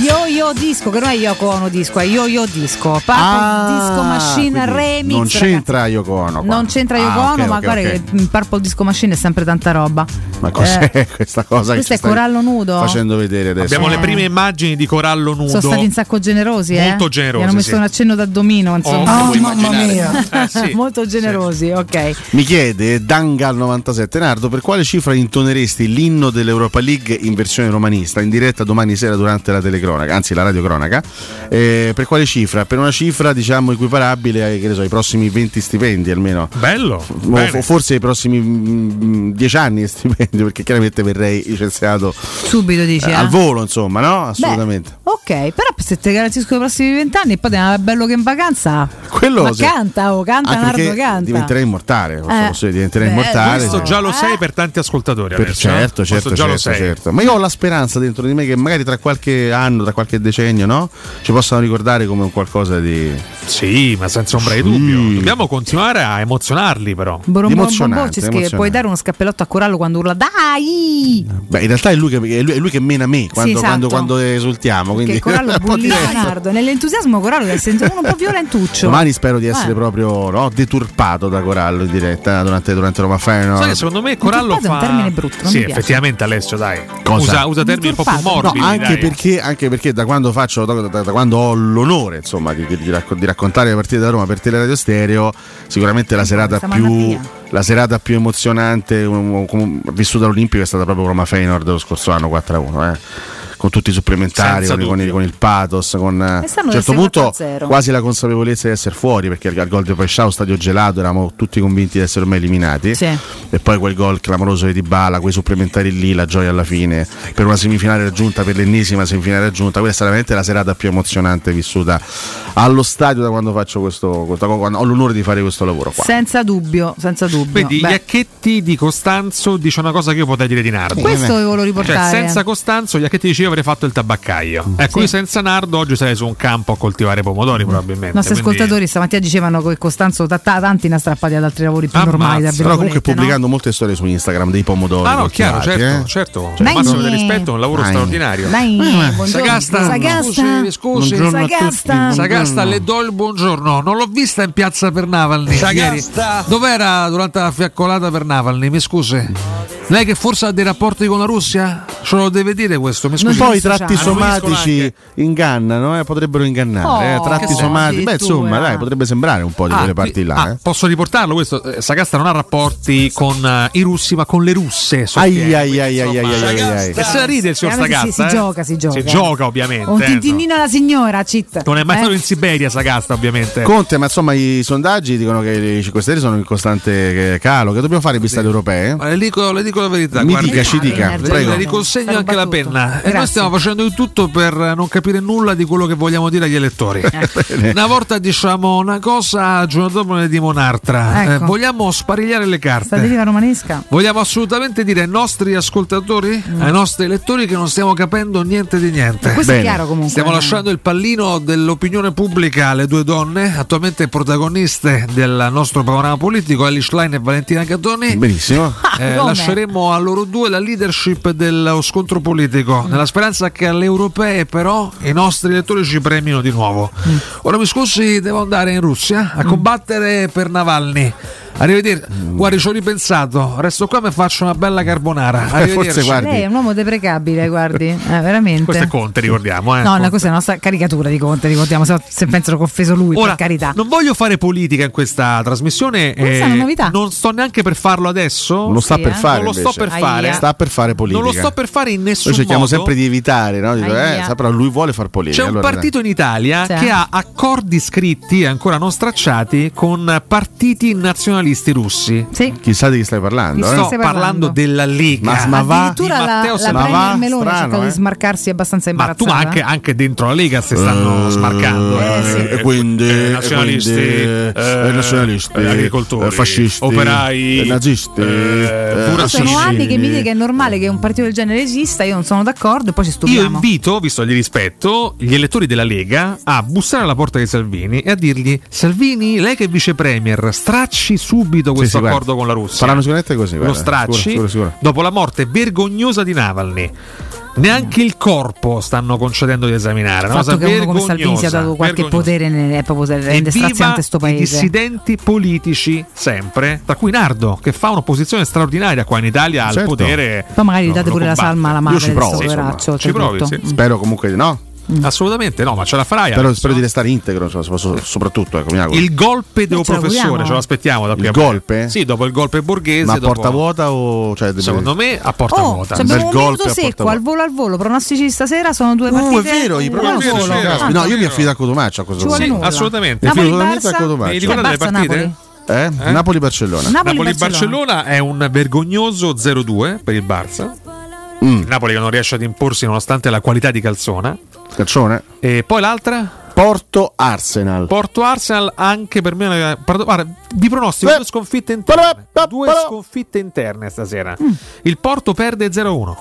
S9: Yo-Yo Disco, che non è Yoko Ono Disco, è Yo-Yo Disco. Papa Disco Machine
S11: Ah, quindi
S9: Remix.
S11: Non
S9: ragazzi.
S11: c'entra Yoko Ono. qua.
S9: Non c'entra Yoko
S11: Ah,
S9: Ono,
S11: ok,
S9: ma
S11: ok,
S9: guarda
S11: ok.
S9: che mm, Purple Disco Machine è sempre tanta roba.
S11: Ma cos'è
S9: Eh,
S11: [laughs] questa
S9: questo
S11: cosa che ci
S9: è
S11: stai
S9: Corallo Nudo?
S11: Facendo vedere adesso.
S10: Abbiamo le prime immagini di Corallo Nudo.
S9: Sono stati un sacco generosi, eh?
S10: Molto generosi,
S9: Mi hanno messo
S10: sì.
S9: un accenno d'addomino,
S10: Oh,
S9: insomma.
S10: puoi mamma immaginare. mia.
S11: Eh,
S9: [laughs] Molto generosi, ok.
S11: Mi chiede Dangal 97 Nardo per quale cifra intoneresti l'inno dell'Europa League in versione romanista in diretta domani sera durante la telecronaca, anzi la radiocronaca. Eh, per quale cifra? Per una cifra diciamo equiparabile ai, che ne so, ai prossimi 20 stipendi almeno.
S10: Bello.
S11: O
S10: bene.
S11: fo- forse ai prossimi mm, 10 anni di stipendio perché chiaramente verrei licenziato
S9: Subito dici,
S11: eh,
S9: eh?
S11: al volo, insomma, no? Assolutamente.
S9: Ok, però se te garantisco i prossimi vent'anni e poi te ne bello che in vacanza.
S11: Quello
S9: Ma
S11: sì.
S9: canta, oh, canta
S11: Anche
S9: Nardo,
S11: perché
S9: canta.
S11: diventerei immortale,
S9: Eh.
S11: posso dire, diventerei
S9: Beh,
S11: immortale.
S10: Questo già lo sai per tanti ascoltatori.
S11: Per
S10: adesso, eh?
S11: certo,
S10: Questo
S11: certo,
S10: già lo
S11: certo,
S10: sai.
S11: certo. Ma io ho la speranza dentro di me che magari tra qualche anno, tra qualche decennio, no? Ci possano ricordare come un qualcosa di.
S10: Sì, ma senza ombra di
S11: Mm.
S10: dubbio. Dobbiamo continuare a emozionarli, però.
S9: Brum, brum, brum, brum, ci scrive, puoi dare uno scappellotto a Corallo quando urla dai!
S11: Beh, in realtà è lui che, è lui, è lui che mena me quando,
S9: esatto.
S11: quando- quando esultiamo. Quindi
S9: Che Corallo
S11: [laughs] un po'
S9: bullina
S11: diverso.
S9: Nardo, nell'entusiasmo Corallo deve essere uno un po' violentuccio.
S11: [laughs] Domani spero di essere
S9: Eh.
S11: proprio no, deturpato da Corallo in diretta durante, durante Roma Fire. No?
S10: Sai che secondo me Corallo
S9: Deturpato è
S10: fa.
S9: un termine brutto, non
S10: sì,
S9: mi piace.
S10: effettivamente Alessio, dai.
S11: Cosa?
S10: Usa, usa termini un po' più morbidi.
S11: No, anche,
S10: dai.
S11: perché, anche perché da quando faccio, da, da- da quando ho l'onore insomma, di, di- di racco- di raccontare le partite da Roma per Teleradio Stereo, sicuramente la serata
S9: questa
S11: più,
S9: malattia.
S11: la serata più emozionante um, um, vissuta all'Olimpico è stata proprio Roma Feyenoord dello scorso anno 4-1. eh. Con tutti i supplementari, con,
S10: Senza
S11: i- con i- con il pathos, con eh, a un
S9: Quest'anno
S11: certo
S9: deve essere
S11: punto
S9: 4-0.
S11: quasi la consapevolezza di essere fuori perché al- al gol di Pesciao, stadio gelato, eravamo tutti convinti di essere ormai eliminati. E poi quel gol clamoroso di Dybala, quei supplementari lì, la gioia alla fine, per una semifinale raggiunta, per l'ennesima semifinale raggiunta. Questa è veramente la serata più emozionante vissuta allo stadio da quando faccio questo, questo- quando ho l'onore di fare questo lavoro qua.
S9: Senza dubbio, senza dubbio.
S10: Vedi,
S9: Beh,
S10: Iacchetti di Costanzo dice una cosa che io potrei dire di Nardo.
S9: Questo
S10: Eh.
S9: volevo riportare.
S10: Cioè, senza Costanzo, Iacchetti dice io avrei fatto il tabaccaio.
S11: Mm.
S10: Ecco, io senza Nardo oggi sarei su un campo a coltivare pomodori probabilmente.
S9: i nostri
S10: quindi-
S9: ascoltatori stamattina dicevano che Costanzo ta- ta- tanti ne ha strappati ad altri lavori più normali. da
S11: Però comunque
S9: virgolette, no?
S11: pubblicando molte storie su Instagram dei pomodori.
S10: Ah, no,
S11: coltivati,
S10: chiaro, certo,
S11: eh.
S10: certo.
S9: Dai,
S10: massimo del
S9: eh.
S10: rispetto, è un lavoro
S11: Dai. Eh,
S10: straordinario.
S9: Dai, buongiorno.
S10: Sagasta.
S9: Sagasta.
S10: Scusi, scusi.
S9: Buongiorno a tutti, Sagasta. buongiorno.
S10: Sagasta, le do il buongiorno. Non l'ho vista in piazza per Navalny.
S4: Sagasta.
S10: ieri. Dov'era durante la fiaccolata per Navalny? Mi scusi. Lei che forse ha dei rapporti con la Russia? Ce lo deve dire questo, mi scusi.
S11: Poi i tratti
S10: Annuiscono anche.
S11: somatici ingannano, eh, potrebbero ingannare. eh,
S10: Oh,
S11: tratti
S10: che
S11: somatici, beh,
S10: addirittura.
S11: insomma, dai, potrebbe sembrare un po' di
S10: Ah,
S11: quelle
S10: qui-
S11: parti là.
S10: ah,
S11: eh.
S10: Posso riportarlo questo? Eh, Sagasta non ha rapporti con eh, i russi, ma con le russe.
S11: Ai, ai,
S10: sostiene,
S11: ai, ai,
S10: quindi,
S11: ai,
S10: insomma.
S11: ai, ai.
S10: E se la ride il signor
S9: Chiaramente
S10: Sagasta?
S9: si- si
S10: eh?
S9: gioca, si gioca.
S10: Si gioca, ovviamente.
S9: Un
S10: eh,
S9: tintinnino alla signora, Cit.
S10: Non è mai
S9: Eh?
S10: stato in Siberia Sagasta, ovviamente.
S11: eh. Conte, ma insomma i sondaggi dicono che i 5 Stelle sono in costante eh, calo, che dobbiamo fare viste europee.
S10: Ma le dico, le dico la verità,
S11: Mi
S10: guardi.
S11: dica, ci dica,
S9: Eh,
S10: Le-
S11: prego.
S10: Le riconsegno anche la penna. E
S11: Grazie.
S10: noi stiamo facendo di tutto per non capire nulla di quello che vogliamo dire agli elettori.
S9: Eh.
S11: [laughs]
S10: una volta diciamo una cosa, il giorno dopo ne dimo un'altra. Eh,
S9: Ecco.
S10: vogliamo sparigliare le
S9: Sta deriva
S10: carte.
S9: romanesca.
S10: Vogliamo assolutamente dire ai nostri ascoltatori, ai nostri elettori che non stiamo capendo niente di niente.
S9: Mm. Questo è Bene. chiaro comunque. eh.
S10: Stiamo lasciando il pallino dell'opinione pubblica alle due donne, attualmente protagoniste del nostro panorama politico, Alice Schlein e Valentina Gattoni.
S11: Benissimo.
S10: eh,
S9: Come?
S10: lasceremo a loro due la leadership dello scontro politico,
S9: Mm.
S10: nella speranza che alle europee però i nostri elettori ci premino di nuovo.
S9: Mm.
S10: Ora mi scusi, devo andare in Russia a combattere per Navalny. Arrivederci, guardi, ci ho ripensato, resto qua e mi faccio una bella
S9: Eh,
S10: carbonara.
S11: Eh,
S10: Arrivederci.
S9: Lei è un uomo deprecabile, guardi, eh, veramente.
S10: Questo è Conte, ricordiamo. Eh.
S9: No, no, questa è la nostra caricatura di Conte, ricordiamo, se, se pensano che ho offeso lui,
S10: Ora,
S9: per carità.
S10: non voglio fare politica in questa trasmissione. eh,
S9: Questa è una novità. eh.
S10: Non sto neanche per farlo adesso.
S11: Lo sta per fare.
S10: eh. Non lo sto
S11: invece.
S10: per fare.
S11: Sta per fare politica.
S10: Non lo sto per fare in nessun
S11: Noi cerchiamo
S10: modo.
S11: sempre di evitare, no? Dico, eh,
S10: Ahia.
S11: sa, però lui vuole far politica.
S10: C'è un
S11: allora,
S10: partito in Italia
S11: Sì.
S10: che ha accordi scritti ancora non stracciati con partiti nazionalisti russi.
S11: dai. Chissà di chi stai parlando.
S10: Sto
S11: eh.
S10: parlando, della Lega.
S11: Ma- ma va-
S9: Ah, Addirittura la, la
S11: Salvini.
S9: Premier
S11: Ma va?
S9: Meloni
S11: Strano,
S9: cerca
S11: eh?
S9: di smarcarsi abbastanza
S10: Ma tu
S9: imbarazzata.
S10: ma anche, anche dentro la Lega si stanno smarcando.
S11: Eh, sì. E quindi-
S10: eh, nazionalisti,
S11: e quindi, eh, nazionalisti,
S10: eh, agricoltori,
S11: eh, fascisti,
S10: operai,
S11: eh, nazisti, eh,
S10: pure
S9: sono
S10: assassini.
S9: anni che mi dite che è normale che un partito del genere esista, io non sono d'accordo e poi ci
S10: Io
S9: stupiamo.
S10: invito, visto gli rispetto, gli elettori della Lega a bussare alla porta di Salvini e a dirgli: Salvini, lei che è vice premier, stracci subito
S11: Sì, sì,
S10: questo
S11: guarda.
S10: accordo con la Russia.
S11: Faranno sicuramente così.
S10: lo
S11: guarda.
S10: stracci
S11: Sicuro, sicuro, sicuro.
S10: dopo la morte vergognosa di Navalny. Neanche il corpo stanno concedendo di esaminare.
S9: il
S10: una cosa
S9: fatto che uno come Salvini sia
S10: vergognosa,
S9: dato qualche
S10: vergognosa.
S9: potere ne- è proprio rende
S10: Evviva
S9: straziante sto
S10: i
S9: paese.
S10: dissidenti politici sempre, tra cui Nardo, che fa un'opposizione straordinaria qua in Italia al
S9: Certo.
S10: potere.
S9: Poi magari gli
S10: No,
S9: date
S10: lo
S9: pure la
S10: combatte.
S9: salma alla madre del poveraccio. certo, Mm.
S10: Ci provi, sì.
S11: Spero comunque di no.
S10: Assolutamente no, ma ce la farai.
S11: Però
S10: Alex.
S11: spero di restare integro, insomma, so- so- soprattutto. Ecco, mi auguro.
S10: Il
S11: Noi
S10: golpe del
S11: ce l'auguriamo.
S10: professore, ce lo aspettiamo da qui
S11: Il
S10: a breve.
S11: golpe?
S10: Sì, dopo il golpe borghese.
S11: Ma a
S10: dopo-
S11: porta vuota o. Cioè, deve-
S10: Secondo me a porta
S9: Oh,
S10: vuota.
S9: ci abbiamo un minuto secco al volo al volo, pronostici di stasera sono due
S11: Oh,
S9: partite. eh,
S11: è vero, i
S9: al
S11: pronostici.
S9: volo.
S11: sì,
S9: Ah,
S11: caspita. No, io mi affido a Cotomaccio a questo
S9: Ci vuole
S11: punto.
S9: nulla.
S10: Assolutamente.
S11: Mi affido
S9: Napoli-Barça?
S11: totalmente a Cotomaccio.
S10: Vi ricordate le
S9: Barça,
S10: partite?
S11: Eh? Napoli-Barcellona.
S10: Napoli-Barcellona è un vergognoso 0-2 per il Barça.
S11: Mm.
S10: Il Napoli che non riesce ad imporsi nonostante la qualità di Calzona.
S11: Calcione.
S10: E poi l'altra?
S11: Porto Arsenal.
S10: Porto Arsenal anche per me è una- parado- guarda, di pronostico
S11: Eh.
S10: due sconfitte interne. Due sconfitte interne stasera. Il Porto perde 0-1.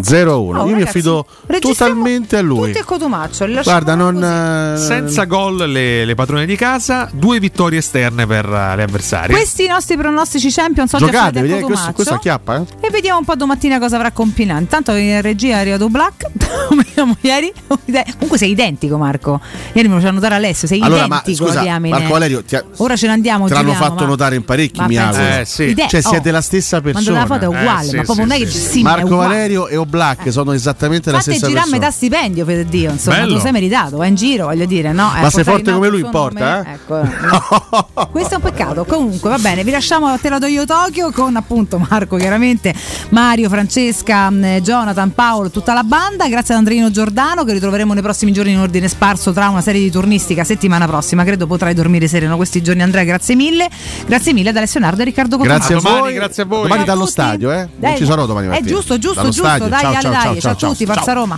S11: 0-1.
S9: Oh,
S11: io mi
S9: ragazzi,
S11: affido
S9: registriamo
S11: totalmente a lui.
S9: Tutti a Cotomaccio, li lasciamo
S11: Guarda, non. eh,
S10: Senza gol le, le padrone di casa, due vittorie esterne per eh, le avversarie.
S9: Questi i nostri pronostici champions oggi
S10: Giocate,
S9: affidati a
S10: vediamo,
S9: Cotomaccio.
S10: questo- questo acchiappa, eh.
S9: E vediamo un po' domattina cosa avrà combinato. Intanto in regia è arrivato Black, [laughs] come eravamo ieri. Comunque sei identico Marco. Ieri me lo ci hanno notato Alessio, sei
S11: Allora, ma
S9: identico.
S11: scusa,
S9: diamine.
S11: Marco Valerio, ti, ha-
S9: Ora ce ne andiamo.
S11: te l'hanno
S9: Ah, giriamo,
S11: fatto
S9: ma-
S11: notare in parecchi,
S9: ma
S11: mi
S9: penso-
S11: auguro.
S9: Eh, sì. Idea-
S11: Cioè,
S9: oh.
S11: siete la stessa persona.
S9: Mandate la foto, è uguale, ma proprio non è che ci simili, è
S11: Marco
S9: uguale. Eh.
S11: Valerio e O'Black sono esattamente la
S9: Fate
S11: stessa
S9: girare a
S11: persona.
S9: metà stipendio per Dio, insomma,
S11: Bello.
S9: tu sei meritato, vai in giro, voglio dire, no? eh,
S11: Ma
S9: portare
S11: sei forte
S9: in
S11: come
S9: alto
S11: lui
S9: il
S11: in
S9: suo
S11: porta, eh?
S9: nome, ecco, no. Questo è un peccato. Comunque, va bene, vi lasciamo a Te la do io Tokyo con appunto Marco, chiaramente, Mario, Francesca, mh, Jonathan, Paolo, tutta la banda. Grazie ad Andrino Giordano che ritroveremo nei prossimi giorni in ordine sparso tra una serie di turnistica settimana prossima. Credo potrai dormire sereno questi giorni Andrea, grazie mille. Grazie mille ad Alessio Nardo e Riccardo Cotumaccio.
S11: Grazie a, voi. Domani dallo stadio, eh? non
S9: Dai,
S11: ci sarò domani
S9: è
S11: mattina.
S9: giusto, giusto,
S11: Dallo
S9: giusto,
S11: stadio.
S9: dai,
S11: ciao,
S9: Ale,
S11: ciao,
S9: dai,
S11: ciao,
S9: ciao a
S11: ciao,
S9: tutti,
S11: ciao.
S9: forza Roma.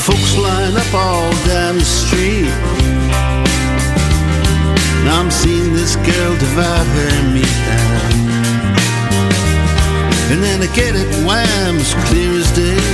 S65: Folks line up all down the street. Now I'm seeing this girl divide her meat down. And then I get it wham as clear as day.